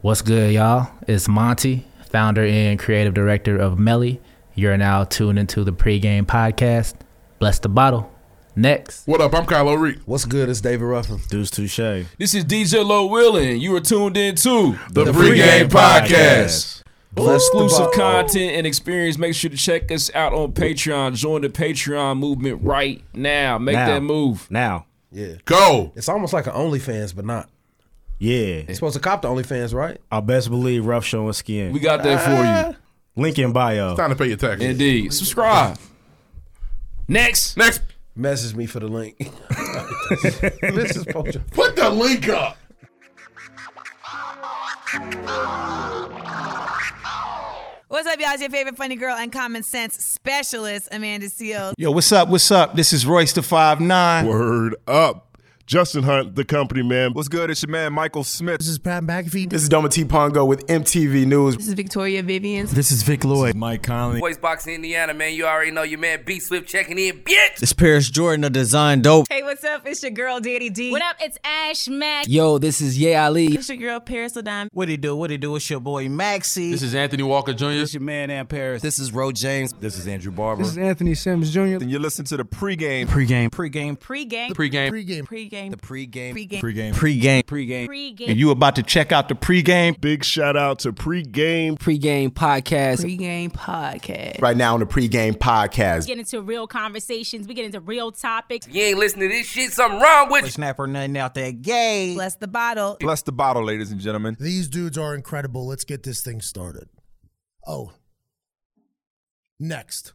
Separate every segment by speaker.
Speaker 1: What's good, y'all? It's Monty, founder and creative director of Melly. You're now tuned into the pregame podcast. Bless the bottle. Next.
Speaker 2: What up? I'm Kylo Reed.
Speaker 3: What's good? It's David Ruffin.
Speaker 4: Deuce Touche.
Speaker 5: This is DJ Low Willin. You are tuned in to
Speaker 2: The, pregame, podcast.
Speaker 3: Bless
Speaker 5: For
Speaker 3: the
Speaker 5: exclusive
Speaker 3: bottle.
Speaker 5: content and experience, make sure to check us out on Patreon. Join the Patreon movement right now. Make
Speaker 4: Now.
Speaker 5: that move.
Speaker 4: Now.
Speaker 3: Yeah.
Speaker 2: Go.
Speaker 3: It's almost like an OnlyFans, but not.
Speaker 4: Yeah.
Speaker 3: You're supposed to cop the OnlyFans, right?
Speaker 4: I best believe rough showing skin.
Speaker 5: We got that
Speaker 4: Ah.
Speaker 5: for
Speaker 4: Link in bio.
Speaker 2: Time to pay your taxes.
Speaker 5: you. Indeed. Subscribe. Next.
Speaker 2: Next,
Speaker 3: Message me for the link. this is Poacher.
Speaker 2: put the link up.
Speaker 6: What's up, y'all? It's your favorite funny girl and common sense specialist, Amanda Seals.
Speaker 7: Yo, what's up? What's up? This is Royce the Five Nine.
Speaker 8: Word up. Justin Hunt, the company man.
Speaker 9: What's good? It's your man Michael Smith.
Speaker 10: This is Pat McAfee.
Speaker 11: This is Doma T. Pongo with MTV News.
Speaker 6: This is Victoria Vivian.
Speaker 7: This is Vic Lloyd.
Speaker 4: Mike Conley.
Speaker 12: Voice Box Indiana, man. You already know your man B Swift checking in, bitch.
Speaker 10: This Paris Jordan of Design Dope.
Speaker 6: Hey, what's up? It's your girl, Daddy D.
Speaker 13: What up? It's Ash Mack.
Speaker 10: Yo, this is Ye Ali.
Speaker 6: It's your girl, Paris Ladon.
Speaker 10: What it do? What it do? It's your boy Maxi.
Speaker 5: This is Anthony Walker Jr.
Speaker 7: your man, Ann Paris.
Speaker 10: This is Ro James.
Speaker 9: This is Andrew Barber.
Speaker 7: Anthony Sims Jr.
Speaker 9: and you listen to the pregame.
Speaker 7: Pre-game.
Speaker 10: Pre-game.
Speaker 6: Pre-game.
Speaker 5: Pre-game.
Speaker 10: Pre-game.
Speaker 6: Pre-game.
Speaker 10: The pre-game.
Speaker 6: Pre-game.
Speaker 10: Pre-game. Pre-game.
Speaker 7: Pre-game.
Speaker 13: Pre-game.
Speaker 7: And you about to check out the pre-game.
Speaker 8: Big shout out to pregame.
Speaker 10: Pre-game podcast.
Speaker 6: Pre-game podcast.
Speaker 11: Right now on the pregame podcast.
Speaker 13: Get into real conversations. We get into real topics.
Speaker 12: You ain't listening to this shit, something wrong with you.
Speaker 10: Snapper nothing out that gay.
Speaker 6: Bless the bottle.
Speaker 9: Bless the bottle, ladies and gentlemen.
Speaker 14: These dudes are incredible. Let's get this thing started. Oh. Next.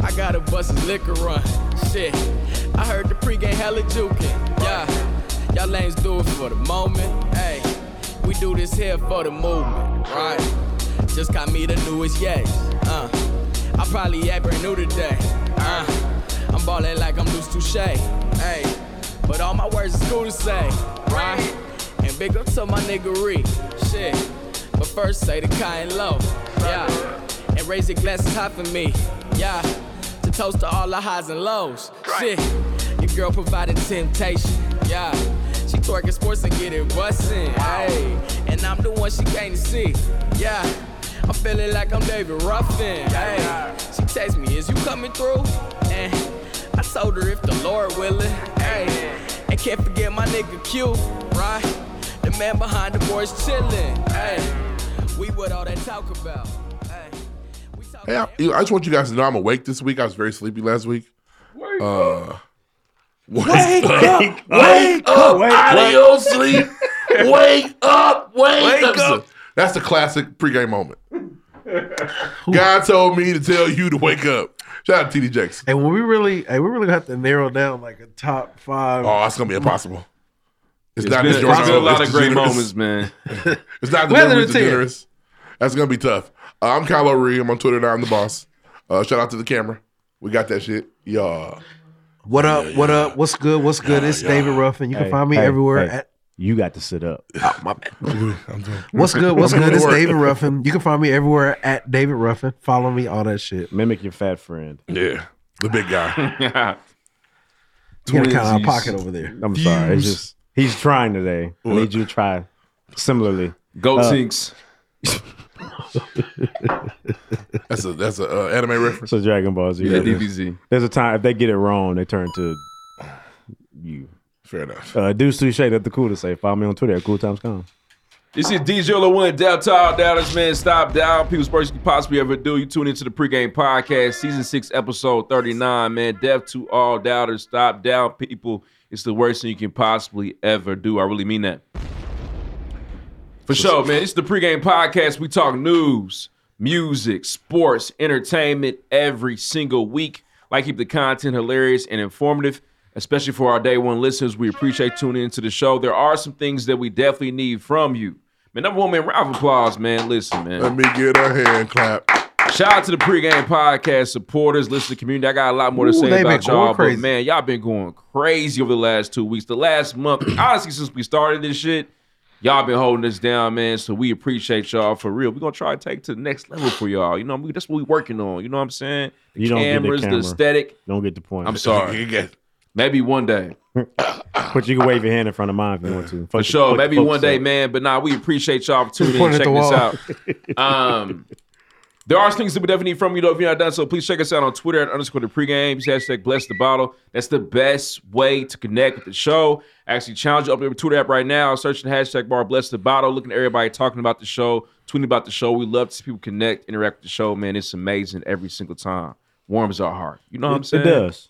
Speaker 12: I got a busted liquor run. Shit. I heard the pregame hella jukin'. Yeah. Y'all lanes do it for the moment. Hey, we do this here for the movement. Right. Just got me the newest yes. Uh, I probably act brand new today. Uh, I'm ballin' like I'm loose touche. Hey, but all my words is cool to say, right? And big up to my niggery, shit. But first say the kind low, yeah. And raise your glasses high for me, yeah. To toast to all the highs and lows, shit. Your girl provided temptation, yeah. She twerking sports and get it bustin', hey. And I'm the one she came to see, yeah. I'm feeling like I'm David Ruffin. Hey, she text me, is you coming through? And I told her if the Lord willing. Hey, and can't forget my nigga Q, right? The man behind the boys chillin'. Hey, we what all that talk about. Hey, we talk
Speaker 2: Hey, I, I just want you guys to know I'm awake this week. I was very sleepy last week. Uh, wake, up! Wake, up! out of your sleep! wake up! Wake, up! That's the classic pregame moment. God told me to tell you to wake up. Shout out to TD Jakes.
Speaker 15: And when we really, hey, we really gonna have to narrow down like a top five.
Speaker 2: Oh, it's gonna be impossible. It's,
Speaker 5: It's
Speaker 2: not
Speaker 5: been,
Speaker 2: as
Speaker 5: it's
Speaker 2: George
Speaker 5: been a
Speaker 2: Clooney,
Speaker 5: lot
Speaker 2: it's
Speaker 5: of great
Speaker 2: DeGeneres.
Speaker 5: moments, man.
Speaker 2: It's not the
Speaker 15: Weather
Speaker 2: Denver's
Speaker 15: to ten.
Speaker 2: DeGeneres. That's gonna be tough. Uh, I'm Kylo Ree. I'm on Twitter now. I'm the boss. Uh, shout out to the camera. We got that shit. Yeah.
Speaker 15: What up? What up? What's good? What's good? it's David Ruffin. You can
Speaker 4: Hey,
Speaker 15: find me
Speaker 4: hey,
Speaker 15: everywhere.
Speaker 4: hey.
Speaker 15: At,
Speaker 4: You got to sit up.
Speaker 2: I'm doing.
Speaker 15: what's good? What's
Speaker 2: I'm
Speaker 15: good? It's
Speaker 2: bored.
Speaker 15: David Ruffin. You can find me everywhere at David Ruffin. Follow me, all that shit.
Speaker 4: Mimic your fat friend.
Speaker 2: Yeah. The big guy.
Speaker 15: You got to count our
Speaker 5: Twinsies.
Speaker 15: pocket over there.
Speaker 4: I'm sorry. It's just he's trying today. I need you to try similarly.
Speaker 5: Go
Speaker 4: Uh,
Speaker 5: Tinks.
Speaker 2: That's a that's a uh, anime reference.
Speaker 4: So Dragon Ball Z.
Speaker 5: Yeah,
Speaker 4: there's,
Speaker 5: DBZ.
Speaker 4: there's a time if they get it wrong, they turn to you.
Speaker 2: Fair enough.
Speaker 4: Uh, Deuce Touche, that's the cool to say. Follow me on Twitter at Cool Times Con.
Speaker 5: This is DJ LaWin, downtown Dallas, man. Stop down. People's first you could possibly ever do. You tune into the pregame podcast, season six, episode 39, man. Death to all doubters. Stop down, people. It's the worst thing you can possibly ever do. I really mean that. For sure, man. This is the pregame podcast. We talk news, music, sports, entertainment every single week. Like keep the content hilarious and informative. especially for our day one listeners. We appreciate tuning into the show. There are some things that we definitely need from you. Man, number one, man, round of applause, man. Listen, man.
Speaker 2: Let me get a hand clap.
Speaker 5: Shout out to the pregame podcast supporters, listen to the community. I got a lot more to
Speaker 2: Ooh, they
Speaker 5: say
Speaker 2: been
Speaker 5: about
Speaker 2: going
Speaker 5: y'all,
Speaker 2: crazy.
Speaker 5: but man, y'all been going crazy over the last two weeks, the last month. Honestly, since we started this shit, y'all been holding us down, man. So we appreciate y'all for real. We're gonna try to take it to the next level for y'all. You know, we, that's what we working on. You know what I'm saying? The
Speaker 4: You don't
Speaker 5: cameras,
Speaker 4: get the, camera.
Speaker 5: the aesthetic.
Speaker 4: Don't get the point.
Speaker 5: I'm sorry. Maybe one day.
Speaker 4: but you can wave your hand in front of mine if you want to.
Speaker 5: For sure. Maybe one day, man. But nah, we appreciate y'all for tuning in.
Speaker 4: Point at
Speaker 5: Check
Speaker 4: the
Speaker 5: this
Speaker 4: wall.
Speaker 5: out. Um, there are things that we definitely need from you, though, if you're not done. So please check us out on Twitter at underscore the pregame. Use hashtag bless the bottle. That's the best way to connect with the show. I actually challenge you up your Twitter app right now. Search the hashtag bar bless the bottle. Looking at everybody talking about the show, tweeting about the show. We love to see people connect, interact with the show, man. It's amazing every single time. Warms our heart. You know what I'm
Speaker 4: It
Speaker 5: saying?
Speaker 4: does.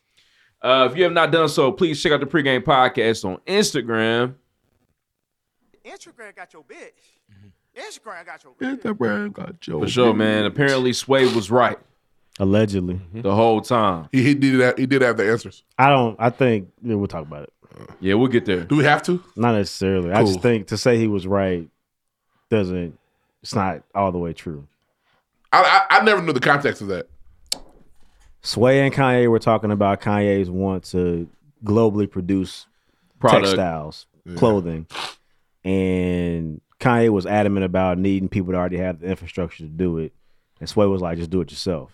Speaker 5: Uh, if you have not done so, please check out the pregame podcast on Instagram.
Speaker 16: Instagram got your bitch. Instagram got your
Speaker 5: For sure, man. Apparently, Sway was right
Speaker 4: Allegedly.
Speaker 5: the whole time.
Speaker 2: He, he did that. He did have the answers.
Speaker 4: I don't. I think yeah, we'll talk about it.
Speaker 5: Yeah, we'll get there.
Speaker 2: Do we have to?
Speaker 4: Not necessarily. I just
Speaker 2: Cool.
Speaker 4: think to say he was right doesn't. It's not all the way true.
Speaker 2: I, I I never knew the context of that.
Speaker 4: Sway and Kanye were talking about Kanye's want to globally produce
Speaker 2: Product.
Speaker 4: textiles,
Speaker 2: Yeah.
Speaker 4: clothing, and Kanye was adamant about needing people to already have the infrastructure to do it, and Sway was like, "Just do it yourself."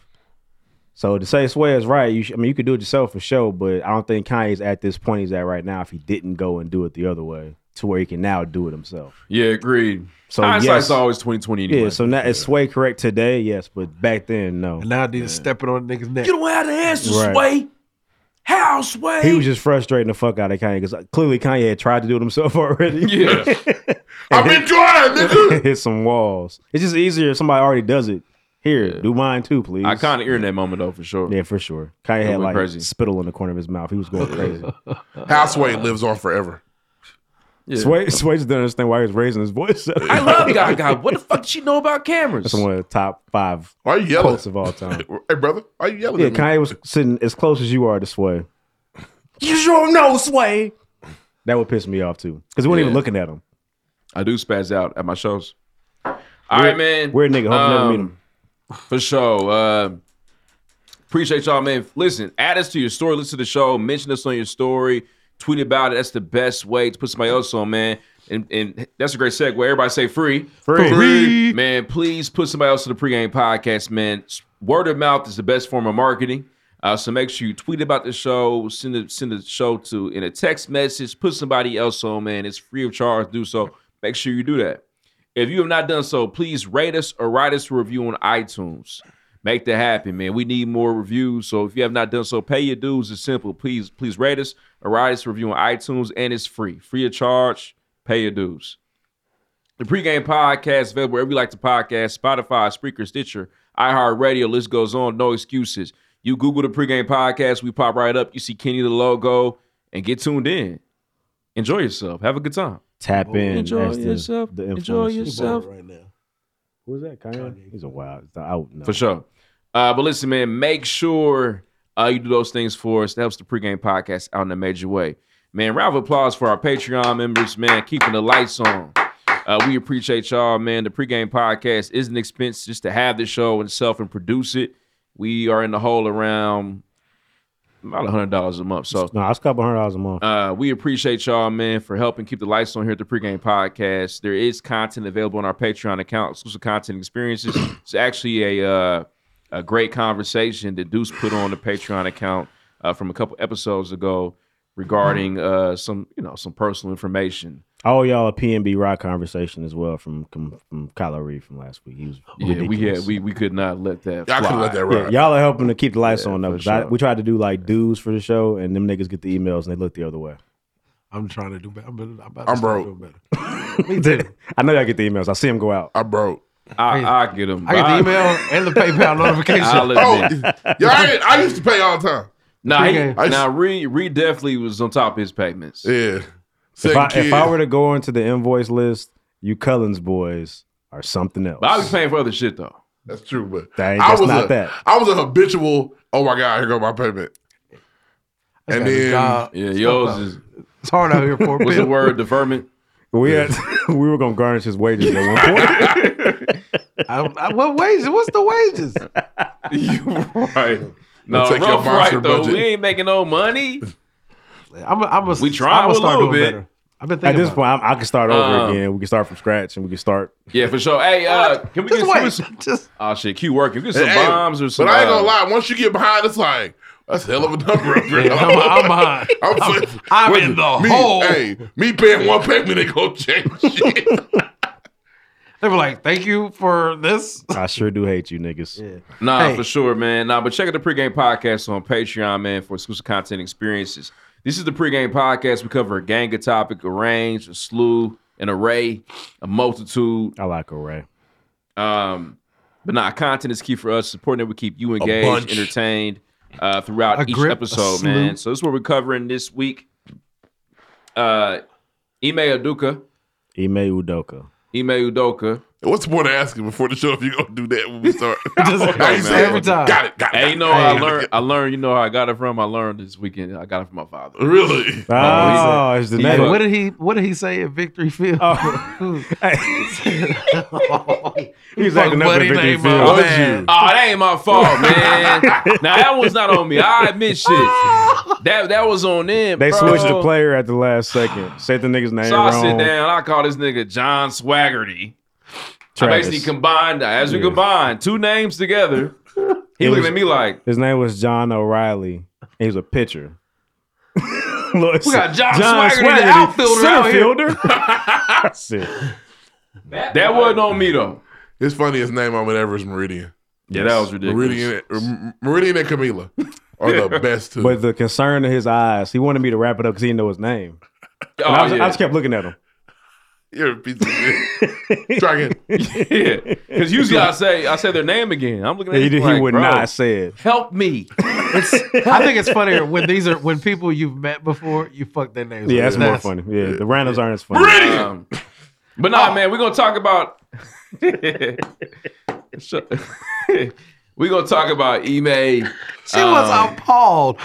Speaker 4: So to say Sway is right, you sh- I mean you could do it yourself for sure, but I don't think Kanye's at this point he's at right now. If he didn't go and do it the other way, to where he can now do it himself.
Speaker 5: Yeah, agreed.
Speaker 4: So
Speaker 5: hindsight's
Speaker 4: yes.
Speaker 5: always twenty twenty. Anyway.
Speaker 4: Yeah, so now is Sway correct today? Yes, but back then no. And
Speaker 15: now did stepping on niggas' neck.
Speaker 4: You don't have the answer, Right. Sway.
Speaker 5: How Sway?
Speaker 4: He was just frustrating the fuck out of Kanye because clearly Kanye had tried to do it himself already.
Speaker 5: Yeah.
Speaker 4: I've
Speaker 2: been trying, nigga.
Speaker 4: hit some walls. It's just easier if somebody already does it. Here, do mine too, please.
Speaker 5: I kind of earned that moment though, for sure.
Speaker 4: Yeah, for sure. Kanye
Speaker 5: It
Speaker 4: had
Speaker 5: went
Speaker 4: like
Speaker 5: crazy.
Speaker 4: spittle in the corner of his mouth. He was going crazy.
Speaker 2: Houseway lives on forever.
Speaker 5: Yeah.
Speaker 4: Sway, Sway just didn't understand why he was raising his voice. up.
Speaker 5: I love Gaga. What the fuck did she know about cameras?
Speaker 4: That's one of the top five
Speaker 2: Why you yelling?
Speaker 4: quotes of all time.
Speaker 2: Hey, brother, why you yelling?
Speaker 4: yeah,
Speaker 2: at me?
Speaker 4: Kanye was sitting as close as you are to Sway.
Speaker 2: You sure know, Sway.
Speaker 4: That would piss me off too because we weren't even
Speaker 5: Yeah.
Speaker 4: looking at him.
Speaker 5: I do spaz out at my shows. All right, man. Um,
Speaker 4: Weird nigga. Hope you never meet him.
Speaker 5: For sure. Uh, appreciate y'all, man. Listen, add us to your story. Listen to the show. Mention us on your story. Tweet about it. That's the best way to put somebody else on, man. And, and that's a great segue. Everybody say free.
Speaker 4: Free. Free.
Speaker 5: Man, please put somebody else to the pregame podcast, man. Word of mouth is the best form of marketing. Uh, so make sure you tweet about the show, send the, send the show to in a text message, put somebody else on, man. It's free of charge. Do so. Make sure you do that. If you have not done so, please rate us or write us a review on iTunes. Make that happen, man. We need more reviews. So if you have not done so, pay your dues. It's simple. Please, please rate us or write us a review on iTunes, and it's free. Free of charge. Pay your dues. The pregame podcast available wherever you like to podcast, Spotify, Spreaker, Stitcher, iHeartRadio, list goes on, no excuses. You Google the pregame podcast, we pop right up. You see Kenny the logo and get tuned in. Enjoy yourself. Have a good time.
Speaker 4: Tap in.
Speaker 5: Enjoy
Speaker 4: as the-
Speaker 5: yourself.
Speaker 4: the
Speaker 5: Enjoy
Speaker 4: influencers.
Speaker 5: yourself.
Speaker 4: Who's that? Kanye. He's a wild. Out.
Speaker 5: For sure. Uh, but listen, man, make sure uh, you do those things for us. That helps the pregame podcast out in a major way. Man, round of applause for our Patreon members, man, keeping the lights on. Uh, we appreciate y'all, man. The pregame podcast is an expense just to have the show and self and produce it. We are in the hole around about $100 a month. So
Speaker 4: No, I was a couple hundred dollars a month.
Speaker 5: uh, we appreciate y'all, man, for helping keep the lights on here at the pregame podcast. There is content available on our Patreon account, exclusive content experiences. It's actually a uh, a great conversation that Deuce put on the Patreon account uh, from a couple episodes ago regarding uh, some you know some personal information.
Speaker 4: Oh, y'all a PNB rock conversation as well from from, from Kylo Reed from last week. He was
Speaker 5: Yeah, we
Speaker 4: ridiculous.
Speaker 5: had we we could not let that.
Speaker 2: Y'all couldn't
Speaker 5: fly.
Speaker 2: let that
Speaker 4: Yeah, y'all are helping to keep the lights on though. 'cause I- we tried to do like dues for the show, and them niggas get the emails and they look the other way.
Speaker 15: I'm trying to do better. I'm, better. I'm, about to
Speaker 2: I'm
Speaker 15: start
Speaker 2: broke.
Speaker 15: doing better.
Speaker 4: Me too. I know y'all get the emails. I see them go out.
Speaker 2: I broke.
Speaker 5: I, I get them.
Speaker 15: I get the email and the PayPal notification.
Speaker 5: I'll admit.
Speaker 2: Oh, y'all, I, I used to pay all the time.
Speaker 5: Nah, he,
Speaker 2: I used-
Speaker 5: nah, Reed, Reed definitely was on top of his payments.
Speaker 2: Yeah.
Speaker 4: If I, if I were to go into the invoice list, you Cullens boys are something else.
Speaker 5: But I was paying for other shit though.
Speaker 2: That's true, but
Speaker 4: That ain't-
Speaker 2: I
Speaker 4: that's
Speaker 2: was
Speaker 4: not
Speaker 2: a,
Speaker 4: that.
Speaker 2: I was a habitual. Oh my god, here go my payment.
Speaker 15: I
Speaker 2: and
Speaker 15: got a
Speaker 2: then
Speaker 15: job.
Speaker 5: Yeah, yours is.
Speaker 15: It's hard out here for a
Speaker 5: What's the
Speaker 15: bill.
Speaker 5: word? Deferment.
Speaker 4: We had, we were gonna garnish his wages at one point.
Speaker 15: I, don't- I, what wages? What's the wages?
Speaker 5: right. No,
Speaker 15: take
Speaker 5: rough
Speaker 15: your boxer
Speaker 5: right though.
Speaker 15: budget.
Speaker 5: We ain't making no money.
Speaker 15: I'm a, I'm a,
Speaker 5: We trying
Speaker 15: I'm gonna
Speaker 5: a
Speaker 15: start doing
Speaker 5: little bit.
Speaker 15: better. I've been
Speaker 4: At
Speaker 15: thinking
Speaker 4: this
Speaker 15: about
Speaker 4: point, I, I can start over
Speaker 5: Uh.
Speaker 4: again. We can start from scratch, and we can start.
Speaker 5: Yeah, for sure. Hey, uh, can we get some- some?
Speaker 15: Just,
Speaker 5: oh shit, Q working. Get some
Speaker 2: Hey,
Speaker 5: bombs or some.
Speaker 2: But I ain't gonna
Speaker 5: uh,
Speaker 2: lie. Once you get behind, it's like that's a hell of a number. Up there.
Speaker 5: Yeah, I'm- I'm behind.
Speaker 2: I'm,
Speaker 5: I'm
Speaker 2: wait,
Speaker 5: in the
Speaker 2: me,
Speaker 5: hole.
Speaker 2: Hey, me paying one payment ain't gonna change shit.
Speaker 15: They were like, "Thank you for this."
Speaker 4: I sure do hate you, niggas.
Speaker 5: Nah,
Speaker 4: Hey.
Speaker 5: for sure, man. Nah, but check out the pregame podcast on Patreon, man, for exclusive content experiences. This is the pregame podcast. We cover a gang of topic, a range, a slew, an array, a multitude.
Speaker 4: I like array.
Speaker 5: Um, but nah, content is key for us. Supporting that we keep you
Speaker 4: bunch.
Speaker 5: engaged, entertained uh, throughout
Speaker 4: A
Speaker 5: each
Speaker 4: grip, a
Speaker 5: episode,
Speaker 4: slew.
Speaker 5: man. So this is what we're covering this week. Uh, Ime Aduka,
Speaker 4: Ime Udoka.
Speaker 5: Ime Udoka.
Speaker 2: What's the point of asking before the show if you're gonna do that when we start?
Speaker 5: Oh,
Speaker 2: I ain't
Speaker 5: man.
Speaker 2: saying- Got it. Got it.
Speaker 5: Hey, you know,
Speaker 2: got
Speaker 5: I
Speaker 2: it, got it,
Speaker 5: learned. I learned. You know, how I got it from. I learned this weekend. I got it from my father.
Speaker 2: Really?
Speaker 4: Oh, it's the
Speaker 5: he
Speaker 4: name.
Speaker 5: fucked-
Speaker 15: What did he What did he say at Victory Field?
Speaker 4: He's acting up at
Speaker 5: buddy,
Speaker 4: Victory
Speaker 5: name
Speaker 4: Field.
Speaker 5: my man. Oh, that ain't my fault, man. now that one's not on me. I admit shit. That that was on them.
Speaker 4: They
Speaker 5: bro.
Speaker 4: switched the player at the last second. Said the nigga's name
Speaker 5: So I sit
Speaker 4: wrong.
Speaker 5: down. I call this nigga John Swaggerty. I
Speaker 4: Travis.
Speaker 5: basically combined as we combined two names together. He
Speaker 4: It
Speaker 5: looking
Speaker 4: was-
Speaker 5: at me like
Speaker 4: His name was John O'Reilly. He was a pitcher. Look,
Speaker 5: we got John,
Speaker 4: John
Speaker 5: Swaggerty, the
Speaker 4: Swaggerty,
Speaker 5: outfielder out
Speaker 4: center
Speaker 5: here.
Speaker 4: That's it.
Speaker 5: That wasn't on me though.
Speaker 2: It's funny. His name on whatever is Meridian.
Speaker 5: Yeah, that was ridiculous.
Speaker 2: Meridian, and- Meridian and Camila are the best two.
Speaker 4: But the concern in his eyes, he wanted me to wrap it up because he didn't know his name. And I,
Speaker 2: Oh,
Speaker 4: was- I
Speaker 2: yeah.
Speaker 4: just kept looking at him.
Speaker 2: You're a piece of shit. Try again.
Speaker 5: yeah, because usually I say I say their name again. I'm looking at
Speaker 4: He,
Speaker 5: him
Speaker 4: did- he
Speaker 5: like,
Speaker 4: would
Speaker 5: bro,
Speaker 4: not say it.
Speaker 5: Help me.
Speaker 15: I think it's funnier when these are when people you've met before you fuck their names.
Speaker 4: Yeah,
Speaker 15: up.
Speaker 4: that's more funny. Yeah, the randoms aren't as funny.
Speaker 5: Um, but nah,
Speaker 4: Oh.
Speaker 5: man, we're gonna talk about. we're gonna talk about Ime.
Speaker 15: She was appalled.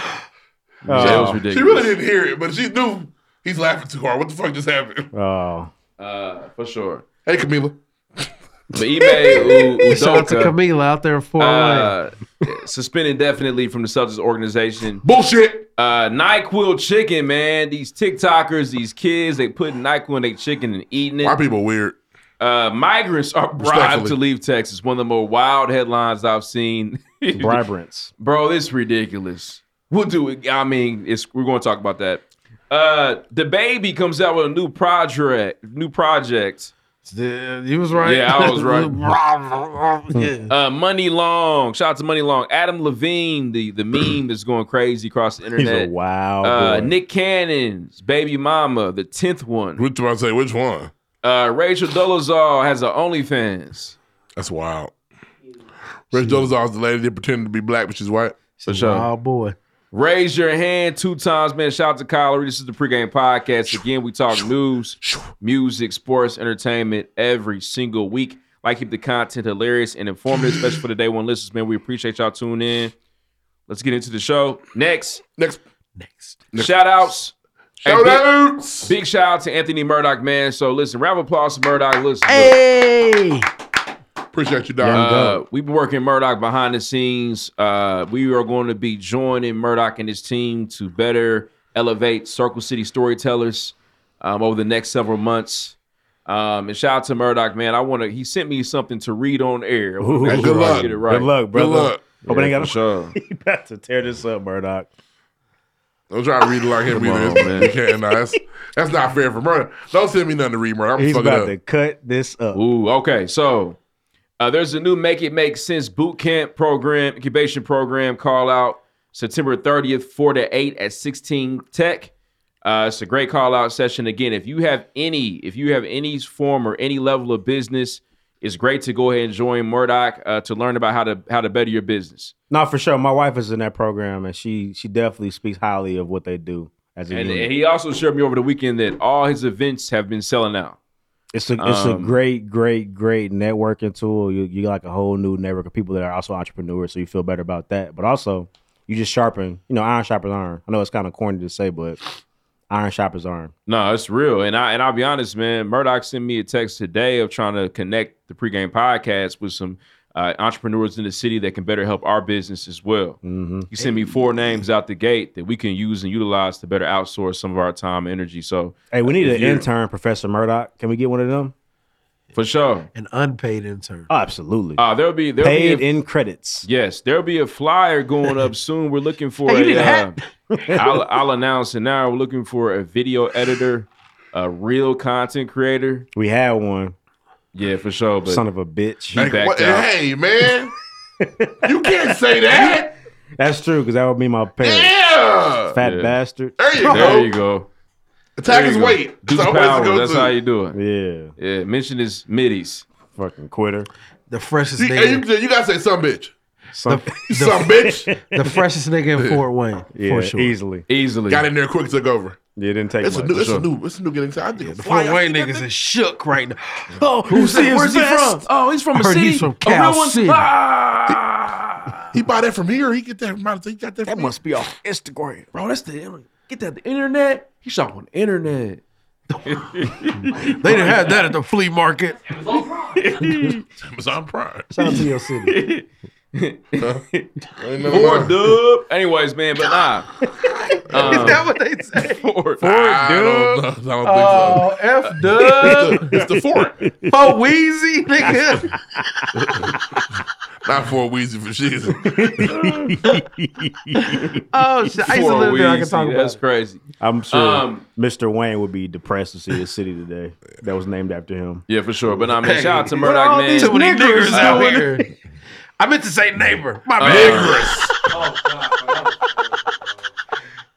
Speaker 5: Yeah, that
Speaker 4: Oh.
Speaker 5: was
Speaker 2: She
Speaker 5: ridiculous.
Speaker 2: really didn't hear it, but she knew he's laughing too hard. What the fuck just happened?
Speaker 4: Oh.
Speaker 5: Uh, for sure.
Speaker 2: Hey, Camila.
Speaker 5: But Ime U-
Speaker 15: Shout out to
Speaker 5: Udoka,
Speaker 15: Camila out there in Fort
Speaker 5: uh, suspended indefinitely from the Celtics organization.
Speaker 2: Bullshit.
Speaker 5: Uh, Nyquil chicken, man. These TikTokers, these kids, they putting Nyquil in their chicken and eating it.
Speaker 2: Our people weird.
Speaker 5: Uh, migrants are bribed
Speaker 2: Respectfully.
Speaker 5: to leave Texas. One of the more wild headlines I've seen.
Speaker 4: Vibrance.
Speaker 5: Bro, this is ridiculous. We'll do it. I mean, it's we're going to talk about that. Uh, the baby comes out with a new project. New project.
Speaker 15: Lane. You was right.
Speaker 5: Yeah, I was right.
Speaker 15: yeah.
Speaker 5: Uh, Money Long. Shout out to Money Long. Adam Levine, the the meme that's going crazy across the
Speaker 4: He's
Speaker 5: internet.
Speaker 4: a wow.
Speaker 5: uh,
Speaker 4: boy.
Speaker 5: Nick Cannon's baby mama, the tenth one.
Speaker 2: Which one I say? Which one?
Speaker 5: Uh, Rachel Dolezal has a OnlyFans.
Speaker 2: That's wild. Rich Dolezal is the lady that pretended to be black, but she's white.
Speaker 5: For sure.
Speaker 15: Oh boy.
Speaker 5: Raise your hand two times, man. Shout out to Kyler. This is the pregame podcast. Again, we talk news, music, sports, entertainment every single week. Like keep the content hilarious and informative, especially for the day one listeners, man. We appreciate y'all tuning in. Let's get into the show. Next.
Speaker 2: Next.
Speaker 5: Next. Shout outs.
Speaker 2: Shout
Speaker 5: big-
Speaker 2: outs.
Speaker 5: Big, shout out to Anthony Murdoch, man. So listen, round of applause to Murdoch. Listen.
Speaker 2: Hey. Appreciate you, dog.
Speaker 5: Uh, we've been working Murdoch behind the scenes. Uh, we are going to be joining Murdoch and his team to better elevate Circle City storytellers um, over the next several months. Um, and shout out to Murdoch, man. I want to. He sent me something to read on air. I wanna
Speaker 4: Ooh,
Speaker 5: make
Speaker 4: good
Speaker 5: sure I
Speaker 4: luck.
Speaker 5: get it right.
Speaker 4: Good luck, brother.
Speaker 2: luck.
Speaker 4: Hope it ain't
Speaker 5: Yeah,
Speaker 4: got
Speaker 5: for sure.
Speaker 4: You about to tear this up, Murdoch.
Speaker 2: Don't try to read it like him
Speaker 5: Come
Speaker 2: either.
Speaker 5: on,
Speaker 2: It's-
Speaker 5: man.
Speaker 2: you can't. Nah, that's, that's not fair for murder. Don't send me nothing to read murder. I'm
Speaker 4: He's
Speaker 2: fucking
Speaker 4: about
Speaker 2: up.
Speaker 4: to cut this up.
Speaker 5: Ooh, okay. So uh, there's a new Make It Make Sense boot camp program, incubation program call out September 30th, 4 to 8 at 16 Tech. Uh, it's a great call out session. Again, if you have any, if you have any form or any level of business, it's great to go ahead and join Murdoch uh, to learn about how to how to better your business.
Speaker 4: No, for sure. My wife is in that program, and she she definitely speaks highly of what they do as a
Speaker 5: And,
Speaker 4: unit.
Speaker 5: and he also shared me over the weekend that all his events have been selling out.
Speaker 4: It's a it's a
Speaker 5: Um,
Speaker 4: great, great, great networking tool. You you got like a whole new network of people that are also entrepreneurs, so you feel better about that. But also, You just sharpen. You know, iron sharpens iron. I know it's kind of corny to say, but iron sharpens iron.
Speaker 5: No, it's real. And I and I'll be honest, man. Murdoch sent me a text today of trying to connect the pregame podcast with some uh, entrepreneurs in the city that can better help our business as well.
Speaker 4: Mm-hmm.
Speaker 5: He sent me four names out the gate that we can use and utilize to better outsource some of our time and energy. So
Speaker 4: Hey, we need
Speaker 5: if
Speaker 4: an
Speaker 5: you're-
Speaker 4: intern, Professor Murdoch. Can we get one of them?
Speaker 5: for sure.
Speaker 4: An unpaid intern. absolutely.
Speaker 5: Uh, there'll be there'll
Speaker 4: Paid
Speaker 5: be a,
Speaker 4: in credits.
Speaker 5: yes, there'll be a flyer going up soon. We're looking for
Speaker 4: Hey, you
Speaker 5: a,
Speaker 4: need a
Speaker 5: uh, I'll, I'll announce it now. We're looking for a video editor, a real content creator.
Speaker 4: We had one.
Speaker 5: Yeah, for sure. But
Speaker 4: Son of a bitch.
Speaker 5: he backed
Speaker 2: What-
Speaker 5: out.
Speaker 2: hey, man. you can't say that.
Speaker 4: That's true, because that would be my parents.
Speaker 2: Yeah.
Speaker 4: Fat
Speaker 5: Yeah.
Speaker 4: bastard.
Speaker 2: There you go.
Speaker 5: There you go.
Speaker 2: Attack
Speaker 5: There
Speaker 2: his
Speaker 5: you go.
Speaker 2: weight.
Speaker 5: Do
Speaker 2: It's
Speaker 5: the
Speaker 2: always a
Speaker 5: power.
Speaker 2: go-to.
Speaker 5: That's how you do it.
Speaker 4: Yeah.
Speaker 5: Yeah. Mention his middies.
Speaker 4: Fucking quitter.
Speaker 5: The freshest
Speaker 2: You, hey, you, you gotta say some bitch.
Speaker 4: Some,
Speaker 2: You some bitch.
Speaker 15: The freshest nigga in Fort Wayne,
Speaker 4: Yeah,
Speaker 15: for sure.
Speaker 4: easily.
Speaker 5: Easily.
Speaker 2: Got in there quick, took over.
Speaker 4: Yeah, it didn't take
Speaker 2: It's a
Speaker 4: much.
Speaker 2: new, it's
Speaker 4: Sure.
Speaker 2: a new, it's a new getting. I think it's
Speaker 15: Fort
Speaker 2: fly.
Speaker 15: Wayne niggas is shook right now. Oh,
Speaker 2: Who's
Speaker 15: who's he,
Speaker 2: this?
Speaker 15: where's he
Speaker 2: Best?
Speaker 15: from?
Speaker 5: Oh, he's from
Speaker 15: I
Speaker 2: a
Speaker 15: heard
Speaker 2: city.
Speaker 15: He's
Speaker 2: A
Speaker 15: from Cal
Speaker 2: real one?
Speaker 15: City.
Speaker 2: He bought that from here. He get that from out. He got that. That from
Speaker 5: must be off Instagram, bro. That's the get that the internet. He shop on the internet.
Speaker 15: They didn't have that at the flea market.
Speaker 2: Amazon Prime.
Speaker 15: Shout out to your city.
Speaker 5: Ford dub. Anyways, man, but nah. Um,
Speaker 15: Is that what they say?
Speaker 5: Ford,
Speaker 2: I don't, know.
Speaker 15: Oh, F
Speaker 2: I
Speaker 15: dub.
Speaker 2: don't think so. it's the fort,
Speaker 15: Oh, Wheezy, nigga.
Speaker 2: not Fort Weezy for Jesus.
Speaker 15: Oh, shit. I used to
Speaker 5: Ford
Speaker 15: live there. I can
Speaker 5: Weezy,
Speaker 15: talk about
Speaker 5: That's
Speaker 15: it.
Speaker 5: crazy.
Speaker 4: I'm sure
Speaker 5: Um,
Speaker 4: Mr. Wayne would be depressed to see his city today that was named after him.
Speaker 5: Yeah, for sure. But nah, man,
Speaker 4: Hey,
Speaker 5: shout out to
Speaker 4: what
Speaker 5: Murdoch,
Speaker 4: all
Speaker 5: man. Um,
Speaker 4: these
Speaker 15: Too many
Speaker 4: Niggers
Speaker 15: niggers out
Speaker 4: doing
Speaker 15: here. I meant to say neighbor. My
Speaker 5: Uh,
Speaker 15: bad.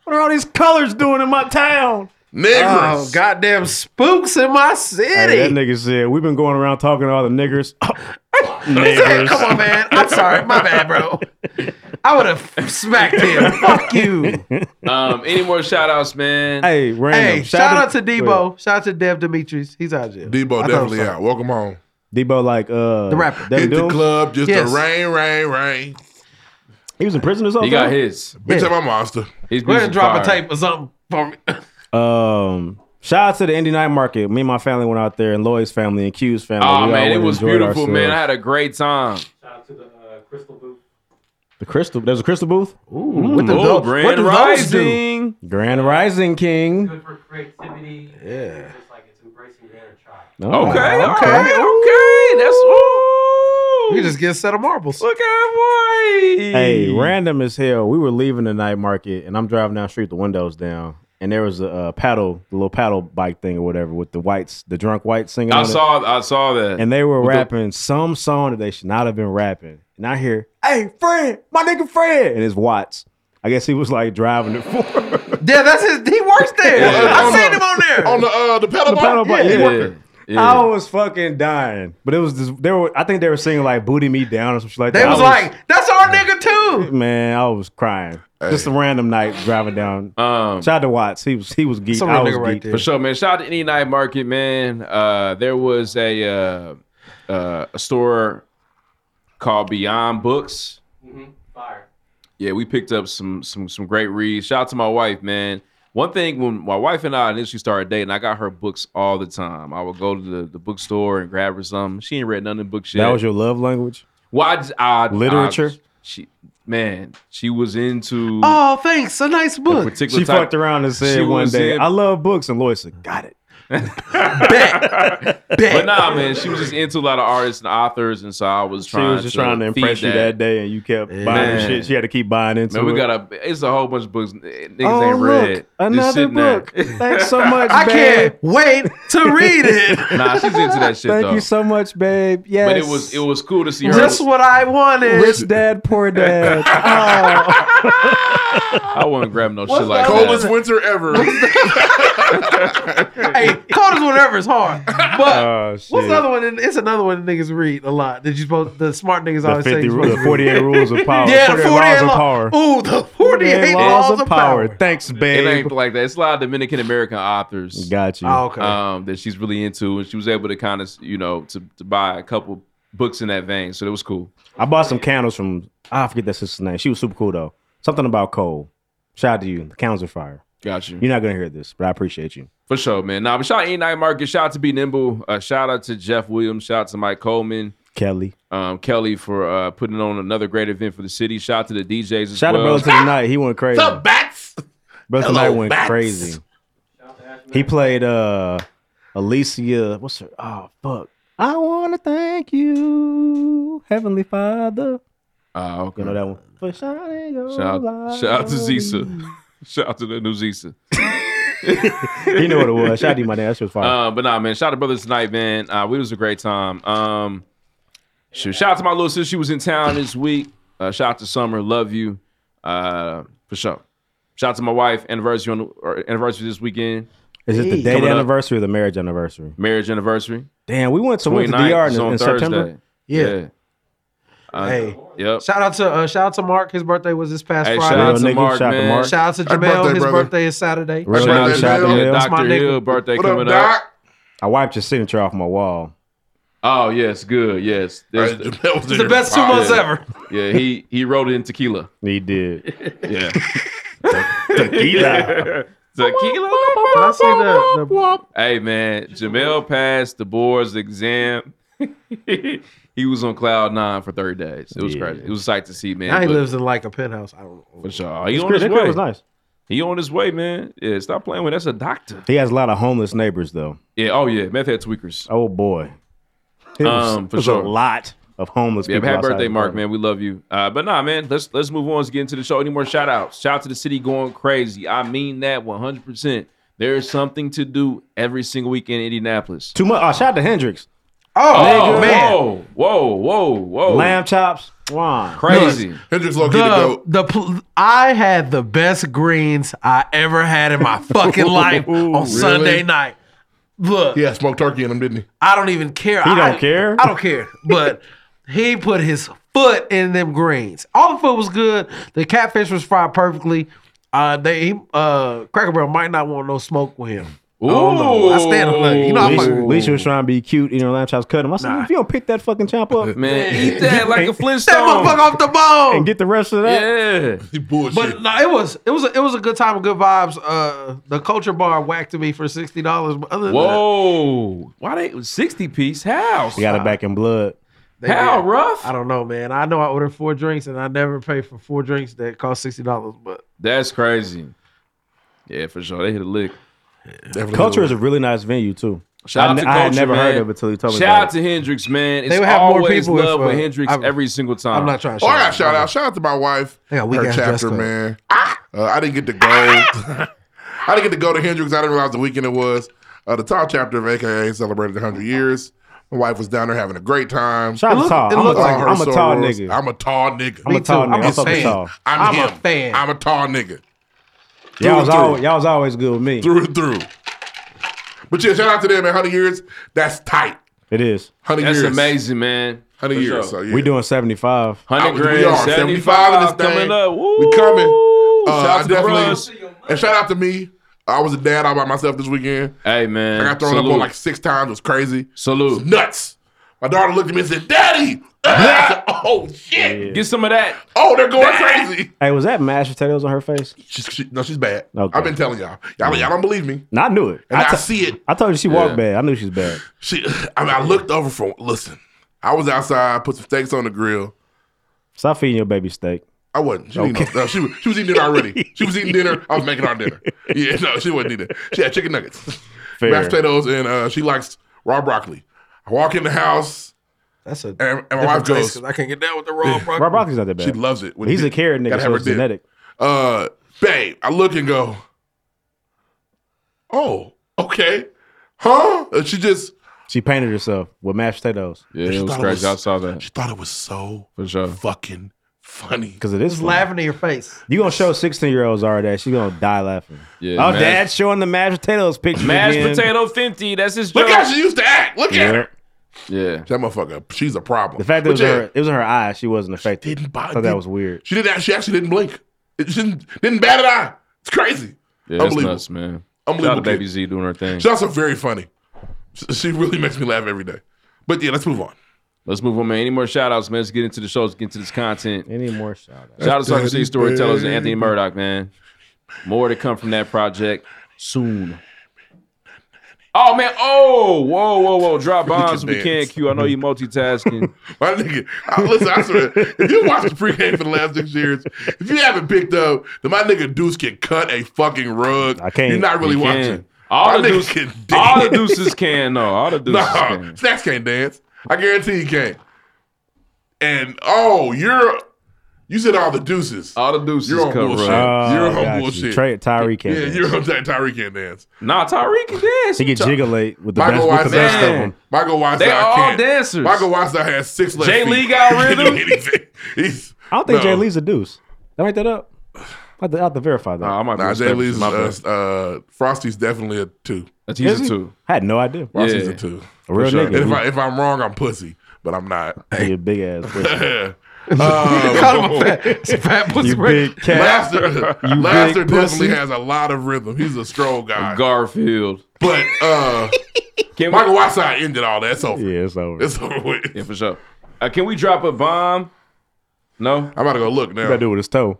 Speaker 4: What are all these colors doing in my town?
Speaker 15: Oh, goddamn spooks in my city.
Speaker 4: that nigga said, We've been going around talking to all the niggers.
Speaker 15: Hey,
Speaker 4: niggers.
Speaker 15: Come on, man. I'm sorry. My bad, bro. I would have smacked him. Fuck you.
Speaker 5: Um, any more shout outs, man?
Speaker 4: Hey, random.
Speaker 15: Hey, shout, out to Debo. Shout out to Dev Demetrius. He's out of jail. I
Speaker 2: Debo
Speaker 15: thought
Speaker 2: definitely
Speaker 15: so.
Speaker 2: out. Welcome home.
Speaker 4: Debo, like, uh,
Speaker 15: The rapper.
Speaker 4: Devin
Speaker 2: Hit the
Speaker 4: Dooms?
Speaker 2: club, just
Speaker 15: Yes.
Speaker 2: a rain, rain, rain.
Speaker 4: He was in prison or something?
Speaker 5: He got his.
Speaker 2: Bitch,
Speaker 4: Yeah.
Speaker 2: I'm a monster.
Speaker 5: He's
Speaker 15: Go ahead and drop a tape or something for me.
Speaker 4: Um, shout out to the Indy Night Market. Me and my family went out there, and Lloyd's family and Q's family.
Speaker 5: Oh
Speaker 4: We all
Speaker 5: man,
Speaker 4: went
Speaker 5: it
Speaker 4: and
Speaker 5: was
Speaker 4: enjoyed
Speaker 5: beautiful, man. I
Speaker 4: ourselves.
Speaker 5: had a great time.
Speaker 4: the crystal. There's a crystal booth. Ooh,
Speaker 5: what the dope- Grand what do those Rising.
Speaker 4: do? Grand Rising King.
Speaker 17: for creativity.
Speaker 15: Yeah.
Speaker 17: It's like it's embracing your inner child.
Speaker 4: Oh.
Speaker 5: Okay,
Speaker 15: Okay.
Speaker 5: okay, okay. That's ooh.
Speaker 15: You just get a set of marbles.
Speaker 5: Look at him, boy.
Speaker 4: Hey, random as hell. We were leaving the night market, and I'm driving down the street, the windows down, and there was a uh, paddle, the little paddle bike thing or whatever, with the whites, the drunk whites singing.
Speaker 5: I
Speaker 4: on it.
Speaker 5: saw, I saw that.
Speaker 4: and they were
Speaker 5: With the-
Speaker 4: rapping some song that they should not have been rapping. And I hear, "Hey, Fred, my nigga Fred," and it's Watts. I guess he was like driving it for
Speaker 15: Yeah, that's his. He works there. I seen him on there.
Speaker 2: On the uh, the pedal
Speaker 4: the pedal bike. Yeah.
Speaker 5: yeah.
Speaker 4: I was fucking dying, but it was this, they were. I think they were singing like "Booty Me Down" or something like
Speaker 15: They
Speaker 4: that.
Speaker 15: was
Speaker 4: I
Speaker 15: like, that's our nigga too.
Speaker 4: man, I was crying. Just a random night driving down.
Speaker 5: Um,
Speaker 4: Shout out to Watts. He was he was geeked.
Speaker 15: Some
Speaker 4: I
Speaker 15: real
Speaker 4: was
Speaker 15: nigga right
Speaker 4: geeked.
Speaker 15: there.
Speaker 5: For sure, man. Shout out to Any Night Market, man. Uh, there was a uh, uh, a store called Beyond Books.
Speaker 15: Mm-hmm.
Speaker 17: Fire.
Speaker 5: Yeah, we picked up some some some great reads. Shout out to my wife, man. One thing when my wife and I initially started dating, I got her books all the time. I would go to the, the bookstore and grab her some. She ain't read none of the books yet.
Speaker 4: That was your love language.
Speaker 5: well, I, just- I- I-
Speaker 4: Literature?
Speaker 5: she man, she was into
Speaker 15: Oh, thanks. A nice book.
Speaker 5: particular
Speaker 4: She
Speaker 5: type-
Speaker 4: fucked around and
Speaker 5: She
Speaker 4: said one
Speaker 5: was
Speaker 4: day,
Speaker 5: in-
Speaker 4: "I love books," and Lloyd said, "Got it."
Speaker 5: But nah, man, she was just into a lot of artists and authors, and so I was
Speaker 4: She
Speaker 5: trying.
Speaker 4: was just
Speaker 5: to
Speaker 4: trying to
Speaker 5: feed
Speaker 4: impress you
Speaker 5: that
Speaker 4: that day, and you kept buying
Speaker 5: Man.
Speaker 4: the shit. She had to keep buying into
Speaker 5: Man, we
Speaker 4: it.
Speaker 5: got a. It's a whole bunch of books. n- Niggas
Speaker 4: Oh,
Speaker 5: ain't
Speaker 4: look,
Speaker 5: read. Just
Speaker 4: another
Speaker 5: sitting there.
Speaker 4: book. Thanks so much,
Speaker 15: I
Speaker 4: babe.
Speaker 15: can't wait to read it.
Speaker 5: nah, she's into that shit
Speaker 4: Thank
Speaker 5: though.
Speaker 4: you so much, babe. Yes.
Speaker 5: but it was it was cool to see her.
Speaker 15: Just what I wanted.
Speaker 4: Rich dad, poor dad. oh.
Speaker 5: I wouldn't grab no shit
Speaker 15: What's
Speaker 5: like
Speaker 15: the-
Speaker 5: that.
Speaker 2: Coldest winter ever.
Speaker 15: hey, cold as whatever is hard. But
Speaker 4: Oh,
Speaker 15: what's
Speaker 4: shit.
Speaker 15: the other one? that- It's another one that niggas read a lot. That you supposed the smart niggas
Speaker 4: The,
Speaker 15: always say.
Speaker 4: 50,
Speaker 15: you
Speaker 4: ru-
Speaker 15: supposed
Speaker 4: the
Speaker 15: to read.
Speaker 4: 48 rules of power.
Speaker 15: Yeah, the 48
Speaker 4: laws of
Speaker 15: law-
Speaker 4: power.
Speaker 15: Ooh, the 48 laws, of power.
Speaker 4: Thanks,
Speaker 5: It
Speaker 4: babe.
Speaker 5: ain't like that. It's a lot of Dominican American authors.
Speaker 4: Got you.
Speaker 15: Oh, okay.
Speaker 5: Um, that she's really into, and she was able to kind of, you know, to, to buy a couple books in that vein. So it was cool.
Speaker 4: ah, I bought some candles from, I forget that sister's name. She was super cool, though. Something about Cole. Shout out to you. The counts are fire.
Speaker 5: Got you.
Speaker 4: You're not gonna hear this, but I appreciate you.
Speaker 5: For sure, man. Now, nah, but shout out E Night Market. Shout out to Be Nimble. Uh, shout out to Jeff Williams. Shout out to Mike Coleman.
Speaker 4: Kelly.
Speaker 5: Um, Kelly for uh, putting on another great event for the city. Shout out to the DJs as
Speaker 4: Shout
Speaker 5: well.
Speaker 4: out brother to the night. He went crazy.
Speaker 5: The
Speaker 2: bats.
Speaker 4: Brother
Speaker 5: Hello,
Speaker 4: tonight went
Speaker 5: bats.
Speaker 4: crazy. He played uh Alicia. What's her? Oh fuck. I want to thank you, Heavenly Father.
Speaker 5: Ah, okay.
Speaker 4: You know that one. For shining your
Speaker 5: Shout out,
Speaker 4: light
Speaker 5: shout out to
Speaker 4: on
Speaker 5: Zisa. shout out to the new Zisa.
Speaker 4: you know what it was. Shout out to you, my name. That shit was fire.
Speaker 5: Uh, but nah, man. Shout out to brothers tonight, man. Uh, we was a great time. Um, shoot, shout out to my little sister. She was in town this week. Uh, shout out to Summer. Love you. Uh, for sure. Shout out to my wife. Anniversary on the, or anniversary this weekend.
Speaker 4: Is it the
Speaker 5: Coming
Speaker 4: date
Speaker 5: up.
Speaker 4: anniversary or the marriage anniversary?
Speaker 5: Marriage anniversary.
Speaker 4: Damn, we went to we went to
Speaker 5: 29th
Speaker 4: DR
Speaker 5: is
Speaker 4: in,
Speaker 5: on
Speaker 4: in
Speaker 5: Thursday.
Speaker 4: September.
Speaker 5: Yeah. Uh,
Speaker 15: Hey.
Speaker 5: Yep.
Speaker 15: Shout out to uh, shout out to Mark. His birthday was this past
Speaker 5: Hey,
Speaker 15: Friday.
Speaker 5: shout out to Real nigga, Mark, shout out to man. Mark.
Speaker 15: Shout out to
Speaker 5: Happy
Speaker 15: Jamel.
Speaker 5: birthday,
Speaker 15: His
Speaker 5: brother.
Speaker 15: birthday is Saturday.
Speaker 4: Real
Speaker 5: Shout out
Speaker 4: nigga, shout out to
Speaker 5: to
Speaker 4: Dale.
Speaker 5: Dr.
Speaker 15: nigga.
Speaker 5: Hill birthday
Speaker 15: What up,
Speaker 5: coming
Speaker 15: Doc?
Speaker 5: up.
Speaker 4: I wiped your signature off my wall.
Speaker 5: Oh yes, good. Yes, There's-
Speaker 2: it's
Speaker 15: the best two months ever.
Speaker 5: Yeah, he he wrote it in tequila.
Speaker 4: He did.
Speaker 5: Yeah,
Speaker 4: tequila.
Speaker 5: tequila.
Speaker 15: Can I see the, the
Speaker 5: Hey man, Jamel passed the board's exam. he was on cloud nine for thirty days. It was
Speaker 15: Yeah.
Speaker 5: crazy. It was a sight to see, man.
Speaker 15: now he
Speaker 5: but
Speaker 15: lives in like a penthouse. I don't know.
Speaker 5: for sure. He
Speaker 4: It's
Speaker 5: on
Speaker 4: good.
Speaker 5: his
Speaker 4: That
Speaker 5: way.
Speaker 4: crib was nice.
Speaker 5: He on his way, man. Yeah, stop playing with. That's a doctor.
Speaker 4: He has a lot of homeless neighbors though.
Speaker 5: Yeah. Oh yeah, meth head tweakers.
Speaker 4: Oh boy. It was-
Speaker 5: Um, for
Speaker 4: it was
Speaker 5: sure.
Speaker 4: a lot of homeless
Speaker 5: Yeah, but
Speaker 4: people.
Speaker 5: happy
Speaker 4: outside
Speaker 5: birthday,
Speaker 4: the
Speaker 5: Mark,
Speaker 4: apartment.
Speaker 5: man. We love you. Uh, but nah, man, let's let's move on. Let's get into the show. Any more shout outs? Shout out to the city going crazy. I mean that 100%. There is something to do every single weekend in Indianapolis.
Speaker 4: Too much. Oh, shout out to Hendrix.
Speaker 5: Oh,
Speaker 4: Nigga.
Speaker 5: Whoa, whoa, whoa, whoa.
Speaker 4: Lamb chops. Wow.
Speaker 5: Crazy.
Speaker 2: Hendrix
Speaker 5: low
Speaker 15: The, the pl- I had the best greens I ever had in my fucking life on
Speaker 2: Really?
Speaker 15: Sunday night. Look,
Speaker 2: Yeah, smoked turkey in him, didn't he?
Speaker 15: I don't even care.
Speaker 2: He
Speaker 15: I,
Speaker 2: don't care?
Speaker 15: I don't care. But he put his foot in them greens. All the food was good. The catfish was fried perfectly. Uh, they he- uh, Cracker Barrel might not want no smoke with him. I don't know. I stand alone. You know, I
Speaker 4: Leisha,
Speaker 15: fucking-
Speaker 4: Leisha was trying to be cute. You know, lamb chops cut him. I said, if you don't pick that fucking chop up,
Speaker 5: man, eat that like a Flintstone.
Speaker 15: motherfucker off the bone.
Speaker 4: and get the rest of that.
Speaker 5: Yeah.
Speaker 15: But no, it was it was a, it was a good time, good vibes. Uh, the culture bar whacked me for sixty dollars. But other than
Speaker 5: Whoa. Why they 60 piece house?
Speaker 4: We got it back in blood.
Speaker 15: that, they
Speaker 5: How
Speaker 15: did.
Speaker 5: rough?
Speaker 15: I don't know, man. I know I ordered four drinks and I never pay for four drinks that cost sixty dollars. But
Speaker 5: That's crazy. Yeah, for sure. They hit a lick.
Speaker 4: Culture is a really nice venue too.
Speaker 5: Shout
Speaker 4: I,
Speaker 5: out
Speaker 4: ne-
Speaker 5: to
Speaker 4: I had
Speaker 5: Culture,
Speaker 4: never
Speaker 5: man.
Speaker 4: heard of it until you told me.
Speaker 5: Shout
Speaker 4: about
Speaker 5: out to Hendrix, man. It's
Speaker 4: They would have more
Speaker 5: always
Speaker 4: people if,
Speaker 5: love with
Speaker 4: uh,
Speaker 5: Hendrix
Speaker 4: I'm-
Speaker 5: every single time.
Speaker 2: Oh, I got shout out. Shout out to my wife.
Speaker 15: They got weak-ass
Speaker 2: her
Speaker 15: dress
Speaker 2: chapter,
Speaker 15: code.
Speaker 2: man. Uh, I didn't get to go. I didn't get to go to Hendrix. I didn't realize the weekend it was. Uh, the Tall chapter of AKA celebrated 100 years. My wife was down there having a great time.
Speaker 4: Shout out to It look- Tall. it
Speaker 2: I'm,
Speaker 4: looked like-
Speaker 2: her
Speaker 4: I'm a tall
Speaker 2: sorors.
Speaker 4: nigga.
Speaker 2: I'm a tall nigga.
Speaker 4: I'm a Me tall too. nigga. I'm a fucking
Speaker 2: saying,
Speaker 4: tall.
Speaker 2: I'm,
Speaker 4: I'm a
Speaker 2: him. fan. I'm a tall nigga.
Speaker 4: it. Y'all was,
Speaker 2: through and
Speaker 4: always, y'all was always good with me.
Speaker 2: Through and through. But yeah, shout out to them, man. 100 years. That's tight.
Speaker 4: It is.
Speaker 2: 100
Speaker 5: That's
Speaker 2: years.
Speaker 5: amazing, man.
Speaker 2: 100
Speaker 5: For
Speaker 2: years.
Speaker 5: sure.
Speaker 2: So, yeah.
Speaker 4: We doing seventy five.
Speaker 2: I
Speaker 5: 100
Speaker 2: was- we
Speaker 5: grand,
Speaker 2: are 75 in this
Speaker 5: 75 coming
Speaker 2: thing.
Speaker 5: up. Woo!
Speaker 2: We coming. Uh,
Speaker 5: Shout out
Speaker 2: I
Speaker 5: to the
Speaker 2: definitely-
Speaker 5: bros.
Speaker 2: And shout out to me. I was a dad all by myself this weekend.
Speaker 5: Hey, man.
Speaker 2: I got thrown up
Speaker 5: Salute.
Speaker 2: on like six times. It was crazy.
Speaker 5: Salute.
Speaker 2: It was nuts. My daughter looked at me and said, Daddy! I said, oh, shit.
Speaker 5: Get some of that.
Speaker 2: Oh, they're going crazy.
Speaker 4: Hey, was that mashed potatoes on her face?
Speaker 2: She's, she, no, she's bad.
Speaker 4: Okay.
Speaker 2: I've been telling y'all. Y'all, y'all don't believe me.
Speaker 4: No, I knew it.
Speaker 2: And I
Speaker 4: to-
Speaker 2: see it.
Speaker 4: I told you she walked
Speaker 2: Yeah.
Speaker 4: bad. I knew she's bad.
Speaker 2: She, I mean, I looked over for, listen, I was outside, put some steaks on the grill.
Speaker 4: Stop feeding your baby steak.
Speaker 2: I wasn't. She, didn't
Speaker 4: Okay.
Speaker 2: eat no- no, she, was- she was eating dinner already. She was eating dinner. I was making our dinner. Yeah, no, she wasn't eating. She had chicken nuggets,
Speaker 4: Fair.
Speaker 2: mashed potatoes, and uh, she likes raw broccoli. I walk in the house.
Speaker 15: That's a
Speaker 2: and, and my wife
Speaker 15: different taste,
Speaker 2: goes.
Speaker 15: 'cause I can't get down with the raw broccoli.
Speaker 4: Rob Broccoli's not that bad.
Speaker 2: She loves it. when
Speaker 4: He's
Speaker 2: you
Speaker 4: a
Speaker 2: dip.
Speaker 4: carrot nigga,
Speaker 2: Gotta
Speaker 4: so
Speaker 2: her
Speaker 4: it's
Speaker 2: dip.
Speaker 4: genetic.
Speaker 2: Uh, babe, I look and go. Oh, okay, huh? And she just
Speaker 4: She painted herself with mashed potatoes.
Speaker 5: Yeah,
Speaker 2: She
Speaker 5: it was
Speaker 2: thought it
Speaker 5: crazy.
Speaker 2: was-
Speaker 5: I saw that.
Speaker 2: she thought it was so
Speaker 5: For sure.
Speaker 2: fucking funny.
Speaker 4: Because it is
Speaker 15: Just
Speaker 4: funny.
Speaker 15: laughing in your face.
Speaker 4: You gonna show sixteen year olds all that? She gonna die laughing.
Speaker 5: Yeah,
Speaker 4: oh,
Speaker 5: mashed-
Speaker 4: dad's showing the mashed potatoes picture.
Speaker 5: Mashed
Speaker 4: again.
Speaker 5: potato 50. That's his joke.
Speaker 2: Look how she used to act. Look at her.
Speaker 5: Yeah,
Speaker 2: that motherfucker. She's a problem.
Speaker 4: The fact that it was in her, it was in her eye. She wasn't affected.
Speaker 2: didn't buy-
Speaker 4: I thought that
Speaker 2: didn't-
Speaker 4: was weird.
Speaker 2: She didn't. She actually didn't blink. It she didn't, didn't bat an eye. It's crazy.
Speaker 5: Yeah, that's nuts, man. Shout out to
Speaker 2: Unbelievable
Speaker 5: Baby
Speaker 2: kid.
Speaker 5: Z doing her thing.
Speaker 2: She's also very funny. She- She really makes me laugh every day. But yeah, let's move on.
Speaker 5: Let's move on, man. Any more shout outs, man? Let's get into the show. Let's get into this content.
Speaker 4: Any more shout outs?
Speaker 5: Shout out to Arkansas City
Speaker 4: Daddy,
Speaker 5: Storytellers and
Speaker 4: daddy.
Speaker 5: Anthony Murdoch, man. More to come from that project soon. Oh man! Oh, whoa, whoa, whoa! Drop bombs
Speaker 2: Look
Speaker 5: we
Speaker 2: at
Speaker 5: can.
Speaker 2: Vance.
Speaker 5: Q. I know you multitasking.
Speaker 2: My nigga, I- listen, I swear, if you watch the pregame for the last six years, if you haven't picked up that my nigga Deuce can cut a fucking rug, I
Speaker 5: can't.
Speaker 2: you're not really
Speaker 5: He can.
Speaker 2: watching.
Speaker 5: All
Speaker 2: my
Speaker 5: the
Speaker 2: nigga
Speaker 5: deuces-
Speaker 2: can
Speaker 5: all the
Speaker 2: dance.
Speaker 5: deuces can, though. All the deuces
Speaker 2: Nah,
Speaker 5: can.
Speaker 2: Snacks can't dance. I guarantee he can't. And oh, you're you said all the deuces.
Speaker 5: All the deuces.
Speaker 2: You're on
Speaker 5: cut
Speaker 2: bullshit.
Speaker 5: rug.
Speaker 2: you're on
Speaker 4: got you.
Speaker 2: bullshit.
Speaker 4: Oh, Trey- Tyreek can't
Speaker 2: Yeah,
Speaker 4: dance.
Speaker 2: you're on Ty- Tyreek can't dance.
Speaker 5: Nah, Tyreek can dance.
Speaker 4: He can
Speaker 2: Ty-
Speaker 4: jiggle it with the
Speaker 2: Michael
Speaker 4: best, with the
Speaker 2: Wise-
Speaker 4: best of
Speaker 2: Man.
Speaker 4: them.
Speaker 2: Michael Wise.
Speaker 5: They all
Speaker 4: dancers.
Speaker 2: Michael Wise has six legs.
Speaker 5: Jay Lee got rhythm?
Speaker 4: I don't think
Speaker 2: No.
Speaker 4: Jay Lee's a deuce. Did I make that up? I have to, I have to verify that.
Speaker 5: I might
Speaker 2: Nah, Jay Lee's uh, uh, Frosty's definitely a two.
Speaker 4: Is he? I had no idea.
Speaker 2: Frosty's a two.
Speaker 4: A real
Speaker 2: For sure.
Speaker 4: nigga.
Speaker 2: And if, I, if I'm wrong, I'm pussy, but I'm not.
Speaker 4: You a big ass pussy.
Speaker 2: um,
Speaker 4: Call him a fat- a fat pussy You big cat.
Speaker 2: Laster,
Speaker 4: You big
Speaker 2: Laster definitely
Speaker 4: pussy.
Speaker 2: has a lot of rhythm. He's a strong guy.
Speaker 5: Garfield.
Speaker 2: But uh, Michael Whiteside ended all that. It's over.
Speaker 4: Yeah, it's over.
Speaker 2: It's over with.
Speaker 5: Yeah, for sure. Uh, can we drop a bomb? No, I'm
Speaker 2: about to go look now.
Speaker 4: He better do it with his toe.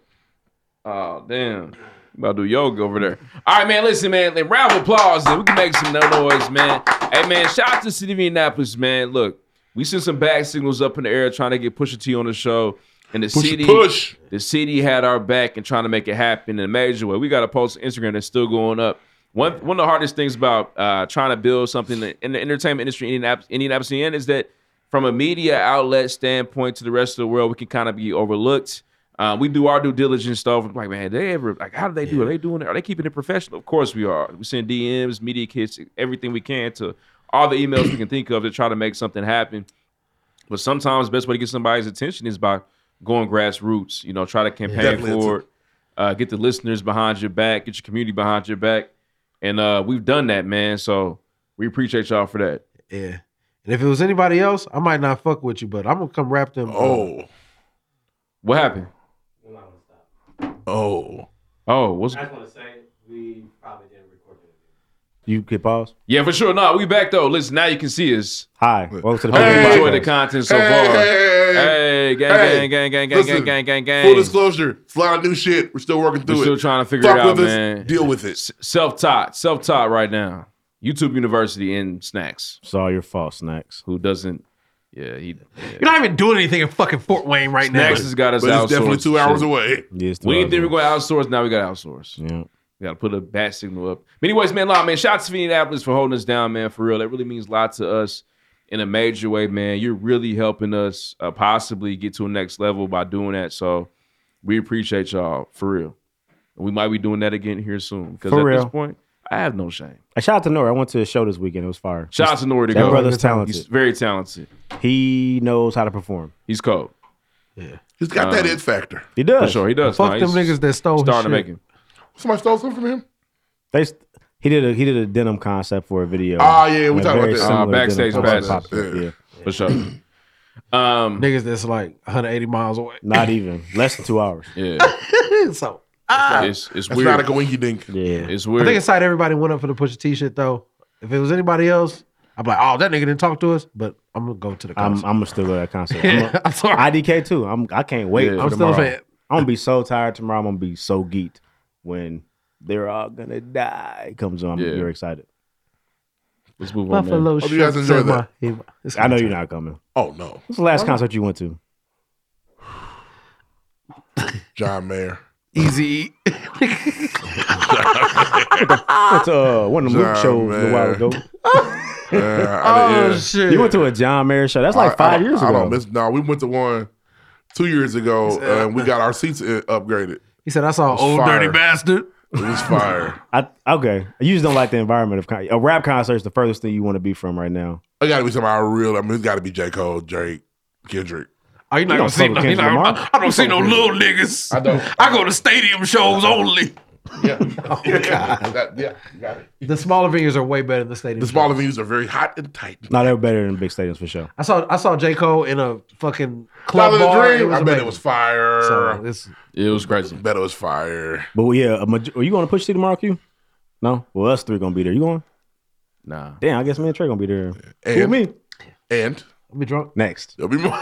Speaker 5: Oh damn. About to do yoga over there. All right, man. Listen, man. Like, round of applause. Then we can make some no noise, man. Hey, man. Shout out to the City of Indianapolis, man. Look, we sent some bag signals up in the air trying to get Pusha T on the show, and the
Speaker 2: Push,
Speaker 5: city,
Speaker 2: push.
Speaker 5: the city had our back and trying to make it happen in a major way. We got a post on Instagram that's still going up. One one of the hardest things about uh, trying to build something in the entertainment industry in Indianapolis, Indianapolis Indiana, is that from a media outlet standpoint to the rest of the world, we can kind of be overlooked. Um, we do our due diligence stuff. I'm like, man, they ever like how do they do it? Are they doing it? Are they keeping it professional? Of course we are. We send DMs, media kits, everything we can to all the emails we can think of to try to make something happen. But sometimes the best way to get somebody's attention is by going grassroots. You know, try to campaign
Speaker 2: Definitely.
Speaker 5: forward, uh, get the listeners behind your back, get your community behind your back, and uh, we've done that, man. So we appreciate y'all for that.
Speaker 15: Yeah. And if it was anybody else, I might not fuck with you, but I'm gonna come wrap them. uh,
Speaker 2: Oh.
Speaker 5: What happened?
Speaker 2: Oh.
Speaker 5: Oh, what's
Speaker 17: I just want to say we probably didn't record it.
Speaker 4: You could pause.
Speaker 5: yeah, for sure. No, we back though. Listen, now you can see us.
Speaker 4: Hi. Welcome to the
Speaker 5: Hope you
Speaker 4: Big
Speaker 5: enjoyed
Speaker 4: Podcast.
Speaker 5: the content so
Speaker 2: Hey,
Speaker 5: far.
Speaker 2: hey,
Speaker 5: Hey, gang, gang, gang, gang, gang,
Speaker 2: listen,
Speaker 5: gang, gang, gang,
Speaker 2: Full
Speaker 5: gang.
Speaker 2: disclosure, it's a lot of new shit. We're still working through
Speaker 5: We're
Speaker 2: it.
Speaker 5: still trying to figure
Speaker 2: Fuck
Speaker 5: it out,
Speaker 2: with us,
Speaker 5: man.
Speaker 2: Deal with it.
Speaker 5: Self taught, self taught right now. YouTube University and snacks.
Speaker 4: It's all your fault, Snacks.
Speaker 5: Who doesn't? Yeah, he. yeah.
Speaker 15: You're not even doing anything in fucking Fort Wayne right now.
Speaker 5: Snacks has got us
Speaker 2: But it's definitely
Speaker 5: outsourced
Speaker 2: two hours
Speaker 5: shit.
Speaker 2: away.
Speaker 4: Yes,
Speaker 5: We didn't think we were going to outsource. Now we got to outsource.
Speaker 4: Yeah.
Speaker 5: We got to put a bat signal up. But anyways, man, nah, man, shout out to Indianapolis for holding us down, man, for real. That really means a lot to us in a major way, man. You're really helping us uh, possibly get to a next level by doing that. So we appreciate y'all for real. We might be doing that again here soon. Because
Speaker 4: For
Speaker 5: at
Speaker 4: real.
Speaker 5: this point, I have no shame.
Speaker 4: A shout out to Nori. I went to his show this weekend. It was fire.
Speaker 5: Shout out to Nori to
Speaker 4: That
Speaker 5: go.
Speaker 4: brother's
Speaker 5: He's
Speaker 4: talented.
Speaker 5: very talented.
Speaker 4: He knows how to perform.
Speaker 5: He's cold.
Speaker 15: Yeah.
Speaker 2: He's got that
Speaker 5: Um,
Speaker 2: it factor.
Speaker 4: He does.
Speaker 5: For sure, he does.
Speaker 15: Fuck
Speaker 5: Nah,
Speaker 15: them
Speaker 5: he's
Speaker 15: niggas that stole his
Speaker 5: starting to
Speaker 15: shit.
Speaker 5: make him.
Speaker 2: Somebody stole something from him?
Speaker 4: They st- he did a he did a denim concept for a video.
Speaker 2: Ah, yeah, we
Speaker 4: A
Speaker 2: talked about
Speaker 4: very
Speaker 2: that.
Speaker 5: Uh,
Speaker 4: similar denim
Speaker 5: backstage
Speaker 4: concept
Speaker 5: passes.
Speaker 4: popped up, Yeah.
Speaker 5: For sure. Um,
Speaker 15: niggas that's like 180 miles away.
Speaker 4: Not even less than two hours.
Speaker 5: Yeah,
Speaker 15: so ah.
Speaker 5: it's it's
Speaker 2: That's
Speaker 5: weird.
Speaker 2: not a coinky dink.
Speaker 4: Yeah,
Speaker 5: it's
Speaker 15: I
Speaker 5: weird.
Speaker 15: think inside everybody went up for the push t shit though. If it was anybody else, I'd be like, oh, that nigga didn't talk to us, but I'm gonna go to the
Speaker 4: I'm
Speaker 15: concert.
Speaker 4: I'm gonna still go to that concert.
Speaker 15: Yeah,
Speaker 4: I'm, a, sorry. IDK too. I'm I can't wait.
Speaker 5: Yeah.
Speaker 4: for
Speaker 5: I'm still
Speaker 4: tomorrow.
Speaker 5: a fan.
Speaker 4: I'm gonna be so tired tomorrow. I'm gonna be so geeked when they're all gonna die it comes on. I'm
Speaker 5: Yeah.
Speaker 4: very excited.
Speaker 5: Let's move
Speaker 15: on, man. Buffalo
Speaker 4: Hope
Speaker 15: shrimp in my- in my- It's
Speaker 4: I know
Speaker 15: my
Speaker 4: you're
Speaker 15: time.
Speaker 4: not coming.
Speaker 2: Oh no.
Speaker 4: What's the last
Speaker 15: Why not?
Speaker 4: concert you went to?
Speaker 2: John Mayer.
Speaker 15: Easy.
Speaker 4: Went to uh, one of the Mook
Speaker 2: John
Speaker 4: shows a while
Speaker 2: Mayer.
Speaker 4: ago.
Speaker 2: Yeah,
Speaker 15: Oh,
Speaker 2: I- Uh, yeah.
Speaker 15: shit.
Speaker 4: You went to a John Mayer show. That's like
Speaker 2: I-
Speaker 4: five
Speaker 2: I-
Speaker 4: years
Speaker 2: I
Speaker 4: ago.
Speaker 2: don't miss. No, we went to one two years ago, and we got our seats uh, upgraded.
Speaker 15: He said, I
Speaker 2: It
Speaker 15: saw
Speaker 2: was
Speaker 15: old
Speaker 2: fire.
Speaker 15: dirty bastard.
Speaker 2: It was fire.
Speaker 4: I okay. You just don't like the environment of con- a rap concert. Is the furthest thing you want to be from right now.
Speaker 2: I got to be somebody real. I mean, it's got to be J. Cole, Drake, Kendrick.
Speaker 15: Are Oh, you not gonna
Speaker 4: You don't
Speaker 15: see
Speaker 4: fuck
Speaker 15: no,
Speaker 4: with
Speaker 15: you
Speaker 4: Kendrick
Speaker 15: not-
Speaker 4: Lamar?
Speaker 15: I, I don't see no
Speaker 2: with
Speaker 15: little niggas. I,
Speaker 2: don't.
Speaker 15: go to stadium shows only.
Speaker 2: Yeah.
Speaker 15: God.
Speaker 2: That- yeah, you got it.
Speaker 15: The smaller venues are way better than stadium.
Speaker 2: The
Speaker 15: shows.
Speaker 2: smaller venues are very hot and tight.
Speaker 4: No, they were better than big stadiums for sure.
Speaker 15: I saw I saw J Cole in a fucking club
Speaker 2: Club
Speaker 15: bar.
Speaker 2: Dream. I bet
Speaker 15: amazing.
Speaker 2: it was fire.
Speaker 15: So it's
Speaker 5: It was crazy.
Speaker 2: bet it was fire.
Speaker 4: But yeah, a maj- are you going to push through tomorrow, Q? No. Well, us three gonna be there. You going?
Speaker 5: Nah.
Speaker 4: Damn, I guess me and Trey gonna be there. Who, me?
Speaker 2: And
Speaker 15: I'll be drunk.
Speaker 4: Next.
Speaker 2: There'll be more.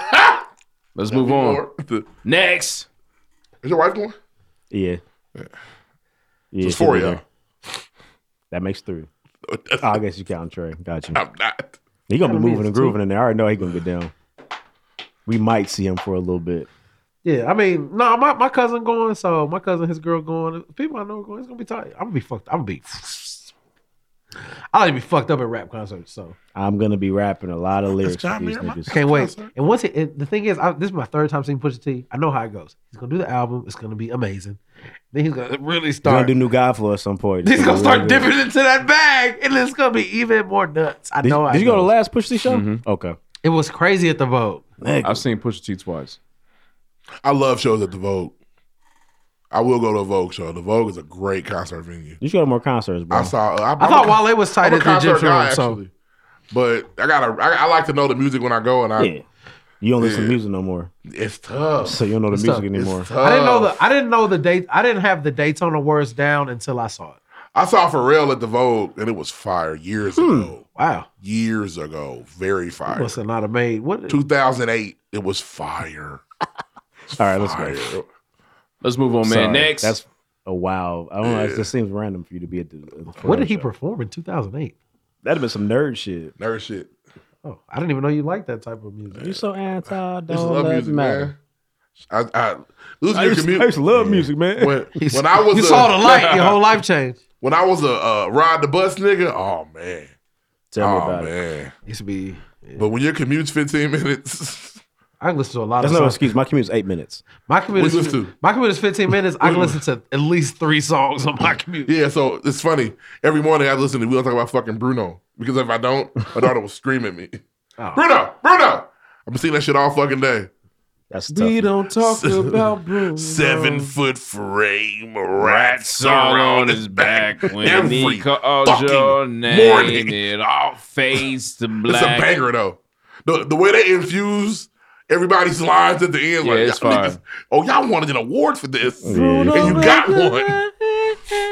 Speaker 5: Let's
Speaker 2: There'll
Speaker 5: move
Speaker 2: be
Speaker 5: on.
Speaker 2: more. The-
Speaker 5: Next.
Speaker 2: Is your wife going?
Speaker 4: Yeah. yeah.
Speaker 2: it's four of
Speaker 4: she'll be
Speaker 2: y'all.
Speaker 4: there. That makes three. I guess you count Trey. Gotcha.
Speaker 2: I'm not.
Speaker 4: He
Speaker 15: Kinda
Speaker 4: gonna be
Speaker 15: means
Speaker 4: moving and
Speaker 15: two.
Speaker 4: grooving in there. I already know he gonna get down. We might see him for a little bit.
Speaker 15: Yeah, I mean, no, my, my cousin going, so my cousin, his girl going. People I know are going. It's gonna be tight. I'm gonna be fucked. I'm gonna be. I like to be fucked up at rap concerts, so
Speaker 4: I'm gonna be rapping a lot of lyrics for
Speaker 15: I
Speaker 4: these niggas.
Speaker 15: can't wait. And once it, and the thing is, I, this is my third time seeing Pusha T. I know how it goes. He's gonna do the album. It's gonna be amazing. Then he's gonna really
Speaker 4: We're gonna
Speaker 15: start.
Speaker 4: do new God for us some point.
Speaker 15: He's gonna start
Speaker 4: different.
Speaker 15: dipping into that bag, and it's gonna be even more nuts. I
Speaker 4: Did-
Speaker 15: know.
Speaker 4: did
Speaker 15: I
Speaker 4: you go to
Speaker 15: know.
Speaker 4: last Pusha T show?
Speaker 2: Mm-hmm.
Speaker 4: Okay.
Speaker 15: It was crazy at the Vogue.
Speaker 5: I've seen Pusha T twice.
Speaker 2: I love shows at the Vogue. I will go to a Vogue show. The Vogue is a great concert venue.
Speaker 4: You should go to more concerts, bro.
Speaker 2: I saw. I,
Speaker 15: I thought Wale was tight
Speaker 2: I'm a
Speaker 15: at the
Speaker 2: concert
Speaker 15: Egyptian
Speaker 2: guy,
Speaker 15: Room, so-
Speaker 2: actually. But I gotta. I, I like to know the music when I go, and I.
Speaker 4: Yeah. You don't listen to music no more.
Speaker 2: It's tough.
Speaker 4: So you don't know the
Speaker 15: It's
Speaker 4: music
Speaker 15: tough.
Speaker 4: anymore.
Speaker 2: It's
Speaker 15: I didn't know the I didn't know the date. I didn't have the Daytona words down until I saw it.
Speaker 2: I saw Pharrell at the Vogue, and it was fire years
Speaker 4: Hmm.
Speaker 2: ago.
Speaker 15: Wow,
Speaker 2: years ago, very fire.
Speaker 15: Must have not have made what
Speaker 2: 2008. It was fire.
Speaker 4: All right, let's
Speaker 2: fire.
Speaker 4: go.
Speaker 5: Let's move on, man.
Speaker 4: Sorry,
Speaker 5: Next.
Speaker 4: That's a wow. I don't know. It
Speaker 5: Yeah.
Speaker 4: just seems random for you to be at the. at the
Speaker 15: What did he
Speaker 4: show.
Speaker 15: perform in 2008?
Speaker 4: That'd have been some nerd shit.
Speaker 2: Nerd shit.
Speaker 15: Oh, I didn't even know you liked that type of music.
Speaker 4: You so anti. Don't
Speaker 2: I used to love
Speaker 4: let
Speaker 2: music, man.
Speaker 4: matter.
Speaker 2: I, I, losing
Speaker 4: I
Speaker 2: your
Speaker 4: used,
Speaker 2: commu-
Speaker 4: I used to love music, man.
Speaker 2: When, when I was
Speaker 15: you
Speaker 2: a-
Speaker 15: saw the light, your whole life changed.
Speaker 2: When I was a uh, ride the bus nigga, oh man,
Speaker 4: Tell me
Speaker 2: oh
Speaker 4: about it.
Speaker 2: man,
Speaker 15: used to be.
Speaker 2: But when your commute's fifteen minutes,
Speaker 15: I can listen to a lot
Speaker 4: That's
Speaker 15: of
Speaker 4: no
Speaker 15: songs.
Speaker 4: excuse. My commute's eight minutes.
Speaker 15: My commute
Speaker 2: What you
Speaker 15: is
Speaker 2: listen to?
Speaker 15: my commute is 15 minutes. I can listen to at least three songs on my commute.
Speaker 2: yeah. So it's funny. Every morning I listen to we don't talk about fucking Bruno because if I don't, my daughter will scream at me. Bruno, Bruno. I've been seeing that shit all fucking day.
Speaker 4: That's
Speaker 2: tough.
Speaker 15: don't talk about Bruno.
Speaker 2: Seven foot frame,
Speaker 5: Rats
Speaker 2: rats
Speaker 5: all
Speaker 2: around
Speaker 5: on his back when
Speaker 2: Every
Speaker 5: he called
Speaker 2: fucking
Speaker 5: your name.
Speaker 2: morning.
Speaker 5: It all fades to black.
Speaker 2: It's a banger though. The the way they infuse everybody's lines at the end,
Speaker 5: Yeah,
Speaker 2: like
Speaker 5: it's
Speaker 2: y'all
Speaker 5: fire.
Speaker 2: niggas- oh y'all wanted an award for this,
Speaker 5: Yeah.
Speaker 2: and you got one.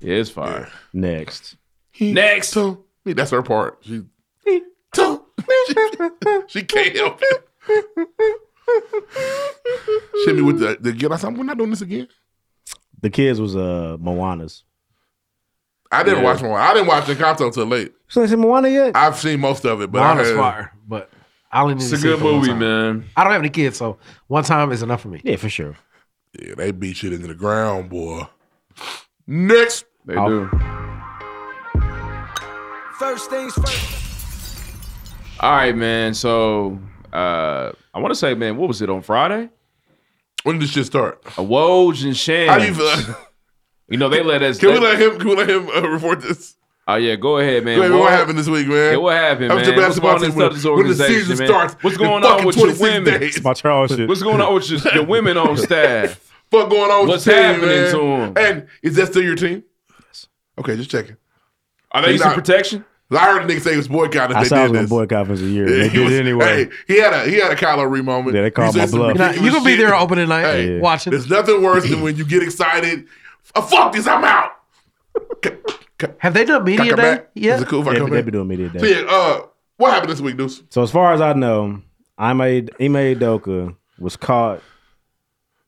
Speaker 5: Yeah, it's fire.
Speaker 4: Next.
Speaker 5: Next.
Speaker 2: Me, that's her part. She, she, she can't help it. She hit me with the, the guilt. I said, we're not doing this again.
Speaker 4: The kids was uh Moana's.
Speaker 2: I didn't
Speaker 4: Yeah.
Speaker 2: watch Moana. I didn't watch Encanto until late.
Speaker 4: So they said Moana yet?
Speaker 2: I've seen most of it, but I
Speaker 15: Moana's
Speaker 2: had-
Speaker 15: fire, but I only need
Speaker 5: It's
Speaker 15: to
Speaker 5: a
Speaker 15: see
Speaker 5: good
Speaker 15: it for one
Speaker 5: movie,
Speaker 15: time.
Speaker 5: man.
Speaker 15: I don't have any kids, so one time is enough for me.
Speaker 4: Yeah, for sure.
Speaker 2: Yeah, they beat shit into the ground, boy. Next.
Speaker 5: They
Speaker 2: I'll-
Speaker 5: do.
Speaker 17: First things first.
Speaker 5: All right, man. So uh I want to say, man, what was it on Friday?
Speaker 2: When did this shit start?
Speaker 5: A Woj and Shams.
Speaker 2: How you feel?
Speaker 5: You know they let us.
Speaker 2: Can we let him? Can we let him uh, report this?
Speaker 5: Oh yeah, go ahead, man.
Speaker 2: Wait, what happened this week, man?
Speaker 5: Yeah, what happened,
Speaker 2: After
Speaker 5: man? What's
Speaker 2: basketball
Speaker 5: going on
Speaker 2: season,
Speaker 5: in this
Speaker 2: when- when the
Speaker 5: organization,
Speaker 2: season
Speaker 5: man?
Speaker 2: starts
Speaker 5: What's
Speaker 2: in
Speaker 5: going on
Speaker 2: fucking
Speaker 5: with your
Speaker 2: 26
Speaker 5: women?
Speaker 2: days.
Speaker 4: It's my Charles shit.
Speaker 5: What's going on with your, the women on staff?
Speaker 2: Fuck going on? With
Speaker 5: What's
Speaker 2: your team,
Speaker 5: happening
Speaker 2: man?
Speaker 5: to 'em?
Speaker 2: And is that still your team? Yes. Okay, just checking.
Speaker 5: Are they using protection?
Speaker 2: I heard the niggas say it was boycotted.
Speaker 4: I
Speaker 2: if
Speaker 4: said
Speaker 2: they did
Speaker 4: I was gonna
Speaker 2: this.
Speaker 4: boycott for a year. and
Speaker 2: Yeah,
Speaker 4: They
Speaker 2: he
Speaker 4: did
Speaker 2: was-
Speaker 4: it anyway.
Speaker 2: Hey, he had a he had a Kylo Ren moment.
Speaker 4: Yeah, they called
Speaker 2: He
Speaker 4: my
Speaker 2: said some
Speaker 4: bluff. Nah,
Speaker 2: ridiculous
Speaker 15: you gonna be
Speaker 2: shit.
Speaker 15: there opening night watching.
Speaker 2: There's nothing worse than when you get excited. Oh, fuck this, I'm out.
Speaker 15: Have they done media
Speaker 2: Cock
Speaker 15: day?
Speaker 2: back.
Speaker 15: Yeah.
Speaker 2: Is it cool if I
Speaker 4: They-
Speaker 2: come
Speaker 4: they
Speaker 2: back?
Speaker 4: be doing media day.
Speaker 2: So yeah, uh, what happened this week, Deuce?
Speaker 4: So as far as I know, I made Ime Doka was caught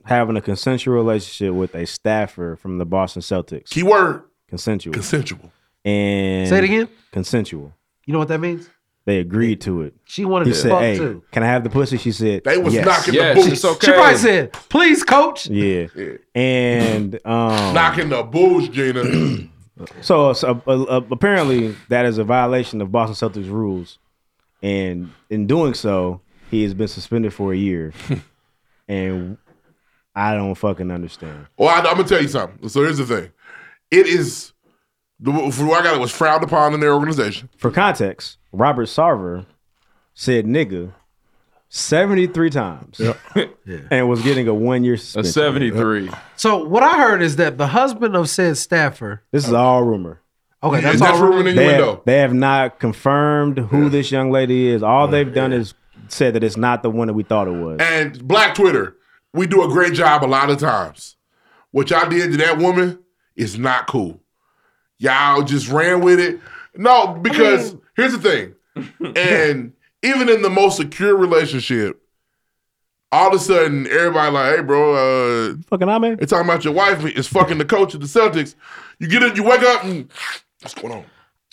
Speaker 4: having a consensual relationship with a staffer from the Boston Celtics.
Speaker 2: Keyword
Speaker 4: consensual.
Speaker 2: Consensual.
Speaker 4: And
Speaker 15: Say it again?
Speaker 4: Consensual.
Speaker 15: You know what that means?
Speaker 4: They agreed to it.
Speaker 15: She wanted
Speaker 4: he
Speaker 15: to
Speaker 4: said,
Speaker 15: fuck
Speaker 4: hey,
Speaker 15: too.
Speaker 4: Can I have the pussy? She said
Speaker 2: They was
Speaker 4: yes.
Speaker 2: knocking the boots.
Speaker 15: She probably said, "Please, coach."
Speaker 4: Yeah. And um
Speaker 2: knocking the boots, Gina.
Speaker 4: So, so, uh, uh, apparently, that is a violation of Boston Celtics rules, and in doing so, he has been suspended for a year. and I don't fucking understand.
Speaker 2: Well, I, am gonna tell you something. So here's the thing. It is the from what I got it was frowned upon in their organization.
Speaker 4: For context, Robert Sarver said "nigga" seventy-three times, and was getting a one-year suspension.
Speaker 15: So what I heard is that the husband of said staffer.
Speaker 4: This is all rumor.
Speaker 15: Okay, that's all rumor.
Speaker 4: They have, they have not confirmed who this young lady is. All they've done is said that it's not the one that we thought it was.
Speaker 2: Oh, And Black Twitter, we do a great job a lot of times. What y'all did to that woman is not cool. Y'all just ran with it. No, because here's the thing. And even in the most secure relationship, all of a sudden everybody like, hey, bro, uh,
Speaker 4: fucking I man,
Speaker 2: it's talking about your wife is fucking the coach of the Celtics. You get it, you wake up, and what's going on?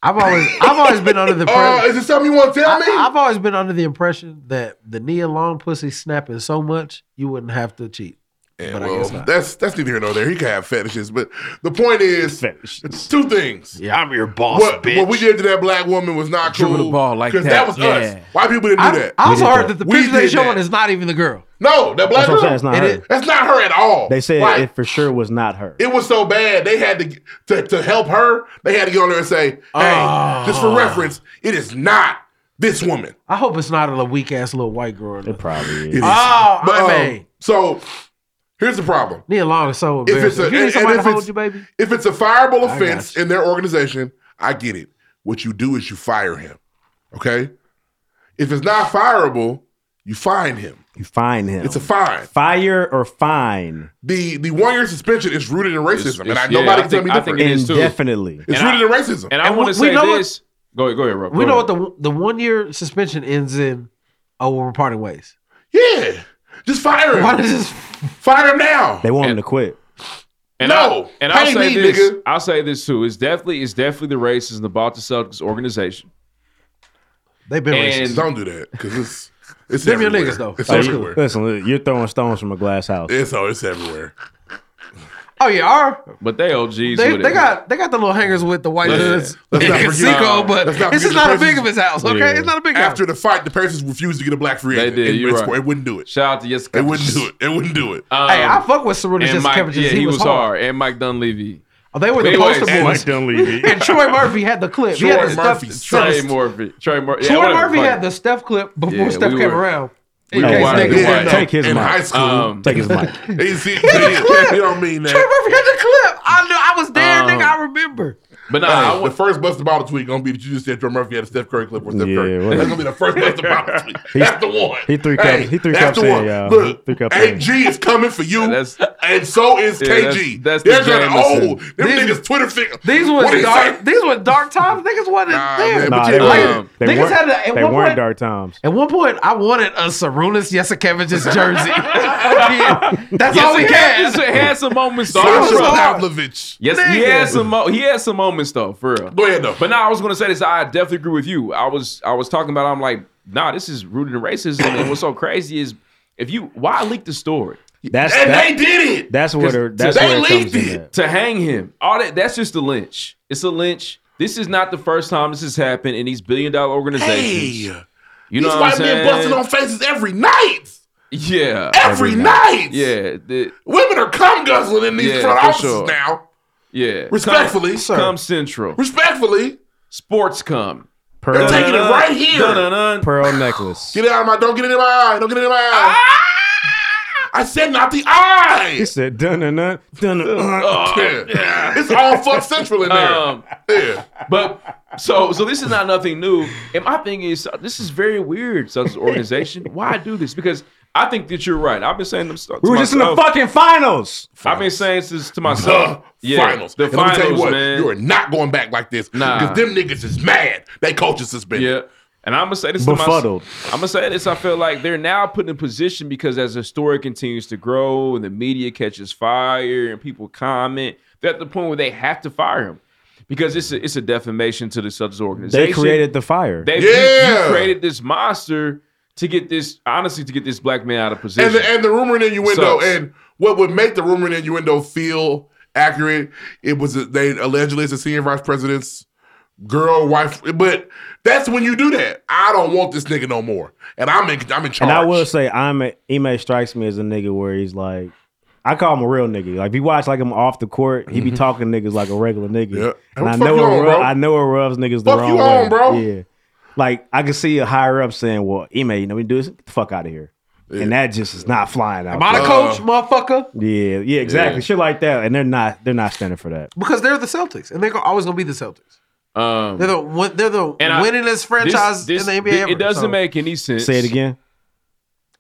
Speaker 15: I've always I've always been under the
Speaker 2: Uh, is it something you want to tell me?
Speaker 15: I've always been under the impression that the knee and long pussy snapping so much you wouldn't have to cheat.
Speaker 2: Yeah,
Speaker 15: but I
Speaker 2: well,
Speaker 15: guess not.
Speaker 2: that's that's neither here nor there. He can have fetishes, but the point is, it's two things.
Speaker 15: Yeah, I'm your boss,
Speaker 2: What,
Speaker 15: bitch.
Speaker 2: what we did to that black woman was not cool.
Speaker 15: Dribble the ball like
Speaker 2: because
Speaker 15: that,
Speaker 2: was us.
Speaker 15: yeah.
Speaker 2: White people didn't do
Speaker 15: I,
Speaker 2: that.
Speaker 15: I also heard that the
Speaker 2: We
Speaker 15: picture they
Speaker 2: did
Speaker 15: showing
Speaker 2: that.
Speaker 15: is not even the girl.
Speaker 2: No, that black
Speaker 4: That's what
Speaker 2: girl.
Speaker 4: I'm saying, it's not her.
Speaker 2: is- That's not her at all.
Speaker 4: They said
Speaker 2: Like,
Speaker 4: it for sure was not her.
Speaker 2: It was so bad they had to, to to help her. They had to go on there and say, "Hey, just
Speaker 15: Ah.
Speaker 2: for reference, it is not this woman."
Speaker 15: I hope it's not a weak ass little white girl. It
Speaker 4: probably is.
Speaker 15: Oh,
Speaker 2: But,
Speaker 15: I
Speaker 2: um,
Speaker 15: mean,
Speaker 2: so here's the problem.
Speaker 15: Neil Long is so
Speaker 2: If it's
Speaker 15: embarrassing.
Speaker 2: a,
Speaker 15: If you need
Speaker 2: and- and
Speaker 15: somebody
Speaker 2: if
Speaker 15: to hold
Speaker 2: it's-
Speaker 15: you, baby.
Speaker 2: if it's a fireable
Speaker 15: got
Speaker 2: offense in their organization, I get it. What you do is you fire him. Okay? If it's not fireable, you fine him.
Speaker 4: You fine him.
Speaker 2: It's a fine.
Speaker 4: Fire or fine.
Speaker 2: The the one year suspension is rooted in racism. and I,
Speaker 5: it's- yeah,
Speaker 2: nobody
Speaker 5: I
Speaker 2: can tell me
Speaker 5: think- I think
Speaker 2: different.
Speaker 5: it is too.
Speaker 4: Indefinitely.
Speaker 2: It's
Speaker 5: And I-
Speaker 2: rooted in racism.
Speaker 5: And I
Speaker 15: And
Speaker 5: want
Speaker 15: we-
Speaker 5: to
Speaker 15: we
Speaker 5: say
Speaker 15: know what-
Speaker 5: this. go ahead, go ahead, Rob.
Speaker 15: We
Speaker 5: Go
Speaker 15: know
Speaker 5: ahead.
Speaker 15: what the the one year suspension ends in. Oh, we're parting ways.
Speaker 2: Yeah. Just fire him.
Speaker 15: Why does this?
Speaker 2: Fire him now.
Speaker 4: They want him to quit.
Speaker 5: And
Speaker 2: No.
Speaker 5: I, and I'll
Speaker 2: Pay
Speaker 5: say
Speaker 2: me,
Speaker 5: this.
Speaker 2: nigga.
Speaker 5: I'll say this too. It's definitely it's definitely the racism about the Celtics organization.
Speaker 15: They've been
Speaker 5: And-
Speaker 15: racist.
Speaker 2: Don't do that. Because it's it's
Speaker 15: Them your
Speaker 2: everywhere.
Speaker 15: niggas, though.
Speaker 2: It's
Speaker 5: Oh,
Speaker 4: Like, you-
Speaker 2: everywhere.
Speaker 4: listen, li- you're throwing stones from a glass house.
Speaker 2: It's oh, it's everywhere.
Speaker 15: Oh yeah, our
Speaker 5: But they OGs
Speaker 15: They,
Speaker 5: with
Speaker 15: they
Speaker 5: it.
Speaker 15: got they got the little hangers with the white
Speaker 2: Let's-
Speaker 15: hoods
Speaker 2: let's
Speaker 15: in
Speaker 2: not forget-
Speaker 15: Seco, but
Speaker 2: let's not
Speaker 15: this is
Speaker 2: forget
Speaker 15: not a
Speaker 2: the
Speaker 15: big of his
Speaker 2: Pacers-
Speaker 15: house. Okay,
Speaker 2: Yeah.
Speaker 15: it's not a big house.
Speaker 2: After the fight, the Pacers refused to get a black free
Speaker 5: They
Speaker 2: agent.
Speaker 5: did,
Speaker 2: It-
Speaker 5: you're
Speaker 2: it's-
Speaker 5: right.
Speaker 2: It wouldn't do it.
Speaker 5: Shout out to Jessica.
Speaker 2: It wouldn't do it. It wouldn't do it.
Speaker 5: Um,
Speaker 15: hey, I fuck with Saruta
Speaker 5: and Mike,
Speaker 15: Jessica.
Speaker 5: yeah, he, was hard. And Mike Dunleavy.
Speaker 15: Oh, they were the
Speaker 5: Anyways,
Speaker 15: poster
Speaker 5: and
Speaker 15: boys.
Speaker 5: Mike Dunleavy.
Speaker 15: and Troy Murphy had the clip. he had
Speaker 5: Troy
Speaker 15: the
Speaker 5: Murphy.
Speaker 15: Steph,
Speaker 5: Trey
Speaker 15: Steph-
Speaker 5: Murphy. Trey Murphy.
Speaker 15: Troy Murphy had the Steph clip before
Speaker 5: Yeah,
Speaker 15: Steph
Speaker 5: we
Speaker 15: came
Speaker 5: were-
Speaker 15: around.
Speaker 5: we
Speaker 15: In
Speaker 5: were
Speaker 15: case
Speaker 5: wide
Speaker 15: niggas
Speaker 5: open.
Speaker 15: didn't know.
Speaker 4: Take his
Speaker 2: in
Speaker 4: mic.
Speaker 2: high school.
Speaker 5: Um,
Speaker 4: Take his mic.
Speaker 2: you see, you
Speaker 15: clip.
Speaker 2: don't mean
Speaker 15: Troy
Speaker 2: that.
Speaker 15: Murphy had the clip. I knew I was there,
Speaker 5: Um,
Speaker 15: nigga. I remember.
Speaker 5: But nah,
Speaker 2: Hey,
Speaker 5: I
Speaker 2: the
Speaker 5: want,
Speaker 2: first busted bottle tweet gonna be that you just said Joe Murphy had a Steph Curry clip or Steph
Speaker 4: Yeah,
Speaker 2: Curry.
Speaker 4: whatever.
Speaker 2: That's gonna be the first busted bottle tweet.
Speaker 4: He-
Speaker 2: that's the one.
Speaker 4: he three
Speaker 2: Hey,
Speaker 4: cups- he three
Speaker 2: that's
Speaker 4: cups
Speaker 2: the
Speaker 4: in,
Speaker 2: one.
Speaker 4: y'all.
Speaker 2: Look,
Speaker 4: Three cups in.
Speaker 2: AG is coming for you,
Speaker 5: that's
Speaker 2: and so is
Speaker 5: Yeah,
Speaker 2: KG.
Speaker 5: that's- that's
Speaker 2: They're
Speaker 5: the
Speaker 2: gonna
Speaker 5: Jameson.
Speaker 2: old. Them niggas Twitter figure.
Speaker 15: These
Speaker 2: What
Speaker 15: was
Speaker 2: he
Speaker 15: dark.
Speaker 2: say?
Speaker 15: These were dark times. Niggas wasn't
Speaker 2: Nah,
Speaker 15: there.
Speaker 2: man,
Speaker 4: Nah,
Speaker 2: but
Speaker 4: they,
Speaker 2: you-
Speaker 4: weren't,
Speaker 2: um,
Speaker 4: they
Speaker 15: niggas
Speaker 4: weren't,
Speaker 15: had a- at
Speaker 4: they
Speaker 15: one
Speaker 4: weren't
Speaker 15: point-
Speaker 4: dark times.
Speaker 15: At one point, I wanted a Sarunas Yasikevicius jersey. Yeah, That's all we
Speaker 5: yes, he
Speaker 15: had.
Speaker 5: had, had some moments though.
Speaker 2: Sasha
Speaker 15: Sasha
Speaker 2: Pavlovich.
Speaker 5: Yes, he had some mo- he had some moments though, for real.
Speaker 2: Go ahead though.
Speaker 5: But now I was gonna say this. I definitely agree with you. I was I was talking about. I'm like, nah, this is rooted in racism. and what's so crazy is if you why leak the story
Speaker 4: That's
Speaker 2: And
Speaker 4: that,
Speaker 2: they did it.
Speaker 4: that's where the- that's
Speaker 2: They
Speaker 4: where it
Speaker 2: leaked
Speaker 4: comes in.
Speaker 2: it.
Speaker 4: at.
Speaker 5: to hang him. All that that's just a lynch. It's a lynch. This is not the first time this has happened in these billion dollar organizations.
Speaker 2: Hey,
Speaker 5: you
Speaker 2: these
Speaker 5: know what I'm
Speaker 2: white men
Speaker 5: saying?
Speaker 2: busting on faces every night.
Speaker 5: yeah,
Speaker 2: Every night.
Speaker 5: yeah, the-
Speaker 2: Women are cum guzzling in these
Speaker 5: Yeah,
Speaker 2: front
Speaker 5: for
Speaker 2: offices
Speaker 5: sure.
Speaker 2: now.
Speaker 5: yeah.
Speaker 2: Respectfully,
Speaker 5: come,
Speaker 2: sir.
Speaker 5: come central.
Speaker 2: Respectfully,
Speaker 5: Sports come.
Speaker 2: they're taking it right here.
Speaker 5: Dun-dun-dun.
Speaker 4: pearl necklace.
Speaker 2: Get it out of my. Don't get it in my eye. Don't get it in my eye.
Speaker 5: Ah!
Speaker 2: I said not the
Speaker 4: He
Speaker 2: eye.
Speaker 4: said, dun dun dun dun.
Speaker 5: Oh,
Speaker 2: Yeah. It's all fuck central in there.
Speaker 5: Um,
Speaker 2: yeah.
Speaker 5: But so so this is not nothing new. And my thing is uh, this is very weird, such an organization. Why do this? Because I think that you're right. I've been saying them stuff.
Speaker 4: We were just in the fucking finals.
Speaker 5: I've been saying this to
Speaker 2: The
Speaker 5: myself. yeah,
Speaker 2: finals.
Speaker 5: The
Speaker 2: And let me
Speaker 5: finals,
Speaker 2: tell you what,
Speaker 5: man.
Speaker 2: you are not going back like this
Speaker 5: Nah.
Speaker 2: because them niggas is mad. They coach is suspended.
Speaker 5: Yeah. And I'm gonna say this
Speaker 4: Befuddled.
Speaker 5: to myself. I'm gonna say this. I feel like they're now put in a position because as the story continues to grow and the media catches fire and people comment, they're at the point where they have to fire him because it's a, it's a defamation to the Celtics organization.
Speaker 4: They created the fire.
Speaker 5: They
Speaker 2: Yeah.
Speaker 5: you, you created this monster to get this honestly to get this black man out of position.
Speaker 2: And the, and the rumor and innuendo,
Speaker 5: Sucks.
Speaker 2: and what would make the rumor and innuendo feel accurate, it was that they allegedly it's a senior vice president's girl, wife. But that's when you do that. I don't want this nigga no more, and I'm in, I'm in charge.
Speaker 4: And I will say, I'm a, Ime strikes me as a nigga where he's like, I call him a real nigga. Like if you watch like him off the court, he be talking niggas like a regular nigga.
Speaker 2: Yeah.
Speaker 4: And
Speaker 2: What
Speaker 4: I
Speaker 2: the fuck
Speaker 4: know it
Speaker 2: you on,
Speaker 4: rub,
Speaker 2: bro?
Speaker 4: I know it rubs niggas the
Speaker 2: Fuck
Speaker 4: wrong
Speaker 2: you
Speaker 4: way.
Speaker 2: on, bro?
Speaker 4: Yeah. Like I can see a higher up saying, "Well, Ime, you know, we do this. Get the fuck out of here." And that just is not flying out.
Speaker 15: Am I the
Speaker 4: there.
Speaker 5: Uh,
Speaker 15: coach, motherfucker?
Speaker 4: Yeah, yeah, exactly. Shit like that, and they're not they're not standing for that.
Speaker 15: Because they're the Celtics, and they're go- always gonna be the Celtics.
Speaker 5: um,
Speaker 15: They're the win- they're the
Speaker 5: and I-
Speaker 15: winningest
Speaker 5: this-
Speaker 15: franchise
Speaker 5: this-
Speaker 15: in the NBA.
Speaker 5: It,
Speaker 15: ever,
Speaker 5: it doesn't
Speaker 15: so.
Speaker 5: make any sense.
Speaker 4: Say it again.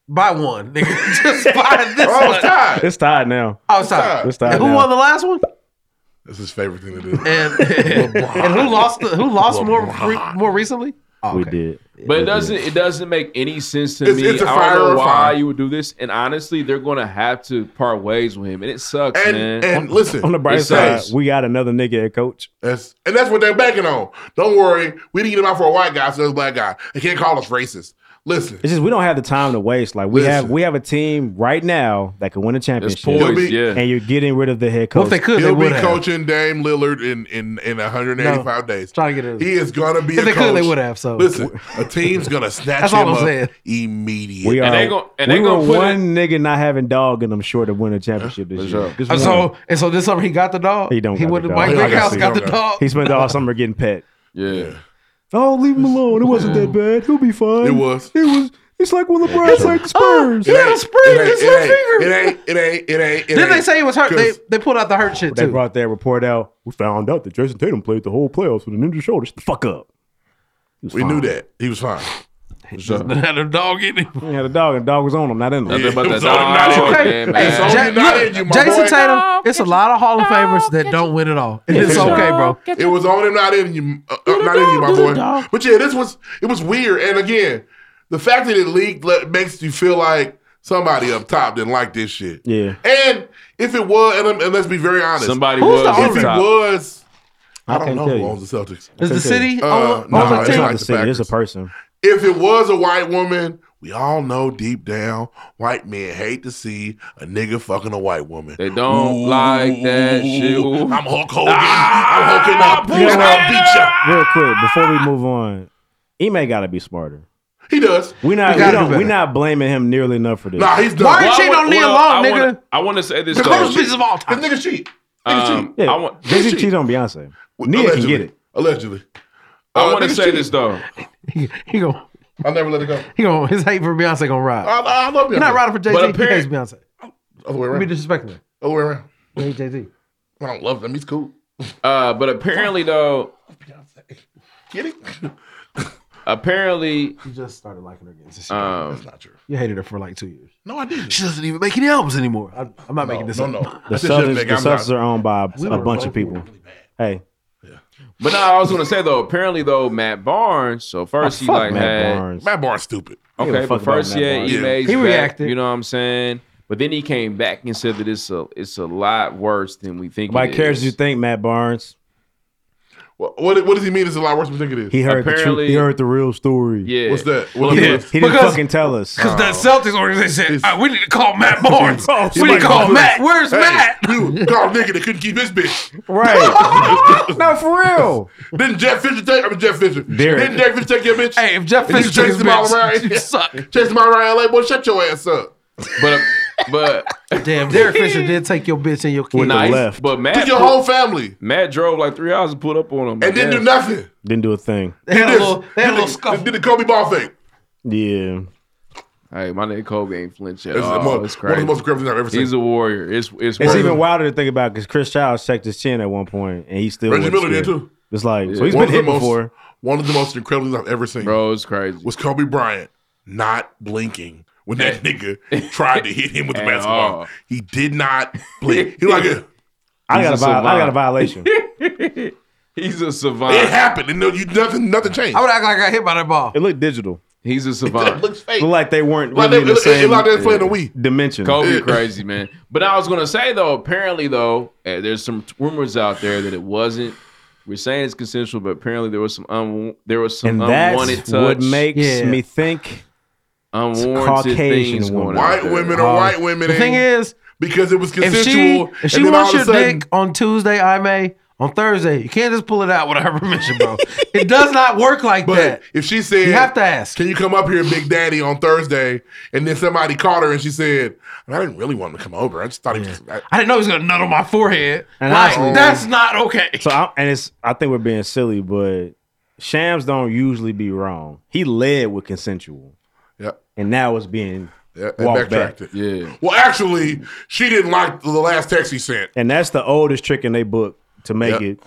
Speaker 15: Buy one, nigga. Just buy this
Speaker 2: Oh, it's
Speaker 15: one.
Speaker 2: tied.
Speaker 4: It's tied now.
Speaker 15: Oh, sorry.
Speaker 4: It's tied
Speaker 15: And who
Speaker 4: now.
Speaker 15: won the last one?
Speaker 2: That's his favorite thing to do.
Speaker 15: And, and who lost? The, who lost more re- more recently?
Speaker 4: we did.
Speaker 5: But it doesn't it doesn't make any sense to
Speaker 2: It's-
Speaker 5: me.
Speaker 2: it's a
Speaker 5: I
Speaker 2: fire
Speaker 5: don't
Speaker 2: or
Speaker 5: know
Speaker 2: a
Speaker 5: why
Speaker 2: fire.
Speaker 5: you would do this. And honestly, they're gonna have to part ways with him, and it sucks,
Speaker 2: And-
Speaker 5: man.
Speaker 2: and On- listen,
Speaker 4: On the bright
Speaker 5: It
Speaker 4: side,
Speaker 5: sucks.
Speaker 4: we got another nigga at coach.
Speaker 2: That's and that's what they're banking on. Don't worry, we didn't get him out for a white guy, so it's a black guy. They can't call us racist. Listen,
Speaker 4: It's just we don't have the time to waste. Like we have we have a team right now that can win a championship.
Speaker 2: poised, He'll be- yeah.
Speaker 4: And you're getting rid of the head coach.
Speaker 2: he'll be coaching Dame Lillard in in in 185 days.
Speaker 15: Trying to get it.
Speaker 2: He is gonna be.
Speaker 15: If
Speaker 2: a
Speaker 15: they
Speaker 2: coach.
Speaker 15: could, they would have, so.
Speaker 2: listen, a team's gonna snatch
Speaker 15: That's all
Speaker 2: him
Speaker 15: I'm
Speaker 2: up
Speaker 15: saying.
Speaker 2: immediately.
Speaker 4: We are.
Speaker 5: And they gon- and
Speaker 4: we
Speaker 5: they gonna
Speaker 4: were
Speaker 5: put
Speaker 4: one nigga not having dog in them sure to win a championship this year. Just
Speaker 15: And Uh,
Speaker 4: one.
Speaker 15: so and so this summer he got the dog.
Speaker 4: he don't.
Speaker 15: He
Speaker 4: got
Speaker 15: went
Speaker 4: the
Speaker 15: to
Speaker 4: dog.
Speaker 15: Mike
Speaker 4: He don't
Speaker 15: Brickhouse,
Speaker 4: the
Speaker 15: got the
Speaker 4: dog.
Speaker 15: dog.
Speaker 4: He spent all summer getting pet.
Speaker 5: Yeah.
Speaker 4: Oh, leave him alone. It wasn't that bad. He'll be fine.
Speaker 2: It was.
Speaker 4: It was. It's like when LeBron's like the Spurs.
Speaker 2: It ain't- it ain't. It ain't. It ain't. It ain't. It
Speaker 15: Then
Speaker 2: ain't.
Speaker 15: they say he was hurt. They
Speaker 4: 'Cause-
Speaker 15: they pulled out the hurt shit
Speaker 4: They
Speaker 15: too.
Speaker 4: brought that report out. We found out that Jason Tatum played the whole playoffs with an injured shoulder. Shut the fuck up. He was
Speaker 2: We
Speaker 4: fine.
Speaker 2: knew that he was fine.
Speaker 15: Had a dog in him.
Speaker 4: He had a dog, and the dog was on him, not in him.
Speaker 5: Nothing but the dog,
Speaker 15: Okay.
Speaker 5: man, man.
Speaker 15: Hey, Ja-
Speaker 2: not
Speaker 15: you-
Speaker 2: in you, my
Speaker 15: Jason
Speaker 2: boy.
Speaker 15: Tatum, it's a lot of Hall of Famers that don't win at all. And It's okay, bro.
Speaker 2: It was on him, not in you, uh, uh, not in you, my boy. But yeah, this was it was weird. And again, the fact that it leaked le- makes you feel like somebody up top didn't like this shit.
Speaker 4: Yeah.
Speaker 2: And if it was, and, I'm- and let's be very honest,
Speaker 5: Somebody Who's was the up
Speaker 2: If
Speaker 5: owner?
Speaker 2: it
Speaker 5: top.
Speaker 2: was, I,
Speaker 4: I
Speaker 2: don't
Speaker 4: can't
Speaker 2: know
Speaker 4: tell
Speaker 2: who
Speaker 4: you.
Speaker 2: owns the Celtics.
Speaker 4: Is the city
Speaker 2: Uh,
Speaker 4: own-
Speaker 2: no,
Speaker 4: owns the
Speaker 2: it's not
Speaker 4: team? It's
Speaker 2: the
Speaker 4: not the city, it's
Speaker 2: Packers.
Speaker 4: a person.
Speaker 2: If it was a white woman, we all know deep down white men hate to see a nigga fucking a white woman. They
Speaker 5: don't like that shit. Ah, Ooh.
Speaker 2: I'm Hulk Hogan. I'm Hulking up. and I'll beat you.
Speaker 4: Real quick, before we move on, Ime got to be smarter.
Speaker 2: He does.
Speaker 4: We're not,
Speaker 2: He
Speaker 4: we
Speaker 2: gotta
Speaker 4: don't,
Speaker 2: do
Speaker 4: we're
Speaker 2: better.
Speaker 4: not blaming him nearly enough for this.
Speaker 2: Nah, he's done.
Speaker 15: Why you cheating on Nia Long,
Speaker 5: I wanna,
Speaker 15: nigga?
Speaker 5: I want to say this
Speaker 15: The
Speaker 5: though.
Speaker 15: coolest piece of all time.
Speaker 2: This nigga cheat.
Speaker 5: Um,
Speaker 4: yeah,
Speaker 5: I want.
Speaker 4: Jay Z cheated on Beyonce. Nia can
Speaker 2: Allegedly.
Speaker 4: get it.
Speaker 2: Allegedly.
Speaker 5: I
Speaker 2: Uh,
Speaker 5: want to
Speaker 2: nigga
Speaker 5: say
Speaker 2: cheated.
Speaker 5: this though.
Speaker 15: He gonna
Speaker 2: I'll never let it go.
Speaker 15: he gonna his hate for Beyonce gonna ride.
Speaker 2: I, I love Beyonce.
Speaker 15: You're not riding for Jay Z.
Speaker 5: But
Speaker 15: He hates Beyonce.
Speaker 2: Other way
Speaker 15: Don't Be
Speaker 2: around.
Speaker 15: disrespectful.
Speaker 2: Other way around.
Speaker 15: He hates Jay Z.
Speaker 2: I don't love them. He's cool.
Speaker 5: Uh, but apparently though,
Speaker 2: Get it?
Speaker 5: apparently,
Speaker 15: You just started liking her again.
Speaker 2: Uh.
Speaker 5: um,
Speaker 15: You hated her for like two years.
Speaker 2: No, I didn't.
Speaker 15: She doesn't even make any albums anymore. I, am not making this
Speaker 2: no,
Speaker 15: up.
Speaker 2: no.
Speaker 4: The
Speaker 2: That's just nigga,
Speaker 4: Celtics, the
Speaker 2: I'm not-
Speaker 4: Celtics are owned by
Speaker 15: We
Speaker 4: a
Speaker 15: were
Speaker 4: bunch
Speaker 15: both
Speaker 4: of people. Hey,
Speaker 5: but no, I was gonna say though. Apparently though, Matt Barnes. So first
Speaker 4: Oh,
Speaker 5: he
Speaker 4: fuck
Speaker 5: like
Speaker 4: Matt
Speaker 5: had.
Speaker 4: Barnes.
Speaker 2: Matt Barnes stupid.
Speaker 4: Give a
Speaker 5: Okay,
Speaker 4: fuck
Speaker 5: but
Speaker 4: about
Speaker 5: first
Speaker 4: Matt
Speaker 5: yeah,
Speaker 4: Barnes.
Speaker 5: he made
Speaker 15: He
Speaker 5: back,
Speaker 15: reacted.
Speaker 5: You know what I'm saying? But then he came back and said that it's a it's a lot worse than we think.
Speaker 4: nobody
Speaker 5: it
Speaker 4: cares
Speaker 5: is.
Speaker 4: you think, Matt Barnes.
Speaker 2: What, what, what does he mean? It's a lot worse than we think it is.
Speaker 4: He heard the truth.
Speaker 5: Apparently-
Speaker 4: He heard the real story.
Speaker 5: Yeah.
Speaker 2: What's that?
Speaker 4: He
Speaker 2: What
Speaker 4: didn't,
Speaker 2: is-
Speaker 4: he didn't
Speaker 15: Because-
Speaker 4: fucking tell us.
Speaker 15: Because the Celtics organization said, "Ah, we need to call Matt Barnes. we need
Speaker 2: Somebody
Speaker 15: to Oh, call
Speaker 2: call
Speaker 15: Matt.
Speaker 2: him.
Speaker 15: Where's
Speaker 2: Hey,
Speaker 15: Matt?
Speaker 2: You called nigga that couldn't keep his bitch.
Speaker 4: Right. no, for real.
Speaker 2: Didn't Jeff Fisher take? I mean Jeff Fisher.
Speaker 4: Derek.
Speaker 2: Didn't Derek Fisher take your bitch?
Speaker 15: Hey, if Jeff
Speaker 2: And you
Speaker 15: Fisher took
Speaker 2: chased
Speaker 15: his
Speaker 2: him all
Speaker 15: bitch,
Speaker 2: around.
Speaker 15: you suck.
Speaker 2: Chased him all around LA. Boy, shut your ass up.
Speaker 5: But uh, but
Speaker 15: Damn, Derek Fisher did take your bitch and your kid.
Speaker 5: nah, he's-
Speaker 4: left.
Speaker 5: But Matt
Speaker 2: Took your
Speaker 5: pulled-
Speaker 2: whole family
Speaker 5: Matt drove like three hours and pulled up on him.
Speaker 2: and didn't do nothing.
Speaker 4: Didn't do a thing.
Speaker 15: They had a
Speaker 2: Did this.
Speaker 15: little, they had
Speaker 2: Did
Speaker 15: a little
Speaker 2: the-
Speaker 15: scuffle.
Speaker 2: Did the Kobe ball fake?
Speaker 4: Yeah.
Speaker 5: Hey, my nigga Kobe ain't flinch at
Speaker 2: It's
Speaker 5: all.
Speaker 2: one-
Speaker 5: it's
Speaker 2: one of
Speaker 5: Oh, crazy.
Speaker 2: the most incredible things I've ever seen.
Speaker 5: He's a warrior. It's it's,
Speaker 4: It's
Speaker 5: crazy.
Speaker 4: even wilder to think about because Chris Childs checked his chin at one point and he still
Speaker 2: Reggie
Speaker 4: wasn't
Speaker 2: Miller did
Speaker 4: scared.
Speaker 2: too.
Speaker 4: It's like so he's
Speaker 2: one
Speaker 4: been
Speaker 2: of the
Speaker 4: hit
Speaker 2: most,
Speaker 4: before.
Speaker 2: One of the most incredible things I've ever seen
Speaker 5: bro. It's crazy.
Speaker 2: was Kobe Bryant not blinking when that nigga tried to hit him with the
Speaker 5: At all.
Speaker 2: basketball. He did not blink. He like it
Speaker 4: I got
Speaker 5: He's
Speaker 4: a
Speaker 5: a
Speaker 4: vi- I got a
Speaker 5: savant.
Speaker 4: violation.
Speaker 5: He's a savant.
Speaker 2: happened, and no, you nothing nothing changed.
Speaker 15: I would act like I got hit by that ball.
Speaker 4: it looked digital.
Speaker 5: He's a
Speaker 2: That
Speaker 5: savant.
Speaker 2: looks fake.
Speaker 4: Looked like they weren't
Speaker 2: Like
Speaker 4: really
Speaker 2: they,
Speaker 4: in the
Speaker 2: it- it-
Speaker 4: same
Speaker 2: like they was playing the Wii.
Speaker 4: dimension.
Speaker 5: Kobe crazy man. But I was gonna say though, apparently though, eh, there's some t- rumors out there that it wasn't. We're saying it's consensual, but apparently there was some un- there was some
Speaker 4: And
Speaker 5: unwanted
Speaker 4: that's
Speaker 5: touch,
Speaker 4: what makes
Speaker 15: Yeah.
Speaker 4: me think
Speaker 5: unwarranted
Speaker 4: Caucasian
Speaker 5: things
Speaker 4: woman.
Speaker 5: going on.
Speaker 2: White women are
Speaker 4: Oh.
Speaker 2: white women.
Speaker 15: uh, The thing
Speaker 2: and-
Speaker 15: is,
Speaker 2: because it was
Speaker 15: if
Speaker 2: consensual.
Speaker 15: she if she
Speaker 2: and then
Speaker 15: wants
Speaker 2: all
Speaker 15: your
Speaker 2: of a sudden,
Speaker 15: dick on Tuesday, I may on Thursday. You can't just pull it out without her permission, bro. it does not work like
Speaker 2: But
Speaker 15: that.
Speaker 2: if she said,
Speaker 15: You have to ask.
Speaker 2: Can you come up here, Big Daddy, on Thursday? And then somebody caught her and she said, I didn't really want him to come over. I just thought he was. I,
Speaker 15: I didn't know he was gonna nut on my forehead.
Speaker 4: And
Speaker 15: like,
Speaker 4: honestly-
Speaker 15: that's not okay.
Speaker 4: So I, and it's I think we're being silly, but Shams don't usually be wrong. He led with consensual,
Speaker 2: yeah,
Speaker 4: and now it's being
Speaker 2: yeah, and
Speaker 4: walked back.
Speaker 2: backtracked it.
Speaker 5: Yeah,
Speaker 2: Well, actually, she didn't like the last text he sent.
Speaker 4: And that's the oldest trick in their book to make
Speaker 2: Yep.
Speaker 4: it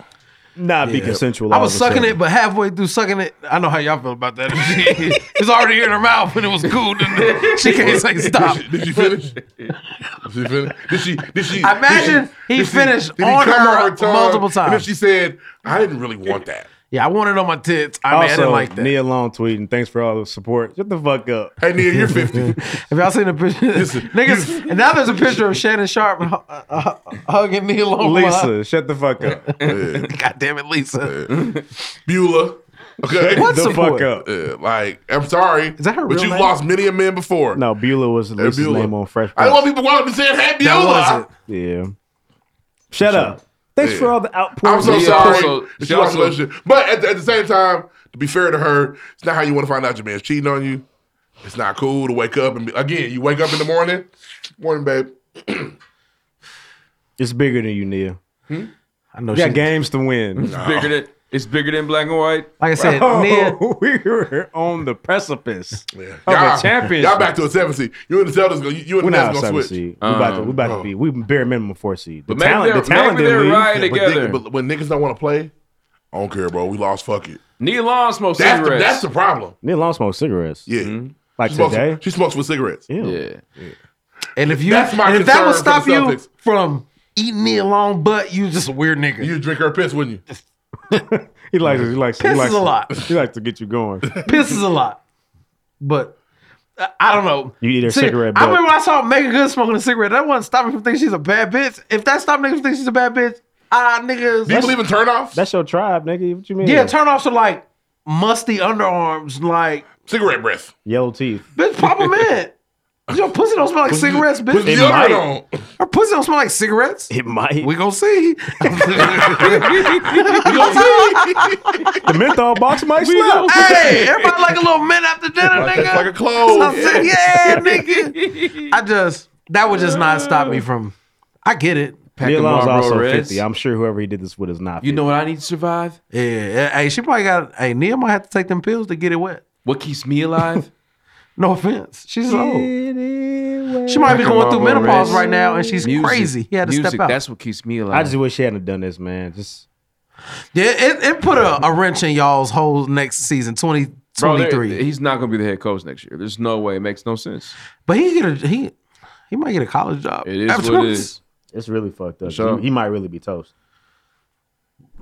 Speaker 4: not be
Speaker 15: Yeah.
Speaker 4: consensual.
Speaker 15: I
Speaker 4: all
Speaker 15: was
Speaker 4: of a
Speaker 15: sucking
Speaker 4: sudden.
Speaker 15: it, but halfway through sucking it, I know how y'all feel about that. it's already in her mouth, and it was cool. didn't it? She can't say stop.
Speaker 2: Did she finish? Did she finish? Did she? Did she?
Speaker 15: Imagine
Speaker 2: did she-
Speaker 15: he
Speaker 2: did she-
Speaker 15: finished
Speaker 2: did he
Speaker 15: on
Speaker 2: come
Speaker 15: her
Speaker 2: tongue? And
Speaker 15: multiple
Speaker 2: if
Speaker 15: times.
Speaker 2: she said, "I didn't really want that,"
Speaker 15: Yeah, I want it on my tits. I, mean, I
Speaker 4: also,
Speaker 15: didn't like that.
Speaker 4: Nia Long tweeting, thanks for all the support. Shut the fuck up.
Speaker 2: Hey, Nia, you're 50.
Speaker 15: Have y'all seen the picture? Niggas, and now there's a picture of Shannon Sharp hu- uh, uh, hugging Neil Long.
Speaker 4: Lisa, shut the fuck up.
Speaker 15: God damn it, Lisa.
Speaker 2: Beulah. Okay.
Speaker 4: What The support? fuck up.
Speaker 2: Yeah, like, I'm sorry. Is
Speaker 4: that her
Speaker 2: But
Speaker 4: real
Speaker 2: you've
Speaker 4: name?
Speaker 2: lost many a man before.
Speaker 4: No, Beulah was Lisa's
Speaker 2: Beulah.
Speaker 4: name on Fresh.
Speaker 2: I don't
Speaker 4: Prince.
Speaker 2: want people walking and saying, hey, Beulah.
Speaker 4: Yeah. Shut up. Thanks
Speaker 2: Yeah.
Speaker 4: for all the outpouring.
Speaker 2: I'm so
Speaker 4: Yeah,
Speaker 2: sorry.
Speaker 4: also-
Speaker 2: that
Speaker 4: she
Speaker 2: you lost
Speaker 4: also-
Speaker 2: relationship. But at the, at the same time, to be fair to her, it's not how you want to find out your man's cheating on you. It's not cool to wake up and be, again, you wake up in the morning, morning, babe.
Speaker 4: It's bigger than you, Nia.
Speaker 5: Hmm?
Speaker 4: I know. You got
Speaker 5: she-
Speaker 4: games to win.
Speaker 5: It's bigger than it's bigger than black and white.
Speaker 4: Like I said,
Speaker 5: Wow.
Speaker 4: Nia- We're on the precipice of
Speaker 2: Y'all-
Speaker 4: a championship.
Speaker 2: Y'all back to a seven seed. You and the Celtics, gonna- you and
Speaker 4: We're
Speaker 2: the
Speaker 4: not
Speaker 2: Nets
Speaker 4: a
Speaker 2: gonna
Speaker 4: seven
Speaker 2: switch. Uh,
Speaker 4: seed. We about to, we about to be we bare minimum four seed. The
Speaker 2: But maybe
Speaker 4: talent,
Speaker 2: they're-
Speaker 4: the talent
Speaker 2: maybe they're
Speaker 4: didn't leave.
Speaker 2: riding Yeah, but together. nigga- but when niggas don't want to play, I don't care, bro. We lost. Fuck it.
Speaker 5: Neil Long smokes
Speaker 2: That's the,
Speaker 5: cigarettes.
Speaker 2: that's the problem.
Speaker 4: Neil Long smokes cigarettes.
Speaker 2: Yeah,
Speaker 4: like
Speaker 2: she smokes,
Speaker 4: Mm-hmm. today.
Speaker 2: she smokes with cigarettes.
Speaker 4: Yeah.
Speaker 15: And if you,
Speaker 2: That's my
Speaker 15: and if that
Speaker 2: concern
Speaker 15: would
Speaker 2: for
Speaker 15: stop
Speaker 2: the
Speaker 15: you
Speaker 2: Celtics.
Speaker 15: from eating Neil Long butt, you just a weird nigga.
Speaker 2: You drink her piss, wouldn't
Speaker 15: you?
Speaker 4: He likes it. He likes it.
Speaker 15: Pisses
Speaker 4: he likes
Speaker 15: a
Speaker 4: it.
Speaker 15: lot.
Speaker 4: He likes to get you going.
Speaker 15: Pisses a lot. But I- I don't know.
Speaker 4: You eat her
Speaker 15: See,
Speaker 4: cigarette.
Speaker 15: I
Speaker 4: butt.
Speaker 15: remember when I saw Megan Good smoking a cigarette. That wasn't stopping me from thinking she's a bad bitch. If that stopped niggas from thinking she's a bad bitch, ah, niggas.
Speaker 2: turnoffs?
Speaker 4: That's your tribe, nigga. What you mean?
Speaker 15: Yeah, turnoffs are like musty underarms, like
Speaker 2: cigarette breath.
Speaker 4: Yellow teeth.
Speaker 15: Bitch, pop them in. Your pussy don't smell like cigarettes, bitch.
Speaker 4: put It deodorant might.
Speaker 15: Her pussy don't smell like cigarettes.
Speaker 4: It might.
Speaker 15: We gonna see.
Speaker 4: the menthol box might smell.
Speaker 15: Hey, everybody like a little mint after dinner,
Speaker 4: Like a-
Speaker 15: nigga.
Speaker 4: like a clove.
Speaker 5: Oh,
Speaker 15: I'm saying, yeah, nigga. I just that would just not stop
Speaker 5: Uh.
Speaker 15: me from. I get it.
Speaker 4: Neil Long's also
Speaker 15: Reds.
Speaker 4: fifty. I'm sure whoever he did this with is not.
Speaker 15: You
Speaker 4: 50.
Speaker 15: know
Speaker 5: what I need to survive?
Speaker 15: Yeah, yeah. Hey, she probably got. Hey, Neil might have to take them pills to get it wet.
Speaker 5: What keeps me alive?
Speaker 15: no offense, she's old. She might be going through menopause right now, and she's
Speaker 5: Music.
Speaker 15: crazy. He had to
Speaker 5: Music,
Speaker 15: step out.
Speaker 5: That's what keeps me alive.
Speaker 4: I just wish he hadn't done this, man. Just
Speaker 15: yeah, it, it put a, a wrench in y'all's whole next season, twenty
Speaker 5: Bro,
Speaker 15: twenty three.
Speaker 5: there- he's not gonna be the head coach next year. There's no way. It makes no sense.
Speaker 15: But he get a he he might get a college job.
Speaker 5: It is what it
Speaker 15: afterwards.
Speaker 5: is.
Speaker 4: it's really fucked up.
Speaker 5: Sure.
Speaker 4: He, he might really be toast.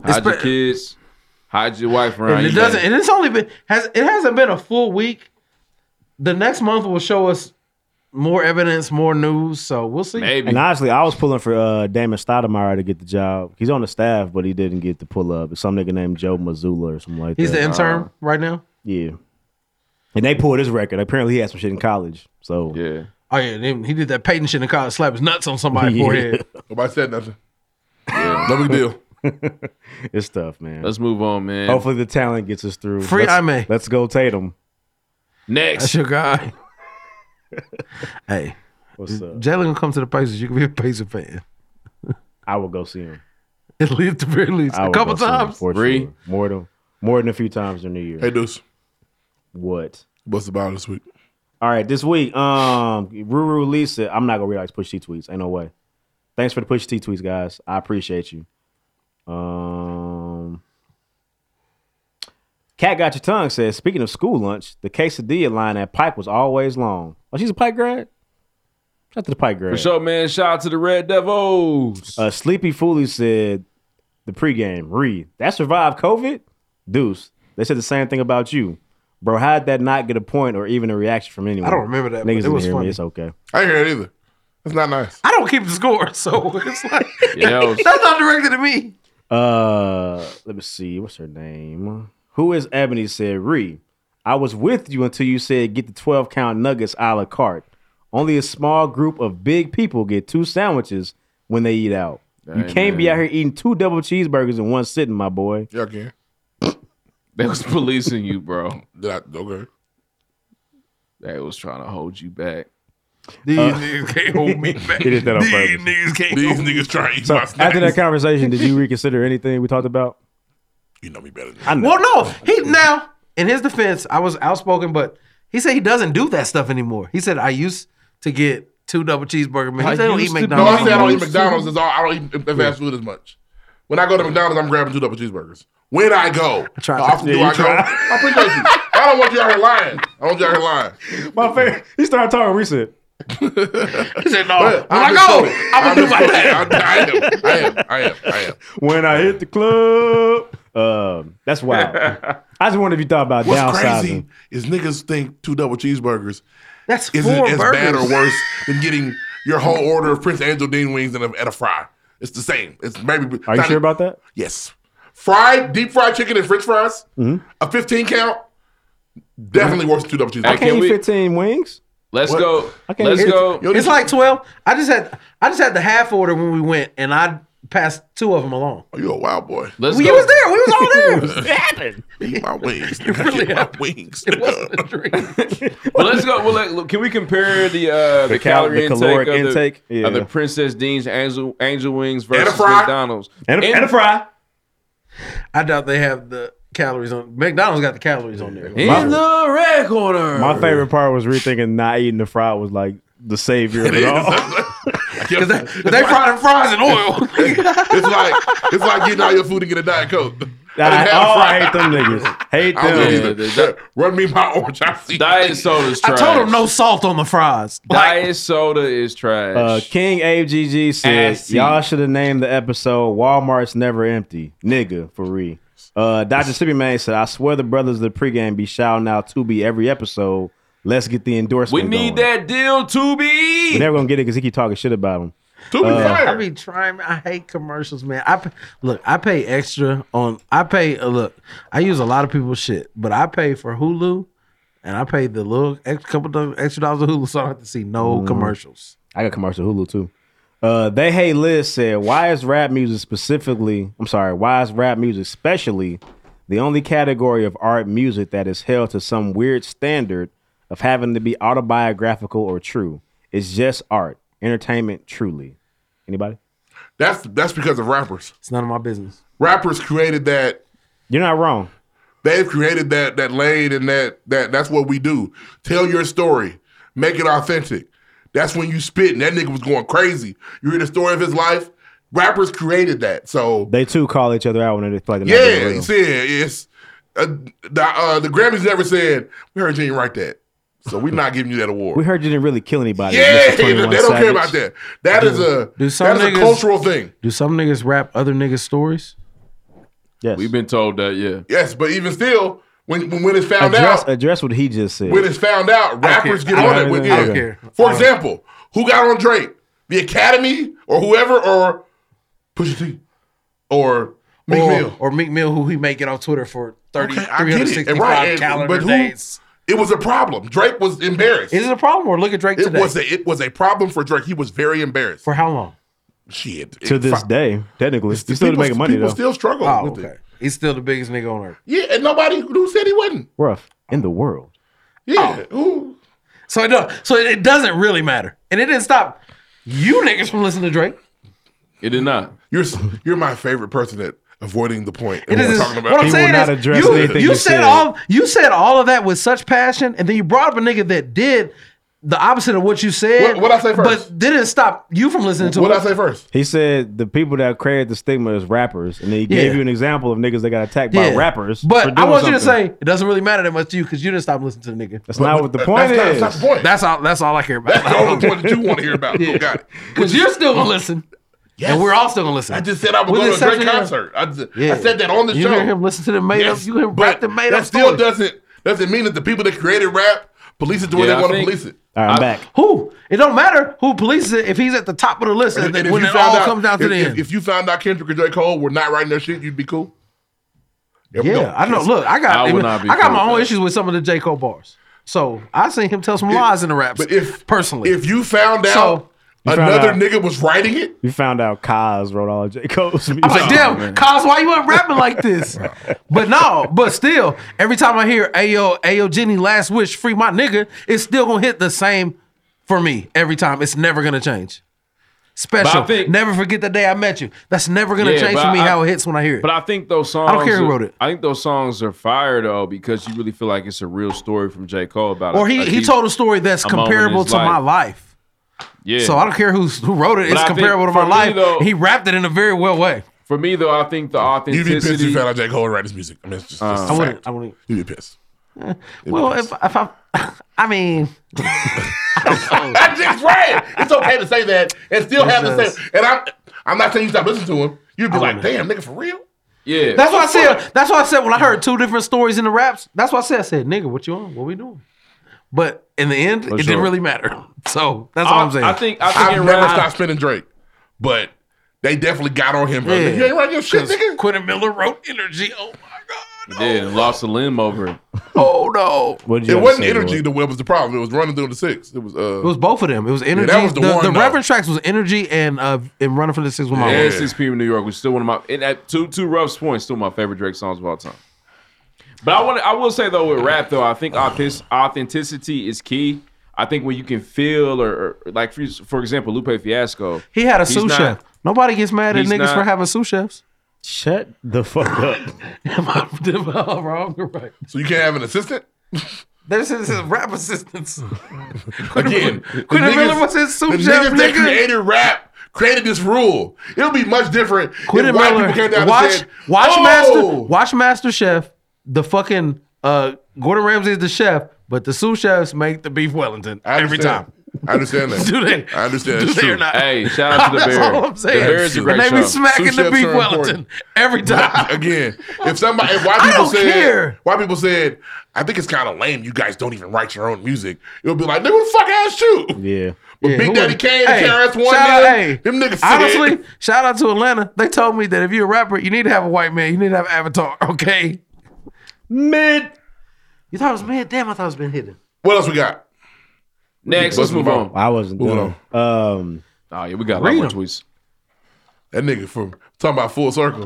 Speaker 5: Hide your kids. Hide your wife around.
Speaker 15: And it
Speaker 5: you,
Speaker 15: doesn't.
Speaker 5: man.
Speaker 15: And it's only been has it hasn't been a full week. The next month will show us more evidence, more news. So we'll see.
Speaker 4: And honestly, I was pulling for uh, Damon Stoudemire to get the job. He's on the staff, but he didn't get the pull up. It's some nigga named Joe Missoula or something like
Speaker 15: He's
Speaker 4: that.
Speaker 15: the intern
Speaker 4: Uh,
Speaker 15: right now.
Speaker 4: yeah. And they pulled his record. Apparently, he had some shit in college. So
Speaker 5: yeah,
Speaker 15: Oh yeah, then he did that Peyton shit in college, slap his nuts on somebody's
Speaker 4: Yeah.
Speaker 15: forehead.
Speaker 2: Nobody said nothing. No big deal.
Speaker 4: it's tough, man.
Speaker 5: Let's move on, man.
Speaker 4: Hopefully, the talent gets us through.
Speaker 5: Free
Speaker 4: let's,
Speaker 5: Aime.
Speaker 4: Let's go Tatum.
Speaker 5: Next.
Speaker 15: That's your guy. hey,
Speaker 4: What's up?
Speaker 15: Jalen gonna come to the Pacers. You can be a Pacer fan.
Speaker 4: I will go see him.
Speaker 15: At least, the very least,
Speaker 4: I
Speaker 15: a
Speaker 4: would
Speaker 15: couple
Speaker 4: go see him,
Speaker 15: times.
Speaker 4: for sure. more than more than a few times in the year.
Speaker 2: Hey, Deuce.
Speaker 4: What?
Speaker 2: What's the bottom this week?
Speaker 4: All right, this week, um, Ruru Lisa. I'm not gonna read all these push T tweets. Ain't no way. Thanks for the push T tweets, guys. I appreciate you. Um, Cat got your tongue says. Speaking of school lunch, the quesadilla line at Pike was always long. Oh, she's a Pike grad. Shout out to the Pike grad.
Speaker 5: For sure, man. Shout out to the Red Devils.
Speaker 4: Uh, Sleepy Foolie said the pregame read that survived COVID. Deuce, they said the same thing about you, bro. How did that not get a point or even a reaction from anyone?
Speaker 15: I don't remember that, but
Speaker 4: Niggas
Speaker 15: it
Speaker 4: didn't
Speaker 15: was
Speaker 4: hear me.
Speaker 15: funny.
Speaker 4: It's okay.
Speaker 2: I ain't hear it either. It's not nice.
Speaker 15: I don't keep the score, so it's like
Speaker 4: Yeah, that was-
Speaker 15: that's not directed at me.
Speaker 4: Uh, let me see. What's her name? Who is Ebony? Said Ree. I was with you until you said get the twelve count nuggets a la carte. Only a small group of big people get two sandwiches when they eat out. you
Speaker 5: Dang,
Speaker 4: can't be out here eating two double cheeseburgers in one sitting, my boy.
Speaker 2: Y'all can.
Speaker 5: They was policing you, bro.
Speaker 2: Did I, okay.
Speaker 5: They was trying to hold you back.
Speaker 15: These niggas can't hold me back.
Speaker 4: He did that on
Speaker 15: These
Speaker 4: purpose.
Speaker 15: niggas can't
Speaker 2: These
Speaker 15: hold me
Speaker 2: niggas trying to eat
Speaker 4: So
Speaker 2: my snacks.
Speaker 4: after that conversation, did you reconsider anything we talked about? You know me better. I know.
Speaker 15: Well, no, he now in his defense, I was outspoken, but he said he doesn't do that stuff anymore. He said I used to get two double cheeseburger meals. He
Speaker 2: I
Speaker 15: said, I don't eat
Speaker 2: used to be-
Speaker 15: McDonald's.
Speaker 2: No, I said I don't eat McDonald's. Is all I don't eat fast food as much. When I go to McDonald's, I'm grabbing two double cheeseburgers. When I go,
Speaker 15: try
Speaker 2: how
Speaker 15: to-
Speaker 2: often
Speaker 15: Yeah,
Speaker 2: do
Speaker 15: you
Speaker 2: I go?
Speaker 15: try.
Speaker 2: I appreciate you. I don't want you out here lying. I don't want you out here lying.
Speaker 4: My favorite. He started talking recent.
Speaker 15: he said, "No,
Speaker 2: when I, go, I'm gonna do my best. I am. I am. I am. I am.
Speaker 4: When I hit the club, Um, that's wild. I just wonder if you thought about
Speaker 2: What's
Speaker 4: downsizing.
Speaker 2: crazy is niggas think two double cheeseburgers
Speaker 15: that's
Speaker 2: isn't
Speaker 4: four
Speaker 2: as bad or
Speaker 4: burgers.
Speaker 2: worse than getting your whole order of Prince Angel Dean wings and a, and a fry. It's the same. It's maybe.
Speaker 4: Are you sure about that?
Speaker 2: Yes. Fried, deep fried chicken and French fries,
Speaker 4: Mm-hmm.
Speaker 2: a fifteen count, definitely worse than two double cheeseburgers.
Speaker 4: I can't eat 15 wings.
Speaker 5: Let's
Speaker 2: What?
Speaker 5: go.
Speaker 2: I can't
Speaker 5: Let's
Speaker 2: hear-
Speaker 5: go.
Speaker 15: it's like twelve. I just had I just had the half order when we went, and I passed two of them along.
Speaker 2: you a wild boy.
Speaker 5: Let's
Speaker 15: we
Speaker 5: go.
Speaker 15: was there. We was all there. it happened.
Speaker 2: Eat my wings.
Speaker 15: It really happened.
Speaker 2: wings.
Speaker 5: well, let's go. Well, let, look, can we compare the uh, the,
Speaker 4: The cal-
Speaker 5: calorie
Speaker 4: the
Speaker 5: intake,
Speaker 4: caloric
Speaker 5: of, the,
Speaker 4: intake? Yeah.
Speaker 5: of the Princess Dean's Angel Angel Wings
Speaker 15: a
Speaker 5: versus
Speaker 15: fry.
Speaker 5: McDonald's
Speaker 4: And a- and a
Speaker 5: fry.
Speaker 15: I doubt they have the calories on. McDonald's got the calories on there.
Speaker 4: In My-
Speaker 5: the red corner.
Speaker 4: My favorite part was rethinking not eating the fry was like the savior of it all.
Speaker 2: Because they,
Speaker 15: they fried and fries in oil.
Speaker 2: it's like it's like getting all your food and get a diet coke.
Speaker 4: I,
Speaker 2: didn't have
Speaker 4: oh, I
Speaker 2: fries.
Speaker 4: hate them niggas. Hate
Speaker 2: I don't
Speaker 4: them.
Speaker 2: either. Run me my orange.
Speaker 5: Diet soda's
Speaker 15: I
Speaker 5: trash.
Speaker 15: told them no salt on the fries.
Speaker 5: Diet soda is trash.
Speaker 4: Uh, King AGG
Speaker 5: Ass
Speaker 4: says
Speaker 5: eat.
Speaker 4: y'all should have named the episode "Walmart's Never Empty." Nigga, for real. Uh, Doctor Sippy Man said, "I swear the brothers of the pregame be shouting out to be every episode. Let's get the
Speaker 5: we
Speaker 4: endorsement.
Speaker 5: need
Speaker 4: going.
Speaker 5: that deal to be.
Speaker 4: We're never gonna get it because he keep talking shit about him. Uh,
Speaker 15: I be trying. I hate commercials, man. I p- look. I pay extra on. I pay. Uh, look, I use a lot of people's shit, but I pay for Hulu, and I pay the little ex- couple of extra dollars of Hulu, so I don't have to see no
Speaker 4: Mm.
Speaker 15: commercials.
Speaker 4: I got commercial Hulu too. Uh, they hate Liz said, "Why is rap music specifically? I'm sorry, why is rap music especially the only category of art music that is held to some weird standard of having to be autobiographical or true? It's just art, entertainment, truly. Anybody?
Speaker 2: That's that's because of rappers.
Speaker 15: It's none of my business.
Speaker 2: Rappers created that.
Speaker 4: You're not wrong.
Speaker 2: They've created that that lane and that that that's what we do. Tell your story, make it authentic. That's when you spit, and that nigga was going crazy. You hear the story of his life. Rappers created that, so
Speaker 4: They too call each other out when they feel like they're
Speaker 2: yeah,
Speaker 4: not
Speaker 2: you
Speaker 4: being
Speaker 2: see, it's uh, the uh, the Grammys never said we heard you didn't write that, so we're not giving you that award.
Speaker 4: real. We heard you didn't really kill anybody.
Speaker 2: Yeah,
Speaker 4: Mr.
Speaker 2: they
Speaker 4: 21
Speaker 2: don't care
Speaker 4: Savage.
Speaker 2: about that. That is a
Speaker 15: Do
Speaker 2: that
Speaker 15: some
Speaker 2: is a
Speaker 15: niggas-
Speaker 2: cultural thing.
Speaker 15: Do some niggas rap other niggas' stories?
Speaker 4: Yes,
Speaker 5: We've been told that. Yeah.
Speaker 2: Yes, but even still, when when, when it's found
Speaker 4: Address,
Speaker 2: out,
Speaker 4: address what he just said.
Speaker 2: when it's found out, rappers
Speaker 4: care.
Speaker 2: get
Speaker 4: I
Speaker 2: on
Speaker 4: don't
Speaker 2: it with
Speaker 4: care. I
Speaker 2: it.
Speaker 4: don't care. Uh-huh.
Speaker 2: For example, who got on Drake? The Academy or whoever or Pusha T or Meek
Speaker 15: or,
Speaker 2: Mill.
Speaker 15: or Meek Mill, who he make it on Twitter for 30,
Speaker 2: Okay, I get it.
Speaker 15: 365
Speaker 2: And right, and-
Speaker 15: calendar
Speaker 2: but who-
Speaker 15: days.
Speaker 2: It was a problem. Drake was embarrassed.
Speaker 15: Is it a problem or look at Drake
Speaker 2: It
Speaker 15: today?
Speaker 2: was a it was a problem for Drake. He was very embarrassed.
Speaker 15: For how long?
Speaker 2: Shit.
Speaker 4: to this day, technically, he's still
Speaker 2: people-
Speaker 4: making money
Speaker 2: people
Speaker 4: though.
Speaker 2: still struggle
Speaker 15: Oh,
Speaker 2: with
Speaker 15: okay.
Speaker 2: it.
Speaker 15: He's still the biggest nigga on earth.
Speaker 2: Yeah, and nobody who said he wasn't.
Speaker 4: Rough in the world.
Speaker 2: Yeah.
Speaker 4: Oh.
Speaker 2: Ooh.
Speaker 15: So it don't, so it doesn't really matter, and it didn't stop you niggas from listening to Drake.
Speaker 5: It did not.
Speaker 2: You're s- you're my favorite person at avoiding the point.
Speaker 15: It
Speaker 2: and what
Speaker 15: is
Speaker 2: we're talking about.
Speaker 15: what I'm saying is you, you said, all you said all of that with such passion, and then you brought up a nigga that did the opposite of what you said.
Speaker 2: What- what'd I say first?
Speaker 15: But didn't stop you from listening to
Speaker 2: What'd
Speaker 15: it.
Speaker 2: I say first?
Speaker 4: He said the people that created the stigma is rappers, and then he gave
Speaker 15: Yeah.
Speaker 4: you an example of niggas that got attacked by
Speaker 15: Yeah.
Speaker 4: rappers. for
Speaker 15: But I
Speaker 4: doing
Speaker 15: want you to say
Speaker 4: something.
Speaker 15: it doesn't really matter that much to you because you didn't stop listening to the nigga.
Speaker 4: That's not what the point
Speaker 15: that's not-
Speaker 4: is.
Speaker 15: that's not the point. That's all. That's all I care about.
Speaker 2: That's the only point that you want to hear about. Oh, God.
Speaker 15: Because you're still gonna listen, and we're all still gonna listen.
Speaker 2: I just said I would
Speaker 15: With
Speaker 2: go to
Speaker 15: the
Speaker 2: a Drake
Speaker 15: exception of-
Speaker 2: concert. I, just,
Speaker 15: Yeah.
Speaker 2: I said that on the
Speaker 15: You
Speaker 2: show.
Speaker 15: hear him listen to the made up- you hear him
Speaker 2: but
Speaker 15: rap the made
Speaker 2: that
Speaker 15: up
Speaker 2: still
Speaker 15: story.
Speaker 2: doesn't doesn't mean that the people that created rap police it the way they
Speaker 5: Yeah, I
Speaker 2: want to
Speaker 5: think-
Speaker 2: police it.
Speaker 4: All right, I'm back.
Speaker 15: Who? It don't matter who polices it if he's at the top of the list. And,
Speaker 2: And
Speaker 15: then
Speaker 2: if
Speaker 15: when
Speaker 2: you
Speaker 15: it
Speaker 2: found
Speaker 15: all
Speaker 2: out-
Speaker 15: comes down to
Speaker 2: if-
Speaker 15: the
Speaker 2: if-
Speaker 15: end.
Speaker 2: If you found out Kendrick and J. Cole were not writing their shit, you'd be cool. There we
Speaker 15: yeah,
Speaker 2: go.
Speaker 15: I know. Look, I got
Speaker 5: I
Speaker 15: I,
Speaker 5: would not be
Speaker 15: got my
Speaker 5: cool with
Speaker 15: own
Speaker 5: that.
Speaker 15: issues with some of the J Cole bars. So I seen him tell some lies in the raps.
Speaker 2: But if
Speaker 15: personally,
Speaker 2: if you found out
Speaker 15: So-
Speaker 4: You found
Speaker 2: another
Speaker 4: out.
Speaker 2: nigga was writing it,
Speaker 4: You found out Kaz wrote all of J. Cole's music.
Speaker 15: I'm like, damn, Cos, why you wasn't rapping like this? but no, but still, every time I hear Ayo, Ayo Jenny Last Wish, Free My Nigga, it's still gonna hit the same for me every time. It's never gonna change.
Speaker 5: But
Speaker 15: Special.
Speaker 5: I think-
Speaker 15: never forget the day I met you. That's never gonna
Speaker 5: Yeah,
Speaker 15: change
Speaker 5: but
Speaker 15: for me
Speaker 5: I-
Speaker 15: how it hits when I hear it.
Speaker 5: But I think those songs.
Speaker 15: I don't care who wrote it.
Speaker 5: I think those songs are fire though because you really feel like it's a real story from J Cole about.
Speaker 15: or
Speaker 5: a-
Speaker 15: he,
Speaker 5: a
Speaker 15: he
Speaker 5: deep-
Speaker 15: told a story that's
Speaker 5: a moment in
Speaker 15: comparable
Speaker 5: his
Speaker 15: to my life.
Speaker 5: Yeah.
Speaker 15: So I don't care who's, who wrote it.
Speaker 5: But I
Speaker 15: it's
Speaker 5: think
Speaker 15: comparable to my
Speaker 5: for me,
Speaker 15: life.
Speaker 5: though-
Speaker 15: he rapped it in a very well way.
Speaker 5: For me though, I think the
Speaker 2: you'd be pissed if
Speaker 5: authenticity.
Speaker 2: you found out J. Cole writing his music. I mean, it's just, it's
Speaker 5: Uh,
Speaker 2: a
Speaker 5: I
Speaker 2: fact.
Speaker 15: wouldn't- I wouldn't-
Speaker 2: You'd be pissed.
Speaker 15: Well, if, if I, I mean,
Speaker 2: I just right. It's okay to say that and still
Speaker 15: It's
Speaker 2: have the
Speaker 15: just-
Speaker 2: same. And I'm I'm not saying you stop listening to him. You'd be like, damn, nigga, for real.
Speaker 5: Yeah.
Speaker 15: That's what I said. That's what I said when I heard two different stories in the raps. That's what I said. I said, nigga, what you on? What we doing? But in the end,
Speaker 5: For
Speaker 15: it
Speaker 5: sure.
Speaker 15: didn't really matter. So that's all I'm saying.
Speaker 5: I think- I think
Speaker 2: have
Speaker 5: it
Speaker 2: never
Speaker 5: rhymes.
Speaker 2: stopped spinning Drake, but they definitely got on him. bro.
Speaker 15: Yeah.
Speaker 2: You ain't writing your shit,
Speaker 15: 'Cause
Speaker 2: nigga.
Speaker 15: Quentin Miller wrote energy. Oh,
Speaker 5: Yeah, lost a limb over it.
Speaker 15: oh no.
Speaker 5: What did you
Speaker 2: It
Speaker 5: have
Speaker 2: wasn't
Speaker 5: to say,
Speaker 2: energy
Speaker 5: Lord?
Speaker 2: that was the problem. It was running through the six. It was uh
Speaker 15: It was both of them. It was
Speaker 2: Yeah,
Speaker 15: energy.
Speaker 2: that was the,
Speaker 15: the
Speaker 2: one.
Speaker 15: the
Speaker 2: no.
Speaker 15: reference tracks was energy and uh and running for the six with my
Speaker 5: and
Speaker 15: Woman.
Speaker 5: 6 p.m. in New York was still one of my and at two two rough points, still my favorite Drake songs of all time. But I want I will say though with rap though, I think authentic- authenticity is key. I think when you can feel or, or like for, for example, Lupe Fiasco.
Speaker 15: He had a
Speaker 5: he's
Speaker 15: sous
Speaker 5: not-
Speaker 15: chef. Nobody gets mad at
Speaker 5: he's
Speaker 15: niggas
Speaker 5: not-
Speaker 15: for having sous chefs.
Speaker 4: Shut the fuck up.
Speaker 15: Am I wrong or right?
Speaker 2: So you can't have an assistant?
Speaker 15: This is his rap assistance.
Speaker 2: Again, the
Speaker 15: Quentin
Speaker 2: niggas-
Speaker 15: Miller was his soup
Speaker 2: the
Speaker 15: chef,
Speaker 2: niggas that
Speaker 15: nigga.
Speaker 2: created rap created this rule. It'll be much different
Speaker 15: Quentin
Speaker 2: if white
Speaker 15: Miller.
Speaker 2: people came down
Speaker 15: watch,
Speaker 2: and said,
Speaker 15: watch
Speaker 2: "Oh,
Speaker 15: Master, watch Master Chef. The fucking uh, Gordon Ramsay is the chef, but the sous chefs make the beef Wellington every
Speaker 2: understand.
Speaker 15: time.
Speaker 2: I understand that.
Speaker 15: Do they?
Speaker 2: I understand.
Speaker 15: Do
Speaker 2: That's
Speaker 15: they
Speaker 2: true.
Speaker 15: or not?
Speaker 5: Hey, shout out to the
Speaker 15: That's
Speaker 5: Bear.
Speaker 15: all I'm saying.
Speaker 5: The Bear is a great
Speaker 15: and they be
Speaker 5: show.
Speaker 15: smacking
Speaker 2: Sous
Speaker 15: the
Speaker 2: chefs
Speaker 15: beef
Speaker 2: are
Speaker 15: Wellington
Speaker 2: important.
Speaker 15: every time.
Speaker 2: Again, if somebody, if white
Speaker 15: I
Speaker 2: people
Speaker 15: don't
Speaker 2: said,
Speaker 15: care.
Speaker 2: white people said, I think it's kind of lame. You guys don't even write your own music. It'll be like, nigga, who the fuck asked you?
Speaker 4: Yeah.
Speaker 2: But
Speaker 15: Yeah,
Speaker 2: Big
Speaker 15: who
Speaker 2: Daddy
Speaker 15: was-
Speaker 2: Kane and
Speaker 15: Hey,
Speaker 2: KRS One,
Speaker 15: shout out-
Speaker 2: nigga,
Speaker 15: hey,
Speaker 2: them niggas said,
Speaker 15: Honestly, shout out to Atlanta. They told me that if you're a rapper, you need to have a white man. You need to have an avatar. Okay. Mid. You thought it was mid? Damn, I thought it was been hidden.
Speaker 2: What else we got?
Speaker 5: Next, let's move on.
Speaker 4: I wasn't
Speaker 2: Moving
Speaker 4: done. Um,
Speaker 5: Oh yeah, we got a lot
Speaker 4: Read
Speaker 5: more
Speaker 4: 'em.
Speaker 5: tweets.
Speaker 2: That nigga from talking about full circle.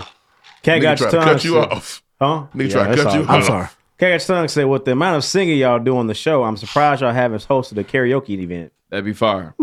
Speaker 4: Cat
Speaker 2: Nigga
Speaker 4: got
Speaker 2: tried
Speaker 4: your
Speaker 2: to
Speaker 4: tongue.
Speaker 2: cut you
Speaker 4: said-
Speaker 2: off.
Speaker 4: Huh?
Speaker 2: Nigga tried to
Speaker 4: that's
Speaker 2: cut
Speaker 4: all
Speaker 2: you
Speaker 4: right.
Speaker 2: off.
Speaker 4: I'm sorry. Cat got your tongue said, with the amount of singing y'all do on the show, I'm surprised y'all haven't hosted a karaoke event.
Speaker 5: That'd be fire.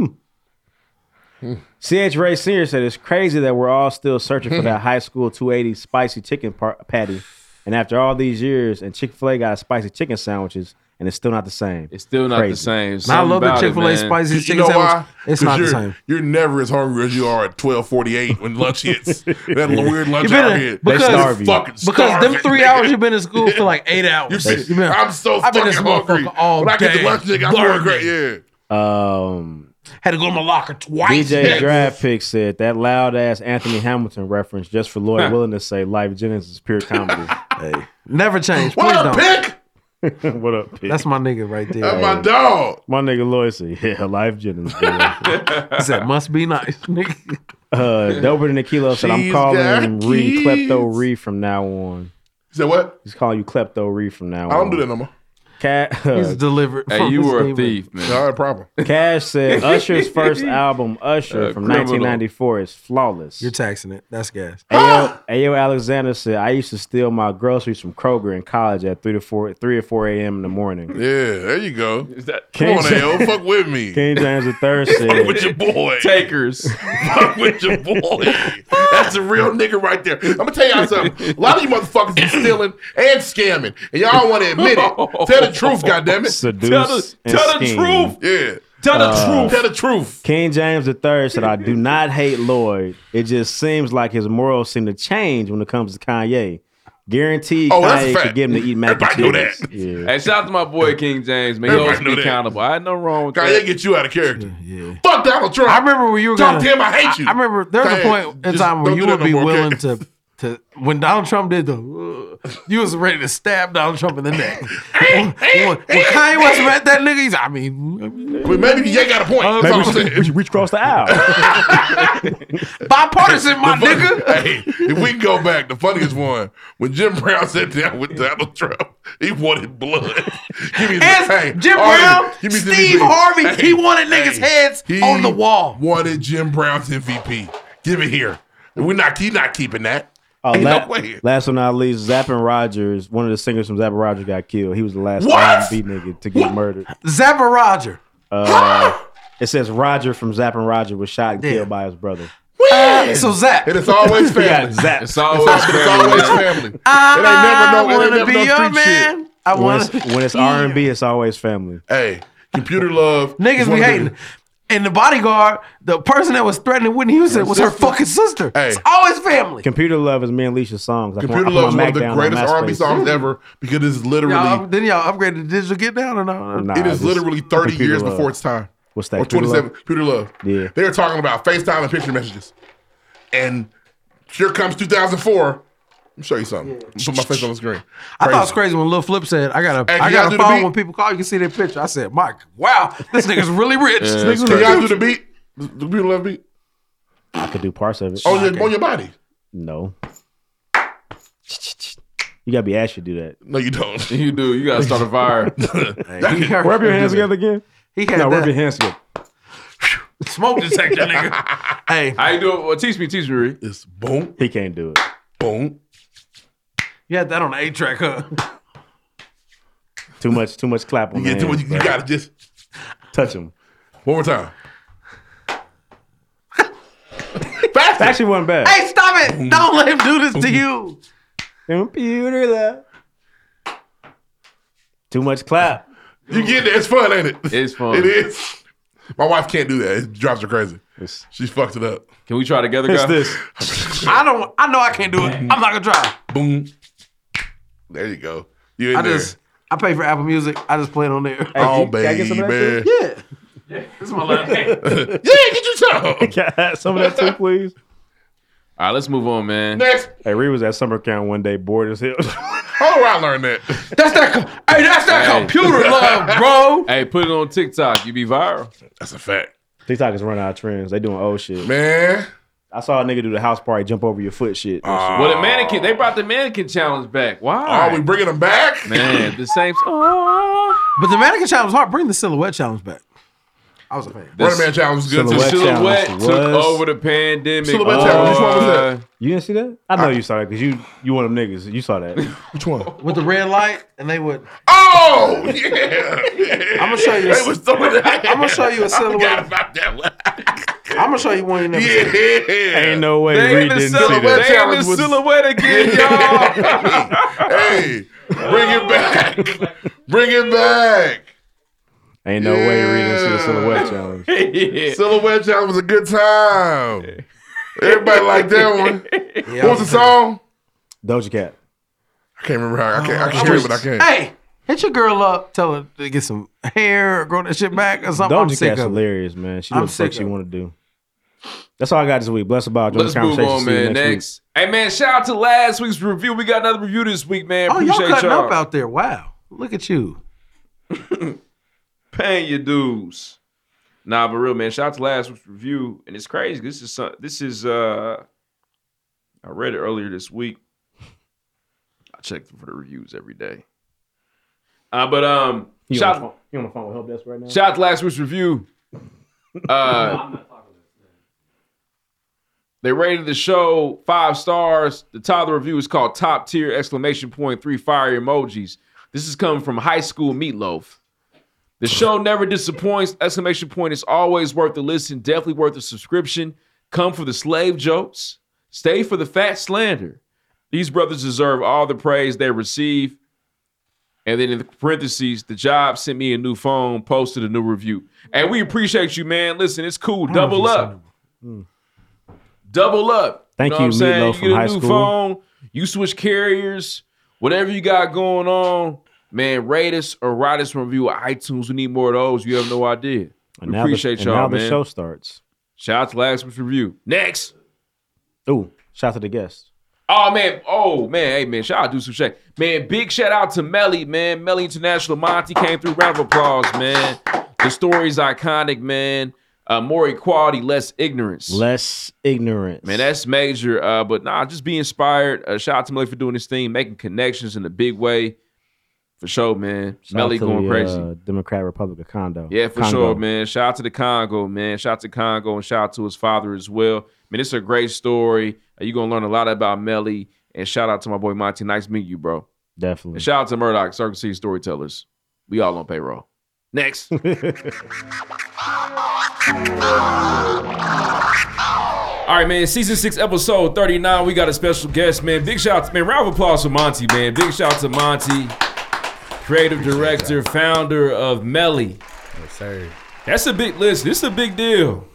Speaker 4: CH Ray Sr. said, It's crazy that we're all still searching for that high school 280 spicy chicken par- patty. And after all these years, and Chick fil A got spicy chicken sandwiches, and it's still not the same.
Speaker 5: It's still not the
Speaker 4: Crazy.
Speaker 5: same.
Speaker 4: I
Speaker 5: Something
Speaker 4: love the
Speaker 5: about it,
Speaker 4: Chick-fil-A
Speaker 5: man.
Speaker 4: spicy
Speaker 2: You know why?
Speaker 15: It's
Speaker 2: 'Cause
Speaker 15: not the
Speaker 2: you're,
Speaker 15: same.
Speaker 2: You're never as hungry as you are at twelve forty eight when lunch hits. That little weird lunch
Speaker 15: You been
Speaker 2: hour
Speaker 15: in-
Speaker 2: hit.
Speaker 15: because-
Speaker 2: You're
Speaker 15: starve you.
Speaker 2: fucking
Speaker 15: Because them
Speaker 2: starving,
Speaker 15: three
Speaker 2: nigga.
Speaker 15: hours you've been in school for like eight
Speaker 2: You
Speaker 15: hours.
Speaker 2: said,
Speaker 15: You been-
Speaker 2: I'm so
Speaker 15: I've been
Speaker 2: fucking
Speaker 15: in school
Speaker 2: hungry.
Speaker 15: all
Speaker 2: when I get
Speaker 15: day,
Speaker 2: to lunch, nigga, I'm hungry.
Speaker 15: burning.
Speaker 2: Yeah.
Speaker 4: Um,
Speaker 15: Had to go to my locker twice.
Speaker 4: DJ Draft Pick said that loud ass Anthony Hamilton reference just for Lloyd Willing to say Life Jennings is pure comedy.
Speaker 15: hey, never change.
Speaker 4: What
Speaker 15: Please
Speaker 4: up,
Speaker 15: don't.
Speaker 4: what up, Pick?
Speaker 15: That's my nigga right there.
Speaker 4: That's my
Speaker 2: dog.
Speaker 4: My nigga Lloyd said, "Yeah, Life Jennings." bro."
Speaker 15: He said, must be nice, nigga.
Speaker 4: uh, Dober and Aquilo said, "I'm
Speaker 15: She's
Speaker 4: calling
Speaker 15: got
Speaker 4: Reed
Speaker 15: keys."
Speaker 4: Klepto Reed from now on."
Speaker 2: He said what?
Speaker 4: He's calling you Klepto Reed from now on.
Speaker 2: I don't do that no more.
Speaker 4: Cat. uh,
Speaker 15: He's delivered.
Speaker 5: Hey, you were a thief, man.
Speaker 2: Not a problem.
Speaker 4: Cash said Usher's first album, Usher,
Speaker 15: Uh,
Speaker 4: from
Speaker 15: criminal.
Speaker 4: 1994, is flawless.
Speaker 15: You're taxing it. That's gas.
Speaker 4: Ayo, Ayo Alexander said, "I used to steal my groceries from Kroger in college at three to four, three or four a.m. in the morning."
Speaker 2: Yeah, there you go. Come
Speaker 4: King
Speaker 2: on,
Speaker 4: James-
Speaker 2: Ayo, fuck with me.
Speaker 4: King James III
Speaker 2: Fuck with
Speaker 4: said,
Speaker 2: your boy.
Speaker 5: Takers.
Speaker 2: Fuck with your boy. That's a real nigga right there. I'm gonna tell y'all something. A lot of you motherfuckers be stealing and scamming, and y'all don't want to admit it. Tell the truth, goddammit.
Speaker 4: Seduce Tell the- and tell the scheme.
Speaker 2: Yeah.
Speaker 4: Tell the Uh, truth.
Speaker 2: Tell the truth.
Speaker 4: "King James III said, I do not hate Lloyd. It just seems like his morals seem to change when it comes to Kanye. Guaranteed,
Speaker 5: Oh, that's a
Speaker 4: Kanye
Speaker 5: fact.
Speaker 4: could get him to eat mac
Speaker 5: Everybody know
Speaker 4: and cheese.
Speaker 5: that.
Speaker 4: Yeah.
Speaker 5: Hey, shout out to my boy King James, man. He
Speaker 2: Everybody
Speaker 5: always be
Speaker 2: know that.
Speaker 5: accountable. I had no wrong with
Speaker 2: Kanye
Speaker 5: that.
Speaker 2: get you out of character. Fuck Donald Trump.
Speaker 15: I remember when you were
Speaker 2: Talk
Speaker 15: gonna,
Speaker 2: to him, I hate you.
Speaker 15: I, remember there was
Speaker 2: Kanye,
Speaker 15: a point in
Speaker 2: just
Speaker 15: time
Speaker 2: don't
Speaker 15: where you
Speaker 2: do that
Speaker 15: would
Speaker 2: no
Speaker 15: be
Speaker 2: more, okay?
Speaker 15: willing to to when Donald Trump did the uh, you was ready to stab Donald Trump in the neck. when, when- when Kanye West met that nigga, he's I mean, I
Speaker 2: mean maybe you got a point. That's all I'm saying.
Speaker 4: we should reach across the aisle.
Speaker 15: Bipartisan, my nigga.
Speaker 2: Hey, if we can go back, the funniest one when Jim Brown sat down with Donald Trump, he wanted blood. give me his,
Speaker 15: And Jim
Speaker 2: all
Speaker 15: Brown,
Speaker 2: this- give me this
Speaker 15: Steve
Speaker 2: MVP.
Speaker 15: Harvey, he wanted niggas' heads
Speaker 2: he
Speaker 15: on the wall.
Speaker 2: Wanted Jim Brown's MVP. Give it here. We're not. He's not keeping that.
Speaker 4: Uh,
Speaker 2: Ain't
Speaker 4: la-
Speaker 2: no way.
Speaker 4: last but not least, Zappin' Rogers, one of the singers from Zappin' Rogers, got killed. He was the last
Speaker 2: What?
Speaker 4: R&B nigga to get murdered.
Speaker 15: Zappa Roger.
Speaker 4: Uh, it says Roger from Zappin' Roger was shot and killed by his brother.
Speaker 15: Uh, so Zap.
Speaker 2: It is always
Speaker 4: He
Speaker 2: family.
Speaker 4: got zapped.
Speaker 5: It's always
Speaker 2: It's always family.
Speaker 15: I
Speaker 2: it ain't never no. It ain't
Speaker 15: wanna
Speaker 2: never
Speaker 15: be
Speaker 2: no
Speaker 15: your
Speaker 2: street
Speaker 15: man.
Speaker 2: shit.
Speaker 15: I
Speaker 4: when
Speaker 15: want
Speaker 4: it's, when it's R and B, it's always family.
Speaker 2: Hey, computer love.
Speaker 15: niggas be
Speaker 2: Wonder-
Speaker 15: hating. And the bodyguard, the person that was threatening Whitney Houston was her fucking sister. It's always family.
Speaker 4: Computer love is me and Leisha's songs. I put-
Speaker 2: Computer
Speaker 4: I put my
Speaker 2: love is one
Speaker 4: Mac
Speaker 2: of the
Speaker 4: down on
Speaker 2: greatest
Speaker 4: MySpace.
Speaker 2: R&B songs ever because it is literally
Speaker 15: Y'all, then y'all upgraded to digital get down and all.
Speaker 4: Nah,
Speaker 2: it is
Speaker 4: just
Speaker 2: literally 30
Speaker 4: Computer
Speaker 2: years
Speaker 4: Love.
Speaker 2: before its time.
Speaker 4: What's that?
Speaker 2: Or
Speaker 4: Computer
Speaker 2: 27.
Speaker 4: Love?
Speaker 2: Computer love.
Speaker 4: Yeah.
Speaker 2: They were talking about FaceTime and picture messages. And here comes 2004. Let me show you something. Put my face on the screen.
Speaker 15: I thought it was crazy when Lil Flip said, "I got a,
Speaker 2: Hey,
Speaker 15: I
Speaker 2: can y'all
Speaker 15: got
Speaker 2: do
Speaker 15: a
Speaker 2: the
Speaker 15: phone
Speaker 2: beat?
Speaker 15: when people call. You can see their picture." I said, "Mike, wow, this nigga's really rich."
Speaker 2: Yeah,
Speaker 15: This
Speaker 2: that's
Speaker 15: nigga's
Speaker 2: crazy. Can y'all
Speaker 15: rich.
Speaker 2: do the beat? The the beautiful love beat?
Speaker 4: I could do parts of it.
Speaker 2: On your, on your body.
Speaker 4: No. You gotta be asked to do that.
Speaker 2: No, you don't.
Speaker 5: You do. You gotta start a fire.
Speaker 4: Rub your hands together again.
Speaker 15: He had
Speaker 4: no,
Speaker 15: that.
Speaker 4: rub your hands together.
Speaker 15: Smoke detector, nigga. hey,
Speaker 5: how you do it? Well, teach me, teach me. Ree.
Speaker 2: It's boom,
Speaker 4: He can't do it.
Speaker 2: boom.
Speaker 15: You had that on the eight track, huh?
Speaker 4: Too much, too much clap on
Speaker 2: You,
Speaker 4: the
Speaker 2: get to,
Speaker 4: hands,
Speaker 2: you
Speaker 4: bro.
Speaker 2: gotta just
Speaker 4: touch him.
Speaker 2: one more time.
Speaker 4: That actually wasn't bad.
Speaker 15: hey, stop it! Don't let him do this to you.
Speaker 4: Computer love. Too much clap.
Speaker 2: You get it. It's fun, ain't it?
Speaker 5: It's fun.
Speaker 2: It is. My wife can't do that. It drives her crazy. She's fucked it up.
Speaker 5: Can we try together,
Speaker 2: It's
Speaker 5: guy?
Speaker 2: this.
Speaker 15: I don't. I know I can't do it. I'm not gonna try.
Speaker 2: Boom. There you go. You in
Speaker 15: I
Speaker 2: there.
Speaker 15: just. I pay for Apple Music. I just play it on there.
Speaker 2: oh, baby.
Speaker 15: Yeah. This is my last name.
Speaker 2: yeah, get your time.
Speaker 4: Can I have some of that too, please?
Speaker 5: All right, let's move on, man.
Speaker 2: Next.
Speaker 4: Hey, Ree was at summer camp one day, bored as hell.
Speaker 2: How do I learn that?
Speaker 15: That's that. co- Hey, that's that
Speaker 5: Hey.
Speaker 15: computer love, bro.
Speaker 5: Hey, put it on TikTok. You be viral.
Speaker 2: That's a fact.
Speaker 4: TikTok is running out of trends. They doing old shit.
Speaker 2: Man.
Speaker 4: I saw a nigga do the house party, jump over your foot shit. and shit.
Speaker 5: Well, the mannequin. They brought the mannequin challenge back. Why?
Speaker 2: Are we bringing them back?
Speaker 5: Man, the same.
Speaker 15: But the mannequin challenge was hard. Bring the silhouette challenge back. I was a fan.
Speaker 2: Running Man Challenge was good
Speaker 5: The
Speaker 2: too.
Speaker 5: silhouette
Speaker 4: challenge
Speaker 5: took
Speaker 4: was-
Speaker 5: over the pandemic.
Speaker 2: Silhouette challenge, which one was that?
Speaker 4: You didn't see that? I know you saw that because you you one of them niggas. You saw that.
Speaker 2: Which one?
Speaker 15: With the red light, and they would.
Speaker 2: Oh yeah. I'm
Speaker 15: gonna show you a-
Speaker 2: They was throwing that.
Speaker 15: I'm gonna show you a
Speaker 2: I forgot
Speaker 15: silhouette.
Speaker 2: about that one.
Speaker 15: I'm gonna show you one you never seen.
Speaker 2: Yeah.
Speaker 4: Ain't no way
Speaker 5: They
Speaker 4: Reed
Speaker 5: in the
Speaker 4: didn't see
Speaker 5: silhouette.
Speaker 4: that.
Speaker 5: They in the
Speaker 2: Challenge was-
Speaker 5: silhouette again, y'all.
Speaker 2: hey, bring it back. Bring it back.
Speaker 4: Ain't no way Reed didn't see the silhouette challenge.
Speaker 2: Silhouette Challenge was a good time. Everybody liked that one. what was the song?
Speaker 4: Doja Cat.
Speaker 2: I can't remember how. I can't. I can hear it, but I can't.
Speaker 15: Hey, hit your girl up. Tell her to get some hair, or grow that shit back, or something. I'm
Speaker 4: Doja
Speaker 15: sick
Speaker 4: Cat's
Speaker 15: of it.
Speaker 4: hilarious, man. She
Speaker 15: I'm
Speaker 4: looks like
Speaker 15: sick
Speaker 4: she
Speaker 15: of it.
Speaker 4: want to do. That's all I got this week. Bless about. Join the
Speaker 5: Let's move
Speaker 4: conversation.
Speaker 5: on,
Speaker 4: See you
Speaker 5: man. Next.
Speaker 4: next week.
Speaker 5: Hey, man, shout out to last week's review. We got another review this week, man.
Speaker 15: Oh, y'all
Speaker 5: Appreciate
Speaker 15: cutting
Speaker 5: y'all.
Speaker 15: up out there. Wow. Look at you.
Speaker 5: paying your dues. Nah, but real man, shout out to last week's review, and it's crazy. This is some, this is uh, I read it earlier this week. I check for the reviews every day. Uh, but um,
Speaker 4: You
Speaker 5: shout
Speaker 4: on, the phone, you on the phone with help desk right now?
Speaker 5: shout out to last week's review. Uh, they rated the show five stars. The title of the review is called "Top Tier!" Exclamation point three fire emojis. This is coming from High School Meatloaf. The show never disappoints! Exclamation point It's always worth the listen. Definitely worth the subscription. Come for the slave jokes. Stay for the fat slander. These brothers deserve all the praise they receive. And then in the parentheses, the job sent me a new phone, posted a new review. And we appreciate you, man. Listen, it's cool. Double up. Mm. Double up.
Speaker 4: Thank
Speaker 5: know what
Speaker 4: you,
Speaker 5: I'm saying?
Speaker 4: Meatloaf
Speaker 5: you
Speaker 4: from
Speaker 5: get a
Speaker 4: high
Speaker 5: new
Speaker 4: school.
Speaker 5: phone, you switch carriers, whatever you got going on, man, rate us or write us a review on iTunes. We need more of those. You have no idea.
Speaker 4: And
Speaker 5: we
Speaker 4: now
Speaker 5: appreciate
Speaker 4: the, and
Speaker 5: y'all,
Speaker 4: now
Speaker 5: man.
Speaker 4: the show starts.
Speaker 5: Shout out to last week's review. Next.
Speaker 4: Ooh, shout out to the guests.
Speaker 5: Oh man, oh man, hey man, shout out to Duce Shaq. Man, big shout out to Melly, man. Melly International Monty came through. Round of applause, man. The story's iconic, man. Uh, more equality, less ignorance.
Speaker 4: Less ignorance.
Speaker 5: Man, that's major. Uh, but nah, just be inspired. Uh, shout out to Melly for doing this thing, making connections in a big way. For sure, man.
Speaker 4: Shout out
Speaker 5: Melly
Speaker 4: to
Speaker 5: going
Speaker 4: the,
Speaker 5: crazy.
Speaker 4: Uh, Democrat Republic of Condo.
Speaker 5: Yeah, for
Speaker 4: Congo.
Speaker 5: sure, man. Shout out to the Congo, man. Shout out to Congo and shout out to his father as well. Man, it's a great story. Uh, You're gonna learn a lot about Melly. And shout out to my boy Monty. Nice meeting you, bro.
Speaker 4: Definitely.
Speaker 5: And shout out to Murdoch, Circle City Storytellers. We all on payroll. Next. All right, man. Season six, episode thirty-nine. We got a special guest, man. Big shout, man. Round of applause for Monty, man. Big shout to Monty, creative director, founder of Melly.
Speaker 18: Yes, sir.
Speaker 5: That's a big list. This is a big deal.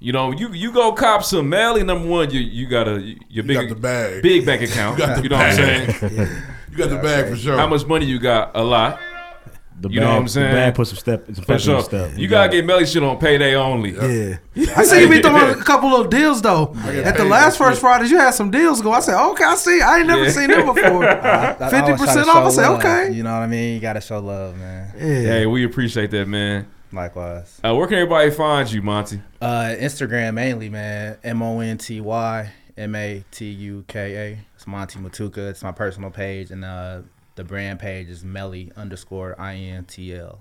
Speaker 5: You know, you you go cop some Melly. Number one, you you got a your big
Speaker 2: got the bag.
Speaker 5: big bank account.
Speaker 2: You got the
Speaker 5: know what I'm
Speaker 2: bag.
Speaker 5: saying?
Speaker 2: You got the bag for sure.
Speaker 5: How much money you got? A lot.
Speaker 4: the
Speaker 5: you know what I'm
Speaker 4: bag- the
Speaker 5: saying?
Speaker 4: bag put some step- some
Speaker 5: For
Speaker 4: pepper in
Speaker 5: sure.
Speaker 4: the step.
Speaker 5: You gotta get Melly shit on payday only.
Speaker 4: Yeah.
Speaker 15: I see you be throwing a couple of deals though. At the
Speaker 5: paid
Speaker 15: last
Speaker 5: that
Speaker 15: first
Speaker 5: shit.
Speaker 15: Fridays, you had some deals go. I said, okay, I see. I ain't never
Speaker 5: Yeah.
Speaker 15: seen them before.
Speaker 5: I-
Speaker 15: Fifty percent off. I said, okay.
Speaker 1: You know what I mean? You gotta show love, man.
Speaker 5: Hey, we appreciate that, man.
Speaker 1: Likewise.
Speaker 5: Uh, where can everybody find you, Monty?
Speaker 1: Uh, Instagram mainly, man. M O N T Y M A T U K A. It's Monty Matuka. It's my personal page, and uh, the brand page is Melly underscore I N T L.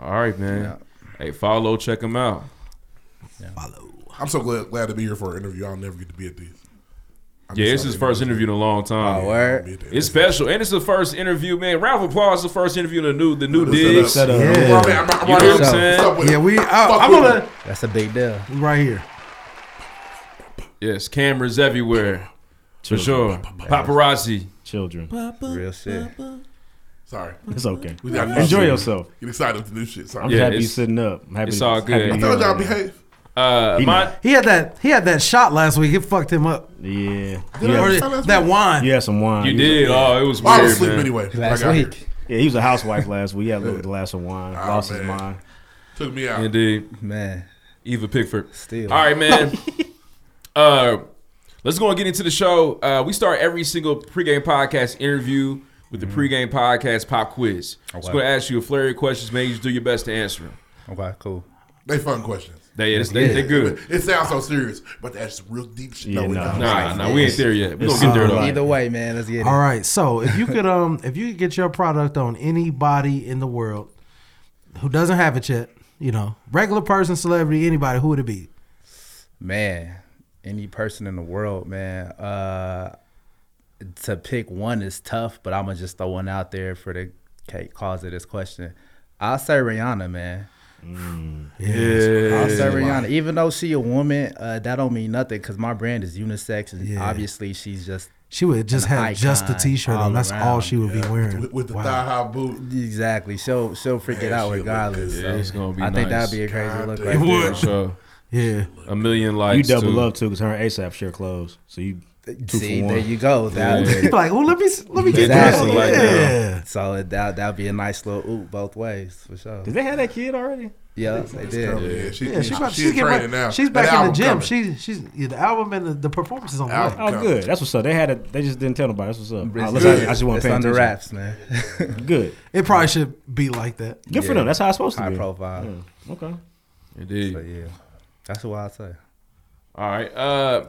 Speaker 5: All right, man. Hey, follow, check him out.
Speaker 2: I'm so glad, glad to be here for an interview. I'll never get to be at these. I'm
Speaker 5: Yeah, it's
Speaker 2: sorry.
Speaker 5: his first interview in a long time.
Speaker 2: Oh, word.
Speaker 5: It's special, and it's the first interview, man. Round of applause! The first interview in the new, the new digs.
Speaker 1: Set up.
Speaker 5: You
Speaker 1: Yeah.
Speaker 5: know what I'm saying?
Speaker 15: Yeah, we.
Speaker 1: Fuck
Speaker 15: I, I'm
Speaker 1: with
Speaker 15: gonna.
Speaker 1: That's a big deal.
Speaker 15: We right here.
Speaker 5: Yes, cameras everywhere, for sure. Paparazzi,
Speaker 4: children,
Speaker 1: real shit.
Speaker 2: Sorry.
Speaker 4: It's okay.
Speaker 2: We got
Speaker 4: Enjoy
Speaker 2: shit.
Speaker 4: yourself.
Speaker 2: Get excited with the new shit. Sorry.
Speaker 4: I'm happy you sitting up. I'm happy
Speaker 5: it's
Speaker 4: to-
Speaker 5: all
Speaker 4: happy
Speaker 5: good.
Speaker 4: to hear all that.
Speaker 5: Uh,
Speaker 4: He
Speaker 5: my,
Speaker 15: He had that. He had that shot last week. It fucked him up.
Speaker 4: Yeah.
Speaker 15: Did I
Speaker 4: Or
Speaker 15: tell us that wine.
Speaker 4: You had some wine.
Speaker 5: You
Speaker 4: He
Speaker 5: did? Oh, it was
Speaker 4: I
Speaker 5: weird, man. Last
Speaker 4: I got
Speaker 5: week.
Speaker 4: here. Yeah, he was a housewife last week. He had a little glass of wine.
Speaker 1: Oh,
Speaker 4: lost his mind.
Speaker 2: Took me out.
Speaker 5: Indeed.
Speaker 1: Man.
Speaker 5: Eva Pickford.
Speaker 1: Still.
Speaker 5: All right, man. uh, let's go and get into the show. Uh, we start every single pregame podcast interview with
Speaker 4: Mm-hmm.
Speaker 5: the pregame podcast pop quiz.
Speaker 1: Okay.
Speaker 4: Oh,
Speaker 5: It's going to ask you a flurry of questions, man. You just do your best to answer them.
Speaker 1: Okay, cool.
Speaker 2: They fun questions.
Speaker 5: They, it's- they, they good.
Speaker 2: It sounds so serious, but that's real deep shit.
Speaker 5: Yeah,
Speaker 2: no,
Speaker 5: nah.
Speaker 2: nah,
Speaker 5: Nah, nah, we ain't there yet. We gonna get there, though. Either
Speaker 1: way, man. Let's get it.
Speaker 15: All right. So if you could, um, if you could get your product on anybody in the world who doesn't have it yet, you know, regular person, celebrity, anybody, who would it be?
Speaker 1: Man, any person in the world, man. Uh, to pick one is tough, but I'm gonna just throw one out there for the ca- cause of this question. I'll say Rihanna, man.
Speaker 5: Yeah.
Speaker 1: I'll say Rihanna. Even though she a woman, uh, that don't mean nothing because my brand is unisex, and obviously she's just
Speaker 15: She would just
Speaker 1: an
Speaker 15: have just the
Speaker 1: icon
Speaker 15: t-shirt
Speaker 1: all
Speaker 15: on. That's all
Speaker 1: around.
Speaker 15: she would be wearing.
Speaker 2: With, with the thigh high boot.
Speaker 1: Exactly. She'll she'll freak it
Speaker 2: Man,
Speaker 1: out
Speaker 2: she look
Speaker 1: regardless.
Speaker 2: good.
Speaker 1: So
Speaker 5: Yeah, it's gonna be
Speaker 1: I think
Speaker 5: nice.
Speaker 1: that'd be a crazy
Speaker 2: God
Speaker 1: look.
Speaker 2: damn.
Speaker 1: Right
Speaker 2: It
Speaker 1: there.
Speaker 2: would.
Speaker 5: So,
Speaker 15: yeah.
Speaker 5: A million likes.
Speaker 4: You double
Speaker 5: too.
Speaker 4: up too, because her and ASAP share clothes. So you two
Speaker 1: See,
Speaker 4: for one.
Speaker 1: there you go. That,
Speaker 4: Yeah.
Speaker 15: like, well, let me let me get
Speaker 1: Exactly.
Speaker 15: that. yeah.
Speaker 1: So it- that that'd be a nice little oop both ways for sure.
Speaker 4: Did they have that kid already?
Speaker 1: Yeah, they did.
Speaker 2: Yeah, she-
Speaker 15: Yeah, she's, about,
Speaker 2: she
Speaker 15: she's,
Speaker 2: in
Speaker 15: getting
Speaker 2: training
Speaker 15: ready-
Speaker 2: now.
Speaker 15: she's
Speaker 2: That
Speaker 15: back in the
Speaker 2: album
Speaker 15: gym.
Speaker 2: coming.
Speaker 15: She, she's yeah, the album and the, the performance is on the way.
Speaker 2: Album
Speaker 4: Oh, good. That's what's up. They had it. They just didn't tell nobody. That's what's up.
Speaker 1: It's
Speaker 4: I, listen, I-
Speaker 1: good.
Speaker 4: I just want
Speaker 1: It's
Speaker 4: to pay
Speaker 1: under wraps,
Speaker 4: attention.
Speaker 1: man.
Speaker 4: good.
Speaker 15: It probably should be like that.
Speaker 4: Good for them. That's how it's supposed to
Speaker 1: High
Speaker 4: be.
Speaker 1: profile.
Speaker 2: Hmm.
Speaker 4: Yeah. Okay.
Speaker 5: Indeed.
Speaker 1: So, yeah, that's what I'd say.
Speaker 5: All right. Uh,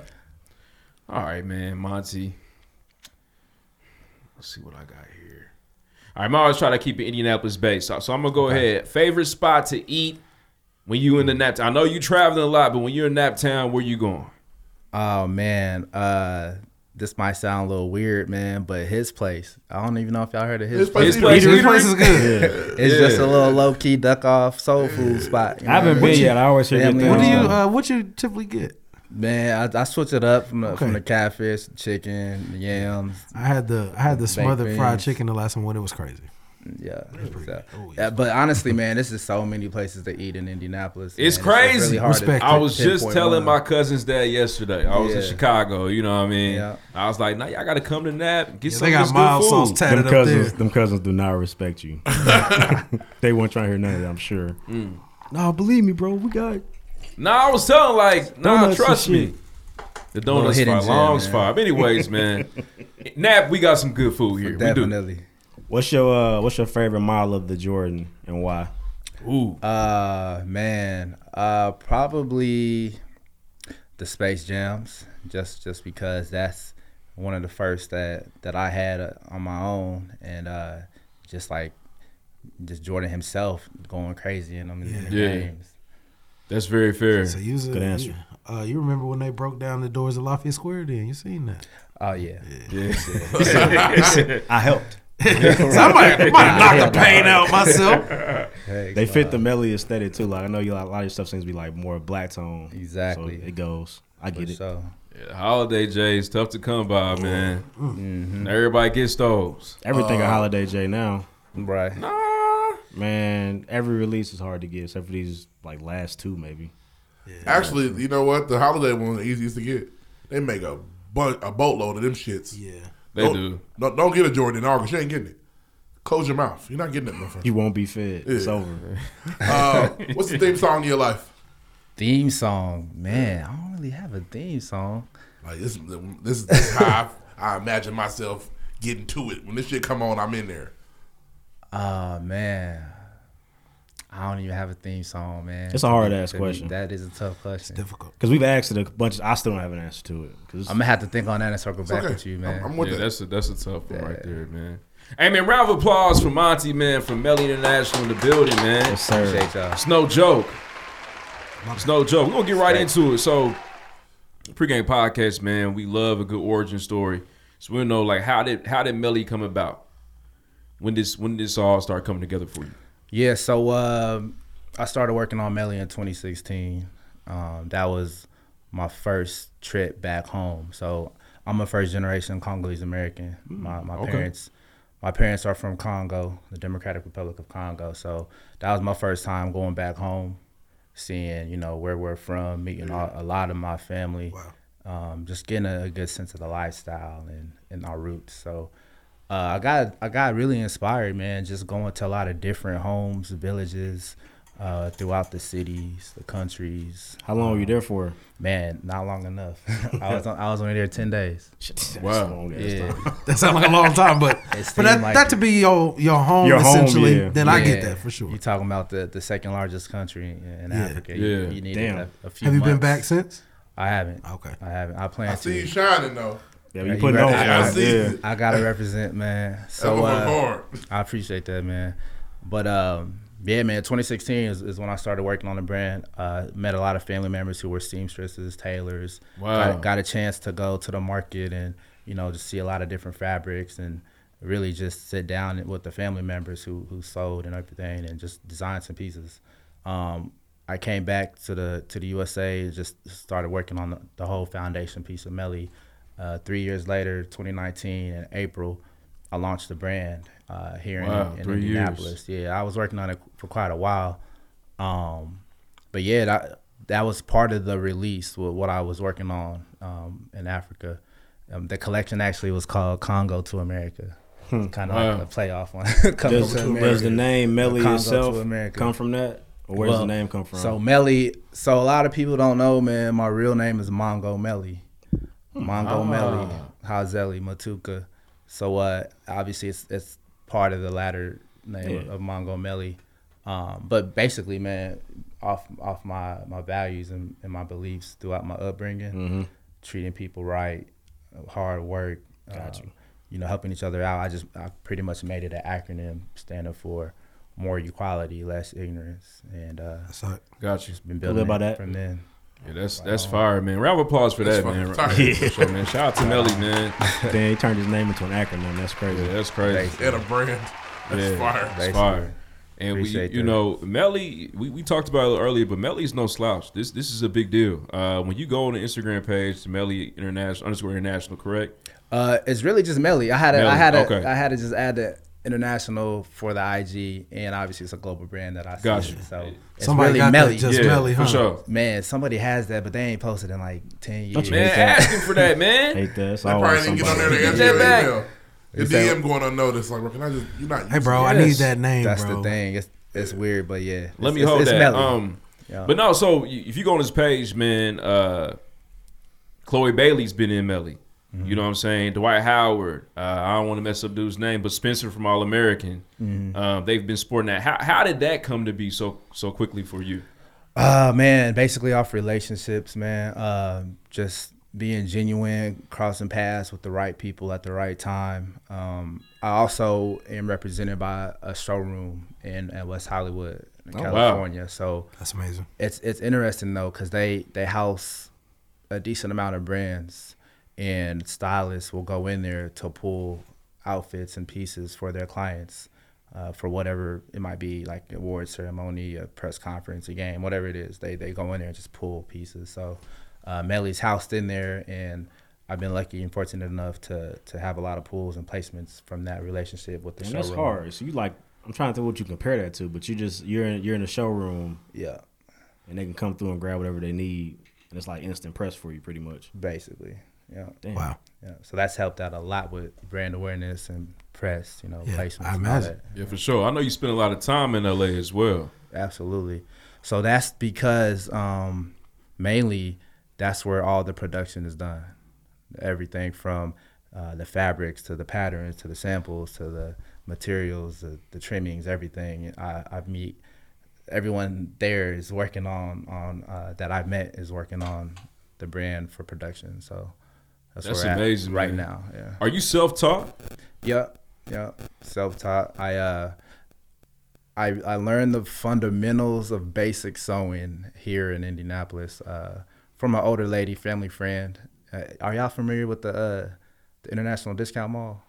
Speaker 5: all right, man, Monty. Let's see what I got here. All right, I'm always trying to keep it Indianapolis based, so, so I'm gonna go ahead. Favorite spot to eat when you in the nap? I know you traveling a lot, but when you're in nap town, where you going?
Speaker 1: Oh man, uh, this might sound a little weird, man, but his place. I don't even know if y'all heard of his,
Speaker 2: His place-
Speaker 1: place.
Speaker 2: His place- His place is good.
Speaker 1: it's
Speaker 2: Yeah.
Speaker 1: just a little low key duck off soul food spot. you
Speaker 4: I haven't
Speaker 1: know?
Speaker 4: been yet. I always hear good
Speaker 1: Family
Speaker 4: things.
Speaker 1: owned.
Speaker 4: What do you,
Speaker 15: Uh, what you typically get?
Speaker 1: Man, I, I switch it up from the,
Speaker 15: Okay.
Speaker 1: from the catfish, chicken, the yams.
Speaker 15: I had the I had the
Speaker 1: baked
Speaker 15: smothered fried
Speaker 1: beans.
Speaker 15: chicken the last one. It was crazy.
Speaker 1: Yeah, so-
Speaker 4: Oh,
Speaker 1: yeah, but honestly, man, this is so many places to eat in Indianapolis.
Speaker 5: It's
Speaker 1: man.
Speaker 5: crazy.
Speaker 1: really hard to
Speaker 5: I was just
Speaker 1: pinpoint
Speaker 5: telling
Speaker 1: one.
Speaker 5: my cousins that yesterday. I was in
Speaker 1: Yeah.
Speaker 5: Chicago. You know what I mean? I was like, now y'all got to come to nap and get some of this good food.
Speaker 4: them cousins, Them cousins do not respect you. they weren't trying to hear none of that. I'm sure.
Speaker 5: Mm.
Speaker 4: No, believe me, bro. We got
Speaker 5: Nah, I was telling like, nah,
Speaker 4: Donuts and
Speaker 5: trust me.
Speaker 4: shit.
Speaker 5: The donuts
Speaker 4: Little hidden
Speaker 5: fire,
Speaker 4: gem,
Speaker 5: longs
Speaker 4: man.
Speaker 5: fire. But anyways, man, Nap, we got some good food here. We do.
Speaker 4: What's your uh, What's your favorite model of the Jordan and why?
Speaker 5: Ooh.
Speaker 1: Uh man. Uh probably the Space Jams. Just just because that's one of the first that that I had uh, on my own and uh just like just Jordan himself going crazy in them in the
Speaker 5: Yeah.
Speaker 1: games.
Speaker 5: That's very fair.
Speaker 15: So you was a,
Speaker 5: good answer.
Speaker 15: You, uh, you remember when they broke down the doors of Lafayette Square? Then you seen that?
Speaker 1: Oh yeah.
Speaker 4: Yeah. I helped.
Speaker 15: Somebody might have knocked the pain out myself.
Speaker 4: They
Speaker 1: uh,
Speaker 4: fit the melody aesthetic too. Like I know you a lot of your stuff seems to be like more black tone. Exactly. it goes. I get it.
Speaker 1: So
Speaker 5: Yeah, holiday J's tough to come by, man.
Speaker 4: Mm-hmm.
Speaker 5: Everybody gets those.
Speaker 4: everything
Speaker 5: Uh,
Speaker 4: a holiday J now.
Speaker 1: Right.
Speaker 4: Man, every release is hard to get except for these like last two maybe.
Speaker 2: Actually, you know what? The holiday one's the easiest to get. They make a bunch, a boatload of them shits. Yeah,
Speaker 5: They
Speaker 2: don't,
Speaker 5: do.
Speaker 2: Don't, don't get a Jordan in August. You ain't getting it. Close your mouth. You're not getting it, my friend.
Speaker 4: You won't be fed. It's
Speaker 2: Yeah.
Speaker 4: over.
Speaker 2: Uh, what's the theme song of your life?
Speaker 1: Theme song, man. I don't really have a theme song.
Speaker 2: Like this, this is this is how I, I imagine myself getting to it. When this shit come on, I'm in there.
Speaker 1: Oh man. I don't even have a theme song, man.
Speaker 4: It's a hard-ass
Speaker 1: That-
Speaker 4: question.
Speaker 1: That is a tough question. It's difficult.
Speaker 4: Because we've asked it a bunch. I still don't have an answer to it. Cause
Speaker 1: I'm gonna have to think on that and circle back
Speaker 4: okay.
Speaker 1: with you, man.
Speaker 5: yeah, That's a, that's a tough one right there, man. Hey man, round of applause for Monty, man, from Melly International in the building, man.
Speaker 4: Yes, sir.
Speaker 1: Appreciate y'all.
Speaker 5: It's no joke. It's no joke. We're gonna get right into it. So, pregame podcast, man. We love a good origin story. So we know like how did how did Melly come about? When this when this all start coming together for you?
Speaker 1: Yeah, so um, I started working on Melly in 2016. Um, that was my first trip back home. So I'm a first generation Congolese American.
Speaker 18: Mm,
Speaker 1: My my
Speaker 18: okay.
Speaker 1: parents my parents are from Congo, the Democratic Republic of Congo. So that was my first time going back home, seeing you know where we're from, meeting a, a lot of my family, um, just getting a, a good sense of the lifestyle and and our roots. So uh, I got I got really inspired, man, just going to a lot of different homes, villages, uh, throughout the cities, the countries.
Speaker 4: How long were you there for?
Speaker 1: Man, not long enough. I was on, I was only there ten days.
Speaker 4: Wow. long ass time.
Speaker 1: That
Speaker 15: That sounds like a long time, but but that, that to be your your home essentially. Then I get that for sure.
Speaker 1: You're talking about the, the second largest country in
Speaker 15: Yeah.
Speaker 1: Africa. You,
Speaker 15: Yeah.
Speaker 1: you need
Speaker 15: Damn.
Speaker 1: A, a few
Speaker 15: Have you been
Speaker 1: months.
Speaker 15: back since?
Speaker 1: I haven't. Okay. I haven't. I plan
Speaker 2: I
Speaker 1: to.
Speaker 2: see you shining though.
Speaker 1: Yeah,
Speaker 4: putting
Speaker 1: right.
Speaker 4: on
Speaker 1: I
Speaker 4: for
Speaker 1: gotta-
Speaker 4: us, yeah.
Speaker 1: I gotta represent, man.
Speaker 2: That
Speaker 1: So
Speaker 2: was
Speaker 1: uh,
Speaker 2: hard.
Speaker 1: I appreciate that, man. But um, yeah, man, 2016 is, is when I started working on the brand. Uh, met a lot of family members who were seamstresses, tailors.
Speaker 5: Wow.
Speaker 1: Got, got a chance to go to the market and you know just see a lot of different fabrics and really just sit down with the family members who who sold and everything and just design some pieces. Um, I came back to the to the USA and just started working on the, the whole foundation piece of Melly. Uh, three years later, 2019 in April, I launched the brand uh, here
Speaker 5: Wow,
Speaker 1: in, in
Speaker 5: three years.
Speaker 1: Indianapolis. Yeah, I was working on it for quite a while, um, but yeah, that that was part of the release with what I was working on um, in Africa. Um, the collection actually was called Congo to America.
Speaker 4: Hmm.
Speaker 1: Kind of
Speaker 4: Wow.
Speaker 1: like a playoff one.
Speaker 4: Does- does the name Melly
Speaker 1: Congo
Speaker 4: itself
Speaker 1: to America.
Speaker 4: come from that? Or where does the name come from?
Speaker 1: So Melly. So a lot of people don't know, man. My real name is Mongo Melly. Mongo
Speaker 4: Ah.
Speaker 1: Melly, Hazeli Matuka. So uh, obviously it's it's part of the latter name
Speaker 4: Yeah.
Speaker 1: of Mongo Melly. Um, but basically, man, off off my my values and, and my beliefs throughout my upbringing,
Speaker 4: Mhm.
Speaker 1: treating people right, hard work,
Speaker 4: Got
Speaker 1: uh, you. know, helping each other out. I just I pretty much made it an acronym standing for more equality, less ignorance, and uh,
Speaker 5: Got you.
Speaker 1: Just been building it from then.
Speaker 5: Yeah, that's that's fire, man. Round of applause for
Speaker 1: That's
Speaker 5: that, man.
Speaker 1: fucking
Speaker 5: Right
Speaker 1: fire.
Speaker 5: for sure, man. Shout out to Melly, man.
Speaker 4: Then he turned his name into an acronym. That's crazy.
Speaker 5: Yeah, that's crazy.
Speaker 2: And a brand. That's fire.
Speaker 5: That's fire. And we,
Speaker 4: Appreciate
Speaker 5: you
Speaker 4: that.
Speaker 5: know, Melly, we, we talked about it earlier, but Melly's no slouch. This this is a big deal. Uh, when you go on the Instagram page, Melly International underscore International, correct?
Speaker 1: Uh, it's really just Melly. I had to, I
Speaker 5: Melly,
Speaker 1: had to,
Speaker 5: okay.
Speaker 1: I had to just add the international for the IG, and obviously it's a global brand that I see.
Speaker 5: Gotcha.
Speaker 1: So it's
Speaker 15: Somebody
Speaker 1: really
Speaker 15: got that
Speaker 1: Melly.
Speaker 15: just Yeah, Melly, for huh? sure.
Speaker 1: Man, somebody has that, but they ain't posted in like ten
Speaker 4: Don't
Speaker 1: years.
Speaker 4: you Man, hate that. ask him
Speaker 5: for that, man.
Speaker 4: Hate that. It's
Speaker 1: They
Speaker 4: always
Speaker 1: probably didn't get
Speaker 4: somebody.
Speaker 1: on there to
Speaker 2: Answer
Speaker 1: That
Speaker 2: your
Speaker 1: back.
Speaker 2: email. Your
Speaker 1: You say-
Speaker 2: DM going unnoticed. Like, bro, can I just? You're not.
Speaker 15: Hey, bro, I
Speaker 2: using-
Speaker 15: need that name,
Speaker 1: That's
Speaker 15: bro.
Speaker 1: the thing. It's it's weird, but yeah. It's-
Speaker 5: Let me
Speaker 1: it's-
Speaker 5: hold
Speaker 1: it's
Speaker 5: that.
Speaker 1: Melly.
Speaker 5: Um,
Speaker 1: Yeah.
Speaker 5: but no. So y- if you go on this page, man, uh, Chloe Bailey's been in Melly.
Speaker 1: Mm-hmm.
Speaker 5: You know what I'm saying? Dwight Howard. Uh, I don't want to mess up dude's name, but Spencer from All American.
Speaker 1: Mhm.
Speaker 5: Uh, they've been sporting that. How, how did that come to be so so quickly for you?
Speaker 1: Uh man, basically off relationships, man. Uh, just being genuine, crossing paths with the right people at the right time. Um, I also am represented by a showroom in, in West Hollywood, in
Speaker 15: Oh, wow.
Speaker 1: California. So
Speaker 15: That's amazing.
Speaker 1: It's it's interesting though, cause they they house a decent amount of brands, and stylists will go in there to pull outfits and pieces for their clients uh, for whatever it might be, like an award ceremony, a press conference, a game, whatever it is. They they go in there and just pull pieces. So uh, Melly's housed in there, and I've been lucky and fortunate enough to to have a lot of pulls and placements from that relationship with the
Speaker 4: And
Speaker 1: showroom.
Speaker 4: that's hard. So you like, I'm trying to think what you compare that to, but you just you're in you're in the showroom.
Speaker 1: Yeah.
Speaker 4: And they can come through and grab whatever they need, and it's like instant press for you, pretty much.
Speaker 1: Basically. Yeah.
Speaker 14: Wow.
Speaker 1: Yeah. So that's helped out a lot with brand awareness and press, you know,
Speaker 14: Yeah,
Speaker 1: placements.
Speaker 14: I
Speaker 1: and all
Speaker 14: imagine.
Speaker 1: that.
Speaker 5: Yeah, for sure. I know you spend a lot of time in LA as well.
Speaker 1: Absolutely. So that's because um, mainly that's where all the production is done. Everything from uh, the fabrics to the patterns to the samples to the materials, the, the trimmings, everything. I, I meet everyone there is working on on uh, that I've met is working on the brand for production. So that's,
Speaker 5: That's
Speaker 1: where we're
Speaker 5: amazing,
Speaker 1: at right
Speaker 5: man.
Speaker 1: now. Yeah.
Speaker 5: Are you self-taught?
Speaker 1: Yep, yep. Self taught. I uh, I I learned the fundamentals of basic sewing here in Indianapolis uh, from an older lady, family friend. Uh, are y'all familiar with the uh, the International Discount Mall?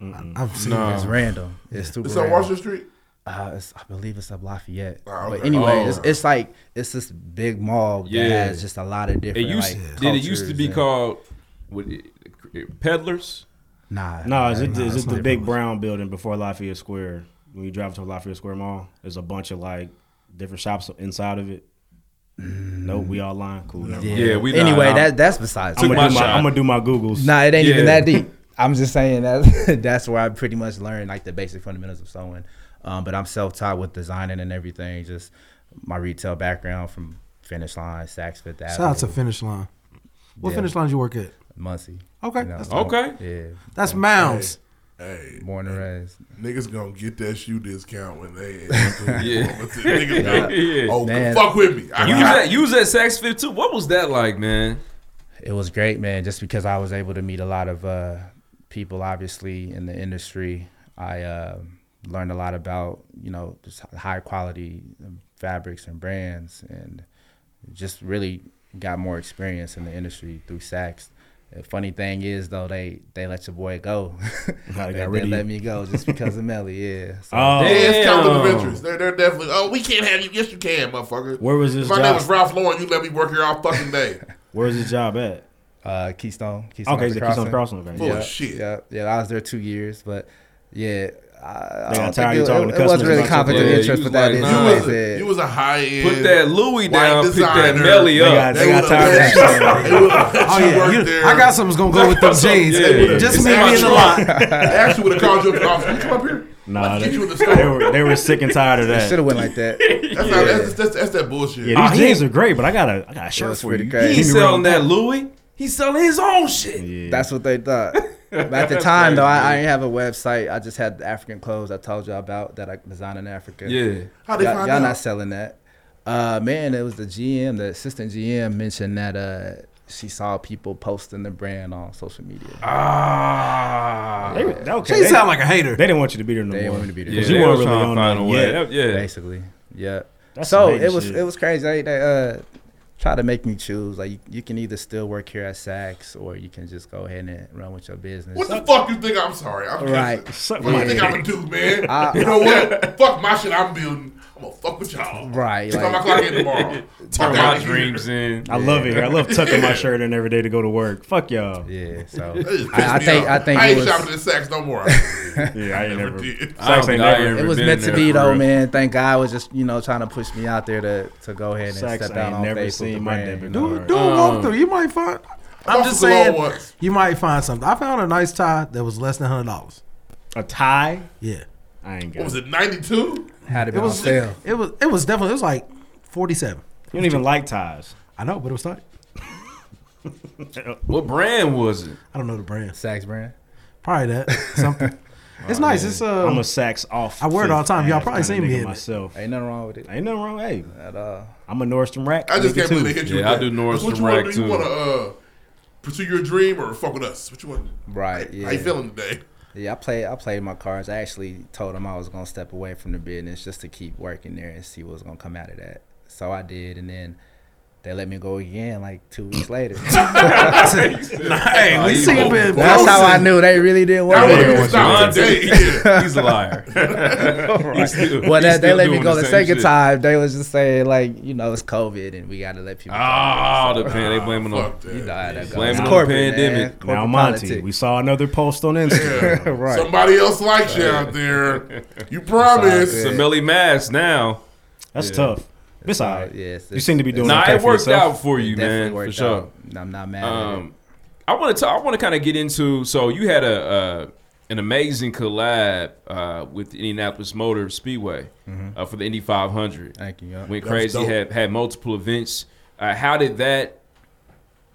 Speaker 14: I've seen No. it.
Speaker 1: It's random. It's
Speaker 14: Yeah.
Speaker 1: super.
Speaker 14: It's on
Speaker 1: random.
Speaker 14: Washington Street?
Speaker 1: Uh, it's, I believe it's up Lafayette.
Speaker 14: Oh,
Speaker 1: But
Speaker 14: okay.
Speaker 1: anyway,
Speaker 14: Oh.
Speaker 1: it's, it's like it's this big mall that
Speaker 5: Yeah.
Speaker 1: has just a lot of different.
Speaker 5: It used,
Speaker 1: like,
Speaker 5: then it used
Speaker 1: cultures
Speaker 5: to be
Speaker 1: and-
Speaker 5: called what, peddlers.
Speaker 1: Nah,
Speaker 4: No, is it,
Speaker 1: nah,
Speaker 4: is
Speaker 1: it's
Speaker 4: it the
Speaker 1: not.
Speaker 4: big brown building before Lafayette Square? When you drive to Lafayette Square Mall, there's a bunch of like different shops inside of it. Nope, we all lying. Cool. never mind.
Speaker 1: Mm. Yeah, we Anyway, lying. that- that's besides
Speaker 4: I'm
Speaker 1: the
Speaker 4: gonna, do
Speaker 1: point.
Speaker 4: my, I'm gonna do my Googles.
Speaker 1: Nah, it ain't even that deep. I'm just saying that that's where I pretty much learned like the basic fundamentals of sewing. Um, but I'm self-taught with designing and everything. Just my retail background from Finish Line, Saks Fifth Avenue.
Speaker 14: Shout out to Finish Line. What
Speaker 1: Yeah.
Speaker 14: Finish Line you work at?
Speaker 1: Muncie.
Speaker 14: Okay,
Speaker 1: You know,
Speaker 14: that's
Speaker 1: so-
Speaker 14: dope.
Speaker 1: Yeah.
Speaker 14: That's Mounds.
Speaker 2: Hey,
Speaker 1: born and raised.
Speaker 2: Niggas gonna get that shoe discount when they. Niggas
Speaker 5: yeah.
Speaker 2: gonna- Oh, fuck with me. I
Speaker 1: Uh-huh.
Speaker 5: you, was
Speaker 2: got-
Speaker 5: at, you was at Saks Fifth too. What was that like, man?
Speaker 1: It was great, man. Just because I was able to meet a lot of uh, people, obviously in the industry, I uh, learned a lot about you know just high quality fabrics and brands, and just really got more experience in the industry through Saks. The funny thing is though, they they let your boy go.
Speaker 4: they
Speaker 1: they
Speaker 4: got rid of
Speaker 1: let
Speaker 4: you.
Speaker 1: me go just because of Melly. Yeah. So-
Speaker 4: Oh.
Speaker 2: Yeah, it's conflict
Speaker 4: Damn.
Speaker 2: of interest. They're, they're definitely. Oh, we can't have you. Yes, you can, motherfucker.
Speaker 4: Where was this
Speaker 2: If my
Speaker 4: job?
Speaker 2: name was Ralph Lauren, you let me work here all fucking day.
Speaker 4: Where's his job at?
Speaker 1: Uh, Keystone. Keystone after
Speaker 4: okay, it's the Keystone Crossing. okay.
Speaker 1: yeah, Yeah, yeah. I was there two years, but yeah. I,
Speaker 4: They got
Speaker 1: I don't
Speaker 4: tired
Speaker 1: think
Speaker 4: of you
Speaker 1: it,
Speaker 4: talking
Speaker 1: it, it
Speaker 4: to
Speaker 1: wasn't
Speaker 4: customers
Speaker 1: really
Speaker 4: about
Speaker 1: conflict
Speaker 4: your
Speaker 1: of
Speaker 4: clothes.
Speaker 1: interest, but
Speaker 4: You was
Speaker 1: that
Speaker 4: like,
Speaker 1: is
Speaker 4: nah.
Speaker 1: what
Speaker 4: You was
Speaker 1: they
Speaker 4: a-
Speaker 1: said.
Speaker 2: you was a high end.
Speaker 5: Put that Louis down, pick that
Speaker 2: designer.
Speaker 5: Melly up.
Speaker 2: They
Speaker 5: They got
Speaker 2: would've
Speaker 5: tired of
Speaker 2: let
Speaker 5: that
Speaker 2: you-
Speaker 5: shit.
Speaker 2: they would've let
Speaker 14: Oh
Speaker 2: you
Speaker 14: yeah,
Speaker 2: work
Speaker 14: you-
Speaker 2: there.
Speaker 14: I got something's gonna go with them jeans. Just me being
Speaker 2: They
Speaker 14: alive.
Speaker 2: actually would have called you up to the office. Can you come up here?
Speaker 4: Nah,
Speaker 2: Let's
Speaker 4: they,
Speaker 2: get you in the
Speaker 4: they
Speaker 2: store.
Speaker 4: were they were sick and tired of that.
Speaker 1: Should have went like that.
Speaker 2: That's, not, that's, that's, that's that bullshit.
Speaker 4: Yeah, these jeans are great, but I got a I got a shirt for you. You
Speaker 1: crazy.
Speaker 4: can't
Speaker 1: He
Speaker 4: be
Speaker 1: selling
Speaker 4: wrong.
Speaker 5: that Louis. He's selling his own shit.
Speaker 1: That's what they thought. But at the
Speaker 5: That's
Speaker 1: time, though,
Speaker 5: crazy.
Speaker 1: I, I didn't have a website. I just had the African clothes I told y'all about that I designed in Africa.
Speaker 5: Yeah.
Speaker 2: How'd they
Speaker 1: y'all,
Speaker 2: find
Speaker 1: y'all
Speaker 2: out?
Speaker 1: not selling that. Uh, man, it was the GM, the assistant GM mentioned that uh, she saw people posting the brand on social media.
Speaker 5: Ah.
Speaker 4: They, were- okay,
Speaker 1: She
Speaker 4: they-
Speaker 1: sound like a hater.
Speaker 4: They didn't want you to be there no
Speaker 1: They didn't
Speaker 4: more.
Speaker 1: want me to be there.
Speaker 4: 'Cause
Speaker 1: Yeah,
Speaker 4: you
Speaker 1: they
Speaker 4: weren't
Speaker 1: was
Speaker 4: really
Speaker 1: trying
Speaker 4: on
Speaker 1: to
Speaker 4: that
Speaker 1: find a way.
Speaker 4: yet.
Speaker 5: Yeah.
Speaker 1: basically. Yeah.
Speaker 4: That's
Speaker 1: so
Speaker 4: some hating
Speaker 1: it was
Speaker 4: shit.
Speaker 1: it was crazy. They, they uh try to make me choose. Like you, you can either still work here at Saks or you can just go ahead and run with your business.
Speaker 2: What the fuck you think? I'm sorry. I'm
Speaker 1: Right.
Speaker 2: kidding.
Speaker 1: Suck
Speaker 2: What do
Speaker 1: my
Speaker 2: you think
Speaker 1: dick.
Speaker 2: I'm gonna do, man?
Speaker 1: I-
Speaker 2: you know what? fuck my shit. I'm building. I'm gonna fuck with y'all.
Speaker 1: Right,
Speaker 2: Turn my
Speaker 1: like-
Speaker 2: clock in tomorrow.
Speaker 5: Turn
Speaker 2: Fuck
Speaker 5: my
Speaker 2: outta here.
Speaker 5: dreams in.
Speaker 4: I love it here. I love tucking my shirt in every day to go to work. Fuck y'all.
Speaker 1: Yeah, so
Speaker 2: That just pissed
Speaker 1: I, I
Speaker 2: me
Speaker 1: think I
Speaker 2: off.
Speaker 1: think
Speaker 2: I
Speaker 1: it
Speaker 2: ain't
Speaker 1: was,
Speaker 2: shopping at Saks no more.
Speaker 4: yeah, I ain't never.
Speaker 2: did.
Speaker 4: Saks ain't never.
Speaker 1: it was meant to be though, man. Thank God was just you know trying to push me out there to to go ahead and
Speaker 4: Saks
Speaker 1: step out
Speaker 4: ain't
Speaker 1: on
Speaker 4: never
Speaker 1: faith
Speaker 4: seen
Speaker 1: with the
Speaker 4: my
Speaker 1: brand. You
Speaker 4: debit
Speaker 1: know?
Speaker 4: card.
Speaker 14: Do a walkthrough. You might find. I'm
Speaker 2: Buffalo
Speaker 14: just saying,
Speaker 2: once.
Speaker 14: you might find something. I found a nice tie that was less than hundred dollars.
Speaker 4: A tie?
Speaker 14: Yeah.
Speaker 4: I ain't
Speaker 2: What
Speaker 4: got.
Speaker 2: was
Speaker 4: it.
Speaker 2: it? 92.
Speaker 1: Had it
Speaker 14: It
Speaker 1: been on
Speaker 14: was.
Speaker 1: sale.
Speaker 14: It, was. It was definitely. It was like forty-seven.
Speaker 4: You don't even like ties.
Speaker 14: I know, but it was tight.
Speaker 5: What brand was it?
Speaker 14: I don't know the brand.
Speaker 1: Saks brand.
Speaker 14: Probably that something. it's nice. It's uh.
Speaker 4: I'm a Saks off.
Speaker 14: I wear it all the
Speaker 4: fifth
Speaker 14: time. Y'all
Speaker 4: ass
Speaker 14: probably
Speaker 4: kinda
Speaker 14: seen me
Speaker 4: nigga
Speaker 14: in it.
Speaker 4: myself.
Speaker 1: Ain't nothing wrong with it
Speaker 4: Ain't nothing wrong. Hey,
Speaker 1: at all.
Speaker 4: I'm a Nordstrom rack.
Speaker 2: I just
Speaker 4: nigga,
Speaker 2: can't believe
Speaker 4: too.
Speaker 2: they hit you. with
Speaker 5: Yeah, I
Speaker 2: that.
Speaker 5: do
Speaker 2: That's what
Speaker 5: Nordstrom
Speaker 2: you wanna
Speaker 5: Rack,
Speaker 2: do? You
Speaker 5: too.
Speaker 2: want to uh, pursue your dream or fuck with us? What you want?
Speaker 1: Right. Yeah.
Speaker 2: How you feeling today?
Speaker 1: Yeah, I played. I played my cards. I actually told him I was gonna step away from the business just to keep working there and see what was gonna come out of that. So I did, and then they let me go again like two weeks later.
Speaker 14: Hey, we see it been.
Speaker 1: That's how I knew they really didn't
Speaker 14: That
Speaker 1: want me.
Speaker 14: would've
Speaker 1: there.
Speaker 14: been stopped today.
Speaker 5: Yeah, he's a liar.
Speaker 1: Right.
Speaker 5: He's still-
Speaker 1: well,
Speaker 5: he's
Speaker 1: that, they
Speaker 5: still
Speaker 1: let me
Speaker 5: doing
Speaker 1: go
Speaker 5: the
Speaker 1: the,
Speaker 5: same
Speaker 1: second
Speaker 5: shit.
Speaker 1: time. They was just saying like, you know, it's COVID and we gotta let people. go.
Speaker 5: Ah,
Speaker 1: So-
Speaker 5: the pan. They blaming on.
Speaker 2: Fuck
Speaker 1: You know how that
Speaker 5: Blaming
Speaker 1: goes.
Speaker 5: on
Speaker 1: It's
Speaker 5: the
Speaker 1: corporate,
Speaker 5: pandemic.
Speaker 1: man.
Speaker 5: Now,
Speaker 4: Now
Speaker 1: Corporate
Speaker 4: Monty,
Speaker 1: politics.
Speaker 4: we saw another post on Instagram.
Speaker 1: Right.
Speaker 2: Somebody else likes you out there. You
Speaker 5: It's
Speaker 2: promise.
Speaker 5: a Melly Mass now.
Speaker 4: That's
Speaker 5: Yeah.
Speaker 4: tough. It's all right.
Speaker 1: Yes,
Speaker 4: you seem to be doing
Speaker 5: Nah,
Speaker 4: okay
Speaker 5: it
Speaker 4: for
Speaker 5: worked
Speaker 4: yourself.
Speaker 5: out for you,
Speaker 1: Definitely
Speaker 5: man, for
Speaker 1: worked
Speaker 5: sure.
Speaker 1: out. I'm not mad. at it.
Speaker 5: Um, I want to talk. I want to kind of get into. So you had a uh, an amazing collab uh, with the Indianapolis Motor Speedway
Speaker 1: Mhm.
Speaker 5: uh, for the Indy 500.
Speaker 1: Thank you, yeah. That
Speaker 5: Went
Speaker 1: was
Speaker 5: crazy.
Speaker 1: dope.
Speaker 5: Had had multiple events. Uh, how did that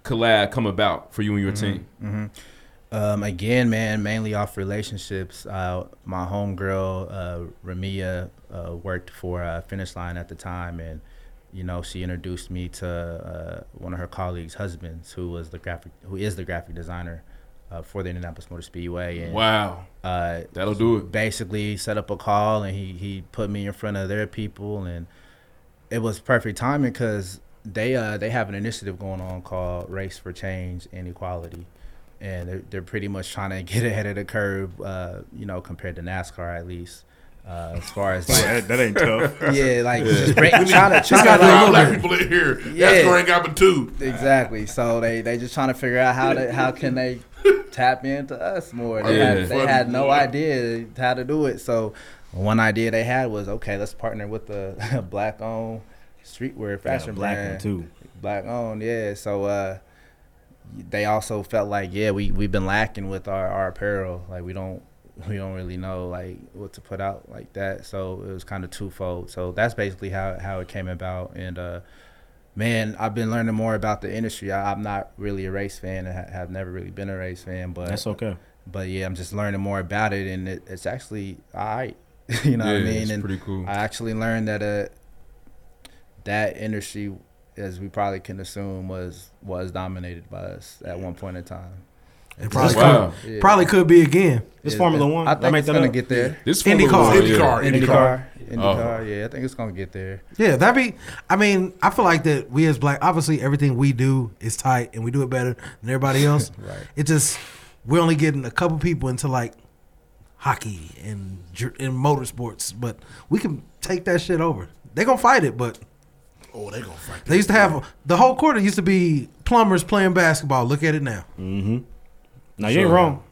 Speaker 5: collab come about for you and your team?
Speaker 1: Mhm. Um, again, man, mainly off relationships. Uh, my homegirl, uh, Ramia, uh, worked for uh, Finish Line at the time, and you know she introduced me to uh, one of her colleagues' husbands, who was the graphic, who is the graphic designer uh, for the Indianapolis Motor Speedway. And,
Speaker 5: Wow.
Speaker 1: uh,
Speaker 5: That'll do it.
Speaker 1: Basically, set up a call, and he he put me in front of their people, and it was perfect timing because they uh they have an initiative going on called Race for Change and Equality, and they're they're pretty much trying to get ahead of the curve, uh, you know, compared to NASCAR at least. Uh, as far as
Speaker 2: Yeah,
Speaker 1: like,
Speaker 2: that- that ain't tough.
Speaker 1: yeah, like
Speaker 2: Yeah.
Speaker 1: just
Speaker 2: We
Speaker 1: break,
Speaker 2: need-
Speaker 1: trying to
Speaker 2: we
Speaker 1: trying
Speaker 2: got
Speaker 1: to
Speaker 2: black people in here. NASCAR ain't got but two.
Speaker 1: Exactly. So they they just trying to figure out how to how can they tap into us more. They,
Speaker 18: Yeah.
Speaker 1: had, they had no
Speaker 18: Yeah.
Speaker 1: idea how to do it. So one idea they had was okay, let's partner with the black owned streetwear fashion
Speaker 4: black one
Speaker 1: brand
Speaker 4: too.
Speaker 1: Black owned, yeah. So uh, they also felt like yeah, we we've been lacking with our our apparel. Like we don't we don't really know like what to put out like that. So it was kind of twofold. So that's basically how how it came about. And uh, man, I've been learning more about the industry. I, I'm not really a race fan. I ha- have never really been a race fan, but
Speaker 4: That's okay.
Speaker 1: But yeah, I'm just learning more about it, and it, it's actually all right. you know what I
Speaker 5: Yeah,
Speaker 1: mean?
Speaker 5: it's
Speaker 1: and
Speaker 5: pretty cool.
Speaker 1: I actually learned that uh, that industry, as we probably can assume, was was dominated by us at one point in time.
Speaker 5: It
Speaker 15: probably Wow. could- probably could be again. It's
Speaker 1: It's
Speaker 15: Formula One.
Speaker 1: I
Speaker 15: I
Speaker 1: think
Speaker 15: make
Speaker 1: it's
Speaker 15: that
Speaker 1: gonna
Speaker 15: up.
Speaker 1: get there.
Speaker 5: This
Speaker 15: Formula IndyCar.
Speaker 5: Oh,
Speaker 15: One, yeah.
Speaker 1: IndyCar,
Speaker 15: IndyCar.
Speaker 1: IndyCar,
Speaker 15: Oh.
Speaker 1: IndyCar. Yeah, I think it's gonna get there.
Speaker 15: Yeah, that be. I mean, I feel like that we as black, obviously, everything we do is tight, and we do it better than everybody else.
Speaker 1: Right.
Speaker 15: It just we're only getting a couple people into like hockey and dr- and motorsports, but we can take that shit over. They gonna fight it, but
Speaker 14: Oh, they gonna fight.
Speaker 15: they used to have the whole quarter used to be plumbers playing basketball. Look at it now.
Speaker 4: Mm-hmm. No, you ain't
Speaker 15: So-
Speaker 4: wrong.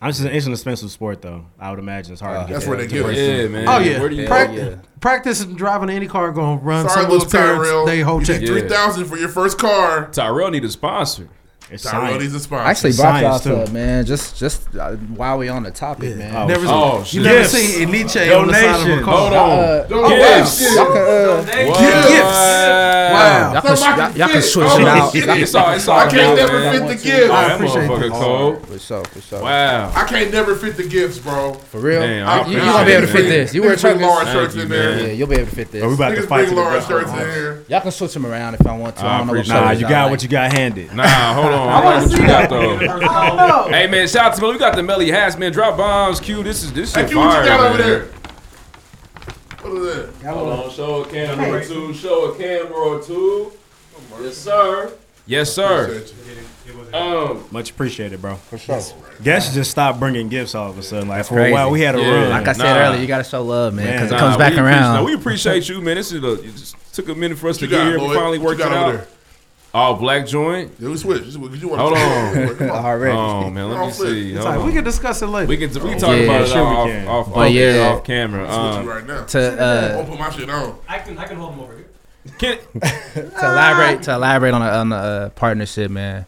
Speaker 4: I'm just it's an expensive sport though. I would imagine it's hard.
Speaker 1: Uh,
Speaker 4: to get
Speaker 1: that's
Speaker 4: to-
Speaker 1: where they
Speaker 4: to
Speaker 1: get
Speaker 4: race
Speaker 1: it.
Speaker 4: in.
Speaker 1: Yeah, man.
Speaker 15: Oh yeah,
Speaker 1: Where do you-
Speaker 15: Prac-
Speaker 1: Yeah.
Speaker 15: practice and driving any car gonna run.
Speaker 2: Sorry,
Speaker 15: someone's
Speaker 2: little
Speaker 15: parents,
Speaker 2: Tyrell.
Speaker 15: they whole
Speaker 2: You
Speaker 15: check
Speaker 2: need three thousand for your first car.
Speaker 5: Tyrell need a sponsor.
Speaker 4: It's
Speaker 2: Tyrell science. needs a sponsor.
Speaker 1: I actually
Speaker 2: It's
Speaker 1: brought y'all
Speaker 2: science,
Speaker 1: to
Speaker 2: too.
Speaker 1: it, man. Just just uh, while we on the topic, man.
Speaker 4: Oh, Never shit. seen- you never seen Elite on the side of a Donations. car. Hold on.
Speaker 1: Uh,
Speaker 4: Don't
Speaker 1: oh,
Speaker 4: do
Speaker 1: wow.
Speaker 4: that shit.
Speaker 1: Y'all can, uh,
Speaker 4: Don't do that shit.
Speaker 1: Wow. Y'all can,
Speaker 4: Somebody
Speaker 1: y'all, y'all
Speaker 4: fit.
Speaker 1: can switch
Speaker 4: Oh,
Speaker 1: it out.
Speaker 4: shit.
Speaker 1: Y'all can
Speaker 4: It's all- it's
Speaker 1: switch
Speaker 4: all
Speaker 1: it
Speaker 4: good,
Speaker 1: out,
Speaker 4: never
Speaker 1: man.
Speaker 4: fit the gift.
Speaker 5: I appreciate that. Cold.
Speaker 1: Oh, For sure, for sure.
Speaker 5: Wow.
Speaker 2: I can't never fit the gifts, bro.
Speaker 1: For real?
Speaker 5: Damn,
Speaker 1: I- you
Speaker 5: I
Speaker 1: you
Speaker 5: appreciate
Speaker 1: gonna be able to
Speaker 5: it,
Speaker 1: fit
Speaker 5: man.
Speaker 1: this. You wear
Speaker 2: Niggas bring
Speaker 1: shirts.
Speaker 2: large Thank shirts you, in there. man.
Speaker 1: Yeah, you'll be able to fit this.
Speaker 4: Oh, we about to Niggas fight bring to the large death shirts on in this. here.
Speaker 1: Y'all can switch them around if I want to. I, don't know what
Speaker 4: Nah,
Speaker 1: colors
Speaker 4: you
Speaker 1: I
Speaker 4: got
Speaker 1: like.
Speaker 4: what you got handed.
Speaker 5: Nah, hold on.
Speaker 1: wanna
Speaker 5: I like what
Speaker 1: see
Speaker 5: you
Speaker 1: that.
Speaker 5: got though. hey man, shout out to Melly. We got the Melly hats, man. Drop bombs, Q. This is this shit
Speaker 2: Q, what you
Speaker 5: fire,
Speaker 2: got over
Speaker 5: man.
Speaker 2: there? What is that?
Speaker 5: Hold on, show a camera or two. Show a camera or two. Yes, sir. Yes, sir. Um,
Speaker 4: Much appreciated, bro. For
Speaker 1: sure.
Speaker 4: Guess you just stop bringing gifts all of a sudden. Like for
Speaker 1: crazy.
Speaker 4: a while we had a
Speaker 1: Yeah.
Speaker 4: run.
Speaker 1: Like I said Nah. earlier, you gotta show love, man, 'cause it
Speaker 5: nah,
Speaker 1: comes
Speaker 5: we
Speaker 1: back
Speaker 5: appreciate-
Speaker 1: around.
Speaker 5: nah, we appreciate you, man. This is a, it just took a minute for us
Speaker 2: What you
Speaker 5: to get
Speaker 2: got,
Speaker 5: here. We
Speaker 2: Lloyd?
Speaker 5: finally
Speaker 2: What you
Speaker 5: worked
Speaker 2: got
Speaker 5: it
Speaker 2: over
Speaker 5: out.
Speaker 2: there?
Speaker 5: Oh, black joint.
Speaker 2: Yeah, we switch. This is what- 'cause you wanna-
Speaker 5: Hold
Speaker 2: Come
Speaker 5: on.
Speaker 2: on.
Speaker 5: Oh man, let me
Speaker 2: Come on,
Speaker 5: see.
Speaker 2: flip.
Speaker 5: Hold on.
Speaker 15: we can discuss it later.
Speaker 5: We can, we can talk about it off, off, off,
Speaker 1: But yeah,
Speaker 5: off camera. Um,
Speaker 1: to uh,
Speaker 2: I'll put my shit on.
Speaker 19: I can I can hold him over here.
Speaker 1: to elaborate to elaborate on the, on the uh, partnership, man.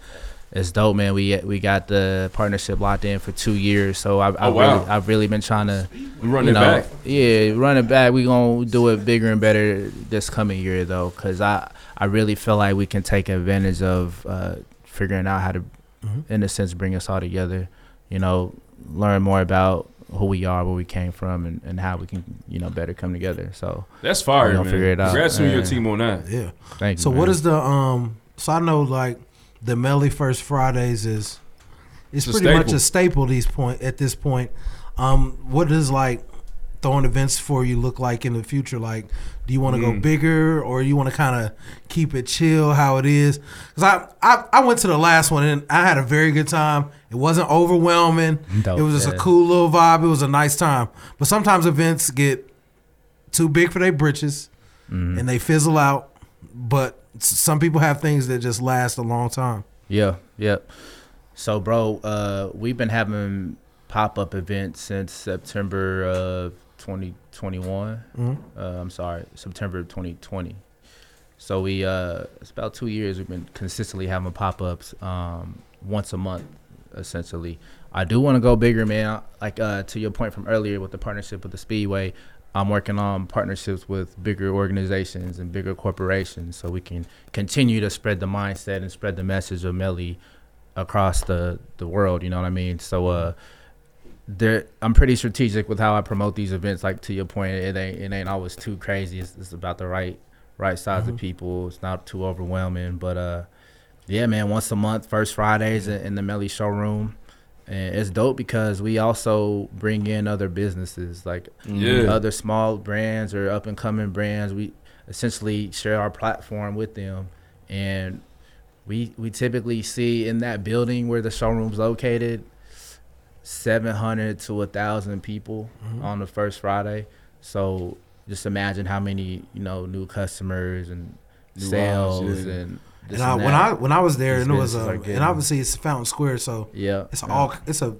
Speaker 1: It's dope, man. We we got the partnership locked in for two years, so I, I
Speaker 5: Oh, wow.
Speaker 1: really, I've really been trying to
Speaker 5: We running it back.
Speaker 1: Yeah, run it back. We gonna do it bigger and better this coming year though, cause I I really feel like we can take advantage of uh, figuring out how to,
Speaker 15: Mm-hmm.
Speaker 1: in a sense, bring us all together. You know, learn more about who we are, where we came from, and, and how we can you know better come together. So
Speaker 5: That's fire,
Speaker 1: we gonna
Speaker 5: man.
Speaker 1: Figure it out.
Speaker 5: Congrats to your
Speaker 1: Yeah.
Speaker 5: team on that.
Speaker 15: Yeah.
Speaker 1: Thank you.
Speaker 15: So
Speaker 1: man.
Speaker 15: what is the um? So I know like the Melly First Fridays is it's,
Speaker 5: It's a
Speaker 15: pretty much
Speaker 5: staple.
Speaker 15: a staple these point at this point. Um, what does like throwing events for you look like in the future? Like, do you want to go
Speaker 1: Hmm.
Speaker 5: Mm.
Speaker 15: bigger or you want to kind of keep it chill how it is? Because I, I I went to the last one and I had a very good time. It wasn't overwhelming.
Speaker 1: Dope,
Speaker 15: it was just
Speaker 1: yeah.
Speaker 15: a cool little vibe. It was a nice time. But sometimes events get too big for their britches
Speaker 1: Mhm.
Speaker 15: and they fizzle out. But s- some people have things that just last a long time.
Speaker 1: Yeah, yep. So, bro, uh, we've been having pop up events since September of 2021.
Speaker 15: Mhm.
Speaker 1: Uh, I'm sorry, September of 2020. So we uh, it's about two years we've been consistently having pop ups. Um, once a month, essentially. I do want to go bigger, man. Like uh, to your point from earlier with the partnership with the Speedway, I'm working on partnerships with bigger organizations and bigger corporations, so we can continue to spread the mindset and spread the message of Melly across the the world. You know what I mean? So uh, there, I'm pretty strategic with how I promote these events. Like to your point, it ain't it ain't always too crazy. It's, it's about the right right size of
Speaker 20: Mhm.
Speaker 1: people. It's not too overwhelming, but uh, yeah, man. Once a month, first Fridays in, in the Melly showroom. And it's dope because we also bring in other businesses, like
Speaker 5: Yeah.
Speaker 1: other small brands or up and coming brands. We essentially share our platform with them, and we we typically see in that building where the showroom's located, seven hundred to a thousand people
Speaker 20: Mhm.
Speaker 1: on the first Friday. So just imagine how many you know new customers and
Speaker 20: New
Speaker 1: sales
Speaker 20: eyes, yeah.
Speaker 1: and. this
Speaker 20: And I-
Speaker 1: and
Speaker 20: when
Speaker 1: that
Speaker 20: I- when I was there,
Speaker 1: these
Speaker 20: and it was,
Speaker 1: businesses
Speaker 20: um,
Speaker 1: are
Speaker 20: and
Speaker 1: getting.
Speaker 20: I was
Speaker 15: uh, Obviously, it's Fountain Square, so
Speaker 1: Yeah,
Speaker 15: it's
Speaker 1: yeah.
Speaker 15: all it's a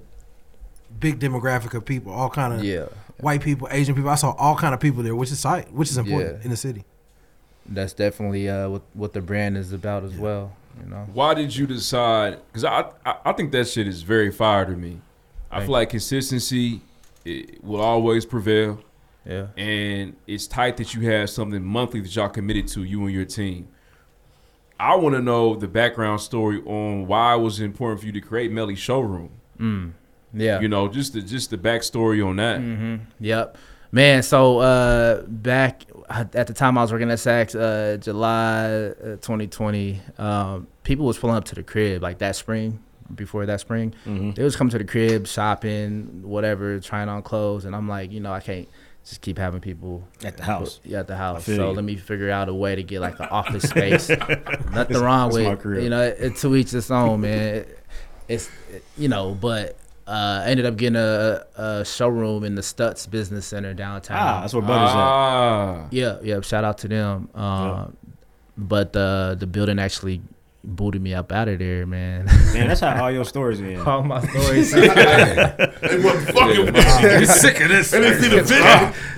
Speaker 15: big demographic of people, all kind of
Speaker 1: Yeah.
Speaker 15: white people, Asian people. I saw all kind of people there, which is sight, which is important
Speaker 1: Yeah.
Speaker 15: in the city.
Speaker 1: that's definitely uh, what what the brand is about as well. You know.
Speaker 5: Why did you decide? Because I, I I think that shit is very fire to me. I
Speaker 1: Thank
Speaker 5: feel like consistency it will always prevail.
Speaker 1: Yeah.
Speaker 5: And it's tight that you have something monthly that y'all committed to you and your team. I want to know the background story on why it was important for you to create Melly Showroom.
Speaker 1: Mm, yeah.
Speaker 5: You know, just the just the backstory on that.
Speaker 1: hmm Yep. Man, so uh, back uh, at the time I was working at Saks, uh, July uh, 2020, um, people was pulling up to the crib like that spring, before that spring.
Speaker 4: Mm-hmm.
Speaker 1: They was coming to the crib, shopping, whatever, trying on clothes. And I'm like, you know, I can't just keep having people
Speaker 4: At the house.
Speaker 1: Yeah, at the house.
Speaker 4: feel
Speaker 1: So
Speaker 4: you.
Speaker 1: let me figure out a way to get like an office space. Nothing
Speaker 4: That's-
Speaker 1: wrong
Speaker 4: that's my
Speaker 1: with,
Speaker 4: crib.
Speaker 1: you know, it, to each its own, man. It- it's you know, but uh, I ended up getting a, a showroom in the Stutz Business Center downtown.
Speaker 4: Ah, that's where Butter's at.
Speaker 5: Ah.
Speaker 1: Yeah, yeah. Shout out to them. Uh, But uh, the building actually booted me up out of there, man.
Speaker 4: Man, that's how all your stories end.
Speaker 1: All my stories.
Speaker 4: You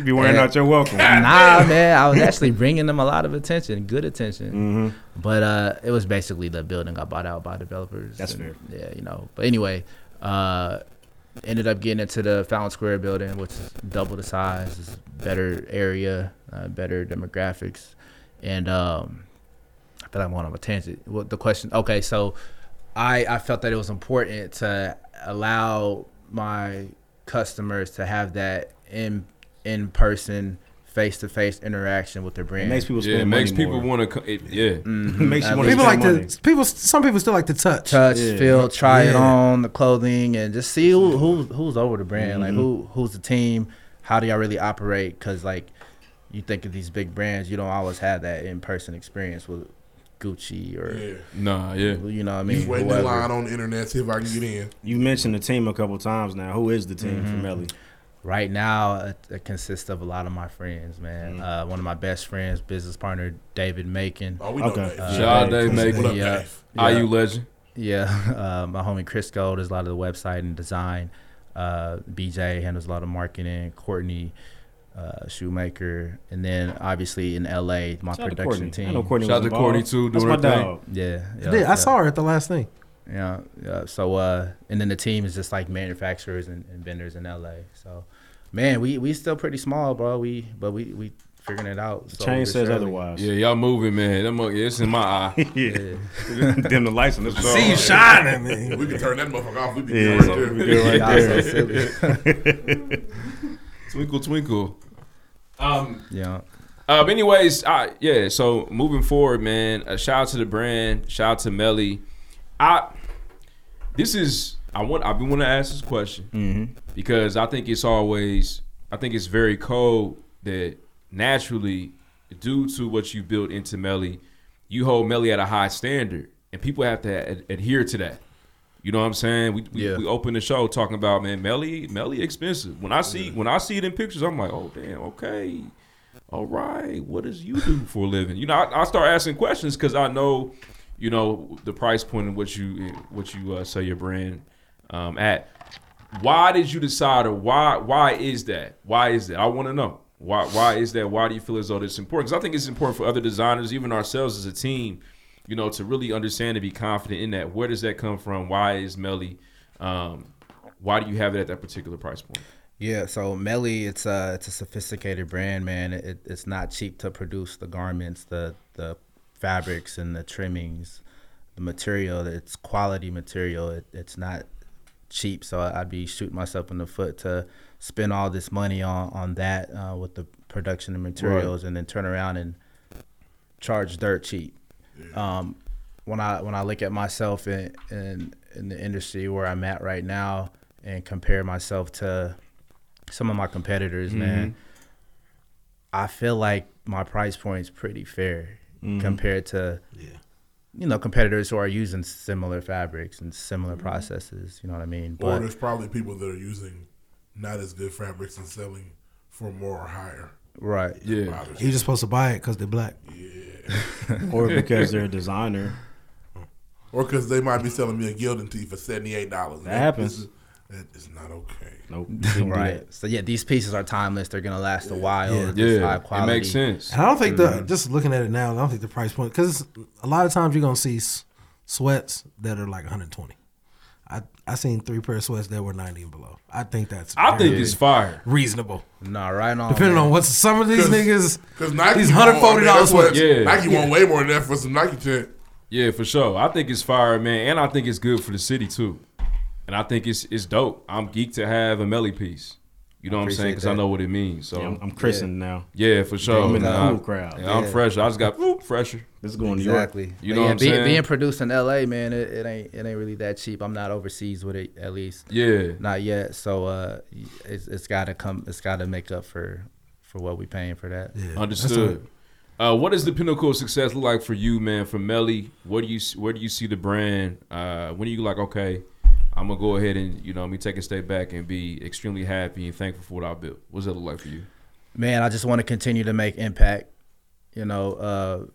Speaker 4: be wearing
Speaker 1: Yeah.
Speaker 4: out your welcome.
Speaker 1: Nah, man, I was actually bringing them a lot of attention, good attention. But uh, it was basically the building got bought out by developers.
Speaker 4: That's
Speaker 1: and- Yeah, you know. But anyway, uh, ended up getting into the Fountain Square building, which is double the size, is better area, uh, better demographics, and um, I feel like I'm going on a tangent. Well, the question, okay, so I I felt that it was important to allow my customers to have that in in person, face to face interaction with their brand.
Speaker 5: yeah, it makes people want to. It, yeah,
Speaker 1: Mm. Makes you wanna
Speaker 15: people
Speaker 1: spend
Speaker 15: like
Speaker 1: money.
Speaker 15: to people. Some people still like to touch,
Speaker 1: touch, feel, try it
Speaker 15: Yeah.
Speaker 1: on the clothing, and just see who, who who's over the brand, like who who's the team, how do y'all really operate? Because like you think of these big brands, you don't always have that in person experience with Gucci or
Speaker 2: Yeah.
Speaker 5: Nah, yeah.
Speaker 1: you know what I mean.
Speaker 2: He's waiting in
Speaker 1: whoever.
Speaker 2: line on the internet see if I can get in.
Speaker 4: You mentioned the team a couple times now. Who is the team for
Speaker 1: Mhm.
Speaker 4: Melly?
Speaker 1: Right now, it, it consists of a lot of my friends, man. Uh, one of my best friends, business partner, David Macon.
Speaker 2: Oh, we know Okay. Dave.
Speaker 1: Uh,
Speaker 5: Shout out Dave Macon. What up,
Speaker 1: Yeah.
Speaker 5: Dave? IU legend.
Speaker 1: Yeah. Uh, my homie Chris Gold does a lot of the website and design. Uh, BJ handles a lot of marketing. Courtney uh, Shoemaker. And then, obviously, in LA, my
Speaker 4: Shout out to
Speaker 1: production
Speaker 4: Courtney. I
Speaker 1: team.
Speaker 4: know Courtney Shout was out to involved. Courtney, too, That's doing my her thing. dog.
Speaker 1: Yeah.
Speaker 15: I did. I saw her at the last thing.
Speaker 1: Yeah, yeah. So, uh, and then the team is just like manufacturers and, and vendors in LA. So, man, we we still pretty small, bro. We but we we figuring it out. So
Speaker 4: chain
Speaker 1: we're
Speaker 4: says
Speaker 1: surely-
Speaker 4: otherwise.
Speaker 5: Yeah, y'all moving, man. That mug, yeah, it's in my eye.
Speaker 4: yeah. Dim the lights on this
Speaker 5: wall.
Speaker 4: See you
Speaker 2: shining, man. We can turn that motherfucker off. We be
Speaker 4: Yeah,
Speaker 2: good right there.
Speaker 4: we good right there.
Speaker 5: twinkle, twinkle. Um.
Speaker 1: Yeah.
Speaker 5: Uh, but anyways, I, yeah. So moving forward, man. A shout out to the brand. Shout out to Melly. I. This is I want. I've been want to ask this question because I think it's always. I think it's very cold that naturally, due to what you built into Melly, you hold Melly at a high standard, and people have to ad- adhere to that. You know what I'm saying? We we,
Speaker 1: Yeah.
Speaker 5: we opened the show talking about man, Melly Melly expensive. When I see when I see it in pictures, I'm like, oh damn, okay, all right. What does you do for a living? You know, I, I start asking questions because I know, you know, the price point and what you what you uh, sell your brand um, at. Why did you decide, or why why is that? Why is that? I want to know. Why why is that? Why do you feel as though it's important? Because I think it's important for other designers, even ourselves as a team, you know, to really understand and be confident in that. Where does that come from? Why is Melly? Um, why do you have it at that particular price point?
Speaker 1: Yeah, so Melly, it's a it's a sophisticated brand, man. It, it's not cheap to produce the garments, the the fabrics and the trimmings, the material. It's quality material. It, it's not cheap, so I'd be shooting myself in the foot to spend all this money on on that uh, with the production and materials, and then turn around and charge dirt cheap. Um, when I when I look at myself in, in in the industry where I'm at right now and compare myself to some of my competitors, man, I feel like my price point's pretty fair
Speaker 21: Mhm.
Speaker 1: compared to you know competitors who are using similar fabrics and similar processes. You know what I mean?
Speaker 2: Or
Speaker 1: But
Speaker 2: there's probably people that are using not as good fabrics and selling for more or higher.
Speaker 1: right,
Speaker 5: yeah,
Speaker 15: You're just supposed to buy it because they're black.
Speaker 4: or because they're a designer.
Speaker 2: Or because they might be selling me a Gildan tee for seventy eight dollars.
Speaker 1: That happens.
Speaker 2: That is not okay.
Speaker 4: Nope.
Speaker 1: right. So yeah, these pieces are timeless. They're gonna last a while.
Speaker 15: Yeah.
Speaker 1: It's
Speaker 5: Yeah,
Speaker 1: high
Speaker 5: it makes
Speaker 1: quality.
Speaker 5: sense.
Speaker 15: And I don't think the just looking at it now, I don't think the price point because a lot of times you're gonna see s- sweats that are like 120. I I seen three pair of sweats that were 90 and below. I think that's
Speaker 5: I think
Speaker 15: very
Speaker 5: it's fire.
Speaker 15: reasonable.
Speaker 1: Nah, right on.
Speaker 15: Depending
Speaker 1: man.
Speaker 15: on what's some of these niggas,
Speaker 2: Because Nike,
Speaker 15: these 140 dollars
Speaker 2: dollars.
Speaker 15: sweats.
Speaker 5: Yeah.
Speaker 2: Nike want way more than that for some Nike shit.
Speaker 5: Yeah, for sure. I think it's fire, man, and I think it's good for the city too. And I think it's it's dope. I'm geeked to have a Melly piece. You know what I'm saying?
Speaker 4: Appreciate
Speaker 5: Because I
Speaker 4: that.
Speaker 5: know what it means. So
Speaker 4: Yeah, I'm- I'm christened Yeah. now.
Speaker 5: Yeah, for sure.
Speaker 4: I'm in the
Speaker 5: Oh, Nah,
Speaker 4: cool crowd.
Speaker 5: yeah, I'm
Speaker 4: Yeah.
Speaker 5: fresh. I just got whoop, fresher.
Speaker 4: This is going to York.
Speaker 1: Exactly. But
Speaker 5: You know
Speaker 1: yeah,
Speaker 5: what I'm
Speaker 1: being,
Speaker 5: saying?
Speaker 1: being produced in LA, man, it, it ain't it ain't really that cheap. I'm not overseas with it at least.
Speaker 5: Yeah.
Speaker 1: Not yet. So uh, it's, it's gotta come. It's gotta make up for for what we paying for that.
Speaker 5: Understood. Uh, what does the pinnacle of success look like for you, man? For Melly, what do you where do you see the brand? Uh, when are you like, okay, I'm gonna go ahead and you know me take a step back and be extremely happy and thankful for what I built. What does that look like for you?
Speaker 1: man, I just want to continue to make impact. You know, uh,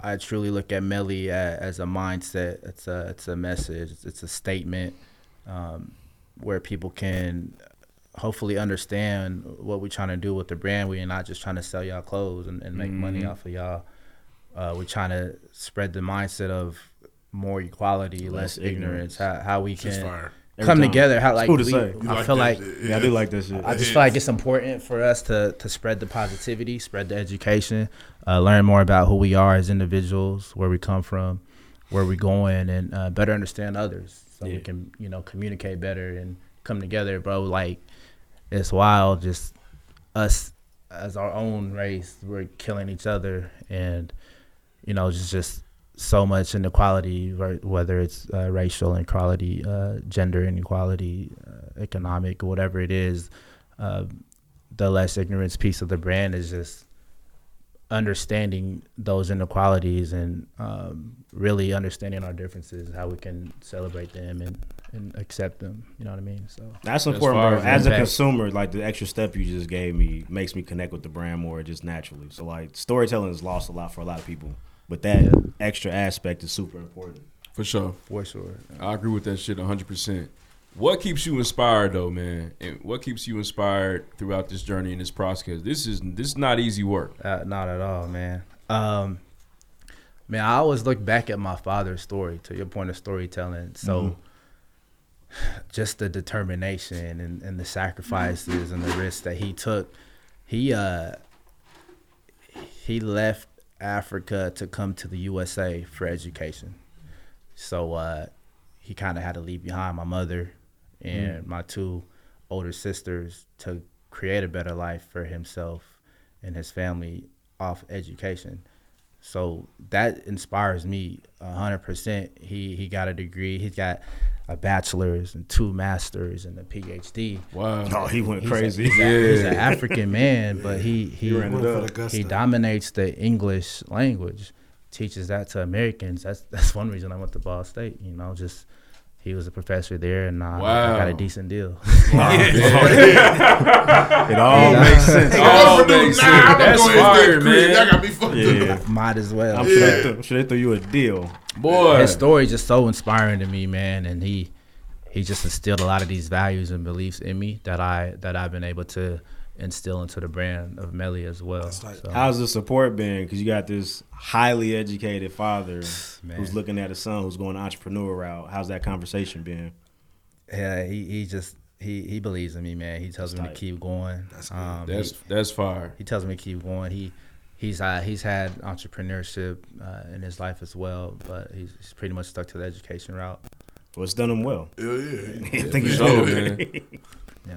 Speaker 1: I truly look at Melly as, as a mindset. It's a it's a message. It's a statement um, where people can hopefully understand what we're trying to do with the brand. We're not just trying to sell y'all clothes and, and make money
Speaker 4: Mm-hmm.
Speaker 21: Mhm.
Speaker 1: off of y'all. Uh, we're trying to spread the mindset of more equality, less,
Speaker 4: Less
Speaker 1: ignorance.
Speaker 4: ignorance.
Speaker 1: How, how we
Speaker 4: Shit's
Speaker 1: can
Speaker 4: fire. Every
Speaker 1: come
Speaker 4: time.
Speaker 1: together. How
Speaker 4: It's
Speaker 1: like
Speaker 4: cool to
Speaker 1: we-
Speaker 4: say. You
Speaker 1: I
Speaker 4: like
Speaker 1: feel
Speaker 4: that
Speaker 1: like
Speaker 4: shit. Yeah, I do like that shit.
Speaker 1: I
Speaker 4: It
Speaker 1: just feel like
Speaker 4: is.
Speaker 1: it's important for us to to spread the positivity, spread the education, uh, learn more about who we are as individuals, where we come from, where we're going, and uh, better understand others, so we can you know communicate better and come together, bro. Like it's wild, just us as our own race, we're killing each other, and you know just just so much inequality, right, whether it's uh, racial inequality, uh, gender inequality, uh, economic, whatever it is. Uh, the less ignorance piece of the brand is just understanding those inequalities and um, really understanding our differences, how we can celebrate them and, and accept them. You know what I mean? So
Speaker 4: That's important, bro. As a consumer, like the extra step you just gave me makes me connect with the brand more just naturally. So like storytelling is lost a lot for a lot of people, but that extra aspect is super important.
Speaker 5: For sure.
Speaker 1: For sure.
Speaker 5: I agree with that shit 100%. What keeps you inspired though, man? And what keeps you inspired throughout this journey and this process? This is this is not easy work.
Speaker 1: Uh, not at all, man. Um, man, I always look back at my father's story. To your point of storytelling, so
Speaker 21: Mhm.
Speaker 1: just the determination and, and the sacrifices and the risks that he took, he uh, he left Africa to come to the USA for education. So uh, he kind of had to leave behind my mother and my two older sisters to create a better life for himself and his family off education. So that inspires me a hundred percent. He he got a degree. He's got a bachelor's and two masters and a PhD.
Speaker 5: Wow!
Speaker 4: Oh, he went
Speaker 1: He's a-
Speaker 4: crazy.
Speaker 1: he's, a- he's an
Speaker 4: Yeah.
Speaker 1: African man, but he he
Speaker 4: He ran it Went for up. the
Speaker 1: he,
Speaker 4: gusto.
Speaker 1: dominates the English language. Teaches that to Americans. That's that's one reason I went to Ball State. You know, just he was a professor there, and I, I got
Speaker 5: Wow.
Speaker 1: a decent deal.
Speaker 5: Wow. Yeah. It all makes
Speaker 4: Oh,
Speaker 5: sense. It all Nah, makes I'm sense. gonna That's go in fire, third grade. man. That got me fucked
Speaker 4: Yeah.
Speaker 5: up.
Speaker 1: Might as well.
Speaker 4: I'm sure, they threw, I'm sure they threw you a deal.
Speaker 5: Boy.
Speaker 1: his story is just so inspiring to me, man. And he he just instilled a lot of these values and beliefs in me that I that I've been able to instill into the brand of Melly as well. So-
Speaker 4: How's the support been? Because you got this highly educated father who's looking at his son who's going the entrepreneur route. How's that conversation been?
Speaker 1: Yeah, he, he just he he believes in me, man. He tells
Speaker 4: That's
Speaker 1: me
Speaker 4: tight.
Speaker 1: to keep going. That's um,
Speaker 5: That's- that's fire.
Speaker 1: He tells me to keep going. He he's uh, he's had entrepreneurship uh, in his life as well, but he's, he's pretty much stuck to the education route.
Speaker 4: Well, it's done him well.
Speaker 1: Yeah,
Speaker 4: I think he's done it, man.
Speaker 1: Yeah.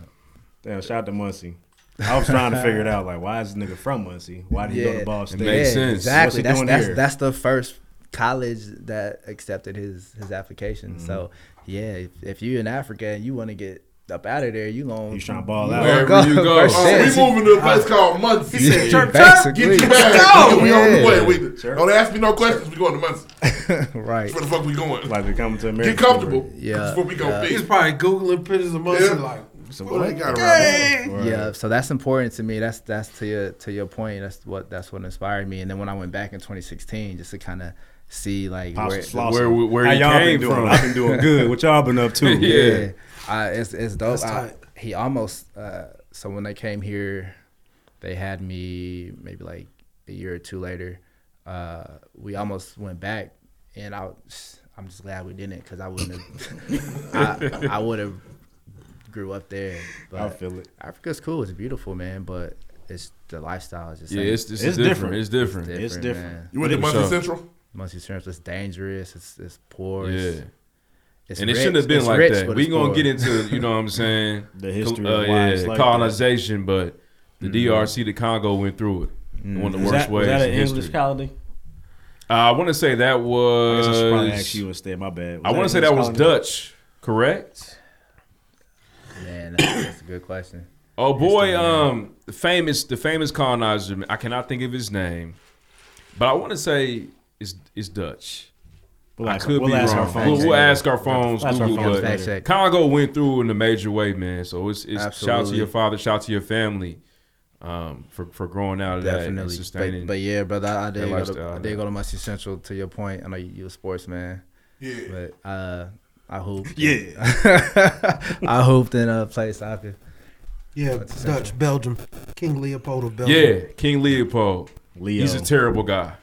Speaker 4: Damn, shout out to Muncie. I was trying to figure it out. Like, why is this nigga from Muncie? Why did he go to Ball State? What's
Speaker 1: Exactly.
Speaker 4: he
Speaker 1: That's
Speaker 4: doing
Speaker 1: that's,
Speaker 4: here?
Speaker 1: that's the first college that accepted his his application.
Speaker 4: Mm-hmm.
Speaker 1: So yeah, if, if you in Africa and you want to get up out of there, you gonna you
Speaker 4: trying to ball out.
Speaker 1: gonna
Speaker 4: Wherever you go.
Speaker 1: first
Speaker 4: Oh,
Speaker 1: chance.
Speaker 4: we moving to a
Speaker 2: place called Muncie.
Speaker 1: Yeah,
Speaker 2: He said,
Speaker 1: basically.
Speaker 2: Get you back.
Speaker 1: Go.
Speaker 2: We on the way. We,
Speaker 1: Sure.
Speaker 2: Don't ask me no questions. We going to Muncie.
Speaker 1: right.
Speaker 2: Where the fuck we going?
Speaker 4: Like we coming to
Speaker 2: Get comfortable.
Speaker 1: Yeah.
Speaker 2: Before we go
Speaker 1: yeah.
Speaker 2: big.
Speaker 1: He's
Speaker 15: probably googling pictures of Muncie like,
Speaker 2: what they got around?
Speaker 15: Dang.
Speaker 2: here?
Speaker 1: Yeah, so that's important to me. That's that's to your to your point. That's what that's what inspired me. And then when I went back in 2016, just to kind of see like
Speaker 4: Pops
Speaker 1: where
Speaker 4: and Floss.
Speaker 1: where, where,
Speaker 4: How
Speaker 1: you
Speaker 4: y'all
Speaker 1: came
Speaker 4: been doing?
Speaker 1: from.
Speaker 4: I've been doing good. What y'all been up to?
Speaker 1: yeah,
Speaker 4: Yeah.
Speaker 1: I, it's it's dope.
Speaker 4: That's
Speaker 1: I,
Speaker 4: tight.
Speaker 1: he almost uh, so when they came here, they had me maybe like a year or two later. Uh, we almost went back, and I was- I'm just glad we didn't because I wouldn't have I, I would have grew up there. But
Speaker 4: I feel it.
Speaker 1: Africa's cool. It's beautiful, man. But it's the lifestyle is just
Speaker 5: Yeah,
Speaker 1: ain't-
Speaker 5: it's- it's It's different. different. It's different. It's different. You went to Muncie So- Central?
Speaker 1: Muncie Central. It's dangerous. It's it's poor.
Speaker 5: Yeah.
Speaker 1: It's,
Speaker 5: and it
Speaker 1: rich,
Speaker 5: shouldn't have been
Speaker 1: it's
Speaker 5: like
Speaker 1: rich,
Speaker 5: that.
Speaker 1: but
Speaker 5: We
Speaker 1: it's
Speaker 5: gonna
Speaker 1: poor.
Speaker 5: get into you know what I'm saying
Speaker 4: The history
Speaker 5: uh,
Speaker 4: of why it's like that.
Speaker 5: colonization, but the
Speaker 4: Mhm.
Speaker 5: DRC, the Congo went through it. in One of the
Speaker 4: Was
Speaker 5: worst
Speaker 4: Mm-hmm. that- was
Speaker 5: ways
Speaker 4: that
Speaker 5: in
Speaker 4: an English
Speaker 5: history.
Speaker 4: colony?
Speaker 5: Uh, I want to say that
Speaker 4: I
Speaker 5: was.
Speaker 4: guess I should probably ask you instead. My bad. Was
Speaker 5: I
Speaker 4: that
Speaker 5: want to
Speaker 4: an
Speaker 5: say that
Speaker 4: English
Speaker 5: was
Speaker 4: colony?
Speaker 5: Dutch, correct?
Speaker 1: Man, that's, that's a good question.
Speaker 5: Oh boy, um, the famous the famous colonizer. I cannot think of his name, but I want to say it's it's Dutch.
Speaker 4: We'll
Speaker 5: I
Speaker 4: ask-
Speaker 5: could
Speaker 4: we'll
Speaker 5: be
Speaker 4: ask
Speaker 5: wrong.
Speaker 4: our phones
Speaker 5: We'll, we'll
Speaker 4: later.
Speaker 5: ask our phones.
Speaker 4: Ask our
Speaker 5: Google,
Speaker 4: phones
Speaker 5: but
Speaker 4: later. Fact check.
Speaker 5: Congo went through in a major way, man. So it's, it's shout out to
Speaker 1: Absolutely.
Speaker 5: your father, shout out to your family, um, for for growing out of that and
Speaker 1: Definitely,
Speaker 5: sustaining.
Speaker 1: but, but yeah, brother, I did
Speaker 5: that
Speaker 1: go to,
Speaker 5: lifestyle,
Speaker 1: I
Speaker 5: man.
Speaker 1: did go to Muncie Central. To your point, I know you, you a sports man.
Speaker 2: Yeah.
Speaker 1: But uh, I hooped.
Speaker 2: Yeah.
Speaker 1: I hooped and uh, played soccer.
Speaker 12: Yeah,
Speaker 1: That's essential.
Speaker 12: Dutch, Belgium, King Leopold of Belgium.
Speaker 5: Yeah, King Leopold.
Speaker 4: Leo.
Speaker 5: He's a terrible guy,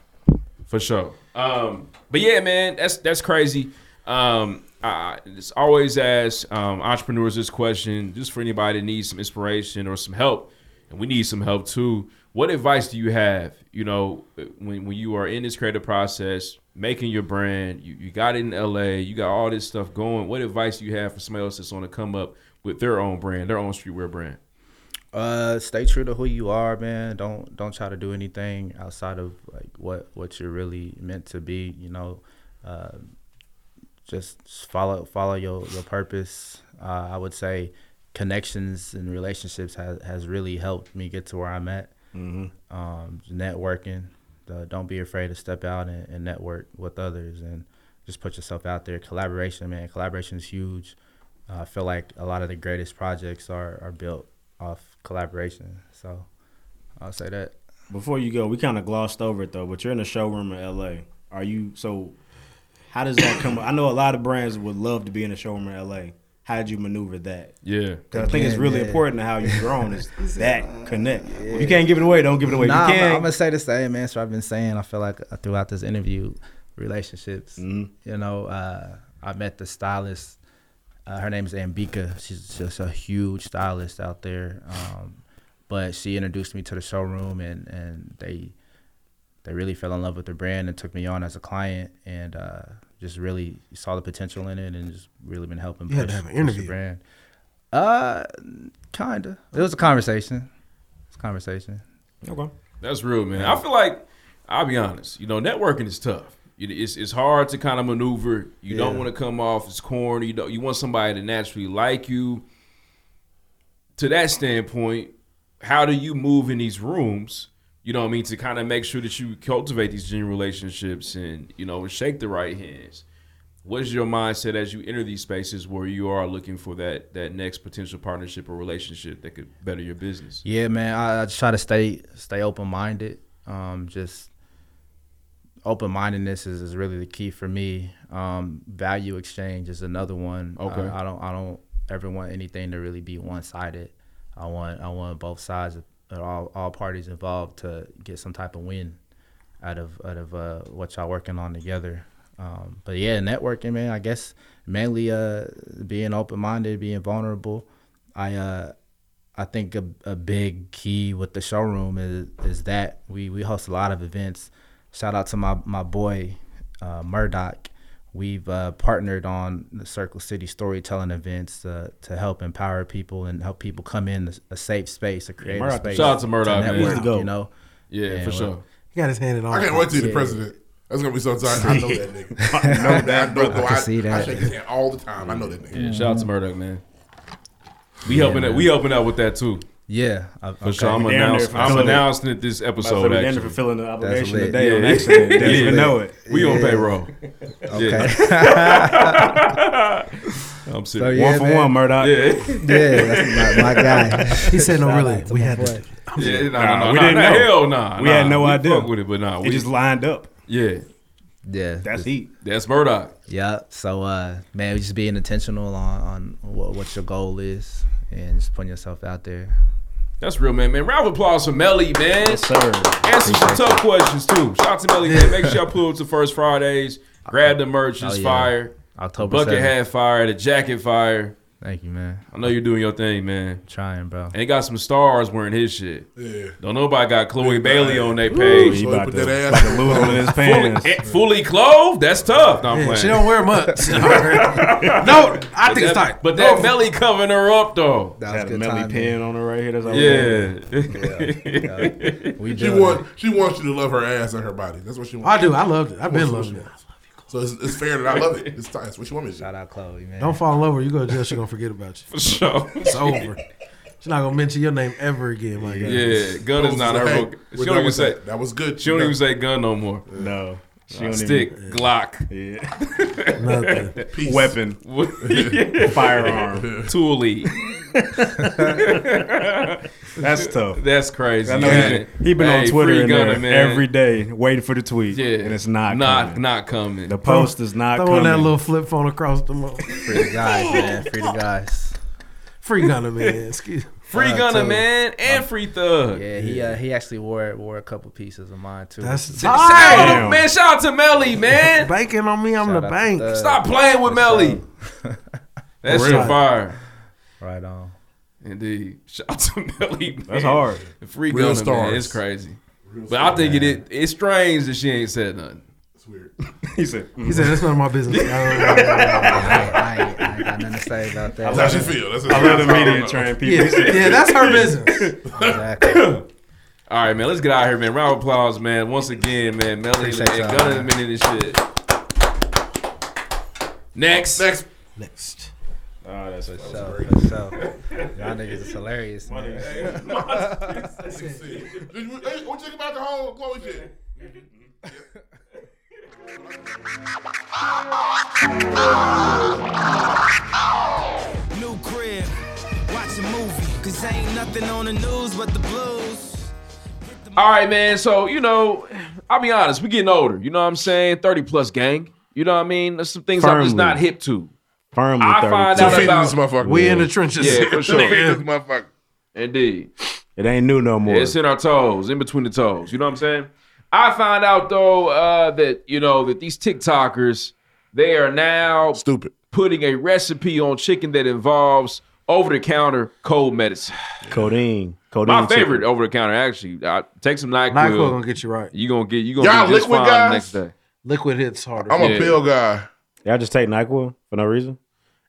Speaker 5: for sure. Um, but yeah, man, that's that's crazy. Um, I it's always ask um, entrepreneurs this question, just for anybody that needs some inspiration or some help, and we need some help too. What advice do you have? You know, when when you are in this creative process, making your brand, you, you got it in LA, you got all this stuff going. What advice do you have for somebody else that's on to come up with their own brand, their own streetwear brand?
Speaker 1: Uh, stay true to who you are, man. Don't don't try to do anything outside of like what what you're really meant to be. You know, uh, just follow follow your your purpose. Uh, I would say connections and relationships has has really helped me get to where I'm at. Mm-hmm. Um, networking. Uh, don't be afraid to step out and, and network with others and just put yourself out there. Collaboration, man. Collaboration is huge. Uh, I feel like a lot of the greatest projects are, are built off collaboration. So I'll say that.
Speaker 4: Before you go, we kind of glossed over it though, but you're in a showroom in LA. Are you so? How does that come? I know a lot of brands would love to be in a showroom in LA. How did you maneuver that?
Speaker 5: Yeah,
Speaker 4: 'Cause I think it's
Speaker 1: Again,
Speaker 4: really
Speaker 1: yeah. uh,
Speaker 4: important to how you've grown is that connect. If you can't give it away, don't give it away. If
Speaker 1: Nah,
Speaker 4: you
Speaker 1: I'm,
Speaker 4: can.
Speaker 1: I'm gonna say the same, man. So I've been saying, I feel like uh, throughout this interview, relationships.
Speaker 12: Mm-hmm.
Speaker 1: You know, uh, I met the stylist. Uh, her name is Ambika. She's just a huge stylist out there. Um, but she introduced me to the showroom, and and they they really fell in love with the brand and took me on as a client, and uh, just really saw the potential in it, and just really been helping.
Speaker 12: You had to have an
Speaker 1: push the
Speaker 12: interview.
Speaker 1: brand. Uh, kinda. It was a conversation. It's a conversation.
Speaker 4: Okay.
Speaker 5: That's real, man. I feel like I'll be honest. You know, networking is tough. It- It's, it's hard to kind of maneuver. You don't
Speaker 1: Yeah.
Speaker 5: want to come off as corny. You don't, you want somebody to naturally like you. To that standpoint, how do you move in these rooms? You know what I mean? To kind of make sure that you cultivate these genuine relationships and, you know, shake the right hands. What is your mindset as you enter these spaces where you are looking for that that next potential partnership or relationship that could better your business?
Speaker 1: Yeah, man. I, I just try to stay stay open minded. Um, just open mindedness is, is really the key for me. Um, value exchange is another one.
Speaker 5: Okay.
Speaker 1: I, I don't I don't ever want anything to really be one sided. I want I want both sides and all all parties involved to get some type of win out of out of uh, what y'all working on together. Um, but yeah, networking, man. I guess mainly uh, being open minded, being vulnerable. I uh, I think a, a big key with the showroom is is that we we host a lot of events. Shout out to my my boy uh, Murdoch. We've uh, partnered on the Circle City storytelling events uh, to help empower people and help people come in a safe space, a creative
Speaker 5: Murdoch-
Speaker 1: space.
Speaker 5: shout out to Murdoch, man.
Speaker 1: network,
Speaker 5: He's the goat.
Speaker 1: you know. uh,
Speaker 5: Yeah, for
Speaker 1: well,
Speaker 5: sure.
Speaker 22: He got his hand in all.
Speaker 2: I can't wait to be the
Speaker 1: Yeah.
Speaker 2: president. That's gonna be so exciting. I know that nigga.
Speaker 1: I know that,
Speaker 2: I
Speaker 1: bro. I
Speaker 2: know
Speaker 1: can see
Speaker 2: I
Speaker 1: that.
Speaker 2: shake his hand all the time. I know that nigga.
Speaker 5: Yeah, shout out to Murdoch, man. We
Speaker 1: Yeah,
Speaker 5: helping
Speaker 1: man.
Speaker 5: Up, we helping out with that too.
Speaker 1: Yeah, I-
Speaker 5: for
Speaker 1: okay.
Speaker 5: sure. I'm,
Speaker 1: Down there
Speaker 5: announce,
Speaker 1: for
Speaker 5: I'm
Speaker 1: fulfilling-
Speaker 5: announcing it this episode.
Speaker 4: fulfilling- down
Speaker 5: Actually,
Speaker 4: there fulfilling the obligation
Speaker 1: lit.
Speaker 4: today on accident. They
Speaker 5: Yeah.
Speaker 4: don't even know it.
Speaker 5: We on
Speaker 4: Yeah.
Speaker 5: payroll.
Speaker 4: Okay.
Speaker 5: Yeah. I'm serious.
Speaker 1: So, yeah, man.
Speaker 5: Yeah,
Speaker 1: yeah, that's my, my guy.
Speaker 22: He said, "No,
Speaker 1: Shout
Speaker 22: really,
Speaker 1: out to
Speaker 22: we
Speaker 1: my
Speaker 22: had
Speaker 1: boy.
Speaker 22: to."
Speaker 5: Yeah,
Speaker 4: Nah, we
Speaker 5: no, no, no, nah,
Speaker 4: didn't
Speaker 5: nah,
Speaker 4: know.
Speaker 5: Hell nah.
Speaker 4: We had no
Speaker 5: nah.
Speaker 4: idea.
Speaker 5: Fuck with it, but nah,
Speaker 4: It
Speaker 5: we
Speaker 4: just lined up.
Speaker 5: Yeah,
Speaker 1: Yeah,
Speaker 4: That's
Speaker 1: just-
Speaker 4: heat.
Speaker 5: that's Murdoch.
Speaker 1: Yeah. So, uh, man, just being intentional on, on what, what your goal is and just putting yourself out there.
Speaker 5: That's real, man. Man, round of applause for Melly, man. Yes,
Speaker 4: sir.
Speaker 5: Answer some tough questions too. Shout out to Melly, man. Make sure y'all pull up to First Fridays. Grab the merch. It's
Speaker 1: Oh, yeah.
Speaker 5: fire.
Speaker 1: October
Speaker 5: the bucket
Speaker 1: 7th.
Speaker 5: hat fire. The jacket fire.
Speaker 1: Thank you, man.
Speaker 5: I know you're doing your thing, man.
Speaker 1: Trying, bro.
Speaker 5: And he got some stars wearing his shit.
Speaker 2: Yeah.
Speaker 5: Don't nobody got Chloe
Speaker 2: Big
Speaker 5: Bailey
Speaker 2: bag.
Speaker 5: on their
Speaker 2: Ooh,
Speaker 5: page.
Speaker 2: he Chloe about put to- that ass about to in. lose it in his pants.
Speaker 5: Fully, eh, fully clothed? That's tough. No, I'm
Speaker 15: Yeah,
Speaker 5: playing.
Speaker 15: she don't wear much. no, I
Speaker 5: But
Speaker 15: think it's
Speaker 5: that-
Speaker 15: tight.
Speaker 5: But
Speaker 4: Oh.
Speaker 5: that
Speaker 15: No.
Speaker 5: belly covering her up though.
Speaker 1: That
Speaker 4: Had a Melly pin on her right here. That's all
Speaker 5: Yeah.
Speaker 1: We
Speaker 2: She
Speaker 1: doing
Speaker 2: want she wants you to love her ass and her body. That's what she wants.
Speaker 15: I do. I loved it. I've been
Speaker 2: That's what she
Speaker 15: loving it.
Speaker 2: wants. So it's, it's fair that I love it. It's tight. It's what she wants me to.
Speaker 1: Shout out Chloe, man.
Speaker 15: Don't fall in love with her. You go to jail. She gonna forget about you. For
Speaker 5: sure.
Speaker 15: It's over. She's not gonna mention your name ever again, my guy.
Speaker 5: Yeah, gun is not her.
Speaker 2: Hey,
Speaker 5: voc-
Speaker 2: we're done
Speaker 5: she don't even
Speaker 2: with
Speaker 5: say
Speaker 2: that. That was good.
Speaker 5: She don't
Speaker 2: We're
Speaker 5: even
Speaker 2: done.
Speaker 5: say gun no more.
Speaker 4: No. She
Speaker 5: Uh,
Speaker 4: don't even-
Speaker 5: stick Glock.
Speaker 4: Yeah.
Speaker 5: Nothing.
Speaker 2: Peace.
Speaker 4: Weapon. Firearm.
Speaker 5: Tool lead.
Speaker 4: That's tough.
Speaker 5: That's crazy.
Speaker 4: I know
Speaker 5: man.
Speaker 4: he, he been
Speaker 5: Hey,
Speaker 4: on Twitter
Speaker 5: free
Speaker 4: and
Speaker 5: Gunna,
Speaker 4: there
Speaker 5: man.
Speaker 4: every day waiting for the tweet.
Speaker 5: Yeah.
Speaker 4: And it's not
Speaker 5: Not-
Speaker 4: coming.
Speaker 5: not coming.
Speaker 4: The post is not
Speaker 15: Throwing
Speaker 4: coming.
Speaker 15: that little flip phone across the mall.
Speaker 1: Free the guys, man. Free the guys.
Speaker 15: Free Gunner, man. Excuse
Speaker 5: Free
Speaker 1: Uh,
Speaker 5: Gunna,
Speaker 1: too.
Speaker 5: man, and Free Thug.
Speaker 1: Yeah, he uh, he actually wore wore a couple pieces of mine too.
Speaker 15: That's
Speaker 5: Shout
Speaker 15: tight.
Speaker 5: out to- man, shout out to Melly, man.
Speaker 15: Banking on me, I'm
Speaker 1: Shout
Speaker 15: the
Speaker 1: out
Speaker 15: bank.
Speaker 1: to Thug.
Speaker 5: Stop playing with
Speaker 1: For
Speaker 5: Melly.
Speaker 1: sure.
Speaker 5: That's
Speaker 15: For
Speaker 5: real
Speaker 15: real.
Speaker 5: fire.
Speaker 1: right on.
Speaker 5: Indeed. Shout out to Melly. Man.
Speaker 4: That's hard.
Speaker 5: Free
Speaker 2: Real
Speaker 5: Gunna, man.
Speaker 2: stars.
Speaker 5: It's crazy.
Speaker 2: Real
Speaker 5: but I think it, it it's strange that she ain't said nothing.
Speaker 2: It's weird.
Speaker 4: He said, mm.
Speaker 15: He said, that's none of my business.
Speaker 1: I ain't, I ain't got nothing to say about that.
Speaker 2: That's how she feel. That's
Speaker 4: I love the media
Speaker 2: know.
Speaker 4: train people.
Speaker 15: yeah,
Speaker 4: He said,
Speaker 15: yeah, that's her business.
Speaker 1: Exactly.
Speaker 5: All right, man. Let's get out of here, man. Round of applause, man. Once again, man. Melly and
Speaker 1: Appreciate y'all,
Speaker 5: Gunna
Speaker 1: man.
Speaker 5: been in this shit. Next.
Speaker 2: Next.
Speaker 15: Next.
Speaker 4: Oh, that's what
Speaker 1: So, so, y'all niggas is hilarious, man.
Speaker 2: Did you- hey, What you think about the whole Chloe shit?
Speaker 12: New crib, watch a movie, cause ain't nothing on the news but the blues.
Speaker 5: All right, man. So, you know, I'll be honest, we getting older. You know what I'm saying? 30 plus gang. You know what I mean? There's some things I'm just
Speaker 4: Firmly.
Speaker 5: not hip to.
Speaker 4: firmly
Speaker 5: I
Speaker 4: 32.
Speaker 5: find
Speaker 2: Two
Speaker 5: out
Speaker 2: feet in
Speaker 5: about-
Speaker 2: this motherfucker.
Speaker 15: We in the trenches.
Speaker 5: Yeah, for sure.
Speaker 2: Two feet in this motherfucker.
Speaker 5: Indeed.
Speaker 4: It ain't new no more.
Speaker 5: It's in our toes, in between the toes. You know what I'm saying? I found out though uh, that you know that these TikTokers they are now
Speaker 2: Stupid.
Speaker 5: putting a recipe on chicken that involves over the counter cold medicine.
Speaker 4: Codeine. Codeine.
Speaker 5: My
Speaker 4: chicken.
Speaker 5: favorite Oh. over the counter actually. I, take some NyQuil.
Speaker 15: Nyquil gonna get you right.
Speaker 5: You gonna get you gonna
Speaker 2: Y'all
Speaker 5: be just
Speaker 2: liquid
Speaker 5: fine
Speaker 2: guys?
Speaker 5: the next day.
Speaker 15: Liquid hits harder.
Speaker 2: I'm
Speaker 5: Yeah.
Speaker 2: a pill guy.
Speaker 4: Y'all just take NyQuil for no reason?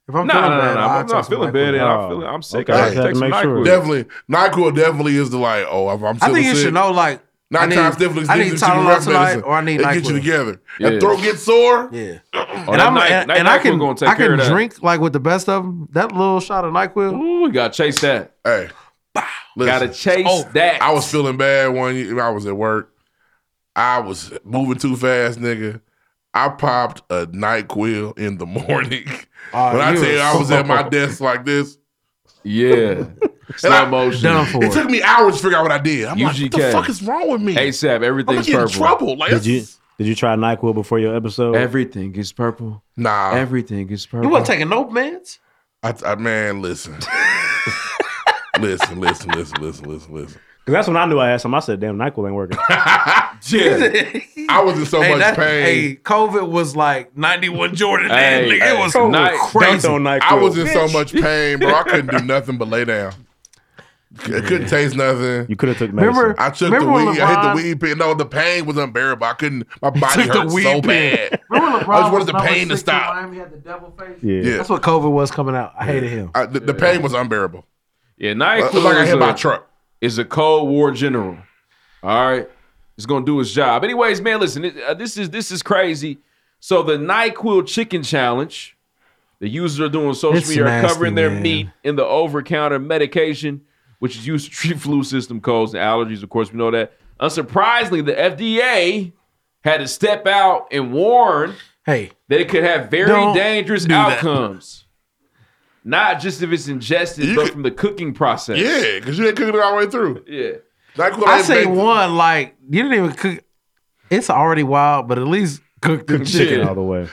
Speaker 15: if I'm
Speaker 5: No,
Speaker 15: feeling
Speaker 5: no, no,
Speaker 15: bad,
Speaker 5: no.
Speaker 15: I'll
Speaker 5: I'm
Speaker 15: take
Speaker 5: not
Speaker 15: some
Speaker 5: feeling
Speaker 15: Nyquil.
Speaker 5: bad. and
Speaker 4: Oh,
Speaker 5: I'm feeling. I'm sick.
Speaker 4: okay.
Speaker 5: I
Speaker 4: I had
Speaker 5: take
Speaker 4: to
Speaker 5: some
Speaker 4: make sure.
Speaker 5: NyQuil.
Speaker 2: Definitely. NyQuil definitely is the like, oh, I'm, I'm
Speaker 15: I think
Speaker 2: feeling
Speaker 15: you
Speaker 2: sick.
Speaker 15: should know, like,
Speaker 2: Nine
Speaker 15: I need,
Speaker 2: times different.
Speaker 15: I need Tylenol tonight, or I need
Speaker 2: It get you
Speaker 15: Nyquil.
Speaker 2: together.
Speaker 5: Yeah.
Speaker 2: That throat gets sore.
Speaker 15: Yeah.
Speaker 5: Oh,
Speaker 15: and
Speaker 5: that
Speaker 15: I'm,
Speaker 5: Ny-
Speaker 15: and,
Speaker 5: that
Speaker 15: and I
Speaker 5: NyQuil
Speaker 15: can,
Speaker 5: gonna take
Speaker 15: I
Speaker 5: care
Speaker 15: can
Speaker 5: of that.
Speaker 15: drink, like, with the best of them. That little shot of NyQuil.
Speaker 5: Ooh, we gotta chase that.
Speaker 2: Hey, listen,
Speaker 5: gotta chase
Speaker 2: Oh,
Speaker 5: that.
Speaker 2: I was feeling bad one year. I was at work. I was moving too fast, nigga. I popped a NyQuil in the morning.
Speaker 15: Ah,
Speaker 2: when I
Speaker 15: you
Speaker 2: tell you
Speaker 15: was
Speaker 2: I was at my
Speaker 15: so-
Speaker 2: desk like this,
Speaker 5: yeah. Slow
Speaker 2: I-
Speaker 5: motion.
Speaker 15: Done for.
Speaker 2: it took me hours to figure out what I did. I'm like, what the
Speaker 5: UGK.
Speaker 2: fuck is wrong with me?
Speaker 5: ASAP.
Speaker 2: I'm gonna
Speaker 5: Everything's
Speaker 2: get in
Speaker 5: purple.
Speaker 2: trouble. Like,
Speaker 4: Did you did you try NyQuil before your episode?
Speaker 5: Everything is purple.
Speaker 2: nah,
Speaker 5: Everything is purple.
Speaker 15: You wasn't taking no meds?
Speaker 2: I, I, man, listen. listen, listen, listen, listen, listen, listen.
Speaker 4: Cause that's when I knew I had some. I said, "Damn, Nyquil ain't working."
Speaker 2: Yeah. I was in so
Speaker 15: Hey,
Speaker 2: much
Speaker 15: that-
Speaker 2: pain.
Speaker 15: Hey, COVID was like 91 Jordan. man. Nigga, it was crazy.
Speaker 2: I was in so much pain, bro. I couldn't do nothing but lay down. I couldn't taste nothing.
Speaker 4: You could have took medicine.
Speaker 2: Remember, I took
Speaker 15: remember
Speaker 2: the
Speaker 15: when
Speaker 2: weed. I
Speaker 15: LeBron-
Speaker 2: hit the weed pin. No, the pain was unbearable. I couldn't. My body
Speaker 15: took the
Speaker 2: hurt
Speaker 15: weed
Speaker 2: so
Speaker 15: pen.
Speaker 2: bad.
Speaker 15: Remember
Speaker 2: I just
Speaker 15: LeBron
Speaker 2: wanted
Speaker 15: was
Speaker 2: the
Speaker 15: number
Speaker 2: pain to
Speaker 15: 60
Speaker 2: stop.
Speaker 4: Yeah.
Speaker 15: That's what COVID was coming out. I hated him.
Speaker 2: I- the, the pain was unbearable.
Speaker 5: Yeah, Nyquil
Speaker 2: It was like I
Speaker 5: is
Speaker 2: hit
Speaker 5: a-
Speaker 2: my truck.
Speaker 5: Is a Cold War general. All right, he's gonna do his job. Anyways, man, listen, it- uh, this is this is crazy. So the Nyquil Chicken Challenge, the users are doing social
Speaker 15: It's
Speaker 5: media are
Speaker 15: nasty,
Speaker 5: covering their
Speaker 15: man.
Speaker 5: meat in the over-counter medication, which is used to treat flu system colds and allergies. Of course, we know that. Unsurprisingly, the FDA had to step out and warn
Speaker 15: hey
Speaker 5: that it could have very
Speaker 15: don't
Speaker 5: dangerous
Speaker 15: do that.
Speaker 5: outcomes. Not just if it's ingested, but from the cooking process.
Speaker 2: Yeah, because you didn't cook it all the way through.
Speaker 5: Yeah.
Speaker 15: I say one like you didn't even cook. It's already wild, but at least cook the chicken.
Speaker 4: all the way.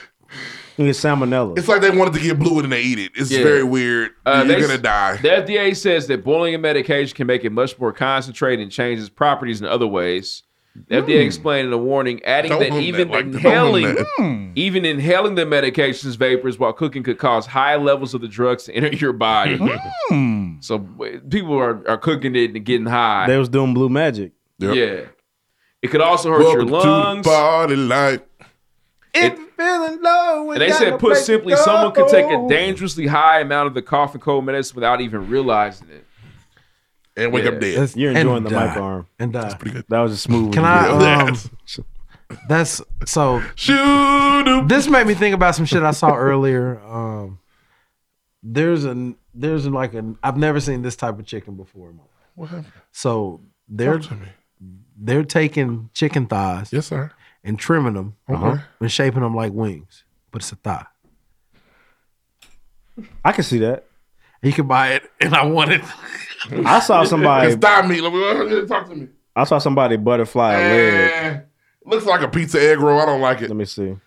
Speaker 4: You get salmonella.
Speaker 2: It's like they wanted to get blue and they eat it. It's
Speaker 5: Yeah.
Speaker 2: very weird.
Speaker 5: Uh,
Speaker 2: You're
Speaker 5: they-
Speaker 2: gonna die.
Speaker 5: The FDA says that boiling a medication can make it much more concentrated and change its properties in other ways. The FDA explained in a warning, adding
Speaker 2: Hmm. Don't
Speaker 5: that
Speaker 2: move
Speaker 5: even
Speaker 2: that, like, don't move
Speaker 5: inhaling, Hmm.
Speaker 2: that.
Speaker 15: Mm.
Speaker 5: even inhaling the medication's vapors while cooking could cause high levels of the drugs to enter your body.
Speaker 2: Hmm.
Speaker 5: So w- people are, are cooking it and getting high.
Speaker 4: They was doing blue magic.
Speaker 5: Yeah, it could also hurt
Speaker 4: Welcome to
Speaker 5: your lungs.
Speaker 2: party life.
Speaker 5: It,
Speaker 15: Feeling low.
Speaker 5: and they said, put simply, someone could take a dangerously high amount of the cough and cold medicine without even realizing it.
Speaker 2: And wake up dead.
Speaker 4: You're enjoying the
Speaker 15: die.
Speaker 4: mic arm.
Speaker 15: uh, And die. That's
Speaker 2: pretty good.
Speaker 4: That was a smooth.
Speaker 15: Can
Speaker 4: one.
Speaker 15: I? Um, that's so. This made me think about some shit I saw earlier. Um, there's an there's like an I've never seen this type of chicken before. In my life.
Speaker 2: What happened?
Speaker 15: So they're
Speaker 2: Talk to me.
Speaker 15: they're taking chicken thighs,
Speaker 2: yes sir,
Speaker 15: and trimming them
Speaker 2: Okay.
Speaker 15: and shaping them like wings, but it's a thigh.
Speaker 4: I can see that.
Speaker 15: You can buy it, and I want it.
Speaker 4: I saw somebody.
Speaker 2: It's thigh meat. Let me- let me- Talk to me.
Speaker 4: I saw somebody butterfly a leg.
Speaker 2: Eh, looks like a pizza egg roll. I don't like it.
Speaker 4: Let me see. Let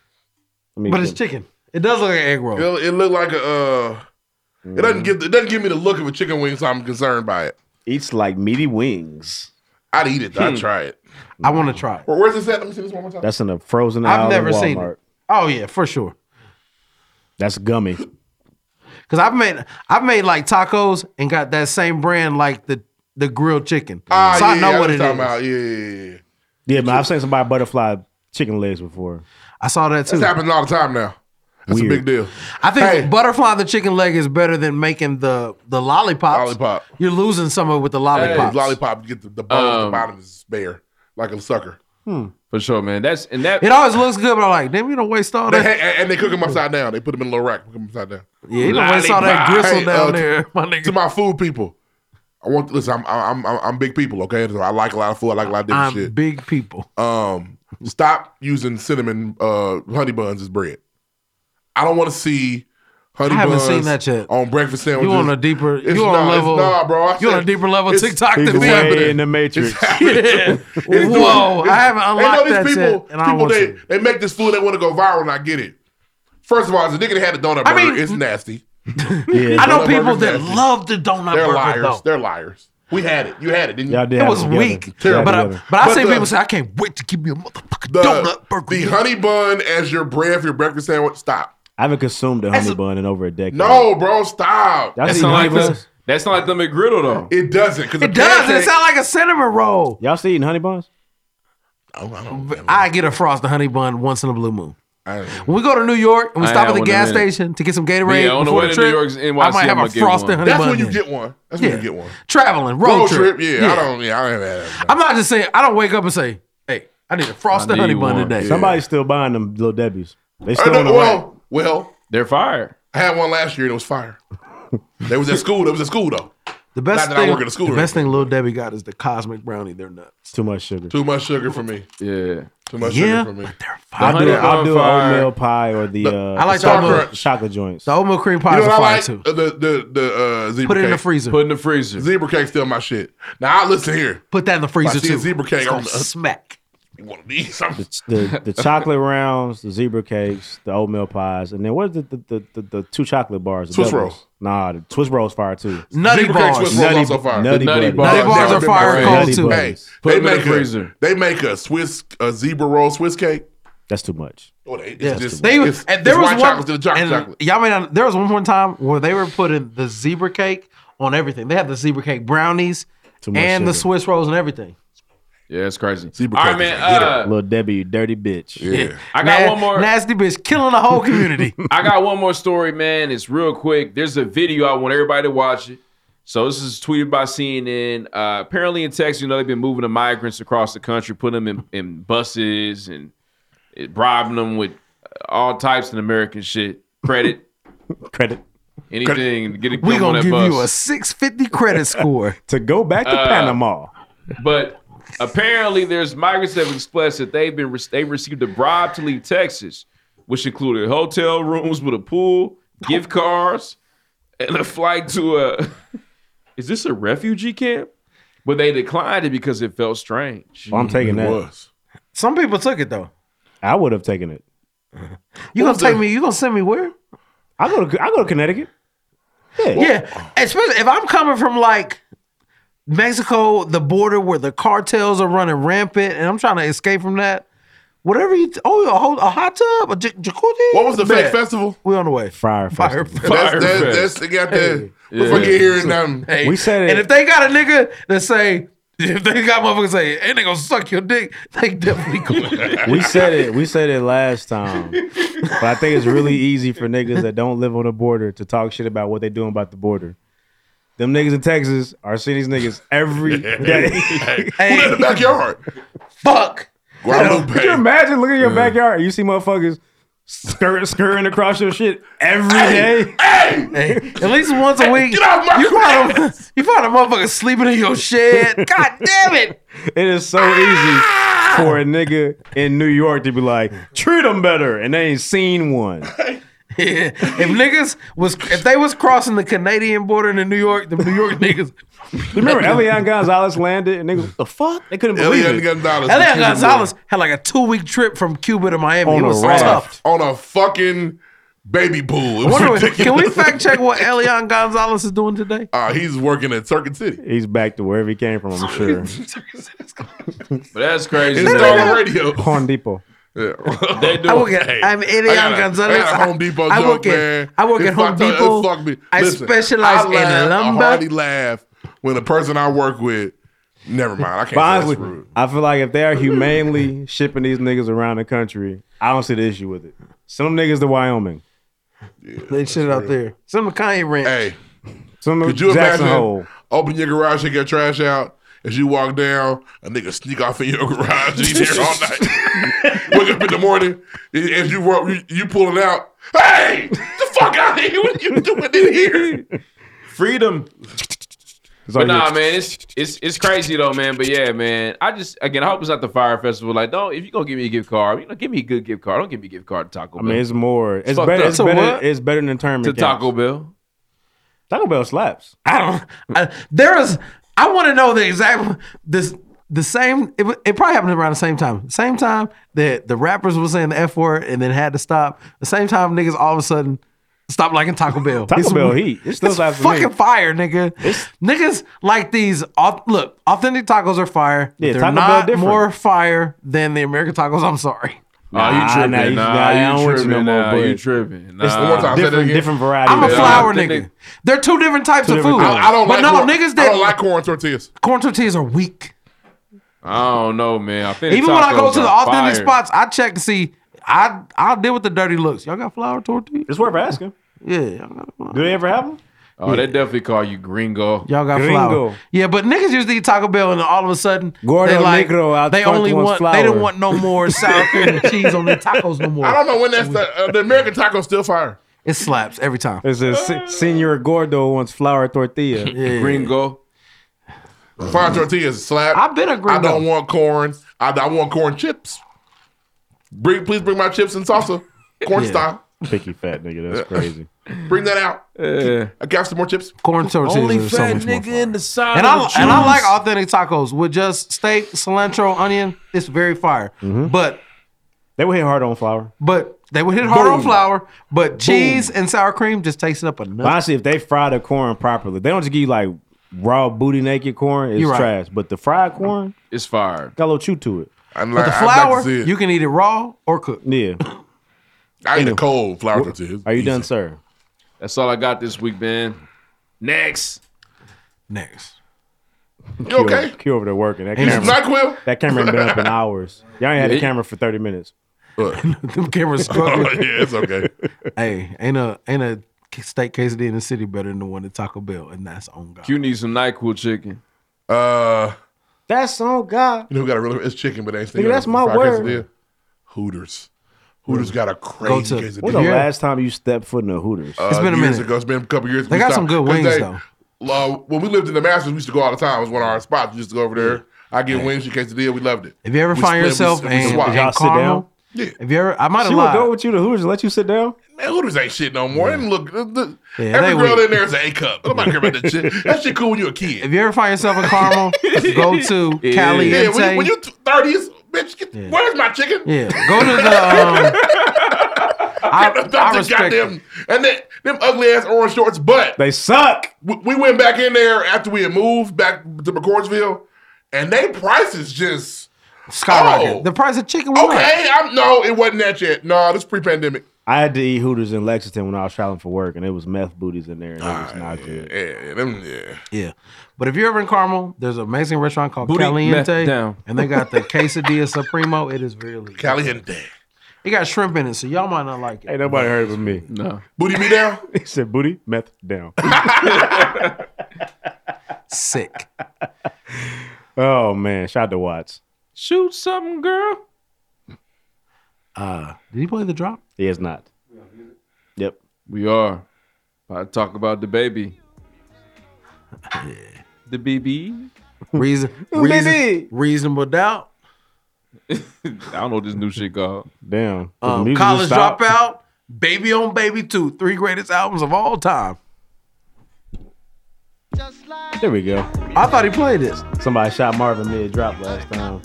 Speaker 4: me
Speaker 15: But it's
Speaker 4: see.
Speaker 15: chicken. It does look like an egg roll.
Speaker 2: It, it looked like a. Uh, It
Speaker 15: Mm.
Speaker 2: doesn't give. It doesn't give me the look of a chicken wing, so I'm concerned by it.
Speaker 4: Eats like meaty wings.
Speaker 2: I'd eat it. though. I'd
Speaker 4: Hmm.
Speaker 2: try it.
Speaker 15: I want to try it.
Speaker 2: Where- Where's this at? Let me see this one more time.
Speaker 4: That's in a frozen aisle.
Speaker 15: I've never
Speaker 4: at
Speaker 15: seen
Speaker 4: Walmart.
Speaker 15: it. Oh yeah, for sure.
Speaker 4: That's gummy.
Speaker 15: Cause I've made I've made like tacos and got that same brand like the the grilled chicken.
Speaker 2: Ah,
Speaker 15: so
Speaker 2: yeah,
Speaker 15: I know
Speaker 2: yeah,
Speaker 15: what
Speaker 2: I
Speaker 15: it
Speaker 2: was
Speaker 15: is.
Speaker 2: talking About. Yeah, yeah, yeah, yeah.
Speaker 4: Yeah, man. I've seen somebody butterfly chicken legs before.
Speaker 15: I saw that too.
Speaker 2: That's happening all the time now. That's
Speaker 4: Weird.
Speaker 2: a big deal.
Speaker 15: I think butterflying the chicken leg is better than making the the lollipops.
Speaker 2: Lollipop.
Speaker 15: You're losing some of it with the lollipops.
Speaker 2: Lollipop. Get the, the bone at the
Speaker 5: Um,
Speaker 2: bottom is bare, like a sucker.
Speaker 5: For sure, man. That's and that
Speaker 15: It always looks good, but I'm like, damn, you don't waste all
Speaker 2: They-
Speaker 15: that.
Speaker 2: and, and they cook them upside down. They put them in a little rack. Cook them upside down.
Speaker 15: Yeah, you don't waste all that
Speaker 2: Lollipop.
Speaker 15: gristle
Speaker 2: Hey,
Speaker 15: down
Speaker 2: uh,
Speaker 15: there, my nigga.
Speaker 2: To my food people, I want listen. I'm I'm I'm, I'm big people. Okay, so I like a lot of food. I like a lot of different
Speaker 15: I'm
Speaker 2: shit.
Speaker 15: big people.
Speaker 2: Um, stop using cinnamon uh honey buns as bread. I don't want to see honey
Speaker 15: I haven't
Speaker 2: buns
Speaker 15: seen that yet.
Speaker 2: on breakfast sandwiches.
Speaker 15: You on a deeper,
Speaker 2: It's
Speaker 15: you on
Speaker 2: nah,
Speaker 15: a
Speaker 2: it's
Speaker 15: level,
Speaker 2: nah, bro. I
Speaker 15: you on a
Speaker 2: said-
Speaker 15: deeper level
Speaker 2: it's-
Speaker 15: TikTok
Speaker 4: He's
Speaker 15: than me.
Speaker 4: way in the matrix.
Speaker 15: Yeah. Whoa, I haven't unlocked
Speaker 2: They know
Speaker 15: that
Speaker 2: these
Speaker 15: yet,
Speaker 2: people.
Speaker 15: and I don't
Speaker 2: people
Speaker 15: want
Speaker 2: they,
Speaker 15: to.
Speaker 2: they make this food. They want to go viral, and I get it. First of all, as a nigga that had a donut burger,
Speaker 15: I mean-
Speaker 2: it's nasty.
Speaker 15: I know
Speaker 2: Donut
Speaker 15: people
Speaker 2: burger's
Speaker 15: that
Speaker 2: nasty.
Speaker 15: love the donut
Speaker 2: They're
Speaker 15: burger
Speaker 2: liars.
Speaker 15: though.
Speaker 2: They're liars. We had it. You had it, didn't you?
Speaker 4: Y'all did
Speaker 15: It
Speaker 4: have
Speaker 15: was
Speaker 4: together.
Speaker 15: weak,
Speaker 4: Y'all
Speaker 15: but I,
Speaker 4: together.
Speaker 15: but I
Speaker 2: But
Speaker 15: see
Speaker 2: the-
Speaker 15: people say I can't wait to give me a motherfucking
Speaker 2: The,
Speaker 15: donut burger.
Speaker 2: the honey bun as your bread for your breakfast sandwich. Stop.
Speaker 4: I haven't consumed a honey bun in over a decade.
Speaker 2: No, bro, stop.
Speaker 4: Y'all
Speaker 5: That's
Speaker 4: see
Speaker 5: not
Speaker 4: honey
Speaker 5: like the,
Speaker 4: buns?
Speaker 5: that's not like the McGriddle though.
Speaker 2: It doesn't. Cause a
Speaker 15: It does. It
Speaker 2: pancake-
Speaker 15: sounds like a cinnamon roll.
Speaker 4: Y'all see eating honey buns?
Speaker 15: I get a frosted honey bun once in a blue moon.
Speaker 2: I don't know.
Speaker 15: When we go to New York and we
Speaker 5: I
Speaker 15: stop
Speaker 5: had
Speaker 15: at the
Speaker 5: one in
Speaker 15: gas
Speaker 5: a minute.
Speaker 15: station to get some Gatorade
Speaker 5: Yeah, on the
Speaker 15: before
Speaker 5: way
Speaker 15: the
Speaker 5: to New
Speaker 15: trip,
Speaker 5: York's
Speaker 15: I
Speaker 5: NYC,
Speaker 15: might have
Speaker 5: I'ma
Speaker 15: a
Speaker 5: get one.
Speaker 15: frosted honey
Speaker 2: That's
Speaker 15: bun.
Speaker 2: when you
Speaker 15: then.
Speaker 2: get one. That's when
Speaker 15: Yeah.
Speaker 2: you get one.
Speaker 15: traveling road,
Speaker 2: Road, trip. Yeah, I
Speaker 15: Yeah.
Speaker 2: don't. Yeah, I don't have that.
Speaker 15: I'm not just saying I don't wake up and say, "Hey, I need a frosted
Speaker 5: need
Speaker 15: honey bun
Speaker 5: one."
Speaker 15: today."
Speaker 4: Somebody's still buying them little Debbie's. They
Speaker 2: I
Speaker 4: still
Speaker 2: know-
Speaker 4: on the way.
Speaker 2: Uh, well, well,
Speaker 5: They're fired.
Speaker 2: I had one last year and it was fire. they was at school. They was at school though.
Speaker 15: The best
Speaker 2: Not that I
Speaker 15: thing,
Speaker 2: work at a school
Speaker 15: the
Speaker 2: or
Speaker 15: best thing Lil Debbie got is the cosmic brownie. They're nuts.
Speaker 4: It's too much sugar.
Speaker 2: Too much sugar for me.
Speaker 5: Yeah.
Speaker 2: Too much sugar
Speaker 15: Yeah,
Speaker 2: for me.
Speaker 15: but they're
Speaker 4: I
Speaker 15: fire.
Speaker 4: do. I'll do an
Speaker 5: fire.
Speaker 4: oatmeal pie or the. Uh,
Speaker 15: I like
Speaker 4: the
Speaker 15: the oatmeal-
Speaker 4: chocolate, chocolate joints.
Speaker 15: The oatmeal cream
Speaker 2: You
Speaker 15: pies
Speaker 2: know
Speaker 15: are
Speaker 2: what I
Speaker 15: fire
Speaker 2: like? The
Speaker 15: too.
Speaker 2: the the uh, zebra
Speaker 15: Put it in
Speaker 2: cake.
Speaker 15: the freezer.
Speaker 5: Put in the freezer.
Speaker 2: Zebra cake still my shit. Now I listen here.
Speaker 15: Put that in the
Speaker 2: If I
Speaker 15: freezer
Speaker 2: see a
Speaker 15: too.
Speaker 2: zebra cake
Speaker 15: It's
Speaker 2: on
Speaker 15: gonna
Speaker 2: the uh,
Speaker 15: smack.
Speaker 2: You want to eat something?
Speaker 4: the the chocolate rounds, the zebra cakes, the oatmeal pies, and then what is the the, the, the, the two chocolate bars? The
Speaker 2: Swiss
Speaker 4: doubles?
Speaker 2: rolls.
Speaker 4: Nah, the Swiss rolls fire too.
Speaker 2: Nutty Zebra cake bars. Swiss rolls also fire. The Nutty bars. Nutty bars are fire cold, too. Hey, Put they them in make the a- freezer. they make a Swiss a zebra roll Swiss cake.
Speaker 4: That's too much.
Speaker 2: Oh, they, it's
Speaker 15: Yeah.
Speaker 2: just,
Speaker 15: They-
Speaker 2: it's,
Speaker 15: and there
Speaker 2: it's
Speaker 15: was
Speaker 2: white
Speaker 15: one,
Speaker 2: chocolate to the chocolate
Speaker 15: and
Speaker 2: chocolate.
Speaker 15: Y'all may not, there was one more time where they were putting the zebra cake on everything. They had the zebra cake brownies
Speaker 4: Too
Speaker 15: and
Speaker 4: much
Speaker 15: the
Speaker 4: sugar.
Speaker 15: Swiss rolls and everything.
Speaker 5: Yeah, it's crazy.
Speaker 4: Zebra
Speaker 5: All right, man. Uh,
Speaker 4: little Debbie, you dirty bitch.
Speaker 5: I got
Speaker 15: Na-
Speaker 5: one more.
Speaker 15: nasty bitch killing the whole community.
Speaker 5: I got one more story, man. It's real quick. There's a video. I want everybody to watch it. So this is tweeted by CNN. Uh, apparently in Texas, you know, they've been moving the migrants across the country, putting them in, in buses and uh, bribing them with all types of American shit. Credit,
Speaker 4: credit,
Speaker 5: anything. to Get it.
Speaker 15: we
Speaker 5: on
Speaker 15: gonna
Speaker 5: that
Speaker 15: give
Speaker 5: bus.
Speaker 15: you a six fifty credit score
Speaker 4: to go back
Speaker 5: to Uh, Panama. But apparently, there's migrants that have expressed that they've been they received a bribe to leave Texas, which included hotel rooms with a pool, gift cards, and a flight to a. Is this a refugee camp? But they declined it because it felt strange.
Speaker 4: Well, I'm taking that.
Speaker 15: Some people took it though.
Speaker 4: I would have taken it.
Speaker 15: You gonna take me? You gonna send me where?
Speaker 4: I go to I go to Connecticut. Yeah.
Speaker 15: yeah. Especially if I'm coming from like Mexico, the border where the cartels are running rampant, and I'm trying to escape from that. Whatever you oh a, whole, a hot tub a j- jacuzzi.
Speaker 2: What was the
Speaker 15: Bet.
Speaker 2: fake festival?
Speaker 15: We on the way.
Speaker 4: Fire
Speaker 15: Fire
Speaker 2: That's, that's, that's they got that. We forget hearing them.
Speaker 15: we said it. And if they got a nigga that say, if they got motherfuckers say, ain't they gonna suck your dick, they definitely going.
Speaker 4: We said it. We said it last time. But I think it's really easy for niggas that don't live on the border to talk shit about what they doing about the border. Them niggas in Texas are seeing these niggas every day.
Speaker 2: Who in the backyard?
Speaker 15: Fuck.
Speaker 2: Guadalupe.
Speaker 4: Could you imagine looking at your backyard and you see motherfuckers scur- scurrying across your shit every day?
Speaker 15: At least once a week.
Speaker 4: get off my
Speaker 15: you, find a, you find a motherfucker sleeping in your shed. God damn it.
Speaker 4: It is so easy for a nigga in New York to be like, treat them better, and they ain't seen one.
Speaker 15: Yeah. If niggas was if they was crossing the Canadian border into New York, the New York niggas.
Speaker 4: Remember Elian Gonzalez landed, and niggas, what the fuck? They couldn't believe
Speaker 2: Elian
Speaker 4: it.
Speaker 2: Gonzalez.
Speaker 15: Elian Gonzalez had like a two week trip from Cuba to Miami.
Speaker 4: On
Speaker 15: He
Speaker 4: a
Speaker 15: was
Speaker 4: raft.
Speaker 15: tough.
Speaker 2: On a fucking baby pool. It
Speaker 15: I
Speaker 2: was
Speaker 15: wonder-
Speaker 2: ridiculous.
Speaker 15: can we fact check what Elian Gonzalez is doing today?
Speaker 2: Uh, he's working at Circuit City.
Speaker 4: He's back to wherever he came from, I'm sure.
Speaker 5: But that's crazy.
Speaker 2: It's
Speaker 5: man.
Speaker 2: on radio.
Speaker 4: Horn Depot.
Speaker 5: They do.
Speaker 15: I work at
Speaker 5: Hey,
Speaker 15: I'm
Speaker 2: I
Speaker 15: Elian
Speaker 2: got a-
Speaker 15: Gonzalez.
Speaker 2: I got a Home Depot
Speaker 15: I
Speaker 2: joke,
Speaker 15: work
Speaker 2: man.
Speaker 15: at I work
Speaker 2: It
Speaker 15: at Home
Speaker 2: fucked up- it
Speaker 15: Depot.
Speaker 2: fucked me.
Speaker 15: I
Speaker 2: Listen, I
Speaker 15: specialize in
Speaker 2: laugh- I hardly
Speaker 15: lumber.
Speaker 2: laugh when the person I work with. Never mind. I can't.
Speaker 4: But
Speaker 2: say that's
Speaker 4: honestly,
Speaker 2: rude.
Speaker 4: I feel like if they are humanely shipping these niggas around the country, I don't see the issue with it. Send them niggas to Wyoming.
Speaker 15: They shit out there. Some of Kanye rent.
Speaker 2: Hey,
Speaker 4: Send them
Speaker 2: could
Speaker 4: to
Speaker 2: you
Speaker 4: Jackson
Speaker 2: imagine
Speaker 4: Hole.
Speaker 2: open your garage and get trash out? As you walk down, a nigga sneak off in your garage and he's there all night. Wake up in the morning, and as you walk, you, you pulling out. Hey, the fuck out of here! What you doing in here?
Speaker 5: Freedom.
Speaker 4: all
Speaker 5: But nah,
Speaker 4: you-
Speaker 5: man, it's it's it's crazy though, man. But yeah, man, I just again, I hope it's not the fire festival. Like, don't if you gonna give me a gift card, you know, give me a good gift card. Don't give me a gift card to Taco
Speaker 4: I
Speaker 5: Bell.
Speaker 4: mean, it's more. It's
Speaker 5: fucked
Speaker 4: better.
Speaker 5: up.
Speaker 4: It's
Speaker 5: To
Speaker 4: better.
Speaker 5: what?
Speaker 4: It's better than tournament
Speaker 5: to
Speaker 4: games.
Speaker 5: Taco Bell.
Speaker 4: Taco Bell slaps.
Speaker 15: I don't. I, there is. I want to know the exact this the same. It, wa- it probably happened around the same time. Same time that the rappers were saying the f word and then had to stop. The same time niggas all of a sudden stopped liking Taco Bell.
Speaker 4: Taco Bell heat. It
Speaker 15: It's,
Speaker 4: still slaps
Speaker 15: it's
Speaker 4: to me.
Speaker 15: fucking fire, nigga. niggas like these. au- Look, authentic tacos are fire. but
Speaker 4: Yeah,
Speaker 15: they're
Speaker 4: Taco Bell
Speaker 15: not
Speaker 4: different.
Speaker 15: more fire than the American tacos. I'm sorry.
Speaker 5: Nah, you tripping.
Speaker 4: nah, you- nah,
Speaker 5: Nah, you
Speaker 4: I don't want you no
Speaker 5: tripping.
Speaker 4: more,
Speaker 5: Nah,
Speaker 4: but-
Speaker 5: you tripping. Nah.
Speaker 4: It's
Speaker 5: One more time, say that
Speaker 4: different,
Speaker 5: again.
Speaker 4: different variety.
Speaker 15: I'm a
Speaker 4: Yeah.
Speaker 15: flour
Speaker 5: think
Speaker 15: nigga. They're two different types
Speaker 4: Two
Speaker 15: of
Speaker 4: different
Speaker 15: food.
Speaker 4: kinds.
Speaker 2: I don't like
Speaker 15: But no,
Speaker 2: corn-
Speaker 15: niggas
Speaker 2: I
Speaker 15: that
Speaker 2: don't like corn tortillas.
Speaker 15: corn tortillas are weak.
Speaker 5: I don't know, man. I think
Speaker 15: Even when I go
Speaker 5: tacos
Speaker 15: to the
Speaker 5: are
Speaker 15: authentic
Speaker 5: fire.
Speaker 15: spots, I check and see. I I'll deal with the dirty looks. Y'all got flour tortillas?
Speaker 4: It's worth asking.
Speaker 15: Yeah, y'all got flour.
Speaker 4: Do they ever have them?
Speaker 5: Oh, they definitely call you gringo.
Speaker 15: Y'all got
Speaker 4: Gringo.
Speaker 15: flour. Yeah, but niggas used to eat Taco Bell, and then all of a sudden,
Speaker 4: Gordo
Speaker 15: they like
Speaker 4: Negro out
Speaker 15: they
Speaker 4: front
Speaker 15: only
Speaker 4: wants
Speaker 15: want
Speaker 4: flour.
Speaker 15: they didn't want no more sour cream and cheese on their tacos no more.
Speaker 2: I don't know when that's the, uh, the American taco still fire.
Speaker 15: It slaps every time.
Speaker 4: It's a se- senior Gordo wants flour tortilla.
Speaker 5: Gringo.
Speaker 2: Fire tortillas slap.
Speaker 15: I've been a
Speaker 2: I
Speaker 15: gringo.
Speaker 2: don't want corn. I, I want corn chips. Bring, please bring my chips and salsa, corn
Speaker 15: Yeah.
Speaker 2: style.
Speaker 4: Picky fat nigga, that's crazy.
Speaker 2: Bring that out.
Speaker 5: Yeah.
Speaker 2: I got some more chips.
Speaker 15: Corn tortillas.
Speaker 2: Only
Speaker 15: is so
Speaker 2: fat
Speaker 15: much more
Speaker 2: nigga
Speaker 15: fun.
Speaker 2: in the side
Speaker 15: And
Speaker 2: of
Speaker 15: I
Speaker 2: the
Speaker 15: and I
Speaker 2: juice.
Speaker 15: like authentic tacos with just steak, cilantro, onion. It's very fire.
Speaker 4: Mm-hmm.
Speaker 15: But
Speaker 4: they were hit hard on flour.
Speaker 15: But they would hit hard on
Speaker 4: Boom.
Speaker 15: flour. But cheese and sour cream just takes it up
Speaker 4: But
Speaker 15: another.
Speaker 4: honestly, if they fry the corn properly, they don't just give you like raw booty naked corn. It's
Speaker 15: You're right.
Speaker 4: trash. But the fried corn,
Speaker 5: it's fire.
Speaker 4: Got a little chew to it.
Speaker 2: I'm
Speaker 15: But the flour, you can eat it raw or cooked.
Speaker 4: Yeah.
Speaker 2: I eat a
Speaker 4: Anyway.
Speaker 2: cold flour tortilla.
Speaker 4: Are you done, sir?
Speaker 5: That's all I got this week, man. Next.
Speaker 15: Next.
Speaker 2: You okay?
Speaker 4: Q over there working. That
Speaker 2: Is
Speaker 4: camera,
Speaker 2: it NyQuil?
Speaker 4: That camera ain't been up in hours. Y'all ain't had
Speaker 15: It-
Speaker 4: the camera for thirty minutes.
Speaker 15: Them cameras struggling.
Speaker 2: Oh, yeah, it's okay.
Speaker 15: Hey, ain't a ain't a steak quesadilla in the city better than the one at Taco Bell, and that's on God.
Speaker 5: Q needs some NyQuil chicken.
Speaker 2: Uh,
Speaker 4: That's on God.
Speaker 2: You know who got a really it's chicken, but they ain't
Speaker 4: Nigga, that's my word.
Speaker 2: Hooters. Hooters got a
Speaker 4: Go
Speaker 2: crazy
Speaker 4: to.
Speaker 2: quesadilla.
Speaker 4: When's the last time you stepped foot in a Hooters?
Speaker 2: Uh, years Ago. It's been a couple years.
Speaker 4: They
Speaker 2: We
Speaker 4: got
Speaker 2: stopped-
Speaker 4: some good
Speaker 2: 'cause
Speaker 4: wings, though.
Speaker 2: uh, when we lived in the Masters, we used to go all the time. It was one of our spots. We used to go over there. I get wings, she catch the deal. We loved it.
Speaker 15: If you ever
Speaker 2: We
Speaker 15: find
Speaker 2: split, we-
Speaker 15: yourself
Speaker 2: we
Speaker 15: in,
Speaker 2: swapped.
Speaker 15: in Carmel, if you ever, I might have
Speaker 4: She would
Speaker 15: lied.
Speaker 4: go with you to Hooters and let you sit down.
Speaker 2: Man, Hooters ain't shit no more. And look, the- the-
Speaker 4: Yeah,
Speaker 2: every
Speaker 4: they
Speaker 2: girl
Speaker 4: weak.
Speaker 2: in there is an A cup. Nobody care about that shit. That shit cool when you're a kid.
Speaker 15: If you ever find yourself in Carmel, go to Caliente.
Speaker 2: Yeah, when you, when you t- 30s, bitch, get, where's my chicken?
Speaker 15: Yeah, go to the. Um, I,
Speaker 2: I respect them. And then them ugly ass orange shorts, but
Speaker 4: they suck.
Speaker 2: We, we went back in there after we had moved back to McCordsville, and they prices just
Speaker 15: skyrocketed.
Speaker 2: Oh,
Speaker 15: The price of chicken was
Speaker 2: okay, I'm no, it wasn't that yet. No, this pre-pandemic.
Speaker 4: I had to eat Hooters in Lexington when I was traveling for work, and it was meth booties in there, and it was not good.
Speaker 2: Yeah, them, yeah.
Speaker 15: Yeah. But if you're ever in Carmel, there's an amazing restaurant called
Speaker 4: Booty
Speaker 15: Caliente.
Speaker 4: meth down.
Speaker 15: And they got the quesadilla supremo. It is really good.
Speaker 2: Caliente.
Speaker 15: It got shrimp in it, so y'all might not like it.
Speaker 4: Ain't nobody heard it but me.
Speaker 5: No.
Speaker 2: Booty me down?
Speaker 4: he said booty meth down.
Speaker 15: Sick.
Speaker 4: Oh man, shout out to Watts.
Speaker 5: Shoot something, girl.
Speaker 15: Uh, did he play the drop?
Speaker 4: He is not. Yep.
Speaker 5: We are. I talk about the baby. The BB.
Speaker 15: Reason, reason reasonable doubt.
Speaker 5: I don't know what this new shit called.
Speaker 4: Damn.
Speaker 15: Um, college dropout. Baby on Baby 2. Three greatest albums of all time.
Speaker 4: There we go.
Speaker 15: I thought he played this.
Speaker 4: Somebody shot Marvin mid drop last time.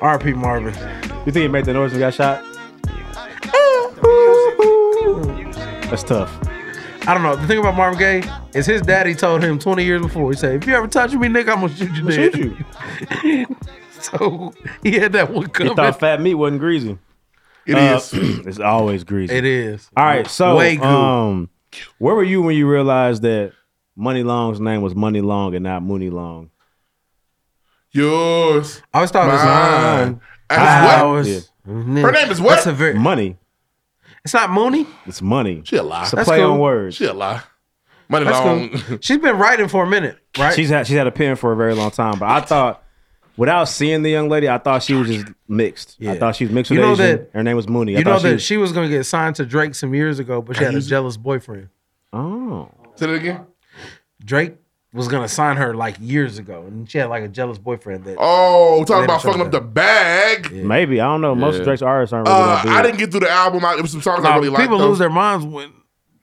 Speaker 15: R.P. Marvin.
Speaker 4: You think he made the noise when he got shot? That's tough.
Speaker 15: I don't know. The thing about Marvin Gaye is his daddy told him 20 years before, he said, if you ever touch me, nigga, I'm gonna shoot you dead. so he had that one
Speaker 4: He
Speaker 15: coming.
Speaker 4: thought fat meat wasn't greasy.
Speaker 2: It
Speaker 4: It
Speaker 2: is.
Speaker 4: is. it's always greasy.
Speaker 15: It is.
Speaker 4: All right. So,
Speaker 15: Way good.
Speaker 4: um, where were you when you realized that Money Long's name was Money Long and not Mooney Long?
Speaker 2: Yours.
Speaker 15: I was talking
Speaker 2: Mine.
Speaker 4: Ours.
Speaker 15: Yeah. Her name is what? That's a very-
Speaker 4: money.
Speaker 15: It's not Mooney.
Speaker 4: It's money.
Speaker 2: She a lie.
Speaker 4: It's a play on words.
Speaker 2: She a lie. Money
Speaker 4: That's
Speaker 2: long.
Speaker 15: She's been writing for a minute, right?
Speaker 4: She's had she's had a pen for a very long time, but I thought without seeing the young lady, I thought she was just mixed. I thought she was mixed
Speaker 15: You
Speaker 4: with
Speaker 15: know
Speaker 4: Asian.
Speaker 15: that-
Speaker 4: Her name was Mooney. I
Speaker 15: you know
Speaker 4: thought
Speaker 15: that
Speaker 4: she,
Speaker 15: she was gonna get signed to Drake some years ago, but she had a jealous boyfriend.
Speaker 4: Oh.
Speaker 2: Say that again.
Speaker 15: Drake was gonna sign her like years ago, and she had like a jealous boyfriend that
Speaker 2: Oh,
Speaker 15: They
Speaker 2: talking about
Speaker 15: didn't show
Speaker 2: fucking up
Speaker 15: that.
Speaker 2: the bag.
Speaker 4: maybe I don't know. Most
Speaker 15: Yeah.
Speaker 4: of Drake's artists aren't really
Speaker 2: Uh,
Speaker 4: gonna do
Speaker 2: I
Speaker 4: it.
Speaker 2: didn't get through the album. I, it was some songs
Speaker 15: Nah,
Speaker 2: I really liked.
Speaker 15: people
Speaker 2: though.
Speaker 15: lose their minds when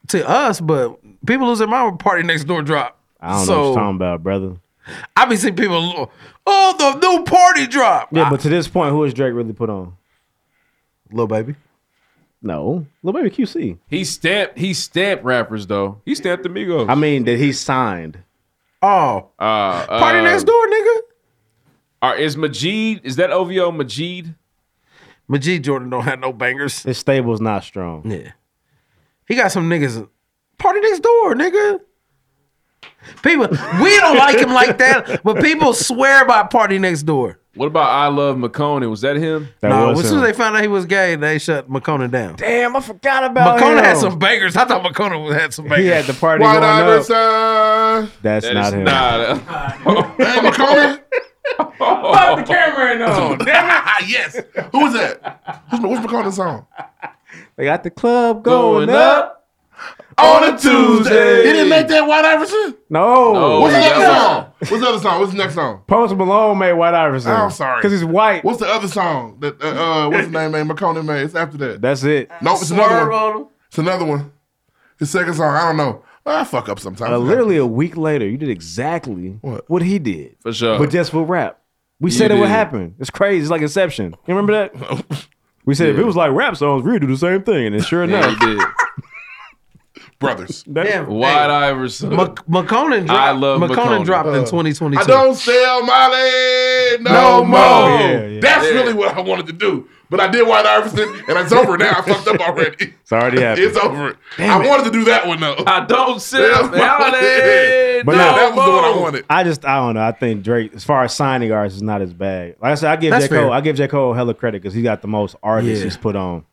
Speaker 15: to us, but people lose their mind when Party Next Door drop.
Speaker 4: I don't know what
Speaker 15: so
Speaker 4: you're talking about, brother.
Speaker 15: I be seeing people, oh, the new party drop.
Speaker 4: Yeah, but to this point, who has Drake really put on?
Speaker 15: Lil Baby.
Speaker 4: No, Lil Baby QC.
Speaker 5: He stamped. He stamped rappers though. He stamped Amigos.
Speaker 4: I mean that he signed.
Speaker 15: Oh,
Speaker 5: uh,
Speaker 15: Party next door, nigga.
Speaker 5: Are, is Majid? Is that OVO Majid?
Speaker 15: Majid Jordan don't have no bangers.
Speaker 4: His stable's not strong.
Speaker 15: Yeah. He got some niggas party next door, nigga. People, we don't like him like that, but people swear by Party Next Door.
Speaker 5: What about I Love McConan? Was that him?
Speaker 15: Nah, as soon as they found out he was gay, they shut McCona down.
Speaker 4: Damn, I forgot
Speaker 15: about McCona had some bangers. I thought McCona had some bangers.
Speaker 4: He had the party
Speaker 2: Why
Speaker 4: going
Speaker 2: not
Speaker 4: up.
Speaker 2: resign?
Speaker 4: That's
Speaker 5: That
Speaker 4: not
Speaker 5: is
Speaker 4: him.
Speaker 19: uh,
Speaker 2: Hey, McCona.
Speaker 5: Pop the camera in on.
Speaker 2: Damn it. yes. Who was that? Who's, what's McCona's song?
Speaker 4: They got the club going, up.
Speaker 2: on a Tuesday.
Speaker 19: Oh, He didn't make that White Iverson?
Speaker 4: No.
Speaker 19: What's the next song? What's the other song? What's the next song?
Speaker 4: Post Malone made White Iverson.
Speaker 19: I'm sorry.
Speaker 4: Because he's white.
Speaker 19: What's the other song that uh, uh what's the name made? McConaughey made. It's after that.
Speaker 4: That's it. Uh,
Speaker 19: No, it's another one. It's another one. His second song, I don't know. I fuck up sometimes.
Speaker 4: Uh, literally a week later, you did exactly what, he did.
Speaker 5: For sure.
Speaker 4: But just with rap. We
Speaker 5: Uh, You
Speaker 4: said it would
Speaker 5: did.
Speaker 4: happen. It's crazy. It's like Inception. You remember that? we said if
Speaker 5: Yeah.
Speaker 4: it was like rap songs, we would do the same thing. And then sure
Speaker 5: Yeah,
Speaker 4: enough.
Speaker 5: he did.
Speaker 19: Brothers.
Speaker 15: Damn.
Speaker 5: Wide Iverson.
Speaker 15: Mc- McConan dropped,
Speaker 5: I love
Speaker 15: McConan
Speaker 5: McConan.
Speaker 15: dropped in
Speaker 5: Uh,
Speaker 15: 2022.
Speaker 19: I don't sell Molly
Speaker 15: No
Speaker 19: no, more.
Speaker 15: more. Yeah, yeah.
Speaker 19: That's
Speaker 15: Yeah.
Speaker 19: really what I wanted to do. But I did White Iverson, and it's over now. I fucked up already.
Speaker 4: It's already happened.
Speaker 19: It's over. I wanted to do that one, though.
Speaker 5: I don't
Speaker 19: sell Molly.
Speaker 4: But
Speaker 19: no,
Speaker 4: now-
Speaker 19: that was the one I wanted.
Speaker 4: I just I don't know. I think Drake, as far as signing artists, is not his bag. Like I said, I give
Speaker 19: That's
Speaker 4: J Cole,
Speaker 19: fair.
Speaker 4: I give J Cole hella credit because he got the most artists
Speaker 15: Yeah.
Speaker 4: he's put on.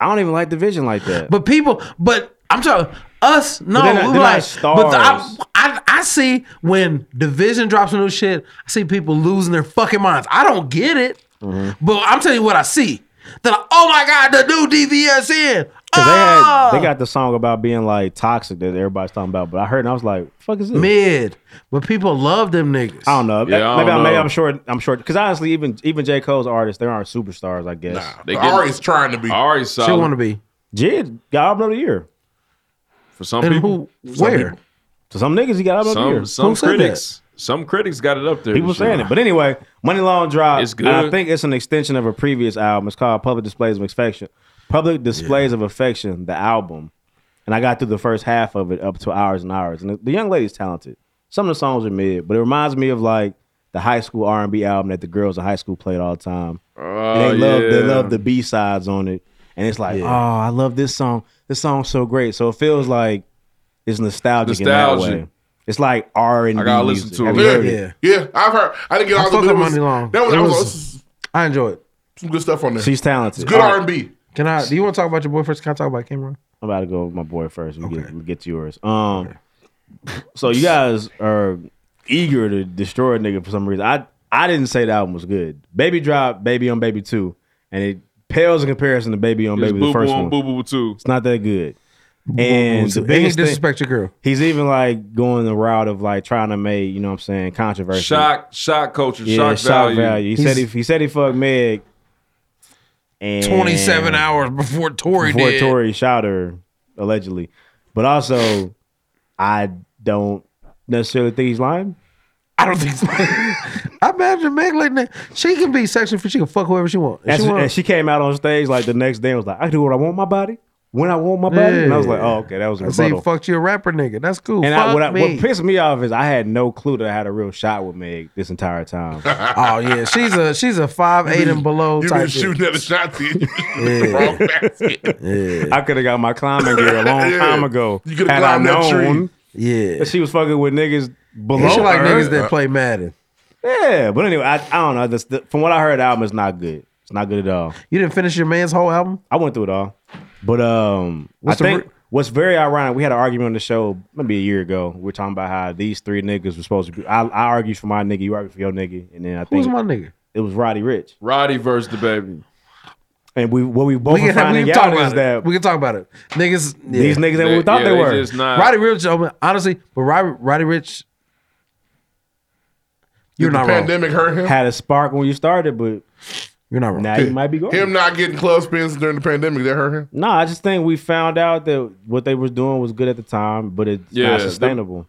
Speaker 4: I don't even like division like that.
Speaker 15: But people, but I'm talking us. No,
Speaker 4: they're not-
Speaker 15: we
Speaker 4: they're
Speaker 15: like
Speaker 4: not
Speaker 15: But I,
Speaker 4: stars.
Speaker 15: I, I see when division drops new shit. I see people losing their fucking minds. I don't get it,
Speaker 4: Mm-hmm.
Speaker 15: but I'm telling you what I see. That like, oh my god, the new DVSN.
Speaker 4: Cause they
Speaker 15: Ah!
Speaker 4: had they got the song about being like toxic that everybody's talking about, but I heard and I was like, "Fuck is this?"
Speaker 15: Mid, but people love them niggas.
Speaker 4: I don't know.
Speaker 15: Yeah, I
Speaker 4: maybe
Speaker 15: don't
Speaker 4: I'm, maybe
Speaker 15: know.
Speaker 4: I'm short. I'm short. Because honestly, even even J Cole's artists, they aren't superstars. I guess
Speaker 5: They get- Ari's
Speaker 19: trying to be.
Speaker 5: Ari's She solid. wanna
Speaker 15: be.
Speaker 4: Jid got album of the year
Speaker 5: for some And people. who-
Speaker 4: Some
Speaker 5: where?
Speaker 4: people. To some niggas, he got album of the
Speaker 5: Some,
Speaker 4: year.
Speaker 5: some critics. Some critics got it up there.
Speaker 4: People
Speaker 5: this
Speaker 4: saying
Speaker 5: year.
Speaker 4: it, but anyway, Money Long Drop.
Speaker 5: It's
Speaker 4: and I
Speaker 5: good.
Speaker 4: think it's an extension of a previous album. It's called Public Displays of Affection. Public Displays of Affection, the album, and I got through the first half of it up to hours and hours. And the, the young lady's talented. Some of the songs are mid, but it reminds me of like the high school R and B album that the girls in high school played all the time. And
Speaker 5: Oh,
Speaker 4: they love they
Speaker 5: yeah.
Speaker 4: love the B sides on it, and it's like,
Speaker 5: Yeah.
Speaker 4: oh, I love this song. This song's so great. So it feels like it's nostalgic, in that
Speaker 5: Nostalgic.
Speaker 4: way. It's like R and B.
Speaker 5: I gotta
Speaker 4: music.
Speaker 5: listen to
Speaker 4: Have
Speaker 5: it.
Speaker 4: you heard
Speaker 5: Yeah.
Speaker 4: it?
Speaker 19: Yeah, I've heard. I didn't get
Speaker 4: I
Speaker 19: all the
Speaker 4: fuck
Speaker 19: but it
Speaker 4: with
Speaker 19: was-
Speaker 4: Money Long.
Speaker 19: That was,
Speaker 4: It
Speaker 19: that was, "Oh,
Speaker 4: was-
Speaker 15: I enjoy it.
Speaker 19: some good stuff on there.
Speaker 4: She's talented.
Speaker 19: It's good
Speaker 4: All right.
Speaker 19: R&B.
Speaker 15: Can I? Do you want to talk about your boy first? Can I talk about Cameron?
Speaker 4: I'm about to go with my boy first. We get we get to yours. Um, so you guys are eager to destroy a nigga for some reason. I I didn't say the album was good. Baby drop, baby on baby two, and it pales in comparison to baby on
Speaker 5: It's
Speaker 4: baby the
Speaker 5: Boo
Speaker 4: first
Speaker 5: Boo on
Speaker 4: one.
Speaker 5: Boo Boo Two.
Speaker 4: It's not that good.
Speaker 15: Boo Boo
Speaker 4: And the
Speaker 15: Two. And he
Speaker 4: biggest thing-
Speaker 15: disrespect your girl.
Speaker 4: He's even like going the route of like trying to make you know what I'm saying controversy.
Speaker 5: Shock, shock culture,
Speaker 4: yeah,
Speaker 5: shock, value.
Speaker 4: He said he, he said he fucked Meg. And
Speaker 15: 27 hours before Tory
Speaker 4: before
Speaker 15: did.
Speaker 4: Tory shot her, allegedly. But also, I don't necessarily think he's lying.
Speaker 15: I don't think. So. I imagine Meg like that. She can be sexually free. She can fuck whoever she wants.
Speaker 4: And she, and she came out on stage like the next day and was like, "I can do what I want with my body when I want my body," and I was like, "Oh, okay, that was a
Speaker 15: I say
Speaker 4: rebuttal."
Speaker 15: fucked you a rapper nigga. That's cool.
Speaker 4: and
Speaker 15: fuck
Speaker 4: I, what, I,
Speaker 15: me.
Speaker 4: what pissed me off is I had no clue that I had a real shot with Meg this entire time.
Speaker 15: oh yeah, she's a she's a five eight and below
Speaker 19: You've
Speaker 15: type.
Speaker 19: been
Speaker 15: bitch.
Speaker 19: shooting at a shot to you.
Speaker 4: Yeah. I could have got my climbing gear a long
Speaker 15: Yeah.
Speaker 4: time ago.
Speaker 15: You coulda
Speaker 4: had I
Speaker 15: climbed that tree.
Speaker 4: known
Speaker 15: Yeah.
Speaker 4: that she was fucking with niggas below
Speaker 15: Yeah, she like
Speaker 4: her. Uh,
Speaker 15: niggas that play Madden.
Speaker 4: Yeah, but anyway, I, I don't know. This, the, from what I heard, the album is not good. It's not good at all.
Speaker 15: You didn't finish your man's whole album.
Speaker 4: I went through it all, but um,
Speaker 15: What's the
Speaker 4: I think
Speaker 15: re-
Speaker 4: what's very ironic. We had an argument on the show maybe a year ago. We were talking about how these three niggas were supposed to be. I, I argued for my nigga, you argued for your nigga, and then I think
Speaker 15: Who's my nigga?
Speaker 4: It was Roddy Rich,
Speaker 5: Roddy versus the baby.
Speaker 4: and we what we both
Speaker 15: we
Speaker 4: were
Speaker 15: can, we
Speaker 4: finding
Speaker 15: can talk
Speaker 4: out
Speaker 15: about
Speaker 4: is
Speaker 15: it.
Speaker 4: that
Speaker 15: we can talk about it. Niggas,
Speaker 4: These niggas ain't what we thought They- yeah, they they were. just not-
Speaker 15: Roddy Rich, I mean, honestly, but Roddy, Roddy Rich, you're
Speaker 19: the
Speaker 15: not
Speaker 19: pandemic
Speaker 15: wrong.
Speaker 19: hurt him.
Speaker 4: had a spark when you started, but
Speaker 15: you're not wrong.
Speaker 4: Now you might be going.
Speaker 19: Him not getting club spins during the pandemic, that hurt him.
Speaker 4: No, I just think we found out that what they was doing was good at the time, but it's
Speaker 19: Yeah,
Speaker 4: not
Speaker 19: the-
Speaker 4: sustainable.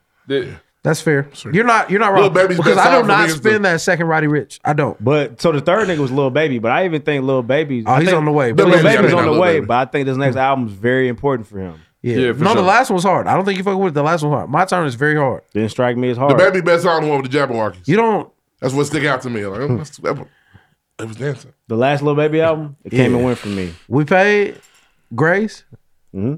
Speaker 15: That's fair. You're not you're not
Speaker 4: Lil
Speaker 15: wrong
Speaker 4: Baby's
Speaker 15: because
Speaker 4: best
Speaker 15: I do
Speaker 4: song for
Speaker 15: not
Speaker 4: me is
Speaker 15: spend that second Roddy Rich. I don't.
Speaker 4: But so the third nigga was Lil Baby, but I even think Lil Baby.
Speaker 15: Oh,
Speaker 4: I
Speaker 15: he's
Speaker 4: think
Speaker 15: on the way.
Speaker 4: Lil
Speaker 15: Baby's
Speaker 4: Baby's
Speaker 15: got
Speaker 4: on
Speaker 15: it.
Speaker 4: the
Speaker 15: Lil
Speaker 4: way,
Speaker 15: Baby. Hmm.
Speaker 4: but I think this next album is very important for him.
Speaker 15: Yeah, no, the last one's hard. I don't think you fucking with it. the last one's hard. My turn is very hard.
Speaker 4: Didn't strike me as
Speaker 19: The
Speaker 4: hard.
Speaker 19: baby best song the one with the Jabberwockies.
Speaker 15: You don't.
Speaker 19: That's what stick out to me. Like, oh, that's, that, one- it was dancing.
Speaker 4: The last Lil Baby album, it came
Speaker 15: Yeah.
Speaker 4: and went for me.
Speaker 15: We paid Grace.
Speaker 4: Mm-hmm.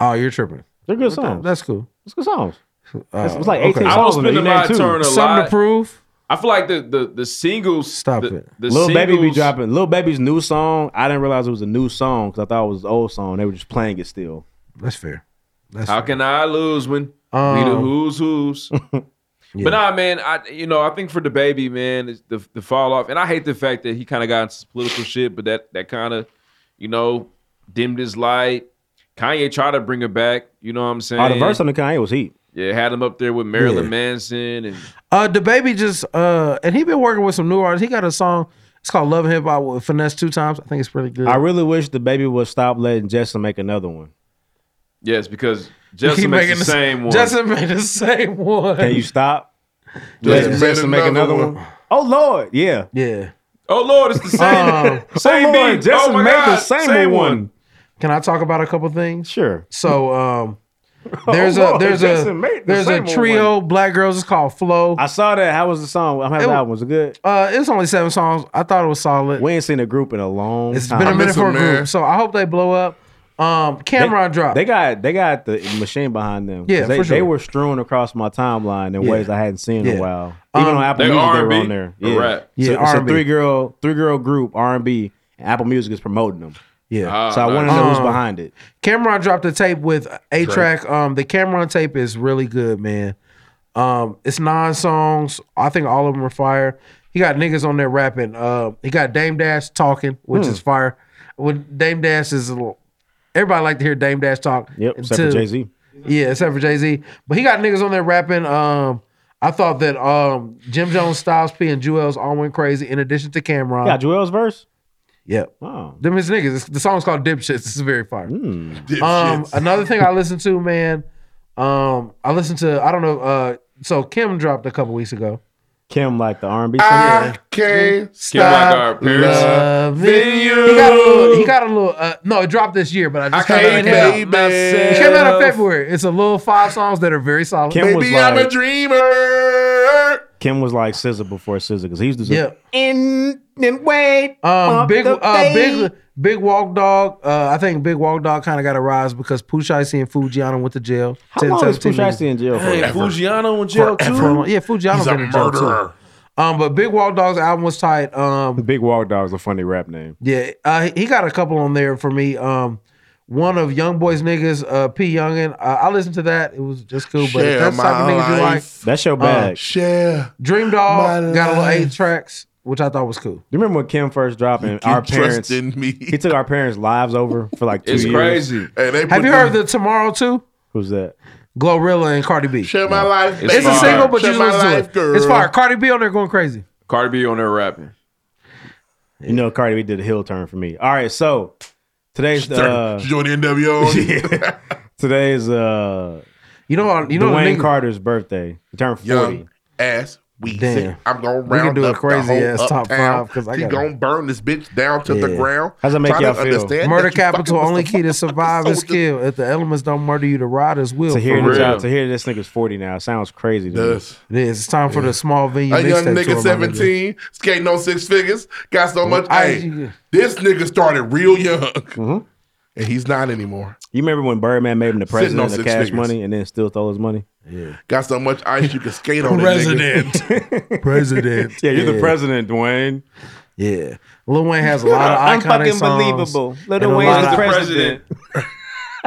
Speaker 15: Oh, you're tripping.
Speaker 4: They're good songs.
Speaker 15: That's cool. Uh,
Speaker 4: It's good songs.
Speaker 15: It's
Speaker 4: It's-
Speaker 15: Oh,
Speaker 4: it's like 18
Speaker 5: I was
Speaker 4: songs in there.
Speaker 5: spending
Speaker 4: You
Speaker 5: my
Speaker 4: named two.
Speaker 5: turn a
Speaker 4: Something
Speaker 5: lot.
Speaker 4: to prove.
Speaker 5: I feel like the the the singles. Stop the, it. The
Speaker 4: Lil Baby be
Speaker 5: singles-
Speaker 4: dropping Lil Baby's new song. I didn't realize it was a new song because I thought it was an old song. They were just playing it still.
Speaker 15: That's fair.
Speaker 5: How can I lose when we the
Speaker 4: Um,
Speaker 5: who's who's? But nah, man, I you know I think for the baby, man, it's the the fall off, and I hate the fact that he kind of got into some political shit, but that that kind of you know dimmed his light. Kanye tried to bring it back. You know what I'm saying?
Speaker 4: Oh, the verse on the Kanye was heat.
Speaker 5: Yeah, had him up there with Marilyn
Speaker 4: Yeah.
Speaker 5: Manson and
Speaker 15: Uh, the baby just uh, and he been working with some new artists. He got a song. It's called "Love Hip Hop" with Finesse two times. I think it's pretty good.
Speaker 4: I really wish the baby would stop letting Justin make another one.
Speaker 5: yes, because Justin makes the same one.
Speaker 15: Justin made the same one.
Speaker 4: Can you stop?
Speaker 5: Justin
Speaker 4: Let
Speaker 5: made
Speaker 4: Justin make
Speaker 5: another
Speaker 4: another one. Oh Lord, yeah,
Speaker 15: yeah. Um,
Speaker 5: Oh Lord, it's the same. same
Speaker 4: oh, Lord,
Speaker 5: beat.
Speaker 4: Justin
Speaker 5: oh my
Speaker 4: made the
Speaker 5: God,
Speaker 4: same, one.
Speaker 15: Can I talk about a couple things?
Speaker 4: Sure.
Speaker 15: So um, there's
Speaker 4: Oh,
Speaker 15: a
Speaker 4: Lord,
Speaker 15: there's
Speaker 4: Justin
Speaker 15: a
Speaker 4: made the
Speaker 15: there's a
Speaker 4: same
Speaker 15: trio black girls. It's called Flow.
Speaker 4: I saw that. How was the song? How was the album? Was it good?
Speaker 15: Uh, it's only seven songs. I thought it was solid.
Speaker 4: We ain't seen a group in a long
Speaker 15: It's
Speaker 4: time.
Speaker 15: been a minute for a group, so I hope they blow up. Um, Cameron
Speaker 4: they,
Speaker 15: dropped.
Speaker 4: They got they got the machine behind them. 'Cause
Speaker 15: Yeah,
Speaker 4: they,
Speaker 15: for
Speaker 4: they
Speaker 15: sure.
Speaker 4: were strewn across my timeline in
Speaker 15: Yeah.
Speaker 4: ways I hadn't seen in
Speaker 15: Yeah.
Speaker 4: a while. Even
Speaker 15: Um,
Speaker 4: on Apple
Speaker 15: They're
Speaker 4: Music, they were
Speaker 15: R&B
Speaker 4: on there.
Speaker 15: or
Speaker 4: Yeah,
Speaker 15: rap?
Speaker 4: So
Speaker 15: Yeah,
Speaker 4: it's a
Speaker 15: R&B.
Speaker 4: three girl three girl group R and B, and Apple Music is promoting them.
Speaker 15: Yeah,
Speaker 4: so I want to know who's
Speaker 15: Um,
Speaker 4: behind it.
Speaker 15: Cameron dropped a tape with A Track. Um, the Cameron tape is really good, man. Um, it's nine songs. I think all of them are fire. He got niggas on there rapping. Uh, he got Dame Dash talking, which
Speaker 4: Hmm.
Speaker 15: is fire. When Dame Dash is a little, everybody like to hear Dame Dash talk.
Speaker 4: Yep, except for
Speaker 15: Until-
Speaker 4: Jay-Z.
Speaker 15: Yeah, except for Jay Z. But he got niggas on there rapping. Um, I thought that um, Jim Jones, Styles P, and Jewels all went crazy. In addition to Cameron,
Speaker 4: Yeah, Joel's verse. Oh,
Speaker 15: Yep.
Speaker 4: Wow.
Speaker 15: Them his niggas. It's- the song's called Dipshits. This is very fire.
Speaker 4: hmm.
Speaker 15: Um,
Speaker 4: Dipshits.
Speaker 15: another thing I listened to, man. Um, I listened to I don't know. Uh, so Kim dropped a couple weeks ago.
Speaker 4: Kim like the R and B.
Speaker 5: Ah,
Speaker 15: I
Speaker 2: can't
Speaker 15: stop loving you. He got a little. He got a little uh, no, it dropped this year, but I just
Speaker 2: I
Speaker 15: found out it
Speaker 2: can't
Speaker 15: came out. It came out in
Speaker 2: myself.
Speaker 15: February. It's a little five songs that are very solid.
Speaker 4: Kim was Baby, I'm a like-
Speaker 2: dreamer.
Speaker 4: Kim was like Scissor before Scissor because he used to.
Speaker 15: Yeah.
Speaker 4: And then wait.
Speaker 15: Um,
Speaker 4: Up
Speaker 15: big,
Speaker 4: the
Speaker 15: uh,
Speaker 4: bay.
Speaker 15: big, big walk dog. Uh, I think big walk dog kind of got a rise because Pusha and Fujiano went to jail.
Speaker 4: How long is Pusha T in jail for?
Speaker 15: Hey,
Speaker 4: Hey,
Speaker 15: Fujiano in jail too. Yeah, Fujiano
Speaker 4: He's a
Speaker 15: been in jail
Speaker 4: murderer.
Speaker 15: too. Um, but big walk dog's album was tight. Um,
Speaker 4: Big Walk Dog's a funny rap name.
Speaker 15: yeah, uh, he got a couple on there for me. Um, one of Young Boys niggas, uh, P Youngin. Uh, I listened to that. It was just cool. But if
Speaker 4: Share
Speaker 15: that's the type of
Speaker 4: my
Speaker 15: niggas you like.
Speaker 4: life. That's your bag.
Speaker 2: Uh, Share.
Speaker 15: Dream
Speaker 4: my
Speaker 15: Dog got a little
Speaker 4: life.
Speaker 15: eight tracks, which I thought was cool.
Speaker 4: You remember when Kim first dropped and
Speaker 15: You
Speaker 4: our
Speaker 15: trust
Speaker 4: parents?
Speaker 15: in
Speaker 2: me.
Speaker 4: He took our parents' lives over for like two
Speaker 5: It's
Speaker 4: years.
Speaker 5: crazy.
Speaker 15: Have you heard the Tomorrow too?
Speaker 4: Who's that?
Speaker 15: Glorilla and Cardi B.
Speaker 2: Share my life.
Speaker 15: It's,
Speaker 5: It's
Speaker 15: a
Speaker 5: fire.
Speaker 15: single, but
Speaker 2: Share
Speaker 15: you
Speaker 2: my
Speaker 15: listen to
Speaker 2: life,
Speaker 15: it.
Speaker 2: girl.
Speaker 15: It's fire. Cardi B on there going crazy.
Speaker 5: Cardi B on there rapping.
Speaker 4: You know, Cardi B did a hill turn for me. All right, so today's uh,
Speaker 2: She joined the NWO.
Speaker 4: today's uh,
Speaker 15: you know,
Speaker 2: you know the
Speaker 4: Dwayne
Speaker 2: nigga-
Speaker 4: Carter's birthday. He turned forty.
Speaker 2: Young ass. We
Speaker 4: Damn.
Speaker 2: I'm gonna
Speaker 4: We can
Speaker 2: round
Speaker 4: do a
Speaker 2: up
Speaker 4: crazy
Speaker 2: the whole
Speaker 4: ass top
Speaker 2: uptown.
Speaker 4: five 'cause I
Speaker 2: She
Speaker 4: gotta-
Speaker 2: gonna burn this bitch down to the
Speaker 4: Yeah.
Speaker 2: ground.
Speaker 4: How's that make
Speaker 2: Trying
Speaker 4: y'all
Speaker 2: to
Speaker 4: feel?
Speaker 2: understand
Speaker 15: Murder
Speaker 2: that you fucking
Speaker 15: capital
Speaker 2: was
Speaker 15: only
Speaker 2: the
Speaker 15: key to survive is
Speaker 2: soldier.
Speaker 15: kill. If the elements don't murder you, the riders will.
Speaker 4: To hear,
Speaker 15: For
Speaker 4: this,
Speaker 15: real.
Speaker 4: to hear this nigga's forty now sounds crazy. To me.
Speaker 2: Does.
Speaker 15: It is. It's time for the small venue.
Speaker 2: A young
Speaker 15: mixtape tour,
Speaker 2: nigga,
Speaker 15: my
Speaker 2: seventeen, skating on six figures, got so much.
Speaker 15: I-
Speaker 2: Hey, this nigga started real young, and he's not anymore.
Speaker 4: You remember when Birdman made him the
Speaker 2: Sitting on
Speaker 4: president of
Speaker 2: six
Speaker 4: Cash
Speaker 2: figures.
Speaker 4: Money and then still stole his money?
Speaker 15: Yeah.
Speaker 2: Got so much ice you can skate on. it, nigga.
Speaker 15: President.
Speaker 4: yeah, you're the
Speaker 15: Yeah.
Speaker 4: president, Dwayne.
Speaker 15: Yeah. Lil Wayne has a lot of iconic
Speaker 4: Unfucking
Speaker 15: songs.
Speaker 4: believable. Lil
Speaker 15: and a
Speaker 4: Wayne's
Speaker 15: lot
Speaker 4: the
Speaker 15: of-
Speaker 4: president.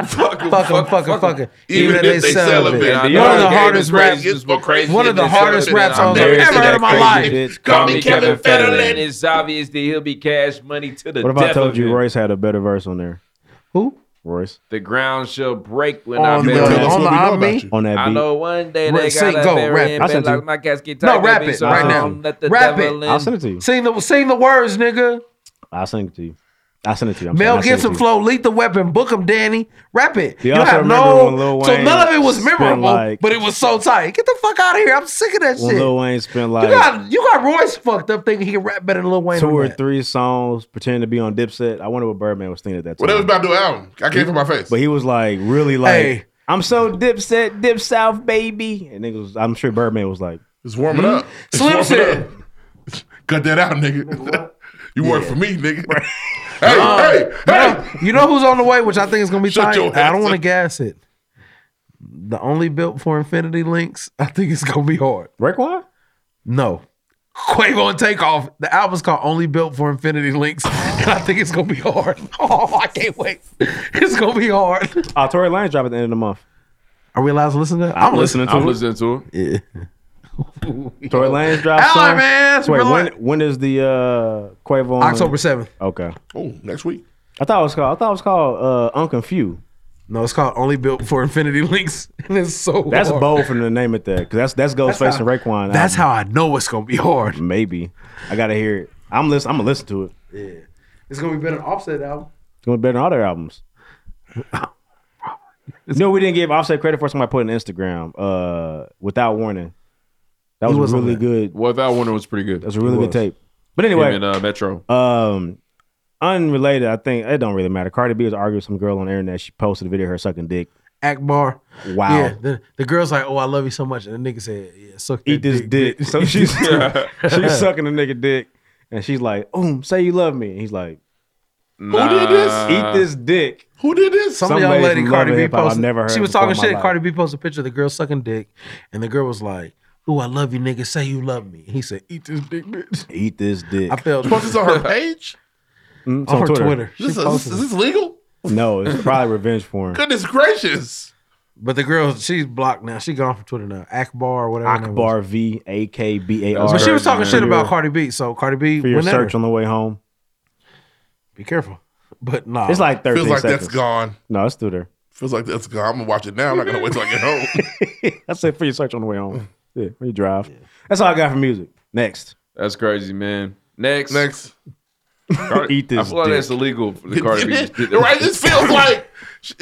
Speaker 15: Fucking, fucking, fucking, fucking.
Speaker 4: Even
Speaker 15: Even if they sell a bit.
Speaker 5: I
Speaker 15: One
Speaker 5: know
Speaker 15: of
Speaker 5: the
Speaker 15: the
Speaker 5: game
Speaker 15: hardest
Speaker 5: is crazy,
Speaker 15: raps.
Speaker 5: just what crazy
Speaker 15: One
Speaker 5: is
Speaker 15: of the
Speaker 5: they
Speaker 15: hardest
Speaker 5: sell it
Speaker 15: rap
Speaker 5: in.
Speaker 15: songs
Speaker 5: I'm
Speaker 15: I've
Speaker 5: married
Speaker 15: ever
Speaker 5: to
Speaker 15: heard
Speaker 5: that
Speaker 15: in my
Speaker 5: crazy
Speaker 15: life.
Speaker 5: bitch. Call me Kevin Federline. It's obvious that he'll be cash money to the
Speaker 4: What if
Speaker 5: death
Speaker 4: I told
Speaker 5: of
Speaker 4: you
Speaker 5: him.
Speaker 4: Royce had a better verse on there?
Speaker 15: Who?
Speaker 4: Royce.
Speaker 5: The ground shall break when
Speaker 4: On
Speaker 5: I
Speaker 4: the-
Speaker 5: met
Speaker 4: on
Speaker 5: you.
Speaker 4: the- on the- on me? On that
Speaker 5: I
Speaker 4: beat.
Speaker 5: know one day
Speaker 15: Right,
Speaker 5: they
Speaker 15: sing,
Speaker 5: got
Speaker 15: go,
Speaker 5: a
Speaker 15: rap.
Speaker 5: very
Speaker 15: I'll send it to
Speaker 5: like
Speaker 15: you.
Speaker 5: my casket
Speaker 15: No,
Speaker 5: tight,
Speaker 15: rap
Speaker 5: baby,
Speaker 15: it
Speaker 5: so
Speaker 15: right
Speaker 5: I
Speaker 15: now.
Speaker 5: don't let the
Speaker 15: Rap it.
Speaker 5: devil in.
Speaker 4: I'll send it to you.
Speaker 15: Sing the, sing the words, nigga.
Speaker 4: I'll send it to you. I'll send it to you. I'm
Speaker 15: Mel
Speaker 4: saying I'll send
Speaker 15: Gibson,
Speaker 4: it to you.
Speaker 15: Flow, Lethal Weapon, Book 'em, Danny. Rap it.
Speaker 4: Do
Speaker 15: You
Speaker 4: y'all
Speaker 15: have
Speaker 4: remember
Speaker 15: no.
Speaker 4: when Lil
Speaker 15: so
Speaker 4: Wayne
Speaker 15: none of it was
Speaker 4: spent,
Speaker 15: memorable,
Speaker 4: like-
Speaker 15: but it was so tight. Get the fuck out of here. I'm sick of that
Speaker 4: When
Speaker 15: shit.
Speaker 4: Lil Wayne spent like
Speaker 15: you got you got Royce fucked up thinking he can rap better than Lil Wayne.
Speaker 4: two
Speaker 15: on
Speaker 4: or
Speaker 15: that.
Speaker 4: three songs pretending to be on Dipset. I wonder what Birdman was thinking at that time.
Speaker 2: Well, they was about to do an album. I came from my face.
Speaker 4: But he was like really like
Speaker 2: Hey.
Speaker 4: I'm so Dipset, Dip South baby, and niggas. Was, I'm sure Birdman was like
Speaker 2: it's warming up. It's
Speaker 4: Slim
Speaker 2: warming
Speaker 4: said-
Speaker 2: up. Cut that out, nigga. you work for me, nigga. hey,
Speaker 15: Um,
Speaker 2: hey,
Speaker 15: but You know who's on the way, which I think is gonna be
Speaker 2: Shut
Speaker 15: tight.
Speaker 2: your
Speaker 15: I
Speaker 2: ass
Speaker 15: don't want to
Speaker 2: up.
Speaker 15: gas it. The only built for infinity links, I think it's gonna be hard.
Speaker 4: Raekwon?
Speaker 15: No. Quavo and Takeoff. The album's called Only Built for Infinity Links. And I think it's gonna be hard. Oh, I can't wait. It's gonna be hard.
Speaker 4: Oh, Tory Lanez drop at the end of the month.
Speaker 15: Are we allowed to listen to that?
Speaker 4: I'm, listening to
Speaker 5: I'm
Speaker 4: it.
Speaker 5: listening to
Speaker 15: it.
Speaker 4: Tory Lanez drop.
Speaker 15: All right,
Speaker 4: song.
Speaker 15: man.
Speaker 4: Wait, when,
Speaker 15: Relax.
Speaker 4: when is the uh, Quavo? on-
Speaker 15: October 7th.
Speaker 4: Okay.
Speaker 2: Oh, next week.
Speaker 4: I thought it was called. I thought it was called uh, Unconfused.
Speaker 15: No, it's called Only Built for Infinity Links, and it's so
Speaker 4: That's
Speaker 15: hard.
Speaker 4: bold for them to name it that because that's that's Ghostface
Speaker 15: That's how-
Speaker 4: and Raekwon.
Speaker 15: that's how I know it's gonna be hard.
Speaker 4: Maybe I gotta hear it. I'm listen. I'm gonna listen to it.
Speaker 15: Yeah, it's gonna be better than Offset album.
Speaker 4: It's gonna be better than all their albums. no, we didn't give Offset credit for somebody put on Instagram. Uh, without warning, that
Speaker 5: He
Speaker 4: was,
Speaker 5: was on
Speaker 4: really
Speaker 5: that.
Speaker 4: good.
Speaker 5: Without warning was pretty good.
Speaker 4: That's a really
Speaker 5: He
Speaker 4: good
Speaker 5: was.
Speaker 4: tape. But anyway,
Speaker 5: Him and, uh, Metro.
Speaker 4: Um, unrelated. I think it don't really matter. Cardi B was arguing with some girl on the internet. She posted a video of her sucking dick.
Speaker 15: Akbar.
Speaker 4: Wow.
Speaker 15: Yeah, the, the girl's like, "Oh, I love you so much," and the nigga said, "Yeah, suck
Speaker 4: Eat
Speaker 15: that
Speaker 4: this dick. So she's she's sucking the nigga dick, and she's like, "Um, say you love me." And he's like,
Speaker 15: Who did this?
Speaker 2: Uh,
Speaker 4: Eat this dick."
Speaker 15: Who did this? Some young
Speaker 4: Somebody
Speaker 15: lady
Speaker 4: from
Speaker 15: Cardi
Speaker 4: Love and
Speaker 15: B
Speaker 4: Hip Hop I've
Speaker 15: posted.
Speaker 4: never heard
Speaker 15: she was
Speaker 4: before
Speaker 15: talking
Speaker 4: in my
Speaker 15: shit.
Speaker 4: life.
Speaker 15: Cardi B posted a picture of the girl sucking dick, and the girl was like, "Ooh, I love you, nigga. Say you love me." He said, "Eat this dick, bitch."
Speaker 4: Eat this dick.
Speaker 15: I felt
Speaker 4: She posted this on her
Speaker 15: page.
Speaker 4: Mm, it's
Speaker 15: on, her Twitter. She
Speaker 2: This is,
Speaker 15: posted
Speaker 2: is this
Speaker 15: it.
Speaker 2: legal?
Speaker 4: No, it's probably revenge for him.
Speaker 2: Goodness gracious!
Speaker 15: But the girl, she's blocked now. She gone from Twitter now. Akbar or whatever. her name was.
Speaker 4: Akbar V A K B A R.
Speaker 15: But she was talking shit about Cardi B. So Cardi B,
Speaker 4: For your
Speaker 15: whenever.
Speaker 4: search on the way home,
Speaker 15: be careful. But no,
Speaker 4: it's like thirteen
Speaker 2: Feels like
Speaker 4: seconds.
Speaker 2: that's gone.
Speaker 4: No, it's still there.
Speaker 2: Feels like that's gone. I'm gonna watch it now. I'm not gonna wait till I get home.
Speaker 4: I said for your search on the way home. Yeah, when you drive. That's all I got for music. Next.
Speaker 5: That's crazy, man. Next.
Speaker 2: Next.
Speaker 4: Eat this
Speaker 5: I feel like
Speaker 4: dick.
Speaker 5: that's illegal for the Cardi B.
Speaker 2: right? This feels like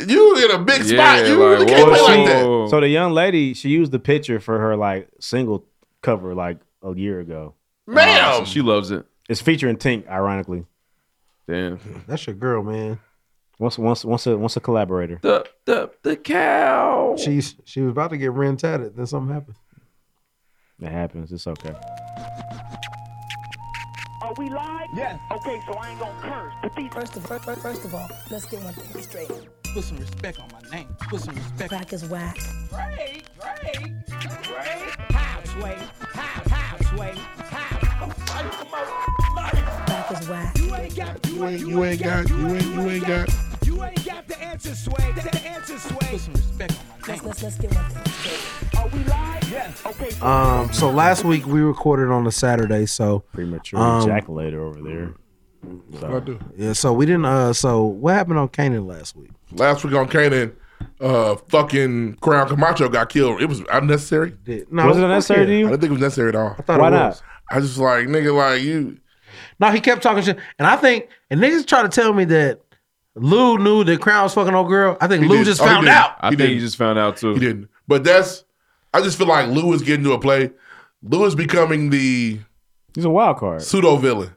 Speaker 2: you in a big spot. You really can't play like that.
Speaker 4: So the young lady, she used the picture for her like single cover like a year ago.
Speaker 2: Ma'am!
Speaker 5: she loves it.
Speaker 4: It's featuring Tink, ironically.
Speaker 5: Damn,
Speaker 15: that's your girl, man.
Speaker 4: Once, once, once a once a collaborator.
Speaker 5: The the the cow.
Speaker 15: She's she was about to get ran tatted. Then something happened.
Speaker 4: It happens. It's okay.
Speaker 23: Are we live? Yes. Okay, so I ain't gonna curse. But these first of first, first of all, let's get one thing straight. Put some respect on my name. Put some respect. Crack is whack.
Speaker 24: Drake, Drake, Drake.
Speaker 23: Halfway, half, halfway, half. Crack is whack. You ain't got, you ain't,
Speaker 2: You ain't got. You ain't. You ain't got.
Speaker 23: you ain't got the answer, sway. The, the answer, sway. Put some respect on my name. Let's, let's, let's get one thing straight. Are we live? Yes. Okay. so-
Speaker 15: Um, so last week we recorded on a Saturday, so
Speaker 4: premature ejaculator over there.
Speaker 2: I do.
Speaker 15: Yeah, so we didn't. Uh, so what happened on Canaan last week?
Speaker 2: Last week on Canaan, uh, fucking Crown Camacho got killed. It was unnecessary.
Speaker 15: No, Was it fuck unnecessary yeah. to you?
Speaker 2: I didn't think it was necessary at all. I
Speaker 15: thought it Why not? was.
Speaker 2: I just like nigga, like you.
Speaker 15: No, he kept talking shit, and I think and niggas try to tell me that Lou knew that Crown was fucking old girl. I think
Speaker 2: He
Speaker 15: Lou
Speaker 2: did.
Speaker 15: just
Speaker 2: Oh, he
Speaker 15: found
Speaker 2: did.
Speaker 15: out.
Speaker 5: I
Speaker 2: He
Speaker 5: think
Speaker 2: didn't.
Speaker 5: he just found out too.
Speaker 2: He didn't. But that's. I just feel like Lou is getting to a play. Lou is becoming the.
Speaker 4: He's a wild card.
Speaker 2: Pseudo villain.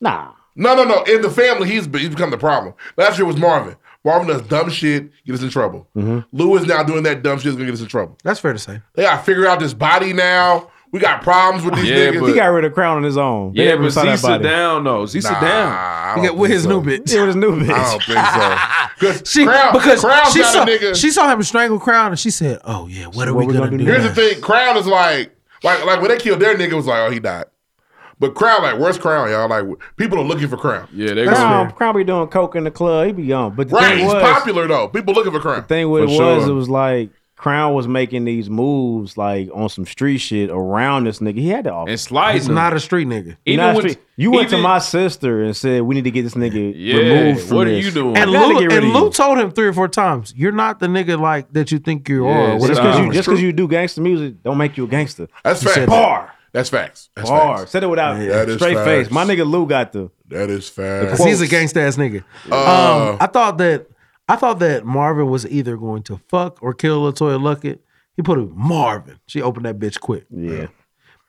Speaker 4: Nah.
Speaker 2: No, no, no. In the family, he's he's become the problem. Last year was Marvin. Marvin does dumb shit, get us in trouble.
Speaker 5: Mm-hmm.
Speaker 2: Lou is now doing that dumb shit, is gonna get us in trouble.
Speaker 15: That's fair to say.
Speaker 2: They gotta figure out this body now. We got problems with these
Speaker 5: Yeah,
Speaker 2: niggas.
Speaker 5: but-
Speaker 4: he got rid of Crown on his own. They
Speaker 5: Yeah,
Speaker 4: never
Speaker 5: but
Speaker 4: saw that
Speaker 5: Zisa
Speaker 4: body.
Speaker 5: down though. Zisa
Speaker 4: Nah,
Speaker 5: down.
Speaker 4: I
Speaker 2: Oh,
Speaker 4: don't think so. Yeah, with his new bitch.
Speaker 2: I don't think so.
Speaker 15: She
Speaker 2: Crown-
Speaker 15: because
Speaker 2: Crown's
Speaker 15: she
Speaker 2: not a
Speaker 15: saw
Speaker 2: nigga.
Speaker 15: she saw him strangle Crown, and she said, "Oh yeah, what are we gonna, do?"
Speaker 2: Here's
Speaker 15: now?"
Speaker 2: the thing: Crown is like, like, like when they killed their nigga, it was like, oh, he died. But Crown, like, where's Crown, y'all? Like, people are looking for Crown.
Speaker 5: Yeah, they
Speaker 4: Crown, Crown be doing coke in the club. He be young, but the
Speaker 2: Right,
Speaker 4: thing
Speaker 2: he's
Speaker 4: was,
Speaker 2: popular though. People looking for Crown.
Speaker 4: thing what it
Speaker 2: For
Speaker 4: was,
Speaker 2: sure.
Speaker 4: it was like Crown was making these moves like on some street shit around this nigga. He had to offer.
Speaker 5: And Slice
Speaker 15: He's not a street nigga.
Speaker 4: You're not
Speaker 15: with-
Speaker 4: street- you went to
Speaker 15: even-
Speaker 4: my sister and said we need to get this nigga
Speaker 5: Yeah,
Speaker 4: removed from
Speaker 5: what are
Speaker 4: this."
Speaker 5: you doing?
Speaker 4: I
Speaker 15: And
Speaker 4: gotta
Speaker 15: Lou,
Speaker 4: get rid
Speaker 15: and
Speaker 4: of
Speaker 15: Lou
Speaker 4: you.
Speaker 15: told him three or four times, "You're not the nigga like that you think you
Speaker 4: Yeah,
Speaker 15: are." or
Speaker 4: just because
Speaker 15: whatever.
Speaker 4: you just 'cause you do gangster music don't make you a gangster.
Speaker 2: That's
Speaker 4: He
Speaker 2: facts.
Speaker 4: said that. Bar.
Speaker 2: That's facts. That's
Speaker 4: Bar.
Speaker 2: facts.
Speaker 4: Said it without
Speaker 2: That is
Speaker 4: straight face.
Speaker 2: facts.
Speaker 4: My nigga Lou got the.
Speaker 2: That is
Speaker 15: Because
Speaker 2: fast.
Speaker 15: he's a gangsta ass nigga.
Speaker 2: Uh,
Speaker 15: um, I thought that I thought that Marvin was either going to fuck or kill Latoya Luckett. He put it Marvin. She opened that bitch quick.
Speaker 4: Yeah.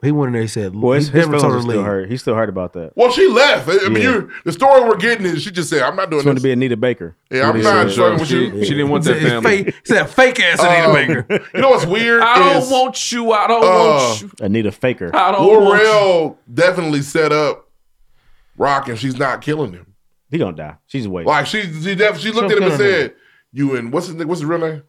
Speaker 15: He went in there. He said,
Speaker 4: Well, his,
Speaker 15: he-
Speaker 4: his
Speaker 15: him and
Speaker 4: feelings
Speaker 15: Toto
Speaker 4: are still
Speaker 15: leave.
Speaker 4: hurt. He's still hurt about that.
Speaker 2: Well, she left. I I mean,
Speaker 4: Yeah.
Speaker 2: you the story we're getting is she just said, "I'm not
Speaker 4: It's
Speaker 2: doing
Speaker 4: going
Speaker 2: this."
Speaker 4: to be Anita Baker.
Speaker 2: Yeah, I'm
Speaker 4: What he
Speaker 2: not
Speaker 4: said.
Speaker 2: fucking with you. She- she didn't want that
Speaker 4: He said,
Speaker 2: family.
Speaker 4: "Fake-
Speaker 15: Said fake ass Anita
Speaker 2: Um,
Speaker 15: Baker.
Speaker 2: You know what's weird?
Speaker 5: I don't
Speaker 2: is,
Speaker 5: want you. I don't want you.
Speaker 4: Anita Faker.
Speaker 5: I don't
Speaker 2: L'Oreal definitely set up Rock, and she's not killing him.
Speaker 4: He gonna die. She's waiting.
Speaker 2: Like she, she, def- she looked at
Speaker 4: She'll
Speaker 2: him and
Speaker 4: kill him.
Speaker 2: said, "You and what's his what's his real name?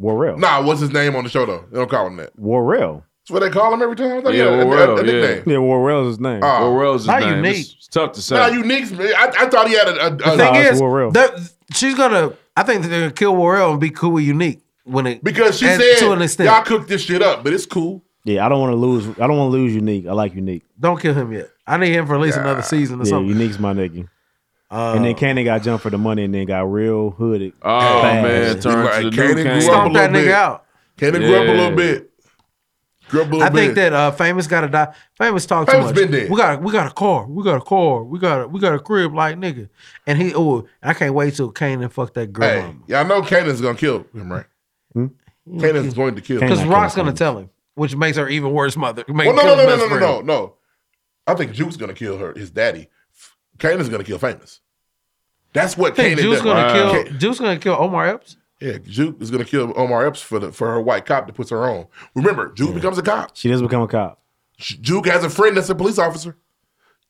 Speaker 4: Warrell.
Speaker 2: Nah, what's his name on the show though? They don't call him that.
Speaker 4: Warrell.
Speaker 2: That's what they call him every time. I thought he
Speaker 5: Yeah,
Speaker 2: had a- a-
Speaker 5: Warrell,
Speaker 2: a nickname.
Speaker 4: Yeah, Warrell's his name.
Speaker 2: Ah.
Speaker 5: Warrell's his
Speaker 2: Not
Speaker 5: name.
Speaker 2: unique.
Speaker 5: It's, it's tough to say.
Speaker 2: Nah, unique. I, I thought he had a. a, a
Speaker 15: The thing is, that, she's gonna. I think that they're gonna kill Warrell and be cool with Unique when it
Speaker 2: because she
Speaker 15: and
Speaker 2: said,
Speaker 15: to an extent.
Speaker 2: "Y'all cooked this shit up, but it's cool."
Speaker 4: Yeah, I don't want to lose. I don't want to lose Unique. I like Unique.
Speaker 15: Don't kill him yet. I need him for at least another season or
Speaker 4: Yeah,
Speaker 15: something.
Speaker 4: Unique's my nigga. and
Speaker 15: Uh,
Speaker 4: then Cannon got jumped for the money and then got real hooded.
Speaker 5: Oh, man, turned to the new Cannon. Stomp that nigga out.
Speaker 2: Cannon grew up a
Speaker 5: Yeah.
Speaker 2: little bit. Grew up a little
Speaker 15: I think
Speaker 2: bit.
Speaker 15: that uh, famous gotta die. Famous talk too
Speaker 2: Famous
Speaker 15: much.
Speaker 2: been dead.
Speaker 15: We got we got a car. We got a car. We got a, we got a crib like nigga. And he oh I can't wait till Kane and fuck that girl.
Speaker 2: Hey, y'all know Kanan's gonna kill him, right?
Speaker 15: Hmm?
Speaker 2: Kanan's going to kill him.
Speaker 15: Because Rock's gonna tell him, which makes her even worse mother. Make
Speaker 2: Well, no,
Speaker 15: him
Speaker 2: Oh, no,
Speaker 15: kill
Speaker 2: no,
Speaker 15: his
Speaker 2: no, no,
Speaker 15: best
Speaker 2: no, no,
Speaker 15: friend.
Speaker 2: no. I think Juke's gonna kill her, his daddy. Kanan's gonna kill Famous. That's
Speaker 15: I
Speaker 2: what
Speaker 15: think
Speaker 2: Kanan
Speaker 15: Juke's
Speaker 2: does.
Speaker 15: gonna
Speaker 2: Wow.
Speaker 15: kill
Speaker 2: Ka-
Speaker 15: Juke's gonna kill Omar Epps.
Speaker 2: Yeah, Juke is gonna kill Omar Epps for the, for her white cop that puts her on. Remember, Juke becomes a cop.
Speaker 4: She does become a cop.
Speaker 2: Juke has a friend that's a police officer.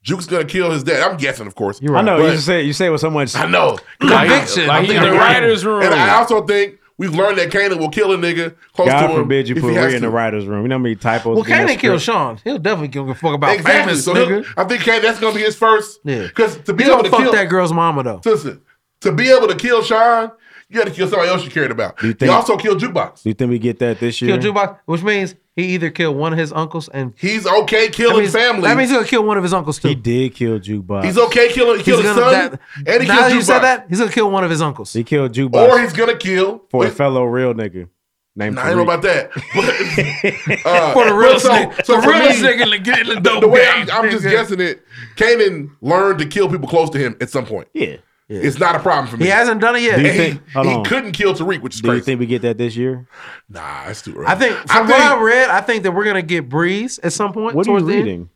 Speaker 2: Juke's gonna kill his dad. I'm guessing, of course.
Speaker 4: I know
Speaker 2: But
Speaker 4: you just say you say it with so much.
Speaker 2: I know
Speaker 4: Conviction.
Speaker 2: I
Speaker 4: Like,
Speaker 2: think
Speaker 4: he in
Speaker 2: they're
Speaker 4: the
Speaker 2: right.
Speaker 4: writer's room.
Speaker 2: And I also think we've learned that Kanan will kill a nigga close to
Speaker 4: God
Speaker 2: him.
Speaker 4: forbid you
Speaker 2: if
Speaker 4: put
Speaker 2: he has
Speaker 4: Rhea in the
Speaker 2: to.
Speaker 4: writer's room. You know how many typos.
Speaker 15: Well,
Speaker 4: be in that
Speaker 15: Kane kill
Speaker 4: script?
Speaker 15: Sean. He'll definitely give a fuck about
Speaker 2: Exactly.
Speaker 15: famous
Speaker 2: so
Speaker 15: nigga.
Speaker 2: I think Kanan, that's gonna be his first.
Speaker 15: Yeah.
Speaker 2: Because to be
Speaker 15: He'll
Speaker 2: able to
Speaker 15: fuck
Speaker 2: kill
Speaker 15: that girl's mama though.
Speaker 2: Listen, to be able to kill Sean, you got to kill somebody else you cared about.
Speaker 4: You
Speaker 2: You,
Speaker 4: think-
Speaker 2: also killed Jukebox.
Speaker 4: Do you think we get that this year?
Speaker 15: Kill Jukebox, which means he either killed one of his uncles and
Speaker 2: he's okay killing family.
Speaker 15: That means he'll kill one of his uncles too.
Speaker 4: He did kill Jukebox.
Speaker 2: He's okay killing kill his son, and he
Speaker 15: now
Speaker 2: killed
Speaker 15: that you
Speaker 2: Jukebox.
Speaker 15: said that, he's gonna kill one of his uncles.
Speaker 4: He killed Jukebox
Speaker 2: or he's gonna kill.
Speaker 4: for a fellow real nigga named.
Speaker 2: Nah, I don't know
Speaker 4: Tariq.
Speaker 2: about that. But, uh,
Speaker 4: For the realest nigga- the
Speaker 2: for
Speaker 4: realest nigga
Speaker 15: to get in the
Speaker 2: The way I'm, I'm just guessing it, Kanan learned to kill people close to him at some point.
Speaker 4: Yeah.
Speaker 2: It's not a problem for me.
Speaker 4: He hasn't done it yet. Do you
Speaker 2: And
Speaker 4: think-
Speaker 2: he-
Speaker 4: hold
Speaker 2: he,
Speaker 4: on.
Speaker 2: couldn't kill Tariq, which is
Speaker 4: Do you
Speaker 2: crazy.
Speaker 4: think we get that this year?
Speaker 2: Nah, it's too early.
Speaker 15: I think from
Speaker 2: I
Speaker 15: what
Speaker 2: think-
Speaker 15: I read, I think that we're gonna get Breeze at some point.
Speaker 4: What are
Speaker 15: towards
Speaker 4: you
Speaker 15: the end.
Speaker 4: reading?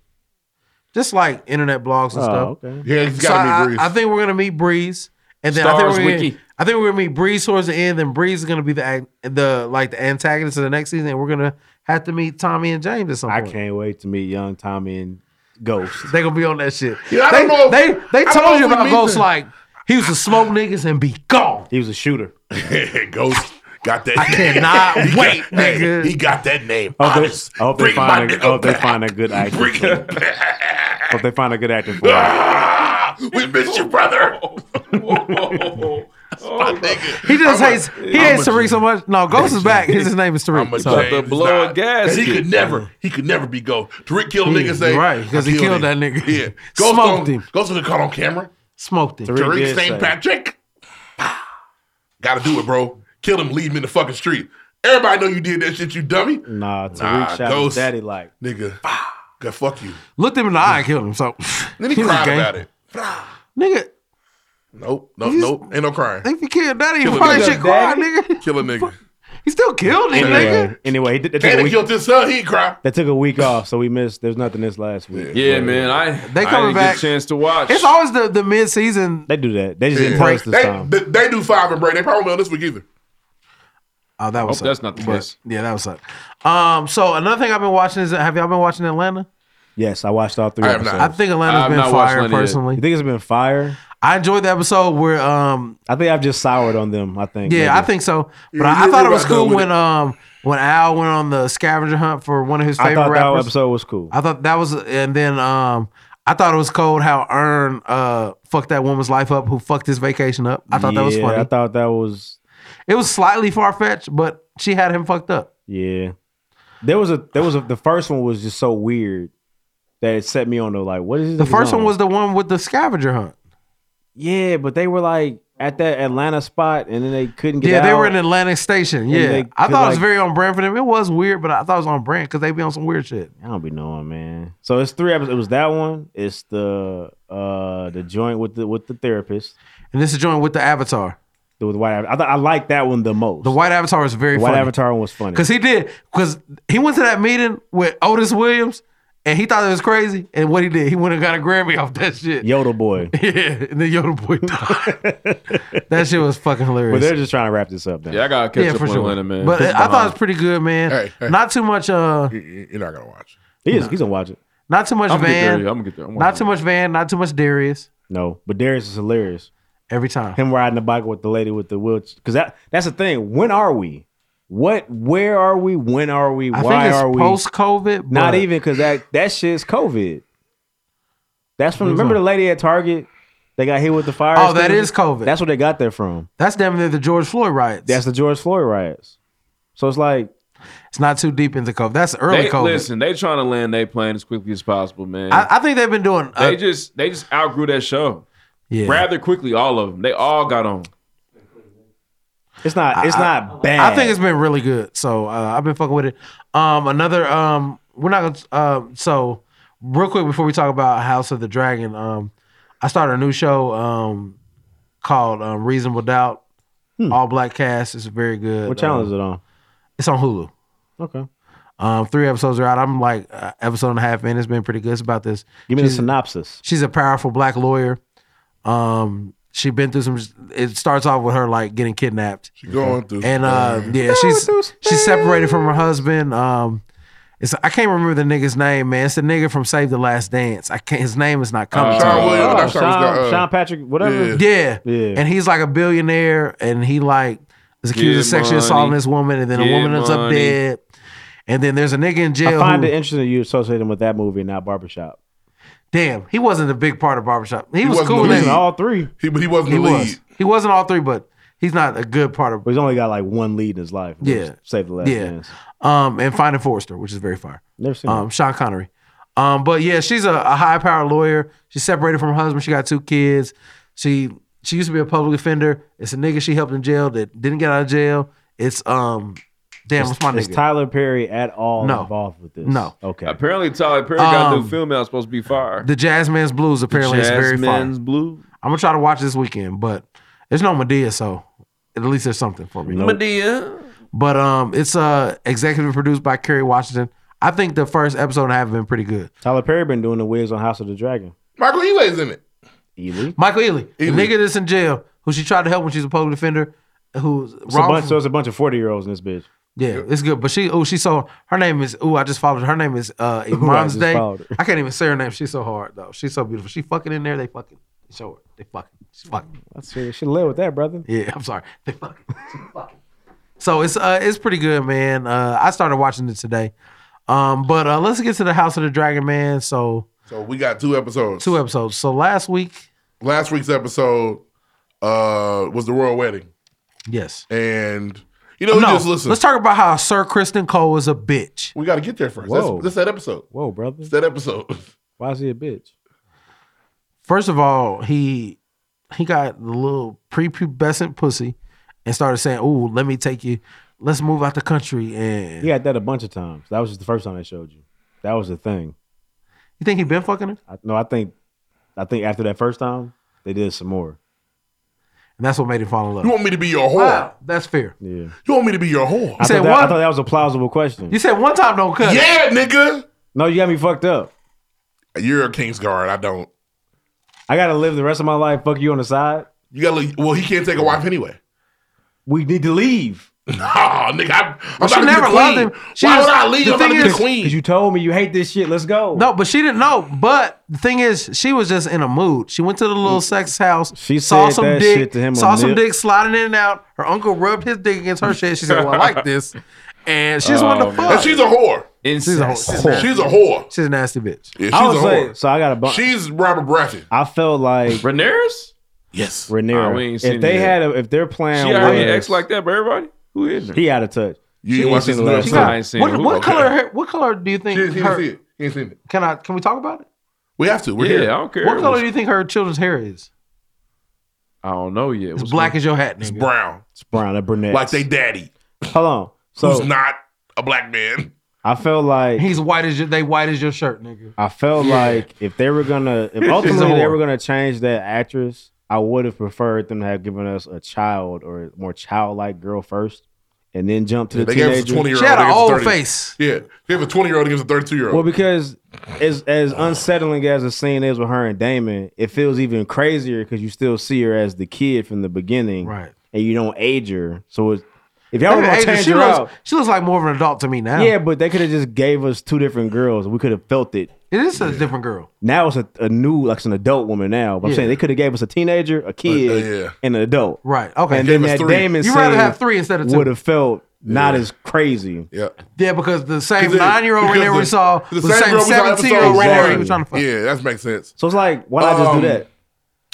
Speaker 15: Just like internet blogs and stuff.
Speaker 4: Oh, okay.
Speaker 2: Yeah, it's gotta be
Speaker 15: I-
Speaker 2: Breeze.
Speaker 15: I, I think we're gonna meet Breeze, and then I
Speaker 2: Stars
Speaker 15: think we're gonna,
Speaker 2: Wiki.
Speaker 15: I think we're gonna meet Breeze towards the end. Then Breeze is gonna be the ag- the like the antagonist of the next season, and we're gonna have to meet Tommy and James at some
Speaker 4: I
Speaker 15: point.
Speaker 4: can't wait to meet young Tommy and Ghost.
Speaker 15: They gonna be on that shit.
Speaker 4: Yeah, I
Speaker 15: they,
Speaker 4: don't know if-
Speaker 15: they
Speaker 4: I
Speaker 15: they
Speaker 4: don't know
Speaker 15: told you
Speaker 4: if we
Speaker 15: about
Speaker 4: meet
Speaker 15: Ghost
Speaker 4: them.
Speaker 15: like he was to smoke niggas and be gone.
Speaker 4: He was a shooter.
Speaker 2: Ghost got that.
Speaker 15: I cannot
Speaker 2: He got-
Speaker 15: wait,
Speaker 2: hey,
Speaker 15: nigga.
Speaker 2: he got that name.
Speaker 4: I hope,
Speaker 2: Honest.
Speaker 4: they, I hope they
Speaker 2: Bring my
Speaker 4: find a, I
Speaker 2: nigga
Speaker 4: hope they
Speaker 2: back.
Speaker 4: find a good actor.
Speaker 2: Bring
Speaker 4: for it. hope they find a good actor for
Speaker 2: Ah!
Speaker 4: it.
Speaker 2: We missed you, brother.
Speaker 15: He just hates he hates Tariq so much. No, Ghost is back. His, his name is Tariq.
Speaker 2: I'm a
Speaker 15: So-
Speaker 2: James Knott. 'Cause He could never, he could never be Ghost. Tariq killed
Speaker 15: Yeah,
Speaker 2: niggas. Say,
Speaker 15: you're right, 'cause
Speaker 2: I
Speaker 15: he killed that nigga.
Speaker 2: Yeah, Ghost
Speaker 15: Smoked
Speaker 2: on,
Speaker 15: him.
Speaker 2: Ghost was caught on camera.
Speaker 15: Smoked him.
Speaker 2: Tariq, St. Patrick. Gotta do it, bro. Kill him. Leave him in the fucking street. Everybody know you did that shit, you dummy.
Speaker 4: Nah, Tariq
Speaker 2: Nah,
Speaker 4: shot his
Speaker 2: Ghost.
Speaker 4: daddy like.
Speaker 2: Nigga, God, fuck you.
Speaker 15: Looked him in the eye and killed him. So
Speaker 2: Then he
Speaker 15: was
Speaker 2: cried
Speaker 15: game.
Speaker 2: about it.
Speaker 15: Nigga.
Speaker 2: Nope, nope, nope. Ain't no crying.
Speaker 15: If you killed daddy, you
Speaker 2: Kill a
Speaker 15: probably
Speaker 2: nigga.
Speaker 15: should cry, nigga.
Speaker 2: Kill a nigga.
Speaker 15: He still killed him, nigga.
Speaker 4: Anyway, anyway, he did, they, took a
Speaker 2: Cannon
Speaker 4: week,
Speaker 2: killed his son. He ain't cry.
Speaker 4: they took a week off, so we missed. There's nothing this last week.
Speaker 5: Yeah, man. I
Speaker 15: They
Speaker 5: I
Speaker 15: coming
Speaker 5: didn't get a
Speaker 15: back.
Speaker 5: chance to watch.
Speaker 15: It's always the, the mid season.
Speaker 4: They do that. They just
Speaker 2: Yeah.
Speaker 4: didn't tell us this
Speaker 2: they,
Speaker 4: time.
Speaker 2: They, they do five and break. They probably won't this week either.
Speaker 15: Oh, that was
Speaker 5: Hope that's not the
Speaker 15: but-
Speaker 5: case.
Speaker 15: Yeah, that was suck. Um, so another thing I've been watching is have y'all been watching Atlanta?
Speaker 4: Yes, I watched all three.
Speaker 15: I have
Speaker 4: episodes.
Speaker 15: not. I think Atlanta's I have been not watched fire, Atlanta yet. personally.
Speaker 4: You think it's been fire?
Speaker 15: I enjoyed the episode where um
Speaker 4: I think I've just soured on them. I think.
Speaker 15: Yeah,
Speaker 4: maybe.
Speaker 15: I think so. But
Speaker 4: Yeah,
Speaker 15: I, I
Speaker 4: you
Speaker 15: thought it
Speaker 4: were
Speaker 15: was
Speaker 4: about done
Speaker 15: cool
Speaker 4: with
Speaker 15: when
Speaker 4: it.
Speaker 15: um when Al went on the scavenger hunt for one of his
Speaker 4: I
Speaker 15: favorite
Speaker 4: thought that
Speaker 15: rappers.
Speaker 4: episode was cool.
Speaker 15: I thought that was, and then um, I thought it was cold how Earn uh fucked that woman's life up, who fucked his vacation up. I thought that was
Speaker 4: Yeah,
Speaker 15: funny.
Speaker 4: I thought that was
Speaker 15: it was slightly far fetched, but she had him fucked up.
Speaker 4: yeah. There was a there was a the first one was just so weird that it set me on to like what is
Speaker 15: The
Speaker 4: this
Speaker 15: first
Speaker 4: on?
Speaker 15: one was the one with the scavenger hunt.
Speaker 4: yeah, but they were like at that Atlanta spot and then they couldn't get
Speaker 15: Yeah,
Speaker 4: out.
Speaker 15: they were in Atlantic Station.
Speaker 4: And
Speaker 15: Yeah,
Speaker 4: they
Speaker 15: I
Speaker 4: could,
Speaker 15: thought it was
Speaker 4: like-
Speaker 15: very on brand for them. It was weird, but I thought it was on brand because they be on some weird shit.
Speaker 4: I don't be knowing, man. So it's three episodes. It was that one. It's the uh the joint with the with the therapist,
Speaker 15: and this is joint with the Avatar.
Speaker 4: The with white. Avatar. I thought I liked that one the most. The
Speaker 15: white Avatar was very
Speaker 4: the white
Speaker 15: funny.
Speaker 4: Avatar one was funny
Speaker 15: Because he did. Because he went to that meeting with Otis Williams and he thought it was crazy. And what he did, he went and got a Grammy off that shit.
Speaker 4: Yodel boy.
Speaker 15: Yeah. And then Yoda Boy died. that shit was fucking hilarious.
Speaker 4: But they're just trying to wrap this up. Now.
Speaker 5: Yeah, I gotta catch up on Atlanta, man.
Speaker 15: But
Speaker 5: It's
Speaker 15: I thought it
Speaker 5: behind.
Speaker 15: was pretty good, man. Not too much. uh
Speaker 2: You're not gonna watch.
Speaker 4: He is. He's gonna watch it.
Speaker 15: Not too much
Speaker 4: I'm gonna get
Speaker 15: Van.
Speaker 4: there. I'm gonna get there. I'm
Speaker 15: not
Speaker 4: watching
Speaker 15: too much Van. Not too much Darius.
Speaker 4: No, but Darius is hilarious
Speaker 15: every time.
Speaker 4: Him riding the bike with the lady with the wheelchair. Because that that's the thing. When are we? What? Where are we? When are we?
Speaker 15: I
Speaker 4: Why
Speaker 15: think it's
Speaker 4: are we?
Speaker 15: post COVID.
Speaker 4: Not even because that that shit's COVID. That's from.
Speaker 15: Who's
Speaker 4: Remember
Speaker 15: that?
Speaker 4: the lady at Target? They got hit with the fire.
Speaker 15: Oh, that
Speaker 4: extinguisher?
Speaker 15: is COVID.
Speaker 4: That's where they got that from.
Speaker 15: That's damn near the George Floyd riots.
Speaker 4: That's the George Floyd riots. So it's like
Speaker 15: it's not too deep into COVID. That's early
Speaker 5: they,
Speaker 15: COVID.
Speaker 5: Listen, they trying to land their plane as quickly as possible, man.
Speaker 15: I, I think they've been doing. uh,
Speaker 5: they just they just outgrew that show. Yeah. Rather quickly, all of them. They all got on.
Speaker 4: It's not. It's
Speaker 15: I-
Speaker 4: not
Speaker 15: I-
Speaker 4: bad.
Speaker 15: I think it's been really good. So uh, I've been fucking with it. Um, another. Um, we're not gonna. Uh, so real quick before we talk about House of the Dragon, um, I started a new show um called um, Reasonable Doubt. All black cast. It's very good.
Speaker 4: Hmm. What channel is it
Speaker 15: on? It's on Hulu.
Speaker 4: okay.
Speaker 15: Um, three episodes are out. I'm like uh, episode and a half in. It's been pretty good. It's about this.
Speaker 4: Give me the synopsis.
Speaker 15: She's a powerful black lawyer. Um, she been through some. It starts off with her like getting kidnapped. She
Speaker 19: going through
Speaker 15: And uh,
Speaker 19: stuff.
Speaker 15: yeah, she's she's separated from her husband. Um, it's I can't remember the nigga's name, man. It's the nigga from Save the Last Dance. I can't. His name is not coming.
Speaker 4: Uh,
Speaker 15: to
Speaker 4: Sean
Speaker 15: me.
Speaker 4: William, that's Oh, Sean's Sean- got, uh, Sean Patrick, whatever.
Speaker 15: Yeah.
Speaker 4: Yeah.
Speaker 15: yeah,
Speaker 4: Yeah.
Speaker 15: And he's like a billionaire, and he like is accused
Speaker 4: Get
Speaker 15: of sexually
Speaker 4: money.
Speaker 15: assaulting this woman, and then
Speaker 4: Get
Speaker 15: a woman ends up
Speaker 4: money.
Speaker 15: dead. And then there's a nigga in jail.
Speaker 4: I find
Speaker 15: who-
Speaker 4: it interesting that you associate him with that movie and not Barbershop.
Speaker 15: Damn, he wasn't a big part of barbershop. He,
Speaker 4: He
Speaker 15: was
Speaker 4: wasn't
Speaker 15: cool
Speaker 4: the
Speaker 15: in
Speaker 4: lead. all three.
Speaker 19: He but he wasn't
Speaker 15: he
Speaker 19: the lead.
Speaker 15: Was. He wasn't all three, but he's not a good part of.
Speaker 4: He's only got like one lead in his life. which
Speaker 15: Yeah,
Speaker 4: Save the last
Speaker 15: yeah.
Speaker 4: dance.
Speaker 15: Um, and Finding Forrester, which is very fire.
Speaker 4: Never seen
Speaker 15: Um, Sean Connery. Um, but yeah, she's a, a high powered lawyer. She's separated from her husband. She got two kids. She she used to be a public defender. It's a nigga she helped in jail that didn't get out of jail. It's um, damn,
Speaker 4: Is-
Speaker 15: what's my nigga?
Speaker 4: Is Tyler Perry at all
Speaker 15: No.
Speaker 4: involved with this?
Speaker 15: No.
Speaker 4: Okay.
Speaker 5: Apparently, Tyler Perry got
Speaker 15: Um,
Speaker 5: new film out supposed to be fire.
Speaker 15: The Jazzman's Blues apparently is very fire.
Speaker 5: Jazzman's Blue.
Speaker 15: I'm gonna try to watch this weekend, but there's no Medea, so at least there's something for me.
Speaker 5: Medea.
Speaker 15: But um, it's uh executive produced by Kerry Washington. I think the first episode and a half have been pretty good.
Speaker 4: Tyler Perry been doing the wigs on House of the Dragon.
Speaker 19: Michael Ealy's in it.
Speaker 4: Ely.
Speaker 15: Michael Ealy, the nigga that's in jail, who she tried to help when she's a public defender, who's
Speaker 4: It's a bunch,
Speaker 15: wrongful-
Speaker 4: so it's a bunch of forty year olds in this bitch.
Speaker 15: Yeah, it's good. But she, oh, she so her name is. Oh, I just followed her. Her name is uh,
Speaker 4: Ooh, I
Speaker 15: Iman's
Speaker 4: just
Speaker 15: Day.
Speaker 4: followed her.
Speaker 15: I can't even say her name. She's so hard though. She's so beautiful. She fucking in there. They fucking show her. They fucking. She fucking.
Speaker 4: That's it. Should live with that, brother.
Speaker 15: Yeah, I'm sorry. They fucking. She fucking. So it's uh it's pretty good, man. Uh, I started watching it today. Um, but uh, let's get to the House of the Dragon, man. So
Speaker 19: So we got two episodes.
Speaker 15: two episodes. So last week,
Speaker 19: Last week's episode uh was the royal wedding.
Speaker 15: Yes.
Speaker 19: And you know,
Speaker 15: no,
Speaker 19: just listen.
Speaker 15: let's talk about how Sir Kristen Cole is a bitch.
Speaker 19: We got to get there first.
Speaker 15: Whoa.
Speaker 19: That's, that's that episode.
Speaker 4: Whoa, brother. It's
Speaker 19: that episode.
Speaker 4: Why is he a bitch?
Speaker 15: First of all, he he got the little prepubescent pussy and started saying, "Ooh, let me take you. Let's move out the country." And
Speaker 4: He had that a bunch of times. That was just the first time I showed you. That was the thing.
Speaker 15: You think he been fucking her?
Speaker 4: I, no, I think, I think after that first time, they did some more.
Speaker 15: And that's what made him fall in love.
Speaker 19: You want me to be your whore?
Speaker 15: Wow, that's fair.
Speaker 4: Yeah.
Speaker 19: You want me to be your whore?
Speaker 4: I,
Speaker 15: said
Speaker 4: thought that, I
Speaker 15: one-
Speaker 4: thought that was a plausible question.
Speaker 15: You said one time don't cut.
Speaker 19: Yeah, nigga.
Speaker 4: No, you got me fucked up.
Speaker 19: You're a King's Guard. I don't.
Speaker 4: I gotta live the rest of my life. Fuck you on the side.
Speaker 19: You gotta. Well, he can't take a wife anyway.
Speaker 4: We need to leave.
Speaker 19: No, nigga. I, am
Speaker 4: But
Speaker 19: about to be the queen. Why would I leave? I'm about to be the queen.
Speaker 4: Because you told me you hate this shit. Let's go.
Speaker 15: No, but she didn't know. But the thing is, she was just in a mood. She went to the little sex house. She
Speaker 4: said that shit to him
Speaker 15: Saw
Speaker 4: on
Speaker 15: some
Speaker 4: Nip.
Speaker 15: dick sliding in and out. Her uncle rubbed his dick against her shit. She said, "Well, I like this," and she's one of the fuck.
Speaker 19: Oh, And she's a whore.
Speaker 15: She's a whore.
Speaker 19: She's a whore. She's a whore.
Speaker 15: She's a nasty bitch.
Speaker 19: Yeah, she's
Speaker 4: I was
Speaker 19: a
Speaker 4: like,
Speaker 19: whore.
Speaker 4: so I got a bunch.
Speaker 19: She's Robert Baratheon.
Speaker 4: I felt like
Speaker 5: Rhaenyra's.
Speaker 19: Yes,
Speaker 5: Ah, we
Speaker 4: Rhaenyra.
Speaker 5: ain't
Speaker 4: if
Speaker 5: seen
Speaker 4: they
Speaker 5: it
Speaker 4: had,
Speaker 5: yet.
Speaker 4: a, if their plan
Speaker 5: She already
Speaker 4: was,
Speaker 5: acts like that, but everybody who is
Speaker 4: he out of touch.
Speaker 19: You
Speaker 4: She
Speaker 19: ain't watched
Speaker 4: seen
Speaker 19: this
Speaker 4: the
Speaker 19: new
Speaker 4: last
Speaker 19: episode?
Speaker 4: one.
Speaker 19: I ain't seen it.
Speaker 15: What, what
Speaker 19: Okay.
Speaker 15: color? Her, what color do you think?
Speaker 19: She- she didn't
Speaker 15: her-
Speaker 19: see it. She ain't seen it.
Speaker 15: Can I? Can we talk about it?
Speaker 19: We have to. We're here.
Speaker 15: What color do you think her children's hair is?
Speaker 5: I don't know yet.
Speaker 15: It's black as your hat. Nigga.
Speaker 19: It's brown.
Speaker 4: It's brown, a brunette.
Speaker 19: Like they daddy,
Speaker 4: Hold on. So
Speaker 19: who's not a black man.
Speaker 4: I felt like
Speaker 15: he's white as your. They white as your shirt, nigga.
Speaker 4: I felt like if they were gonna,
Speaker 15: She's
Speaker 4: if
Speaker 15: a
Speaker 4: ultimately they
Speaker 15: whore.
Speaker 4: were gonna change that actress, I would have preferred them to have given us a child or a more childlike girl first, and then jump to the
Speaker 19: They gave us a
Speaker 4: teenager.
Speaker 19: twenty year old. Yeah, they have a twenty year old against a thirty two year
Speaker 4: Well,
Speaker 19: old.
Speaker 4: because as as unsettling as the scene is with her and Damon, it feels even crazier because you still see her as the kid from the beginning,
Speaker 15: Right.
Speaker 4: And you don't age her, so it's, if y'all were
Speaker 15: Look at Asia,
Speaker 4: gonna change
Speaker 15: she
Speaker 4: her
Speaker 15: looks,
Speaker 4: out,
Speaker 15: She looks like more of an adult to me now.
Speaker 4: yeah, but they could have just gave us two different girls. We could have felt it.
Speaker 15: it is a different girl.
Speaker 4: Now it's a, a new, like it's an adult woman now. But I'm
Speaker 15: Yeah.
Speaker 4: saying they could have gave us a teenager, a kid,
Speaker 19: Uh, yeah.
Speaker 4: and an adult.
Speaker 15: Right. Okay.
Speaker 4: And
Speaker 15: Gave
Speaker 4: then
Speaker 15: us
Speaker 4: that
Speaker 15: three.
Speaker 4: Damon
Speaker 15: You rather have three instead of two.
Speaker 4: Would have felt not as crazy.
Speaker 19: Yeah.
Speaker 15: Yeah, because the same
Speaker 19: Because it-
Speaker 15: nine year old
Speaker 19: because
Speaker 15: Rhaenyra
Speaker 19: the-
Speaker 15: we saw,
Speaker 19: the
Speaker 15: was the same
Speaker 19: girl we saw episode
Speaker 15: seventeen year old Rhaenyra
Speaker 19: one.
Speaker 15: he was trying to fuck.
Speaker 19: Yeah, that makes sense.
Speaker 4: So it's like, why not
Speaker 19: Um,
Speaker 4: just do that?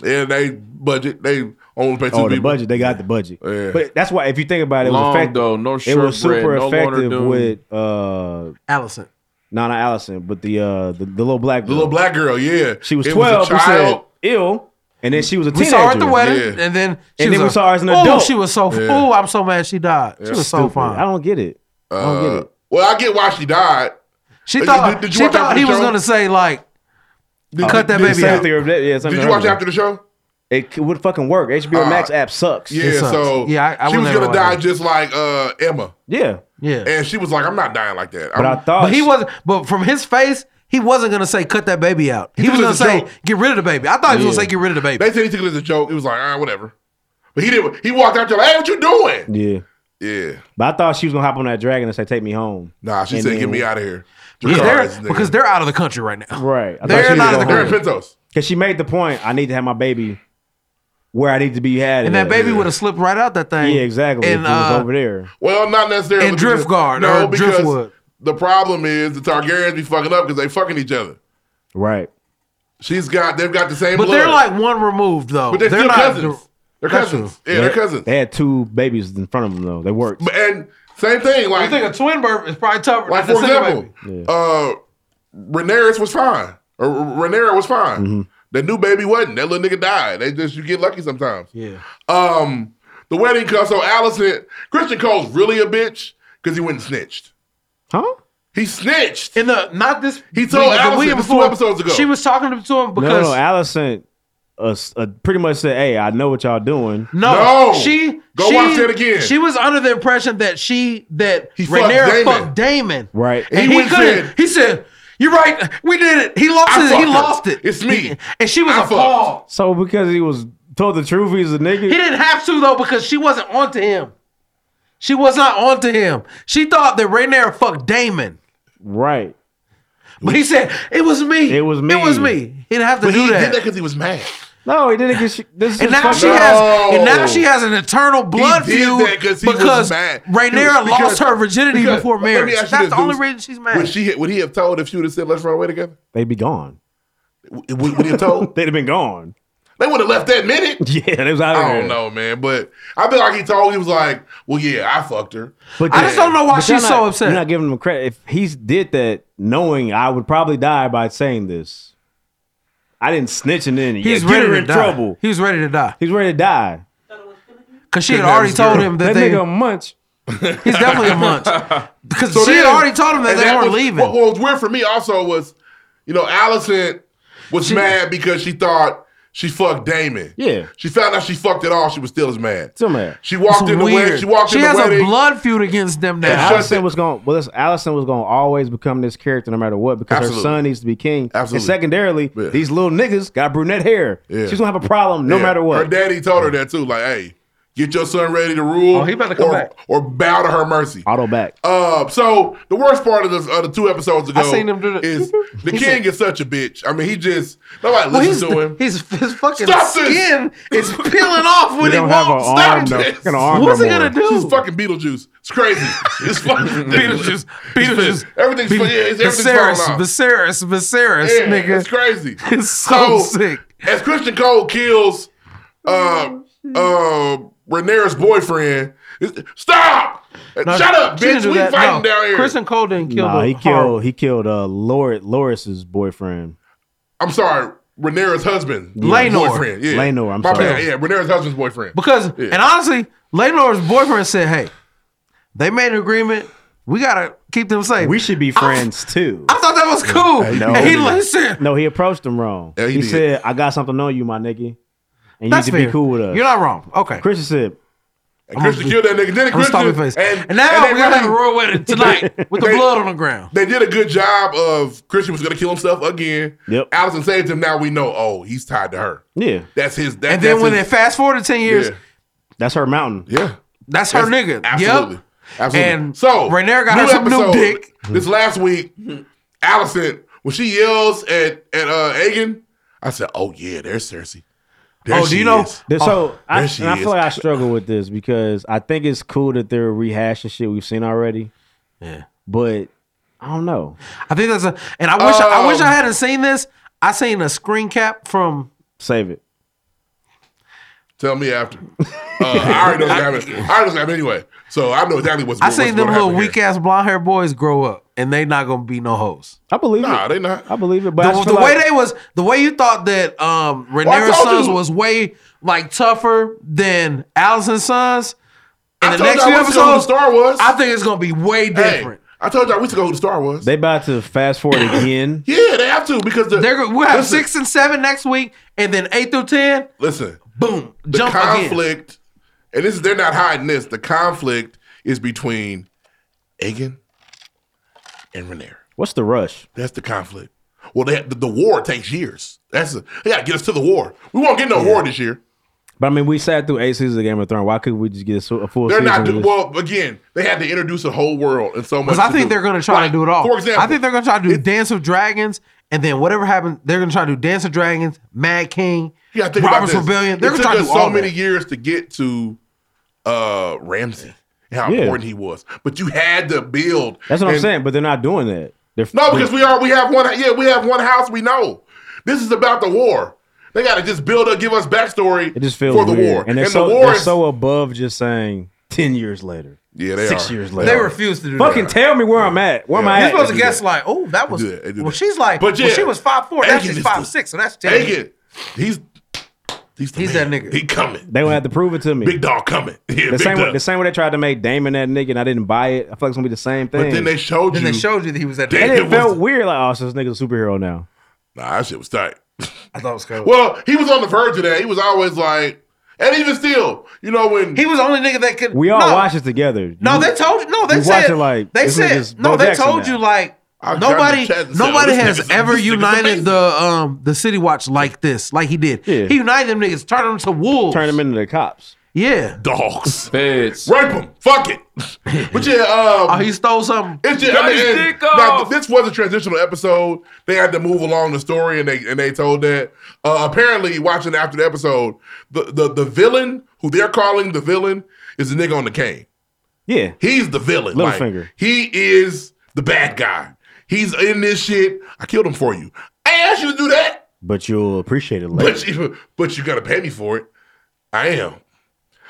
Speaker 19: Yeah, they budget. They only pay two
Speaker 4: Oh, the
Speaker 19: people.
Speaker 4: budget. They got the budget.
Speaker 19: Yeah.
Speaker 4: But that's why, if you think about it, it
Speaker 5: Long,
Speaker 4: was effective.
Speaker 5: though, no
Speaker 4: it was
Speaker 5: shortbread,
Speaker 4: super
Speaker 5: no Lorna
Speaker 4: effective
Speaker 5: Doone.
Speaker 4: with uh,
Speaker 15: Allison.
Speaker 4: No, not Allison, but the uh, the, the little black girl.
Speaker 19: The little black girl, yeah.
Speaker 4: She was
Speaker 19: It was a
Speaker 4: 12. we said,
Speaker 19: child.
Speaker 4: ill. And then she was a
Speaker 15: We
Speaker 4: teenager.
Speaker 15: saw her at the wedding, and then she was
Speaker 4: and then we
Speaker 15: a-
Speaker 4: saw her as an
Speaker 15: Ooh,
Speaker 4: adult.
Speaker 15: she was so. Ooh, I'm so mad she died. She was so
Speaker 4: Stupid.
Speaker 15: fine.
Speaker 4: I don't get it. I don't get it.
Speaker 2: Uh, Well, I get why she died.
Speaker 15: She
Speaker 2: Did-
Speaker 15: thought
Speaker 2: did- did you
Speaker 15: she
Speaker 2: watch
Speaker 15: thought
Speaker 2: after
Speaker 15: he
Speaker 2: the
Speaker 15: was
Speaker 2: show?
Speaker 15: gonna say like,
Speaker 2: Did-
Speaker 15: cut that
Speaker 2: did-
Speaker 15: baby
Speaker 2: same
Speaker 15: out.
Speaker 2: thing
Speaker 4: or that- yeah, something
Speaker 2: Did you watch
Speaker 4: happened.
Speaker 2: after the show?
Speaker 4: It c- would fucking work.
Speaker 15: Ah.
Speaker 4: HBO Max app sucks.
Speaker 2: Yeah, so she was gonna die just like uh, Emma.
Speaker 4: Yeah,
Speaker 15: yeah.
Speaker 2: And she was like, "I'm not dying like that." I'm-
Speaker 15: Um, but he wasn't. But from his face, he wasn't gonna say cut that baby out. He, was
Speaker 2: took it
Speaker 15: gonna
Speaker 2: as a
Speaker 15: say
Speaker 2: joke.
Speaker 15: get rid of the baby. I thought he was
Speaker 2: Yeah.
Speaker 15: gonna say get rid of the baby.
Speaker 2: They said he took it as a joke. He was like, "All right, whatever." But he didn't. He walked out there like, "Hey, what you doing?"
Speaker 4: Yeah.
Speaker 2: Yeah.
Speaker 4: But I thought she was gonna hop on that dragon and say, "Take me home."
Speaker 2: Nah, she
Speaker 4: And
Speaker 2: said,
Speaker 4: then-
Speaker 2: "Get me out of here."
Speaker 4: Yeah,
Speaker 2: Dracarys,
Speaker 4: they're-
Speaker 2: nigga.
Speaker 15: because they're out of the country right now.
Speaker 4: Right.
Speaker 15: They're not in the
Speaker 4: They're
Speaker 15: country.
Speaker 2: Pintos.
Speaker 4: Because she made the point. I need to have my baby where I need to be had.
Speaker 15: And
Speaker 4: at.
Speaker 15: that baby would have slipped right out that thing.
Speaker 4: Yeah, exactly.
Speaker 15: And
Speaker 4: if it was
Speaker 15: uh,
Speaker 4: over there.
Speaker 2: Well, not necessarily.
Speaker 15: And drift guard,
Speaker 2: No,
Speaker 15: or
Speaker 2: because
Speaker 15: driftwood.
Speaker 2: the problem is the Targaryens be fucking up because they fucking each other.
Speaker 4: Right.
Speaker 2: She's got. They've got the same.
Speaker 15: but
Speaker 2: blood.
Speaker 15: they're like one removed though.
Speaker 2: But they're still cousins. They're
Speaker 15: That's
Speaker 2: cousins.
Speaker 15: true.
Speaker 2: Yeah, they're
Speaker 4: They-
Speaker 2: cousins.
Speaker 4: They had two babies in front of them though. They worked.
Speaker 2: But- And same thing. Like
Speaker 15: you think a twin birth is probably tougher.
Speaker 2: Like
Speaker 15: than
Speaker 2: for
Speaker 15: a single
Speaker 2: example,
Speaker 4: baby.
Speaker 2: uh, Rhaenyra was fine, or Rhaenyra was fine. The new baby wasn't. That little nigga died. They just you get lucky sometimes.
Speaker 15: Yeah.
Speaker 2: Um, the wedding comes. So Allison, Christian Cole's really a bitch because he went and snitched.
Speaker 4: Huh?
Speaker 2: He snitched
Speaker 15: in the not this.
Speaker 2: He told
Speaker 15: the
Speaker 2: Allison
Speaker 15: William
Speaker 2: this two
Speaker 15: before,
Speaker 2: episodes ago.
Speaker 15: She was talking to to him
Speaker 4: no,
Speaker 15: because
Speaker 4: no, Allison uh, s- uh, pretty much said, "Hey, I know what y'all doing."
Speaker 15: No, she
Speaker 4: Go
Speaker 15: she,
Speaker 4: watch that again.
Speaker 15: She was under the impression that she that he
Speaker 4: fucked
Speaker 15: Rhaenyra
Speaker 4: Damon.
Speaker 15: fucked Damon,
Speaker 4: Right.
Speaker 15: and he, couldn't. he said, "You're right. We did it. He lost
Speaker 4: I
Speaker 15: it. He
Speaker 4: fucked her.
Speaker 15: lost it. It's me." And she was appalled.
Speaker 4: So because he was told the truth, he's a nigga.
Speaker 15: He didn't have to though because she wasn't onto him. She was not onto him. She thought that Rhaenyra fucked Damon,
Speaker 4: right?
Speaker 15: But he said it was me. It was
Speaker 4: me.
Speaker 15: It was me. He didn't have to
Speaker 2: But
Speaker 15: do
Speaker 2: he
Speaker 15: that.
Speaker 2: did that because he was mad.
Speaker 4: No, he didn't get. She, this
Speaker 15: And
Speaker 4: is
Speaker 15: now
Speaker 4: fucking-
Speaker 15: she has, and now she has an eternal blood
Speaker 2: He did
Speaker 15: feud
Speaker 2: that 'cause he was
Speaker 15: because
Speaker 2: mad.
Speaker 15: Rhaenyra
Speaker 2: Because-
Speaker 15: lost her virginity
Speaker 2: because-
Speaker 15: before
Speaker 2: let me
Speaker 15: marriage.
Speaker 2: ask you
Speaker 15: That's
Speaker 2: this,
Speaker 15: the only
Speaker 2: Deuce.
Speaker 15: reason she's mad.
Speaker 2: Would she? Would he have told if she would have said, "Let's run away together"?
Speaker 4: They'd be gone.
Speaker 2: Would, would he have told?
Speaker 4: They'd have been gone.
Speaker 2: They would have left that minute.
Speaker 4: Yeah, they was out of
Speaker 2: I
Speaker 4: there.
Speaker 2: don't know, man. But I feel like he told. He was like, "Well, yeah, I fucked her."
Speaker 4: But that- but y'all not- You're not giving him credit. If he did that knowing I would probably die by saying this, I didn't snitch and then
Speaker 15: He's
Speaker 4: yeah, get
Speaker 15: ready
Speaker 4: her
Speaker 15: to
Speaker 4: in
Speaker 15: die.
Speaker 4: trouble.
Speaker 15: He's ready to die.
Speaker 4: He's ready to die.
Speaker 15: Because she had already told him that, they.
Speaker 4: nigga a munch.
Speaker 15: He's definitely a munch. Because she had
Speaker 2: then-
Speaker 15: already told him that
Speaker 2: and
Speaker 15: they weren't
Speaker 2: was,
Speaker 15: leaving.
Speaker 2: What, what was weird for me also was, you know, Allison was mad because she thought she fucked Damon.
Speaker 4: Yeah.
Speaker 2: She found out she fucked it all. She was still as mad.
Speaker 4: Still mad.
Speaker 2: She walked
Speaker 15: It's
Speaker 2: in the
Speaker 15: weird.
Speaker 2: wedding. She walked
Speaker 15: She
Speaker 2: in the
Speaker 15: has a
Speaker 2: wedding.
Speaker 15: blood feud against them
Speaker 4: And
Speaker 15: now.
Speaker 4: Allison was going. Well, listen, Allison was going to always become this character no matter what because
Speaker 2: Absolutely.
Speaker 4: her son needs to be king.
Speaker 2: Absolutely.
Speaker 4: And secondarily, these little niggas got brunette hair.
Speaker 2: Yeah.
Speaker 4: She's gonna have a problem no
Speaker 2: Yeah.
Speaker 4: matter what.
Speaker 2: Her daddy told her that too. Like, hey, get your son ready to rule.
Speaker 15: Oh, he better come
Speaker 2: or,
Speaker 15: back.
Speaker 2: or bow to her mercy.
Speaker 4: Auto back.
Speaker 2: Uh, so the worst part of the, of the two episodes ago
Speaker 15: I seen him do the-
Speaker 2: is the king is such a bitch. I mean, he just nobody
Speaker 15: Well,
Speaker 2: listens to him.
Speaker 15: His, his fucking
Speaker 2: Stop this.
Speaker 15: skin is peeling off when
Speaker 4: We
Speaker 15: he
Speaker 4: don't have
Speaker 15: walks.
Speaker 4: an
Speaker 15: Stop
Speaker 4: arm, no-
Speaker 15: this.
Speaker 4: fucking arm
Speaker 15: What's
Speaker 4: no
Speaker 15: he gonna
Speaker 4: more.
Speaker 15: do?
Speaker 2: She's fucking Beetlejuice. It's crazy. It's fucking Beetlejuice. Beetlejuice. Everything's
Speaker 15: Be-
Speaker 2: yeah, it's- everything's
Speaker 15: Viserys,
Speaker 2: falling off.
Speaker 15: Viserys, Viserys,
Speaker 2: Yeah,
Speaker 15: nigga.
Speaker 2: It's crazy.
Speaker 15: It's so sick.
Speaker 2: As Christian Cole kills uh uh Rhaenyra's boyfriend, it's- stop!
Speaker 15: No,
Speaker 2: Shut up,
Speaker 15: she didn't
Speaker 2: bitch.
Speaker 15: do
Speaker 2: We
Speaker 15: that.
Speaker 2: fighting
Speaker 15: No,
Speaker 2: down here.
Speaker 15: Kristen Cole didn't kill
Speaker 4: Nah,
Speaker 15: the
Speaker 4: he killed. He killed uh, Lor- Loris's boyfriend.
Speaker 2: I'm sorry, Rhaenyra's husband.
Speaker 4: Yeah.
Speaker 15: Laenor.
Speaker 2: Boyfriend. Yeah.
Speaker 4: Laenor, I'm
Speaker 2: My
Speaker 4: sorry.
Speaker 2: bad. Yeah, Rhaenyra's husband's boyfriend.
Speaker 15: Because
Speaker 2: Yeah.
Speaker 15: and honestly, Lenore's boyfriend said, "Hey, they made an agreement. We gotta keep them safe."
Speaker 4: We should be friends too.
Speaker 15: I thought that was cool.
Speaker 4: No,
Speaker 15: and he listened.
Speaker 4: No, he approached him wrong.
Speaker 15: he
Speaker 4: he
Speaker 15: did.
Speaker 4: said, "I got something on you, my nigga, and you
Speaker 15: That's
Speaker 4: need to
Speaker 15: fair.
Speaker 4: be cool with us."
Speaker 15: You're not wrong. Okay.
Speaker 4: Christian said,
Speaker 2: And Christian killed that nigga. Then
Speaker 15: I'm gonna stop
Speaker 2: Christian
Speaker 15: your face.
Speaker 2: And,
Speaker 15: And now
Speaker 2: they
Speaker 15: we
Speaker 2: really-
Speaker 15: gotta have a royal wedding tonight with the
Speaker 2: They-
Speaker 15: blood on the ground.
Speaker 2: They did a good job of Christian was gonna kill himself again.
Speaker 4: Yep.
Speaker 2: Allison saved him. Now we know. Oh, he's tied to her.
Speaker 4: "Yeah,
Speaker 2: That's his. That,
Speaker 15: And then
Speaker 2: that's
Speaker 15: when
Speaker 2: his,
Speaker 15: they fast forward to ten years,
Speaker 2: Yeah.
Speaker 4: that's her mountain."
Speaker 2: Yeah,
Speaker 15: that's her nigga.
Speaker 2: Absolutely.
Speaker 15: Yep.
Speaker 2: Absolutely.
Speaker 15: And
Speaker 2: so
Speaker 15: Rhaenyra got her some new dick.
Speaker 2: This last week, Allison, when she yells at at uh Aegon, I said, Oh yeah, there's Cersei. There
Speaker 15: Oh, do
Speaker 2: she
Speaker 15: you know-
Speaker 2: is.
Speaker 4: Th- So I,
Speaker 2: there she
Speaker 4: and I
Speaker 2: is.
Speaker 4: feel like I struggle with this because I think it's cool that they're rehashing shit we've seen already.
Speaker 15: Yeah.
Speaker 4: But I don't know.
Speaker 15: I think that's a and I wish I, I wish I
Speaker 4: Um,
Speaker 15: hadn't seen this. I seen a screen cap from
Speaker 4: Save it.
Speaker 2: Tell me after. Uh, I already know what's happening. I already know what's happening anyway. So I know exactly what's
Speaker 15: I
Speaker 2: what's
Speaker 15: seen them
Speaker 2: gonna
Speaker 15: little
Speaker 2: happen here.
Speaker 15: weak ass blonde hair boys grow up. and they not gonna be no hoes.
Speaker 4: I believe
Speaker 2: Nah, they not.
Speaker 4: I believe it, but I
Speaker 15: The,
Speaker 4: just
Speaker 15: the
Speaker 4: feel
Speaker 15: way
Speaker 4: like-
Speaker 15: they was, the way you thought that um Rhaenyra's
Speaker 2: told
Speaker 15: sons
Speaker 2: you.
Speaker 15: was way like tougher than Allison's sons. In
Speaker 2: I
Speaker 15: the
Speaker 2: told
Speaker 15: next
Speaker 2: y'all
Speaker 15: few
Speaker 2: I wasn't gonna
Speaker 15: episodes,
Speaker 2: go to Star Wars.
Speaker 15: I think it's gonna be way different.
Speaker 2: I told y'all we should go to Star Wars.
Speaker 4: they about to fast forward again.
Speaker 2: Yeah, they have to because the,
Speaker 15: They're gonna, we'll have
Speaker 2: Listen.
Speaker 15: six and seven next week, and then eight through ten.
Speaker 2: Listen,
Speaker 15: boom,
Speaker 2: the
Speaker 15: jump again.
Speaker 2: conflict, and this is they're not hiding this. The conflict is between Aegon and Rhaenyra.
Speaker 4: What's the rush?
Speaker 2: That's the conflict. Well, they, the, the war takes years. That's a, they got to get us to the war. We won't get no war this year.
Speaker 4: But I mean, we sat through eight seasons of Game of Thrones. Why couldn't we just get a, su- a full?
Speaker 2: They're
Speaker 4: season
Speaker 2: not
Speaker 4: of
Speaker 2: do,
Speaker 4: this?
Speaker 2: well. Again, they had to introduce a whole world and so much.
Speaker 15: Because I
Speaker 2: to
Speaker 15: think
Speaker 2: do.
Speaker 15: they're going to try
Speaker 2: Like,
Speaker 15: to do it all.
Speaker 2: For example,
Speaker 15: I think they're going to try to do Dance of Dragons, and then whatever happened, they're going to try to do Dance of Dragons, Mad King,
Speaker 2: Yeah, think about
Speaker 15: Robert's
Speaker 2: this.
Speaker 15: Rebellion.
Speaker 2: It
Speaker 15: They're going to
Speaker 2: took
Speaker 15: try to
Speaker 2: us
Speaker 15: do all
Speaker 2: so many
Speaker 15: that.
Speaker 2: years to get to uh Ramsey and how
Speaker 4: Yeah.
Speaker 2: important he was. But you had to build.
Speaker 4: That's what I'm
Speaker 2: And-
Speaker 4: saying. But they're not doing that. They're
Speaker 2: No,
Speaker 4: they're-
Speaker 2: because we are we have one. Yeah, we have one house. We know this is about the war. They got to just build up, give us backstory
Speaker 4: It just feels
Speaker 2: for the
Speaker 4: weird.
Speaker 2: war.
Speaker 4: and they're so
Speaker 2: the war
Speaker 4: they're
Speaker 2: is
Speaker 4: so above just saying ten years later.
Speaker 2: Yeah, they
Speaker 4: six
Speaker 2: are.
Speaker 4: years
Speaker 2: They uh,
Speaker 4: later.
Speaker 2: are.
Speaker 15: refuse to do
Speaker 4: Fucking
Speaker 15: that.
Speaker 4: tell me where I'm at. Where am I
Speaker 15: You're
Speaker 4: at?
Speaker 15: supposed to
Speaker 4: They do
Speaker 15: guess,
Speaker 4: that.
Speaker 15: like, oh, that was.
Speaker 2: do that. They do
Speaker 15: Well,
Speaker 2: that.
Speaker 15: she's like,
Speaker 2: But
Speaker 15: well,
Speaker 2: yeah,
Speaker 15: she was five four. That's
Speaker 2: Aiken
Speaker 15: just
Speaker 2: is
Speaker 15: five
Speaker 2: the-
Speaker 15: six. So that's ten.
Speaker 2: Aiken, he's he's the
Speaker 15: He's
Speaker 2: man.
Speaker 15: that nigga.
Speaker 2: He coming.
Speaker 4: They don't have to prove it to me.
Speaker 2: Big dog coming. Yeah,
Speaker 4: the
Speaker 2: big
Speaker 4: same way,
Speaker 2: dog.
Speaker 4: the same way they tried to make Damon that nigga, and I didn't buy it. I feel like it's gonna be the same thing.
Speaker 2: but then they showed
Speaker 15: Then
Speaker 2: you.
Speaker 15: they showed you that he was at.
Speaker 4: and
Speaker 2: Damon
Speaker 4: it felt
Speaker 2: was-
Speaker 4: weird. Like, oh, so this nigga's a superhero now.
Speaker 2: nah, that shit was tight.
Speaker 15: I thought it was cool.
Speaker 2: Well, he was on the verge of that. He was always like, and even still, you know when
Speaker 15: he was the only nigga that could.
Speaker 4: We all
Speaker 15: no,
Speaker 4: watched it together.
Speaker 15: No,
Speaker 4: You-
Speaker 15: they told you. No, they
Speaker 4: we watch
Speaker 15: said.
Speaker 4: it like
Speaker 15: they
Speaker 4: this
Speaker 15: said.
Speaker 4: nigga's
Speaker 15: No,
Speaker 4: Bo
Speaker 15: they
Speaker 4: Jackson
Speaker 15: told
Speaker 4: now.
Speaker 15: you like
Speaker 2: I grabbed
Speaker 15: nobody.
Speaker 2: the chat and said,
Speaker 15: Nobody
Speaker 2: "This
Speaker 15: has
Speaker 2: nigga's-
Speaker 15: ever
Speaker 2: this nigga's
Speaker 15: united
Speaker 2: amazing."
Speaker 15: the um the city watch like this, like he did.
Speaker 4: Yeah.
Speaker 15: He united them niggas, turned them to wolves.
Speaker 4: turn them into the cops.
Speaker 15: Yeah.
Speaker 2: dogs
Speaker 5: Feds.
Speaker 2: rape him. Fuck it. But yeah,
Speaker 15: Oh,
Speaker 2: um,
Speaker 15: he stole something.
Speaker 2: It's just,
Speaker 5: Cut
Speaker 2: I mean,
Speaker 5: his
Speaker 2: and-
Speaker 5: dick
Speaker 2: now,
Speaker 5: off.
Speaker 2: this was a transitional episode. They had to move along the story, and they and they told that. Uh, apparently, watching after the episode, the, the the villain who they're calling the villain is the nigga on the cane.
Speaker 4: Yeah,
Speaker 2: He's the villain. Like,
Speaker 4: Littlefinger.
Speaker 2: he is the bad guy. He's in this shit. I killed him for you. I asked you to do that,
Speaker 4: but you'll appreciate it later.
Speaker 2: but you but you gotta pay me for it. I am.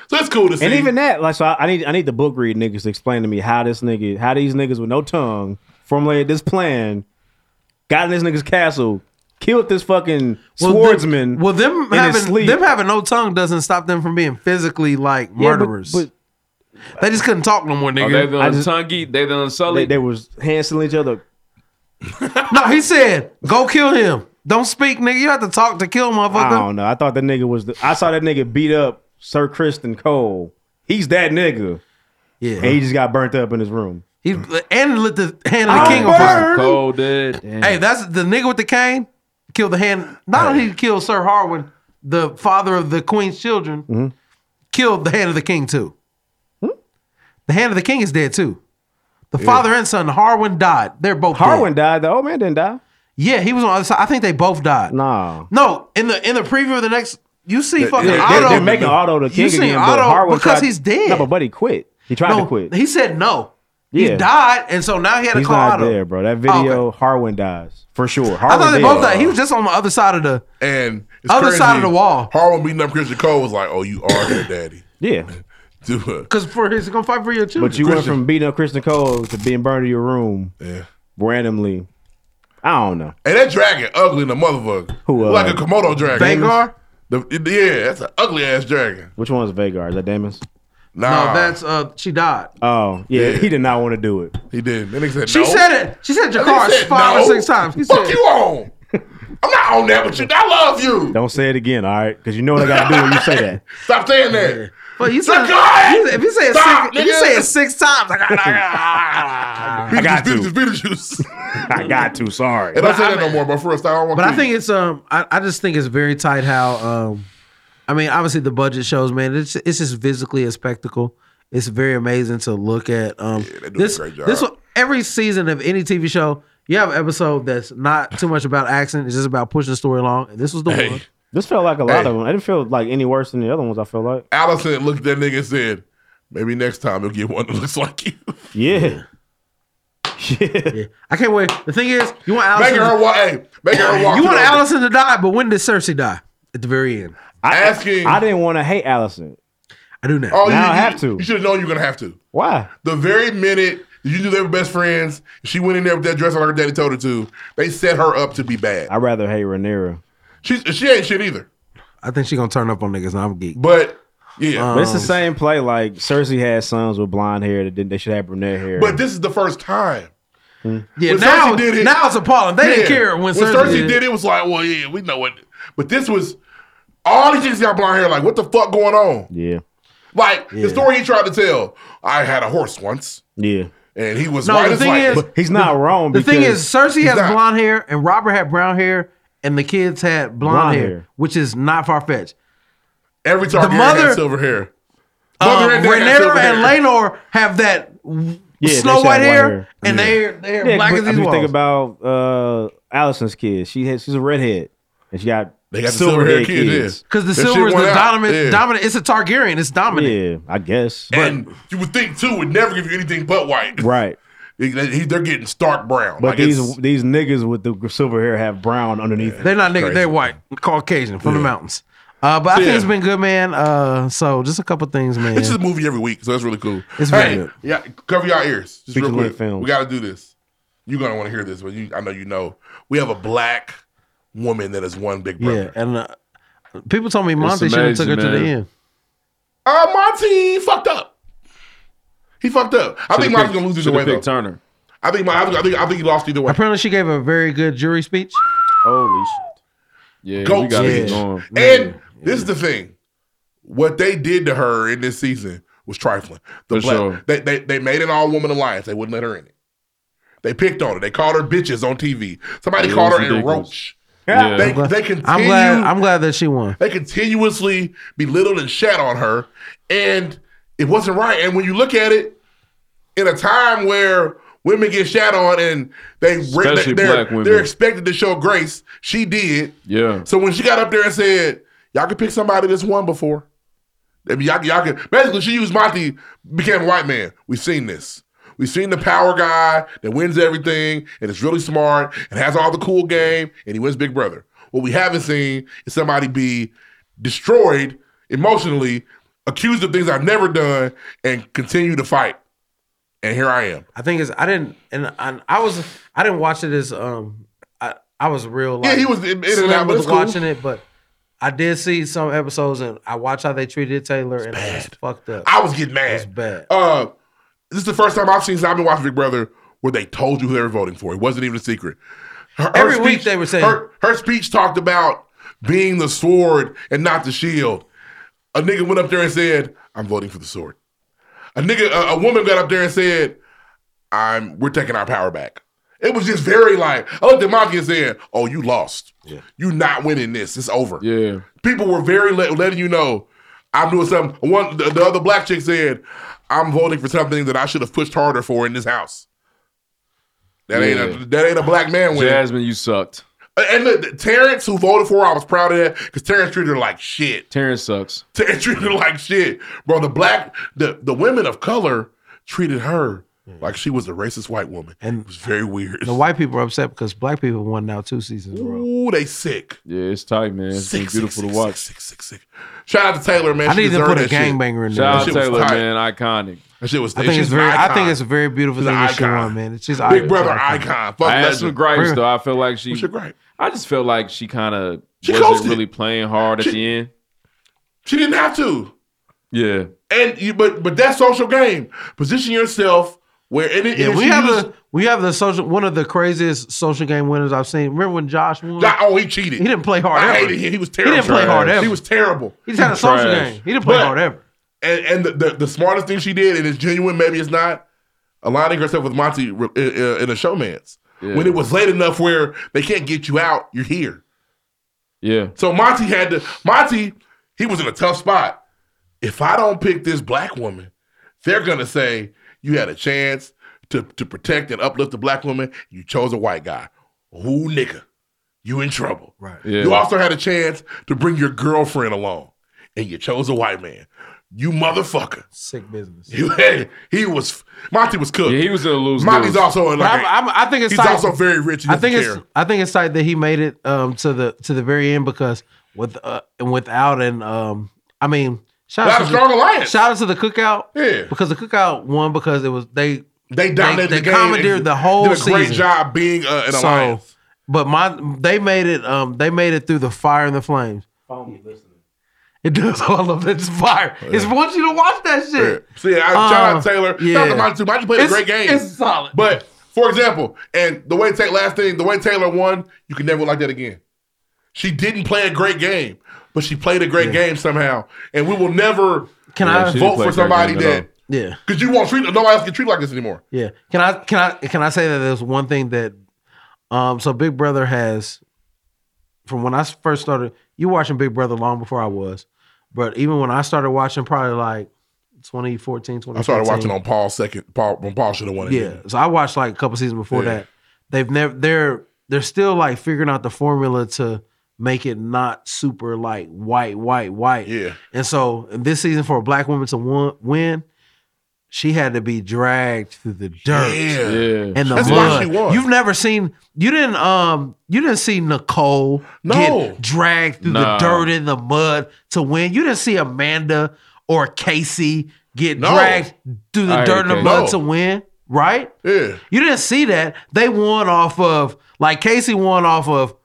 Speaker 2: So it's cool to see.
Speaker 4: and even that, like, so I, I need I need the book read niggas to explain to me how this nigga, how these niggas with no tongue formulated this plan, got in this nigga's castle, killed this fucking swordsman.
Speaker 15: Well, them, well, them
Speaker 4: in his
Speaker 15: having
Speaker 4: sleep.
Speaker 15: them having no tongue doesn't stop them from being physically like
Speaker 4: Yeah, but-
Speaker 15: murderers.
Speaker 4: but
Speaker 15: they just couldn't talk
Speaker 4: Oh,
Speaker 15: no more,
Speaker 5: Are Oh, they
Speaker 15: nigga.
Speaker 5: the
Speaker 4: I just-
Speaker 5: Untungi? They the
Speaker 4: they,
Speaker 5: Unsullied?
Speaker 4: they was handling each other.
Speaker 15: no, he said, "Go kill him. Don't speak, nigga. You have to talk to kill,
Speaker 4: I
Speaker 15: motherfucker."
Speaker 4: don't know. I thought that nigga was. The, I saw that nigga beat up Sir Kristen Cole. He's that nigga,
Speaker 15: Yeah,
Speaker 4: and he just got burnt up in his room.
Speaker 15: he and let the hand of the
Speaker 4: I
Speaker 15: king on fire.
Speaker 4: burn.
Speaker 5: Cold dead.
Speaker 15: Hey, that's the nigga with the cane killed the hand. Not only did he kill Sir Harwin, the father of the queen's children,
Speaker 4: Mm-hmm.
Speaker 15: killed the hand of the king too.
Speaker 4: Hmm?
Speaker 15: The hand of the king is dead too. The father and son, Harwin died. They're both
Speaker 4: Harwin
Speaker 15: Dead.
Speaker 4: died. The old man didn't die.
Speaker 15: Yeah, he was on the other side. I think they both died.
Speaker 4: Nah.
Speaker 15: No, in the in the preview of the next, you see fucking
Speaker 4: They,
Speaker 15: Otto.
Speaker 4: they, they're making Otto the
Speaker 15: You
Speaker 4: king
Speaker 15: seen
Speaker 4: again, but
Speaker 15: Otto
Speaker 4: Harwin
Speaker 15: because
Speaker 4: tried-
Speaker 15: he's dead.
Speaker 4: No, but buddy quit. He tried to quit.
Speaker 15: He said no.
Speaker 4: Yeah.
Speaker 15: He died, and so now he had to
Speaker 4: He's
Speaker 15: call
Speaker 4: not
Speaker 15: Otto.
Speaker 4: there, bro. That
Speaker 15: okay.
Speaker 4: video, Harwin dies for sure. Harwin
Speaker 15: I thought they
Speaker 4: dead.
Speaker 15: both died. He was just on the other side of the.
Speaker 2: and it's
Speaker 15: Other side of the wall.
Speaker 2: Harwin beating up Christian Cole was like, "Oh, you are their daddy."
Speaker 4: Yeah,
Speaker 2: Dude,
Speaker 15: Because for his gonna fight for your children.
Speaker 4: but you went from beating up Kristen Cole to being burned in your room
Speaker 2: yeah.
Speaker 4: randomly. I don't know.
Speaker 2: And that dragon ugly in the motherfucker.
Speaker 4: Who, uh,
Speaker 2: like a Komodo dragon.
Speaker 15: Vagar?
Speaker 2: The, yeah, that's an ugly ass dragon.
Speaker 4: Which one was Vagar? Is that Damon's?
Speaker 2: Nah,
Speaker 15: No, that's uh, she died.
Speaker 4: Oh, yeah,
Speaker 2: Yeah.
Speaker 4: He did not want to do it.
Speaker 2: he did. That nigga said
Speaker 15: She
Speaker 2: no.
Speaker 15: said it. She said
Speaker 2: That nigga
Speaker 15: Jakar
Speaker 2: said
Speaker 15: five
Speaker 2: no.
Speaker 15: or six times. He
Speaker 2: Fuck
Speaker 15: said,
Speaker 2: you on. I'm not on that with you. I love you.
Speaker 4: Don't say it again, all right? Because you know what I got to do when you say that.
Speaker 2: Stop saying that.
Speaker 15: But you said,
Speaker 2: Jakar!
Speaker 15: you said- if you say it
Speaker 2: Stop,
Speaker 15: six, if you
Speaker 2: nigga.
Speaker 15: say it six times, I got, I got.
Speaker 4: I got
Speaker 2: Beetlejuice,
Speaker 4: to.
Speaker 2: Beetlejuice, Beetlejuice.
Speaker 4: I got to. Sorry.
Speaker 2: and don't say that no more, but for real, stop. I don't want
Speaker 15: But I
Speaker 2: to-
Speaker 15: think it's um, I, I just think it's very tight how um, I mean, obviously the budget shows, man. It's it's just physically a spectacle. It's very amazing to look at. Um,
Speaker 2: they do a
Speaker 15: this
Speaker 2: great job.
Speaker 15: this one- every season of any TV show, you have an episode that's not too much about action. It's just about pushing the story along. And this was the
Speaker 2: Hey.
Speaker 15: one.
Speaker 4: This felt like a lot
Speaker 2: Hey.
Speaker 4: of them. It didn't feel like any worse than the other ones, I feel like.
Speaker 2: Allison looked at that nigga and said, maybe next time he'll get one that looks like you.
Speaker 4: Yeah. Yeah.
Speaker 15: I can't wait. The thing is, you want Allison.
Speaker 2: making her walk. Hey, making her walk.
Speaker 15: You
Speaker 2: to
Speaker 15: want
Speaker 2: the-
Speaker 15: Allison to die, but when did Cersei die? At the very end.
Speaker 2: asking?
Speaker 4: I didn't want to hate Allison.
Speaker 15: I do now.
Speaker 2: Oh,
Speaker 4: Now
Speaker 2: you,
Speaker 4: I
Speaker 2: you-
Speaker 4: have to.
Speaker 2: You should have known you're gonna have to.
Speaker 4: Why?
Speaker 2: The very minute You knew they were best friends. She went in there with that dress on her daddy told her to. They set her up to be bad.
Speaker 4: I'd rather hate Rhaenyra.
Speaker 2: She's she ain't shit either.
Speaker 4: I think she's gonna turn up on niggas. and I'm geek.
Speaker 2: But yeah,
Speaker 4: it's the same play. Like Cersei had sons with blonde hair that didn't. They should have brunette hair.
Speaker 2: But this is the first time.
Speaker 15: Yeah, now- now it's appalling. They didn't care when
Speaker 2: Cersei,
Speaker 15: Cersei
Speaker 2: did.
Speaker 15: did.
Speaker 2: it. It was like, well, yeah, we know what. But this was all these chicks got blonde hair. Like, what the fuck going on?
Speaker 4: Yeah.
Speaker 2: Like
Speaker 4: Yeah.
Speaker 2: the story he tried to tell. I had a horse once,
Speaker 4: Yeah.
Speaker 2: and he was white as light. But
Speaker 4: he's not wrong.
Speaker 15: The thing
Speaker 4: because-
Speaker 15: is, Cersei has blonde hair and Robert had brown hair and the kids had blonde,
Speaker 4: Blonde
Speaker 15: hair,
Speaker 4: hair.
Speaker 15: which is not far fetched.
Speaker 2: Every
Speaker 15: the
Speaker 2: Targaryen
Speaker 15: mother,
Speaker 2: had silver hair.
Speaker 15: uh,
Speaker 2: Mother and dad had
Speaker 15: Rhaenyra
Speaker 2: silver
Speaker 15: and
Speaker 2: hair.
Speaker 15: Laenor have that w-
Speaker 4: Yeah, they
Speaker 15: snow
Speaker 4: should
Speaker 15: white
Speaker 4: have
Speaker 15: hair, and
Speaker 4: Yeah.
Speaker 15: they're they're
Speaker 4: Yeah,
Speaker 15: black
Speaker 4: but
Speaker 15: as
Speaker 4: I
Speaker 15: these
Speaker 4: mean,
Speaker 15: walls.
Speaker 4: Think about uh, Allison's kid. She has, she's a redhead, and she got
Speaker 2: They got the silver-haired
Speaker 4: silver-haired
Speaker 2: kid, yeah.
Speaker 15: Because the
Speaker 2: That shit
Speaker 15: silver is the
Speaker 2: went out.
Speaker 15: dominant,
Speaker 2: Yeah.
Speaker 15: dominant. It's a Targaryen. It's dominant.
Speaker 4: Yeah, I guess.
Speaker 2: And you would think too would never give you anything but white.
Speaker 4: Right.
Speaker 2: He- he- they're getting stark brown.
Speaker 4: But
Speaker 2: Like,
Speaker 4: these
Speaker 2: it's-
Speaker 4: these niggas with the silver hair have brown underneath.
Speaker 15: They're not niggas. They're white, Caucasian from the mountains. Uh, but I think it's been good, man. Uh, so just a couple things, man.
Speaker 2: It's just a movie every week, so that's really cool.
Speaker 15: It's
Speaker 2: hey,
Speaker 15: really good.
Speaker 2: yeah, cover your ears. Just real
Speaker 15: Feature-length
Speaker 2: quick.
Speaker 15: films.
Speaker 2: We got to do this. You're gonna want to hear this, but you, I know you know. We have a black woman that has won Big Brother.
Speaker 15: Yeah, and uh, people told me
Speaker 2: It's
Speaker 15: Monty should have took her
Speaker 2: amazing,
Speaker 15: to the
Speaker 2: man.
Speaker 15: end.
Speaker 2: Uh, Monty fucked up. He fucked up. I
Speaker 15: Should've
Speaker 2: think Monty's
Speaker 15: picked-
Speaker 2: gonna lose either
Speaker 15: should've
Speaker 2: way though.
Speaker 15: picked
Speaker 5: Turner.
Speaker 2: I think. My, I think. I think. I think he lost either way.
Speaker 15: Apparently, she gave a very good jury speech.
Speaker 4: Holy shit!
Speaker 5: Yeah,
Speaker 2: Goat speech. And this is the thing. What they did to her in this season was trifling. The
Speaker 5: For
Speaker 2: black,
Speaker 5: sure.
Speaker 2: they, they they made an all woman alliance. They wouldn't let her in it. They picked on her. They called her bitches on TV. Somebody
Speaker 15: Yeah,
Speaker 2: called
Speaker 15: it's
Speaker 2: her a
Speaker 15: ridiculous.
Speaker 2: roach. They, they continue.
Speaker 15: I'm glad. I'm glad that she won.
Speaker 2: They continuously belittled and shat on her, and it wasn't right. And when you look at it, in a time where women get shat on and they
Speaker 5: Especially
Speaker 2: they're,
Speaker 5: black women.
Speaker 2: they're expected to show grace, she did.
Speaker 5: Yeah.
Speaker 2: So when she got up there and said, "Y'all can pick somebody that's won before," I mean, y'all, y'all can basically she used Monty became a white man. We've seen this. We've seen the power guy that wins everything and is really smart and has all the cool game and he wins Big Brother. What we haven't seen is somebody be destroyed emotionally, accused of things I've never done, and continue to fight. And here I am.
Speaker 15: I think it's. I didn't. And I, I was. I didn't watch it as. Um. I. I was real. Like,
Speaker 2: Yeah, he was in- in and
Speaker 15: slim
Speaker 2: out, but
Speaker 15: was
Speaker 2: it's cool.
Speaker 15: watching it, but I did see some episodes, and I watched how they treated Taylor, and it was fucked up.
Speaker 2: I was getting mad. It's
Speaker 15: bad.
Speaker 2: Uh, this is the first time I've seen since I've been watching Big Brother where they told you who they were voting for. It wasn't even a secret. Her, Every week they were saying her, her speech talked about being the sword and not the shield. A nigga went up there and said, "I'm voting for the sword." A nigga, a, a woman got up there and said, "I'm we're taking our power back." It was just very like, oh, Demarcus said, "Oh, you lost. You not winning this. It's over."
Speaker 5: Yeah.
Speaker 2: People were very let, letting you know, I'm doing something. One, the, the other black chick said, "I'm voting for something that I should have pushed harder for in this house." That ain't a, that ain't a black man winning.
Speaker 5: Jasmine, you sucked.
Speaker 2: And look, Terrence, who voted for her, I was proud of that because Terrence treated her like shit.
Speaker 5: Terrence sucks.
Speaker 2: Terrence treated her like shit, bro. The black, the the women of color treated her like she was a racist white woman. And it was very weird.
Speaker 15: The white people are upset because black people won now two seasons. in a row.
Speaker 2: Ooh, they sick.
Speaker 5: Yeah, it's tight, man. It's been
Speaker 2: Sick, sick,
Speaker 5: beautiful
Speaker 2: sick,
Speaker 5: to watch.
Speaker 2: Sick, sick, sick. Shout out to Taylor, man.
Speaker 15: I
Speaker 2: She
Speaker 15: need to
Speaker 2: deserved
Speaker 15: put a
Speaker 2: that shit.
Speaker 15: gangbanger in there.
Speaker 5: Shout
Speaker 2: That
Speaker 5: out
Speaker 2: shit was
Speaker 5: Taylor,
Speaker 2: tight.
Speaker 5: man. Iconic.
Speaker 2: That shit was.
Speaker 15: I think
Speaker 2: she's
Speaker 15: it's very.
Speaker 2: an
Speaker 15: I think
Speaker 2: icon.
Speaker 15: it's a very beautiful
Speaker 2: She's
Speaker 15: thing
Speaker 2: an
Speaker 15: that she
Speaker 2: icon.
Speaker 15: won, man. She's
Speaker 2: Big Brother icon. Fuck
Speaker 5: I had
Speaker 2: legend.
Speaker 5: some gripes though. I feel like she.
Speaker 2: What's your gripe?
Speaker 5: I just felt like she kind of
Speaker 2: She coasted.
Speaker 5: wasn't really playing hard at the end.
Speaker 2: She didn't have to.
Speaker 5: Yeah,
Speaker 2: And you, but but that's social game. Position yourself where and, it,
Speaker 15: Yeah,
Speaker 2: and
Speaker 15: we
Speaker 2: she
Speaker 15: have
Speaker 2: used-
Speaker 15: the we have the social one of the craziest social game winners I've seen. Remember when Josh won?
Speaker 2: oh, he cheated.
Speaker 15: He didn't play hard.
Speaker 2: I
Speaker 15: ever.
Speaker 2: hated him. He was terrible.
Speaker 15: He didn't play hard ever.
Speaker 2: He was terrible.
Speaker 15: He just had a social Trash. game. He didn't play hard ever.
Speaker 2: And, and the, the, the smartest thing she did, and it's genuine, maybe it's not, aligning herself with Monty re- in, in- in a showman's. When it was late enough where they can't get you out, you're here.
Speaker 5: yeah.
Speaker 2: So Monty had to, Monty, he was in a tough spot. If I don't pick this black woman, they're going to say, you had a chance to, to protect and uplift the black woman. You chose a white guy. Who nigga? You in trouble. Right.
Speaker 5: Yeah.
Speaker 2: You also had a chance to bring your girlfriend along, and you chose a white man. You motherfucker.
Speaker 15: Sick business.
Speaker 2: You, hey, he was Monty was cooked.
Speaker 5: Yeah, he was in a lose.
Speaker 2: Monty's also in
Speaker 15: But
Speaker 2: like.
Speaker 15: I'm- I'm- I think it's
Speaker 2: he's
Speaker 15: tight.
Speaker 2: also very rich. He
Speaker 15: I think
Speaker 2: doesn't
Speaker 15: it's I think it's tight that he made it um, to the to the very end because with uh, and without an um, I mean shout
Speaker 2: Without
Speaker 15: out
Speaker 2: a
Speaker 15: to
Speaker 2: strong
Speaker 15: the,
Speaker 2: alliance.
Speaker 15: Shout out to the cookout.
Speaker 2: Yeah.
Speaker 15: Because the cookout won because it was they
Speaker 2: They dominated
Speaker 15: They,
Speaker 2: the game
Speaker 15: commandeered
Speaker 2: and
Speaker 15: the whole
Speaker 2: did a
Speaker 15: season.
Speaker 2: great job being, uh, an alliance.
Speaker 15: But my, they made it. Um, they made it through the fire and the flames. It does all of this fire. It's once you to watch that shit. Um,
Speaker 2: See, I, shout out Taylor.
Speaker 15: uh, yeah.
Speaker 2: Talking about too much, he played a
Speaker 15: It's-
Speaker 2: great game.
Speaker 15: it's solid.
Speaker 2: But for example, and the way Taylor last thing, the way Taylor won, you can never like that again. She didn't play a great game, but she played a great game somehow, and we will never
Speaker 15: Can I- Yeah, she didn't
Speaker 2: vote
Speaker 15: play a
Speaker 2: for
Speaker 15: great
Speaker 2: somebody
Speaker 15: game at
Speaker 2: that
Speaker 15: all. Yeah.
Speaker 2: because you won't treat nobody else can treat like this anymore.
Speaker 15: Yeah. Can I can I can I say that there's one thing that um so Big Brother has from when I s- first started you watching Big Brother long before I was. But even when I started watching probably like 2014, 2015.
Speaker 2: I started watching on Paul's second. Paul when Paul should have won it.
Speaker 15: Yeah. So I watched like a couple seasons before
Speaker 2: Yeah.
Speaker 15: that. They've never they're they're still like figuring out the formula to make it not super like white, white, white.
Speaker 2: Yeah.
Speaker 15: And so in this season for a black woman to won- win, she had to be dragged through the dirt
Speaker 2: Yeah. Yeah.
Speaker 15: and the
Speaker 2: That's why
Speaker 15: mud.
Speaker 2: she won.
Speaker 15: You've never seen you didn't um you didn't see Nicole
Speaker 2: No.
Speaker 15: get dragged through
Speaker 2: Nah.
Speaker 15: the dirt and the mud to win. You didn't see Amanda or Casey get
Speaker 2: No.
Speaker 15: dragged through the
Speaker 2: I
Speaker 15: dirt and the
Speaker 2: hate
Speaker 15: mud
Speaker 2: Casey.
Speaker 15: to win, right?
Speaker 2: Yeah.
Speaker 15: You didn't see that. They won off of like Casey won off of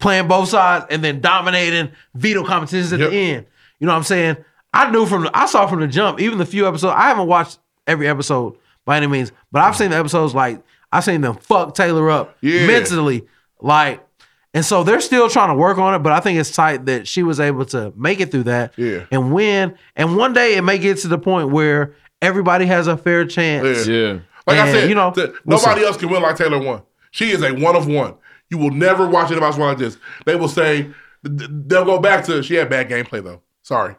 Speaker 15: playing both sides and then dominating veto competitions at the end. You know what I'm saying? I knew from the, I saw from the jump, even the few episodes. I haven't watched every episode by any means, but I've seen the episodes like I've seen them fuck Taylor up mentally, like, and so they're still trying to work on it. But I think it's tight that she was able to make it through that
Speaker 2: Yeah.
Speaker 15: and win. And one day it may get to the point where everybody has a fair chance.
Speaker 2: Like I
Speaker 15: And,
Speaker 2: said,
Speaker 15: you know,
Speaker 2: th-
Speaker 15: listen.
Speaker 2: nobody else can win like Taylor won. She is a one of one. You will never watch anybody else win like this. They will say th- th- they'll go back to she had bad gameplay though. Sorry,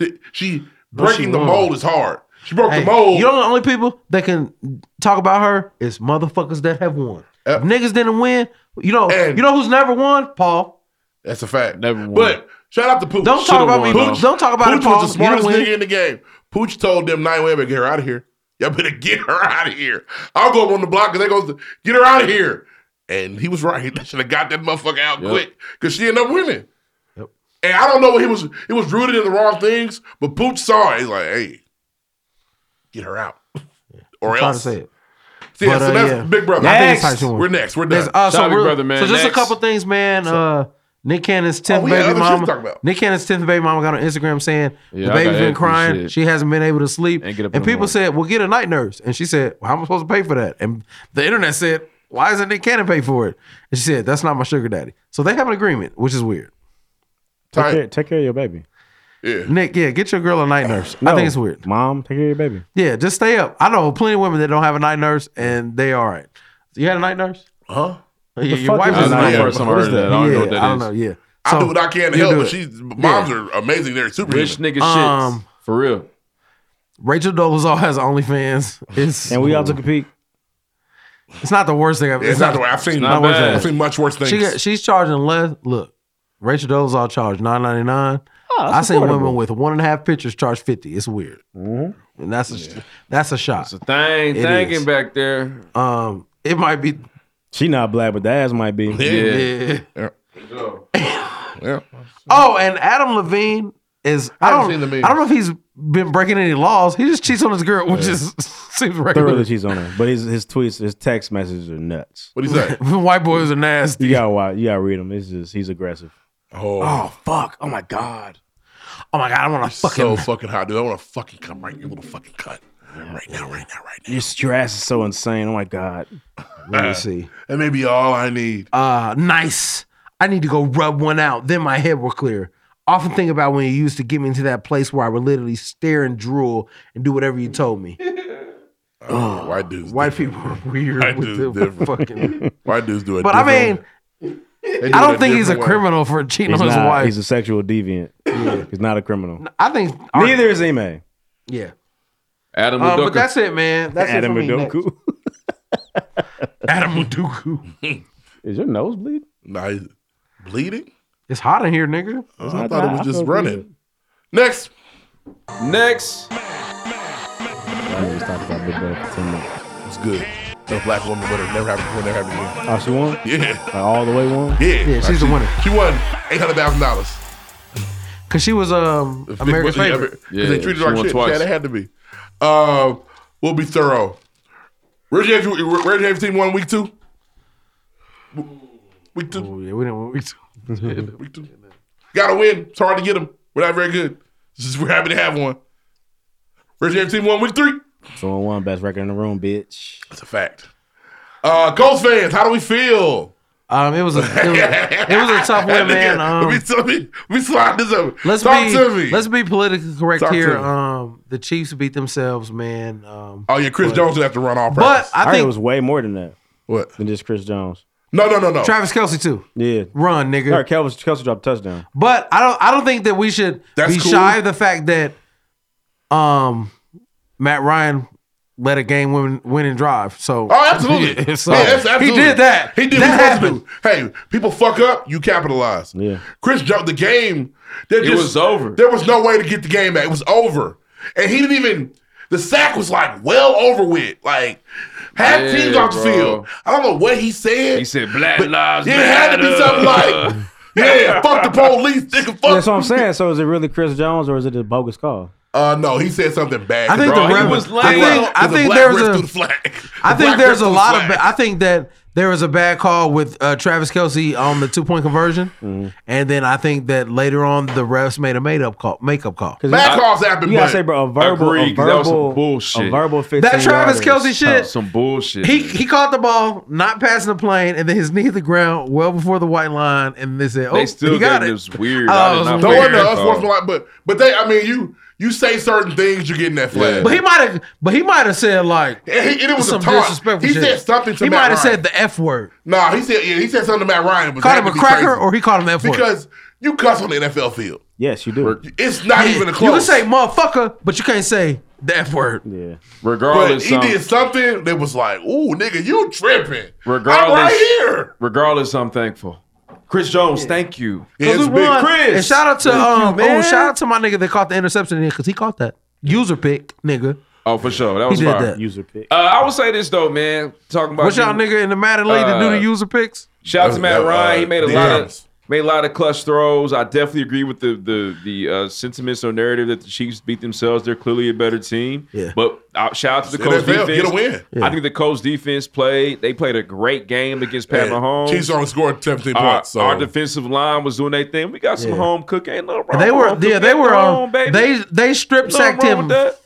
Speaker 2: she, she
Speaker 15: But she
Speaker 2: breaking the
Speaker 15: won.
Speaker 2: mold is hard. She broke
Speaker 15: Hey,
Speaker 2: the mold.
Speaker 15: You know the only people that can talk about her is motherfuckers that have won. If niggas didn't win. You know, you know who's never won? Paul.
Speaker 2: That's a fact. Never won. But shout out to Pooch.
Speaker 15: Don't talk about me. Pooch, don't talk about
Speaker 2: Pooch
Speaker 15: it, Paul.
Speaker 2: was the
Speaker 15: You
Speaker 2: smartest
Speaker 15: didn't win.
Speaker 2: nigga in the game. Pooch told them nine way, get her out of here. Y'all better get her out of here. I'll go up on the block and they goes, get her out of here. And he was right. They should have got that motherfucker out quick because she ended up winning. And I don't know what he was. It was rooted in the wrong things, but Pooch saw it. He's like, hey, get her out, or
Speaker 15: I'm trying to
Speaker 2: else.
Speaker 15: say it.
Speaker 2: See,
Speaker 15: But,
Speaker 2: so
Speaker 15: uh,
Speaker 2: that's
Speaker 15: yeah.
Speaker 2: Big Brother.
Speaker 15: I think it's Tyson Moore.
Speaker 2: We're next. We're
Speaker 15: There's-
Speaker 2: done.
Speaker 15: uh, so real- So just a couple things, man. Uh, Nick Cannon's tenth
Speaker 2: Oh, we had
Speaker 15: baby
Speaker 2: other shit to talk
Speaker 15: mama. Nick Cannon's tenth baby mama got on Instagram saying
Speaker 2: Yeah, I
Speaker 15: the
Speaker 2: got
Speaker 15: baby's been
Speaker 2: egg
Speaker 15: crying.
Speaker 2: shit.
Speaker 15: She hasn't been able to sleep.
Speaker 2: And get up in
Speaker 15: and
Speaker 2: the
Speaker 15: people
Speaker 2: morning.
Speaker 15: said, "Well, get a night nurse." And she said, well, "How am I supposed to pay for that?" And the internet said, "Why isn't Nick Cannon pay for it?" And she said, "That's not my sugar daddy." So they have an agreement, which is weird.
Speaker 4: Take care, take care of your baby.
Speaker 15: Nick, yeah, get your girl a night nurse. I think it's weird.
Speaker 4: Mom, take care of your baby.
Speaker 15: Yeah, just stay up. I know plenty of women that don't have a night nurse and they all right. You had a night nurse?
Speaker 2: Huh?
Speaker 15: Yeah, your
Speaker 2: fuck
Speaker 15: wife
Speaker 2: is
Speaker 15: is
Speaker 2: a
Speaker 15: a
Speaker 2: night
Speaker 15: night
Speaker 2: nurse?
Speaker 15: nurse.
Speaker 2: First time I heard
Speaker 15: What is
Speaker 2: that. I don't know what that
Speaker 15: Yeah, I don't
Speaker 2: is.
Speaker 15: know. Yeah,
Speaker 2: I do what I can to
Speaker 15: you
Speaker 2: help,
Speaker 15: do
Speaker 2: but
Speaker 15: it.
Speaker 2: she's
Speaker 15: Yeah.
Speaker 2: moms are amazing. They're super
Speaker 5: Rich nigga shit. For real.
Speaker 15: Rachel Dolezal has OnlyFans. It's, and we all took a peek. It's not the worst thing I've.
Speaker 2: Yeah, it's not the worst. I've seen-
Speaker 15: not the worst
Speaker 2: Not bad.
Speaker 15: thing.
Speaker 2: I've seen much worse
Speaker 15: She
Speaker 2: things.
Speaker 15: got, she's charging less. Look, Rachel Dolezal charged nine ninety nine.
Speaker 2: Oh,
Speaker 15: I
Speaker 2: that's
Speaker 15: seen
Speaker 2: affordable.
Speaker 15: women with one and a half pictures charge fifty. It's weird,
Speaker 2: Mm-hmm.
Speaker 15: and that's a that's a shot. It's a
Speaker 5: thing thinking back there.
Speaker 15: Um, it might be.
Speaker 4: She not black, but the ass might be.
Speaker 15: Yeah.
Speaker 2: Yeah.
Speaker 4: yeah.
Speaker 15: Oh, and Adam Levine is. I,
Speaker 2: haven't
Speaker 15: don't.
Speaker 2: seen Levine.
Speaker 15: I don't know if he's been breaking any laws. He just cheats on his girl, which is seems
Speaker 4: Thoroughly
Speaker 15: regular.
Speaker 4: cheats on her, but his his tweets, his text messages are nuts.
Speaker 2: What he say?
Speaker 15: White boys are nasty.
Speaker 4: You gotta watch. You gotta read him. It's just he's aggressive.
Speaker 15: Oh fuck! Oh my god! Oh my god! I want to
Speaker 2: fucking so fucking hot, dude. I want to fucking come right, you little fucking cut right now, right now, right
Speaker 4: Your, your ass is so insane. Oh my god.
Speaker 2: Let me Uh,
Speaker 15: see.
Speaker 2: That may be all I need.
Speaker 15: Uh nice. I need to go rub one out. Then my head will clear. Often think about when you used to get me into that place where I would literally stare and drool and do whatever you told me.
Speaker 2: now. white Oh, dudes,
Speaker 15: white people are weird
Speaker 2: White
Speaker 15: with
Speaker 2: dudes,
Speaker 15: the
Speaker 2: different.
Speaker 15: fucking.
Speaker 2: White dudes do it.
Speaker 15: But I mean,
Speaker 2: They do
Speaker 15: I
Speaker 2: it
Speaker 15: don't
Speaker 2: a
Speaker 15: think he's a
Speaker 2: different way.
Speaker 15: criminal for cheating
Speaker 4: he's
Speaker 15: on his
Speaker 4: not-
Speaker 15: wife.
Speaker 4: He's a sexual deviant. he's not a criminal.
Speaker 15: I think
Speaker 4: Neither is Ime.
Speaker 15: Yeah.
Speaker 5: Adam
Speaker 15: Um, but that's it, man. That's
Speaker 4: Adam
Speaker 15: it for me next.
Speaker 4: Udoku.
Speaker 15: Adam Udoku.
Speaker 4: Is your nose bleeding?
Speaker 2: Nah, he's bleeding.
Speaker 15: It's hot in here, nigga.
Speaker 2: Oh, I thought it was just running. Next.
Speaker 5: Next.
Speaker 2: It's good. The black woman would have never happened before, never happened
Speaker 4: Oh, she won.
Speaker 2: Yeah.
Speaker 4: Like, all the way won.
Speaker 2: again. Yeah,
Speaker 15: she's the
Speaker 2: she-
Speaker 15: winner.
Speaker 2: She won eight hundred thousand dollars.
Speaker 15: Cause she was um America's favorite.
Speaker 2: Because they treated her like shit. Yeah, they had to be. Um, We'll be thorough. Where did you have, your- where did you have your team one week two? Week two.
Speaker 15: Oh, yeah, we didn't want week two.
Speaker 2: week two. Gotta win. It's hard to get them. We're not very good. It's just we're happy to have one. Where's your team one week three?
Speaker 4: Two and one, best record in the room, bitch.
Speaker 2: That's a fact. Uh, Colts fans, how do we feel?
Speaker 15: Um, it was a it was, a- it was a tough win, man. Um,
Speaker 2: we, we, we slide this over.
Speaker 15: Let's
Speaker 2: Talk
Speaker 15: be
Speaker 2: to me.
Speaker 15: let's be politically correct
Speaker 2: Talk to
Speaker 15: here.
Speaker 2: me.
Speaker 15: Um, the Chiefs beat themselves, man. Um,
Speaker 2: oh yeah, Chris
Speaker 15: but-
Speaker 2: Jones would have to run off.
Speaker 15: But I
Speaker 4: heard
Speaker 15: think-
Speaker 4: it was way more than that.
Speaker 2: What?
Speaker 4: Than just Chris Jones.
Speaker 2: No, no, no, no.
Speaker 15: Travis Kelsey too.
Speaker 4: Yeah.
Speaker 15: Run, nigga.
Speaker 4: All right, Kelsey, Kelsey dropped a touchdown.
Speaker 15: But I don't I don't think that we should
Speaker 4: That's
Speaker 15: be
Speaker 4: cool.
Speaker 15: shy of the fact that um Matt Ryan let a game win win and drive. So
Speaker 2: Oh, absolutely.
Speaker 15: Yeah, so
Speaker 2: Yeah, that's absolutely.
Speaker 15: He did that.
Speaker 2: He did
Speaker 15: that
Speaker 2: what he was supposed to do. Hey, people fuck up, you capitalize. Yeah. Chris jumped the game. there
Speaker 5: It
Speaker 2: just-
Speaker 5: was over.
Speaker 2: There was no way to get the game back. It was over. And he didn't even the sack was like well over with. Like half
Speaker 5: Yeah,
Speaker 2: teams off the
Speaker 5: bro.
Speaker 2: field. I don't know what he said.
Speaker 5: He said black
Speaker 2: but
Speaker 5: lives
Speaker 2: It had to be
Speaker 5: matter.
Speaker 2: something like, yeah, fuck the police, nigga, fuck.
Speaker 4: That's what I'm saying. So is it really Chris Jones or is it a bogus call?
Speaker 2: Uh, no, he said something bad.
Speaker 15: I think
Speaker 2: Bro,
Speaker 15: the
Speaker 2: he
Speaker 15: ref
Speaker 2: was
Speaker 15: I
Speaker 2: laying
Speaker 15: think,
Speaker 2: out
Speaker 15: I
Speaker 2: because
Speaker 15: think
Speaker 2: black
Speaker 15: there
Speaker 2: ref
Speaker 15: was
Speaker 2: threw
Speaker 15: a
Speaker 2: the flag.
Speaker 15: I
Speaker 2: The black
Speaker 15: think
Speaker 2: ref
Speaker 15: there's
Speaker 2: threw
Speaker 15: a
Speaker 2: the
Speaker 15: lot
Speaker 2: flag.
Speaker 15: of ba- I think that there was a bad call with uh, Travis Kelsey on the two point conversion,
Speaker 2: Mm-hmm.
Speaker 15: and then I think that later on the refs made a made up call, makeup call.
Speaker 2: Bad calls happen,
Speaker 4: You gotta
Speaker 2: but-
Speaker 4: say, bro, a verbal,
Speaker 5: Agree,
Speaker 4: a
Speaker 5: 'cause that was some
Speaker 4: verbal,
Speaker 5: bullshit.
Speaker 4: A verbal
Speaker 5: That
Speaker 4: 15
Speaker 15: Travis
Speaker 4: yarders.
Speaker 15: Kelsey shit.
Speaker 5: Oh, Some bullshit.
Speaker 15: He he caught the ball, not passing the plane, and then his knee hit the ground well before the white line, and they said, "Oh,
Speaker 5: they still
Speaker 15: he got
Speaker 5: got
Speaker 15: it."
Speaker 5: this weird.
Speaker 15: Oh,
Speaker 5: I
Speaker 15: it
Speaker 5: did
Speaker 15: was
Speaker 5: not
Speaker 15: weird.
Speaker 5: figure
Speaker 2: Or no,
Speaker 5: that
Speaker 2: us
Speaker 5: out.
Speaker 2: wasn't like, but but they, I mean, you you say certain things, you're getting that flag.
Speaker 15: But he might have, but he might have said like,
Speaker 2: And he- and it was a
Speaker 15: some
Speaker 2: taunt.
Speaker 15: disrespectful.
Speaker 2: He
Speaker 15: shit.
Speaker 2: said something to
Speaker 15: He
Speaker 2: Matt
Speaker 15: might have
Speaker 2: Ryan.
Speaker 15: said the f word.
Speaker 2: Nah, he said yeah, he said something to Matt Ryan. But
Speaker 15: Called
Speaker 2: that
Speaker 15: him a
Speaker 2: could be
Speaker 15: cracker,
Speaker 2: crazy.
Speaker 15: or he called him the f word.
Speaker 2: because you cuss on the NFL field.
Speaker 4: Yes, you do.
Speaker 2: It's not even a close.
Speaker 15: You can say motherfucker, but you can't say the f word.
Speaker 4: Yeah.
Speaker 2: but
Speaker 5: Regardless,
Speaker 2: he
Speaker 5: um,
Speaker 2: did something that was like, "Ooh, nigga, you tripping."
Speaker 5: regardless,
Speaker 2: I'm right here.
Speaker 5: regardless, I'm thankful. Chris Jones, thank you.
Speaker 15: Because we won.
Speaker 5: Chris.
Speaker 15: And shout out to
Speaker 5: Thank you,
Speaker 15: um,
Speaker 5: man.
Speaker 15: oh, shout out to my nigga that caught the interception in because he caught that user pick, nigga.
Speaker 5: Oh, for sure. That
Speaker 15: He
Speaker 5: was
Speaker 15: did
Speaker 5: fire.
Speaker 15: that.
Speaker 4: User pick.
Speaker 5: Uh, I would say this though, man. Talking about
Speaker 15: What y'all
Speaker 5: you-
Speaker 15: nigga in the Madden league to do
Speaker 5: Uh,
Speaker 15: the user picks?
Speaker 5: Shout out to Matt
Speaker 2: Uh,
Speaker 5: Ryan. He made a lot of
Speaker 2: DMs.
Speaker 5: made a lot of clutch throws. I definitely agree with the the the uh, sentiments or narrative that the Chiefs beat themselves. They're clearly a better team.
Speaker 2: Yeah.
Speaker 5: But uh, shout out to the
Speaker 2: It's
Speaker 5: Colts
Speaker 2: NFL.
Speaker 5: defense.
Speaker 2: Get a win.
Speaker 5: I think the Colts defense played. They played a great game against Pat
Speaker 2: And
Speaker 5: Mahomes.
Speaker 2: Chiefs only scored 17
Speaker 5: Our-
Speaker 2: points. So
Speaker 5: Our defensive line was doing their thing. We got some
Speaker 15: Yeah.
Speaker 5: home cooking. Ain't no
Speaker 15: And
Speaker 5: wrong.
Speaker 15: they were,
Speaker 5: home
Speaker 15: yeah,
Speaker 5: cook.
Speaker 15: they
Speaker 5: Ain't
Speaker 15: were
Speaker 5: no
Speaker 15: on.
Speaker 5: wrong, baby.
Speaker 15: they they strip
Speaker 5: Nothing
Speaker 15: sacked
Speaker 5: wrong
Speaker 15: him
Speaker 5: with that.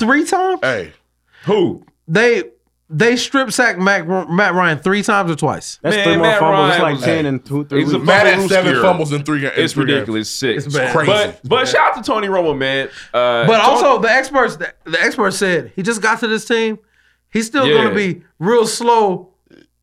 Speaker 15: three times.
Speaker 2: hey,
Speaker 5: Who?
Speaker 15: They they strip sacked Mac, Matt Ryan three times or twice.
Speaker 4: That's
Speaker 5: Man,
Speaker 4: three more
Speaker 5: Matt
Speaker 4: fumbles. It's
Speaker 5: Ryan
Speaker 4: like
Speaker 5: was-
Speaker 4: 10 and two, three.
Speaker 5: He's a
Speaker 4: weeks.
Speaker 2: Matt
Speaker 5: fumble
Speaker 2: had seven
Speaker 5: rooster.
Speaker 2: fumles in three games.
Speaker 5: It's ridiculous. Six.
Speaker 15: It's bad.
Speaker 2: crazy.
Speaker 5: But but shout out to Tony Romo, man.
Speaker 15: But
Speaker 5: Uh, Tony-
Speaker 15: also the experts, the, the experts said he just got to this team. He's still
Speaker 5: Yeah.
Speaker 15: going to be real slow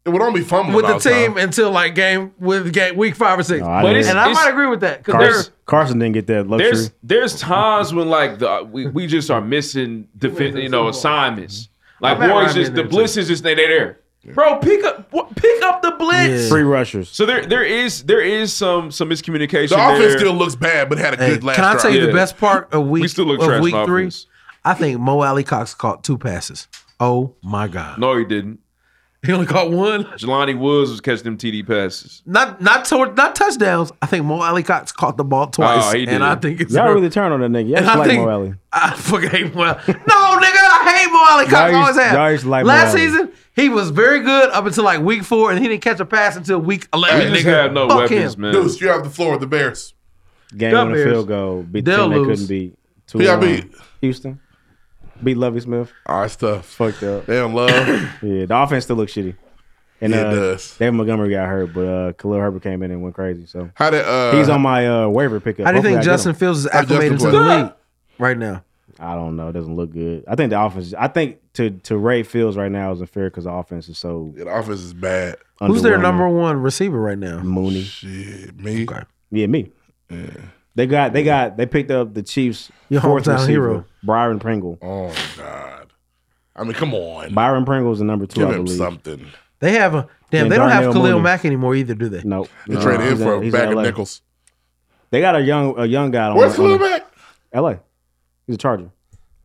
Speaker 2: It would only be fumbling
Speaker 15: with the
Speaker 2: all time.
Speaker 15: team until like game with game week five or six.
Speaker 4: I But didn't. it's-
Speaker 15: and I
Speaker 5: it's-
Speaker 15: might agree with that because they're
Speaker 4: Carson, Carson didn't get that luxury.
Speaker 5: there's there's times when like the we, we just are missing defense, you know, assignments. Like
Speaker 15: I'm not
Speaker 5: one's
Speaker 15: riding
Speaker 5: just the
Speaker 15: there, too.
Speaker 5: blitz is just they they there. Bro, pick up what- pick up the blitz.
Speaker 4: Free rushers.
Speaker 5: So there there is there is some some miscommunication.
Speaker 2: The offense
Speaker 5: there.
Speaker 2: still looks bad, but had a
Speaker 15: Hey,
Speaker 2: good last.
Speaker 15: Can I tell you
Speaker 5: drive.
Speaker 15: the
Speaker 5: Yeah.
Speaker 15: best part of week,
Speaker 5: We still look
Speaker 15: of
Speaker 5: trash
Speaker 15: week
Speaker 5: on
Speaker 15: three?
Speaker 5: offense.
Speaker 15: I think Mo Alley Cox caught two passes. Oh my God.
Speaker 5: No, he didn't.
Speaker 15: He only caught one.
Speaker 5: Jelani Woods was catching them TD passes.
Speaker 15: Not not toward, not touchdowns. I think Mo Alley Cox caught the ball twice.
Speaker 5: Oh, he did.
Speaker 15: And I think it's
Speaker 4: Y'all really turn on that nigga. Y'all
Speaker 15: And
Speaker 4: just
Speaker 15: I
Speaker 4: like
Speaker 15: think-
Speaker 4: Mo Alley.
Speaker 15: I fucking hate Mo Alley. No, nigga, I hate Mo Alley Cox.
Speaker 4: Y'all
Speaker 15: always
Speaker 4: used-
Speaker 15: have.
Speaker 4: y'all used to like Mo
Speaker 15: Last
Speaker 4: Alley.
Speaker 15: season, he was very good up until like week four, and he didn't catch a pass until week
Speaker 5: We
Speaker 15: eleven.
Speaker 5: just
Speaker 15: nigga.
Speaker 5: have no
Speaker 15: Fuck
Speaker 5: weapons,
Speaker 15: him.
Speaker 5: man.
Speaker 2: Deuce, you have the floor with the Bears.
Speaker 4: Game
Speaker 15: Y'all
Speaker 4: on the
Speaker 15: Bears.
Speaker 4: field goal. Beat the
Speaker 15: They'll
Speaker 4: team they
Speaker 15: lose.
Speaker 4: couldn't beat. Two
Speaker 2: Who y'all
Speaker 4: and one.
Speaker 2: beat?
Speaker 4: Houston. Beat Lovey Smith.
Speaker 2: All right, stuff.
Speaker 4: Fucked up.
Speaker 2: They don't love.
Speaker 4: Yeah, the offense still looks shitty. And
Speaker 2: Yeah, it
Speaker 4: uh,
Speaker 2: does.
Speaker 4: David Montgomery got hurt, but uh, Khalil Herbert came in and went crazy. So
Speaker 2: How did uh,
Speaker 4: he's on my uh, waiver pickup.
Speaker 15: How do you
Speaker 4: Hopefully I
Speaker 15: think
Speaker 4: get
Speaker 15: Justin
Speaker 4: him.
Speaker 15: Fields is
Speaker 2: How Justin
Speaker 15: acclimated to the
Speaker 2: play?
Speaker 15: league right now?
Speaker 4: I don't know. It doesn't look good. I think the offense. I think to to rate Fields right now is unfair because the offense is so.
Speaker 2: The offense is bad.
Speaker 15: Who's their
Speaker 4: underwhelming.
Speaker 15: number one receiver right now?
Speaker 4: Mooney.
Speaker 2: Shit, me.
Speaker 4: Yeah, me. They got they got they picked up the Chiefs
Speaker 15: Your
Speaker 4: fourth
Speaker 15: hometown
Speaker 4: receiver,
Speaker 15: hero.
Speaker 4: Byron Pringle.
Speaker 2: Oh God. I mean, come on.
Speaker 4: Byron Pringle's the number two,
Speaker 2: Give
Speaker 4: I
Speaker 2: him
Speaker 4: believe.
Speaker 2: something.
Speaker 15: They have a damn.
Speaker 4: And
Speaker 15: they don't have
Speaker 4: Darnell
Speaker 15: Khalil
Speaker 4: Mooney.
Speaker 15: Mack anymore either, do they?
Speaker 4: Nope.
Speaker 2: They traded him
Speaker 4: he's
Speaker 2: for a
Speaker 4: he's
Speaker 2: bag of
Speaker 4: LA.
Speaker 2: nickels.
Speaker 4: They got a young a young guy. On,
Speaker 2: Where's
Speaker 4: on
Speaker 2: Khalil Mack?
Speaker 4: LA. He's a Charger.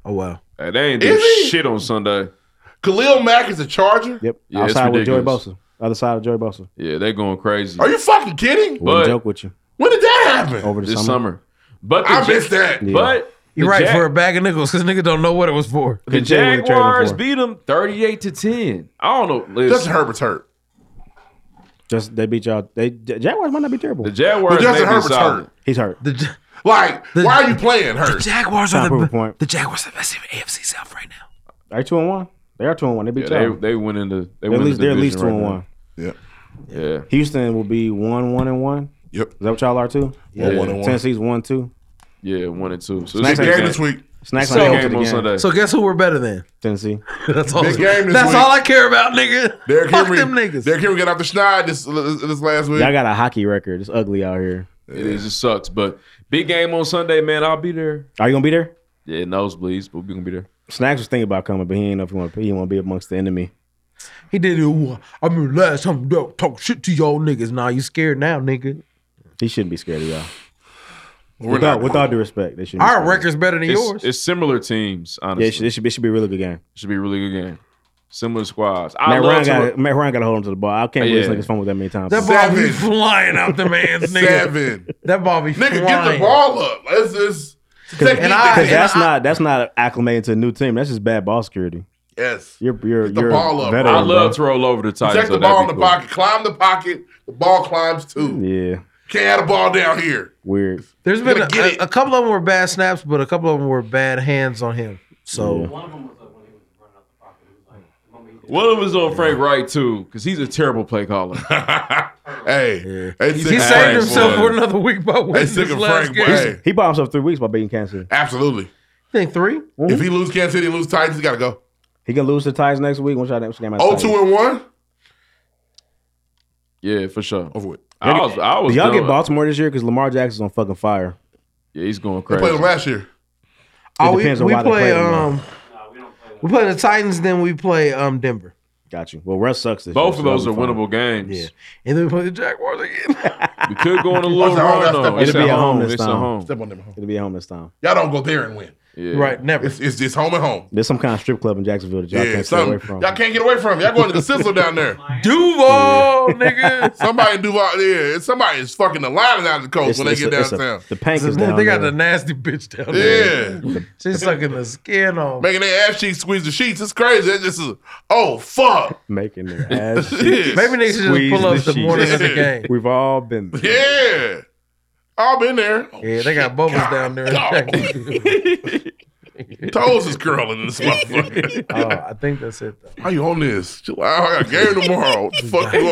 Speaker 15: Oh wow.
Speaker 5: Hey, they ain't
Speaker 2: Is
Speaker 5: do
Speaker 2: he?
Speaker 5: shit on Sunday.
Speaker 2: Khalil Mack is a Charger.
Speaker 4: Yep.
Speaker 5: Yeah, it's
Speaker 4: Outside with Joey
Speaker 5: ridiculous.
Speaker 4: Bosa. Other side of Joey Bosa.
Speaker 5: Yeah, they going crazy.
Speaker 2: Are you fucking kidding?
Speaker 4: Wouldn't
Speaker 5: But-
Speaker 4: joke with you
Speaker 2: When did that happen?
Speaker 4: over the
Speaker 5: this
Speaker 4: summer.
Speaker 5: summer. But the
Speaker 2: I
Speaker 5: Gi-
Speaker 2: missed that.
Speaker 4: Yeah.
Speaker 5: But
Speaker 15: You're
Speaker 5: The
Speaker 15: right
Speaker 5: Jag-
Speaker 15: for a bag of nickels because nigga don't know what it was for.
Speaker 5: The Jaguars beat them 38 to 10. I don't know.
Speaker 15: Justin
Speaker 2: Herbert's hurt.
Speaker 4: Just they beat y'all. They J- Jaguars might not be terrible. The
Speaker 5: Jaguars But Justin may be Herbert's solid. hurt.
Speaker 4: He's hurt.
Speaker 15: The,
Speaker 2: like, why are you playing
Speaker 4: hurt?
Speaker 2: hurt?
Speaker 15: Jaguars
Speaker 4: Nah,
Speaker 15: are
Speaker 4: prove
Speaker 15: the
Speaker 4: a point.
Speaker 15: The Jaguars are the best in AFC South right now.
Speaker 4: They two and one. They are two and one. They beat
Speaker 5: Yeah,
Speaker 4: y'all.
Speaker 5: they- they went into- they
Speaker 4: They're
Speaker 5: went
Speaker 4: at
Speaker 5: into
Speaker 4: least they're at
Speaker 5: division
Speaker 4: least two
Speaker 5: right
Speaker 4: and
Speaker 5: now.
Speaker 4: one.
Speaker 2: Yep.
Speaker 5: Yeah.
Speaker 4: Houston will be one one and one.
Speaker 2: Yep.
Speaker 4: Is that what y'all are too?
Speaker 5: Yeah. One, one, and one.
Speaker 4: Tennessee's one two.
Speaker 5: Yeah, one and two. So
Speaker 4: Snacks
Speaker 5: it's-
Speaker 4: game this week. Snacks
Speaker 5: It's a
Speaker 4: game
Speaker 5: game
Speaker 4: to the
Speaker 5: on
Speaker 4: game.
Speaker 5: Sunday.
Speaker 15: So guess who we're better than?
Speaker 4: Tennessee.
Speaker 15: That's all.
Speaker 2: Big game this
Speaker 15: that's
Speaker 2: week.
Speaker 15: all I care about, nigga.
Speaker 2: Derrick
Speaker 15: Fuck
Speaker 2: Henry,
Speaker 15: them niggas.
Speaker 2: Derrick Henry got off the schneid this, this last week.
Speaker 4: Y'all got a hockey record. It's ugly out here.
Speaker 5: It is, it sucks, but big game on Sunday, man. I'll be there.
Speaker 4: Are you gonna be there?
Speaker 5: Yeah, nosebleeds, but we gonna be there.
Speaker 4: Snacks was thinking about coming, but he ain't know if he want to. He want to be amongst the enemy.
Speaker 15: He did it. "Ooh, I mean, last time don't talk shit to y'all niggas. Nah, you scared now, nigga.
Speaker 4: He shouldn't be scared of y'all.
Speaker 15: We're
Speaker 4: with, all,
Speaker 15: not.
Speaker 4: with all due respect, they shouldn't. be
Speaker 15: Our
Speaker 4: scared.
Speaker 15: record's better than
Speaker 5: it's,
Speaker 15: yours.
Speaker 5: It's similar teams, honestly.
Speaker 4: Yeah, it should, it should be, it should be a really good game.
Speaker 5: Should be a really good game. Similar squads. I
Speaker 4: Matt Ryan,
Speaker 5: love to- Oh,
Speaker 4: got, Matt Ryan got to hold him to the ball. I can't believe
Speaker 5: Yeah.
Speaker 4: this nigga's fumbled that many times.
Speaker 15: That ball be flying out the man's nigga.
Speaker 4: Seven.
Speaker 15: That ball be
Speaker 2: Nigga,
Speaker 15: flying.
Speaker 2: get the ball up. Let's just. Take
Speaker 4: and
Speaker 2: it back.
Speaker 4: that's not that's not acclimating to a new team. That's just bad ball security.
Speaker 2: Yes.
Speaker 4: You're you're
Speaker 2: the
Speaker 4: you're a
Speaker 2: ball up.
Speaker 4: veteran,
Speaker 5: I love
Speaker 4: bro.
Speaker 5: to roll over the Titans.
Speaker 2: Protect
Speaker 5: so
Speaker 2: the ball in the
Speaker 5: that'd be cool.
Speaker 2: pocket. Climb the pocket. The ball climbs too.
Speaker 4: Yeah,
Speaker 2: Can't have the ball down here.
Speaker 4: weird.
Speaker 15: There's
Speaker 2: Gotta
Speaker 15: been a,
Speaker 2: get
Speaker 15: a, a couple of them were bad snaps, but a couple of them were bad hands on him. So
Speaker 5: One of them is on Frank Wright too, because he's a terrible play caller.
Speaker 2: hey,
Speaker 15: he saved himself for another week by winning this last game.
Speaker 4: He's- He bought himself three weeks by beating Kansas City.
Speaker 2: Absolutely.
Speaker 15: Think three?
Speaker 2: If he lose Kansas City, and lose Titans, he gotta go.
Speaker 4: He can lose to the Titans next week. Which I which game? I
Speaker 2: Oh, two and one.
Speaker 5: Yeah, for sure.
Speaker 2: Over with.
Speaker 5: I was, I was.
Speaker 4: Do Oh, y'all
Speaker 5: doing-
Speaker 4: get Baltimore this year because Lamar Jackson's on fucking fire.
Speaker 5: Yeah, he's going
Speaker 2: They
Speaker 5: crazy.
Speaker 2: played him last year.
Speaker 15: Oh, we,
Speaker 4: depends on
Speaker 15: we
Speaker 4: why they
Speaker 15: play
Speaker 4: play them, though.
Speaker 15: um we play the Titans, then we play um Denver.
Speaker 4: Got you. Well, Russ sucks this
Speaker 5: Both
Speaker 4: year,
Speaker 5: of
Speaker 4: so
Speaker 5: those are
Speaker 4: that'll be fun.
Speaker 5: winnable games.
Speaker 15: Yeah. And then we play the Jaguars again.
Speaker 5: we could go on a little run though. It's
Speaker 4: It'll be at home
Speaker 5: It's
Speaker 4: this
Speaker 5: at
Speaker 4: time.
Speaker 5: home.
Speaker 2: Step on them.
Speaker 4: It'll be at home this time.
Speaker 2: Y'all don't go there and win.
Speaker 5: Yeah.
Speaker 15: Right, never.
Speaker 2: It's, it's just home and home.
Speaker 4: There's some kind of strip club in Jacksonville that y'all
Speaker 2: yeah,
Speaker 4: can't stay
Speaker 2: something.
Speaker 4: away from.
Speaker 2: Y'all can't get away from. it. Y'all going to the sizzle down there.
Speaker 15: Duval, nigga.
Speaker 2: Somebody in Duval. Yeah, somebody is fucking the lining out of the coast
Speaker 4: It's-
Speaker 2: when they
Speaker 4: it's
Speaker 2: get
Speaker 4: a- it's a-
Speaker 2: downtown.
Speaker 4: the Pank is
Speaker 15: they
Speaker 4: down
Speaker 15: got
Speaker 4: there.
Speaker 15: the nasty bitch down there.
Speaker 2: yeah,
Speaker 15: She's sucking the skin off.
Speaker 2: making their ass cheeks squeeze the sheets. It's crazy. It's just a- oh fuck.
Speaker 4: Making their ass.
Speaker 2: Maybe
Speaker 15: niggas should just
Speaker 4: squeeze
Speaker 15: pull up the
Speaker 4: sheets.
Speaker 15: morning of the game.
Speaker 4: We've all been there.
Speaker 2: Yeah, I've been there.
Speaker 15: Yeah, they got bubbles down there.
Speaker 2: Toes is curling in this motherfucker.
Speaker 15: oh, I think that's it. Though.
Speaker 2: How you on this? Chill out. I got game tomorrow. What the fuck you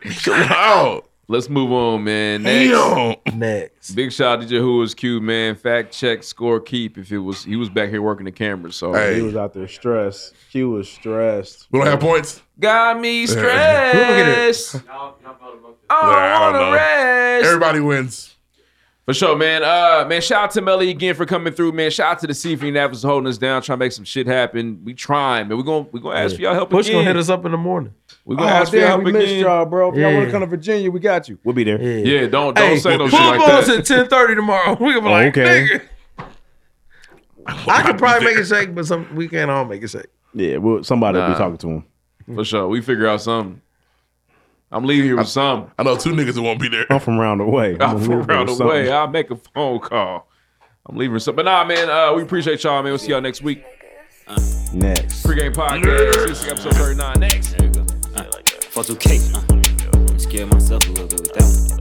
Speaker 2: on? Chill out.
Speaker 5: Let's move on, man. Next.
Speaker 15: Next.
Speaker 5: Big shout out to Jehua's Q, man. Fact check, score keep. If it was he was back here working the camera, so
Speaker 4: He was out there stressed. Q was stressed.
Speaker 2: We don't have points.
Speaker 5: got me
Speaker 2: stressed.
Speaker 5: stressed.
Speaker 2: I
Speaker 5: I
Speaker 2: don't
Speaker 5: want
Speaker 2: know.
Speaker 5: to rest.
Speaker 2: Everybody wins.
Speaker 5: For sure, man. Uh, man, shout out to Melly again for coming through, man. Shout out to the C for Indianapolis holding us down, trying to make some shit happen. We trying, man. We gonna we gonna ask for y'all help
Speaker 15: Bush
Speaker 5: again.
Speaker 15: gonna hit us up in the morning.
Speaker 5: We
Speaker 4: Oh,
Speaker 5: gonna ask for your help again.
Speaker 4: bro.
Speaker 15: If y'all wanna come
Speaker 4: to Virginia, we got you. We'll be there.
Speaker 5: Yeah, don't don't say no shit
Speaker 15: Full
Speaker 5: like
Speaker 15: balls
Speaker 5: that.
Speaker 15: at ten thirty tomorrow. We gonna be like,
Speaker 4: Oh, Okay.
Speaker 15: nigga. I could probably make it shake, but some we can't all make it shake.
Speaker 4: Yeah, well, somebody will
Speaker 5: Nah.
Speaker 4: be talking to him.
Speaker 5: For sure, we figure out something. I'm leaving here with something.
Speaker 2: I know two niggas that won't be there.
Speaker 4: I'm from round the way.
Speaker 5: I'm
Speaker 4: gonna
Speaker 5: from
Speaker 4: leave her
Speaker 5: around
Speaker 4: with
Speaker 5: the way.
Speaker 4: something.
Speaker 5: I'll make a phone call. I'm leaving something. But nah, man, uh, we appreciate y'all, man. We'll see y'all next week.
Speaker 4: Next.
Speaker 5: Pre-game podcast, 66 episode 39. Next.
Speaker 12: Fuck 2K. Uh, I'm scared myself a little bit with that one.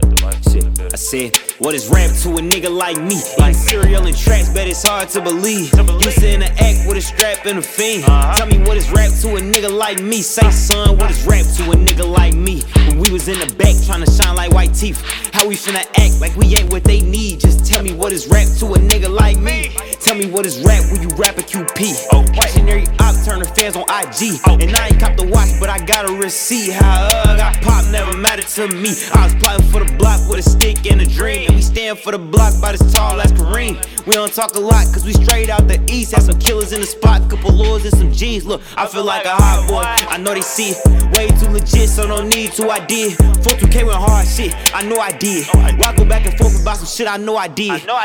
Speaker 12: Shit. I said, what is rap to a nigga like me? Like cereal and tracks, bet it's hard to believe. Uh-huh. Used to interact with a strap and a fiend. Tell me what is rap to a nigga like me? Say, son, what is rap to a nigga like me? When we was in the back trying to shine like white teeth. How we finna act like we ain't what they need? Just tell me what is rap to a nigga like me? Oh. Tell me what is rap when you rap a QP? Dictionary op turning fans on IG. And I ain't cop the watch, but I got a receipt. How uh, got pop never mattered to me. I was plotting for the block with a stick and a dream. And we stand for the block by this tall ass Kareem. We don't talk a lot, cause we straight out the east. Had some killers in the spot, couple lures and some G's. Look, I feel like a hot boy. I know they see it. Way too legit, so don't need to. I did. 42K went hard shit. I know I did. Why go back and forth about some shit? I know I did.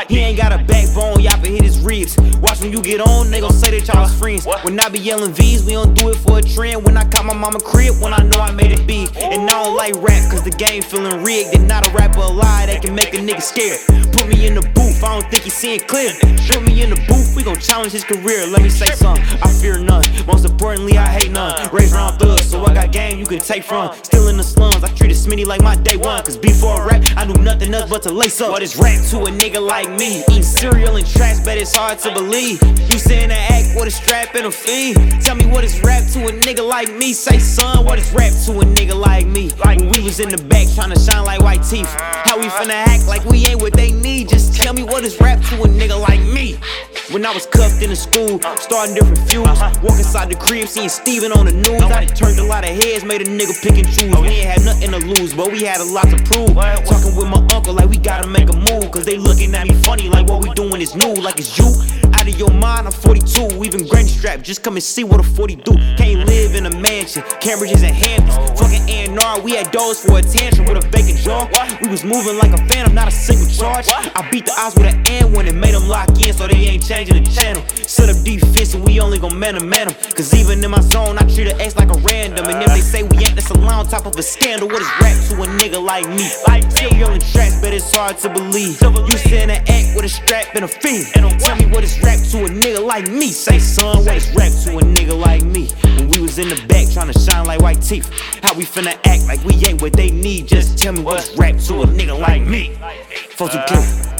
Speaker 12: He ain't got a backbone, y'all can hit his ribs. Watch when you get on, they gon' say that y'all was friends. When I be yelling V's, we don't do it for a trend. When I caught my mama crib, when I know I made it big. And I don't like rap, cause the game feeling rigged. And not a rapper alive that can make a nigga scared. Put me in the booth, I don't think he seeing clear. Shoot me in the booth, we gon' challenge his career. Let me say something, I fear none. Most importantly, I hate none. Raised round thugs, so I got game you can take from. Still in the slums, I treated Smitty like my day one. Cause before rap, I knew nothing else but to lace up. What is rap to a nigga like me? Eating cereal and trash, but it's hard to believe. You saying that act, what is strap and a fiend? Tell me what is rap to a nigga like me? Say, son, what is rap to a nigga like me? Like we was in the back trying to shine like white teeth. How we finna act like we ain't what they need? Just tell me what is rap to a nigga like me? When I was cuffed in the school, starting different feuds. Walk inside the crib, seeing Steven on the news. I done turned a lot of heads, made a nigga pick and choose. We ain't had nothing to lose, but we had a lot to prove. Talking with my uncle like we gotta make a move. Cause they looking at me funny like what we doing is new. Like it's you out of your mind, I'm 42. Even granny strapped, just come and see what a 40 do. Can't live in a mansion, Cambridge's and Hamptons. Fucking A&R, we had doors for a tantrum with a vacant jaw. We was moving like a phantom, not a single charge. I beat the odds with an and one and made them lock in, so they ain't changing the channel. Set up defense and we only gon' man 'em, man 'em. Cause even in my zone, I treat an ex like a random. And if they say we ain't, that's a lie on top of a scandal. What is rap to a nigga like me? Like cereal and trash, but it's hard to believe. You saying an act with a strap and a fiend. And tell me what is rap to a nigga like me. Say, son, what is rap to a nigga like me? When we was in the back trying to shine like white teeth. How we finna act like we ain't what they need? Just tell me what's rap to a nigga like me. Folks who kill.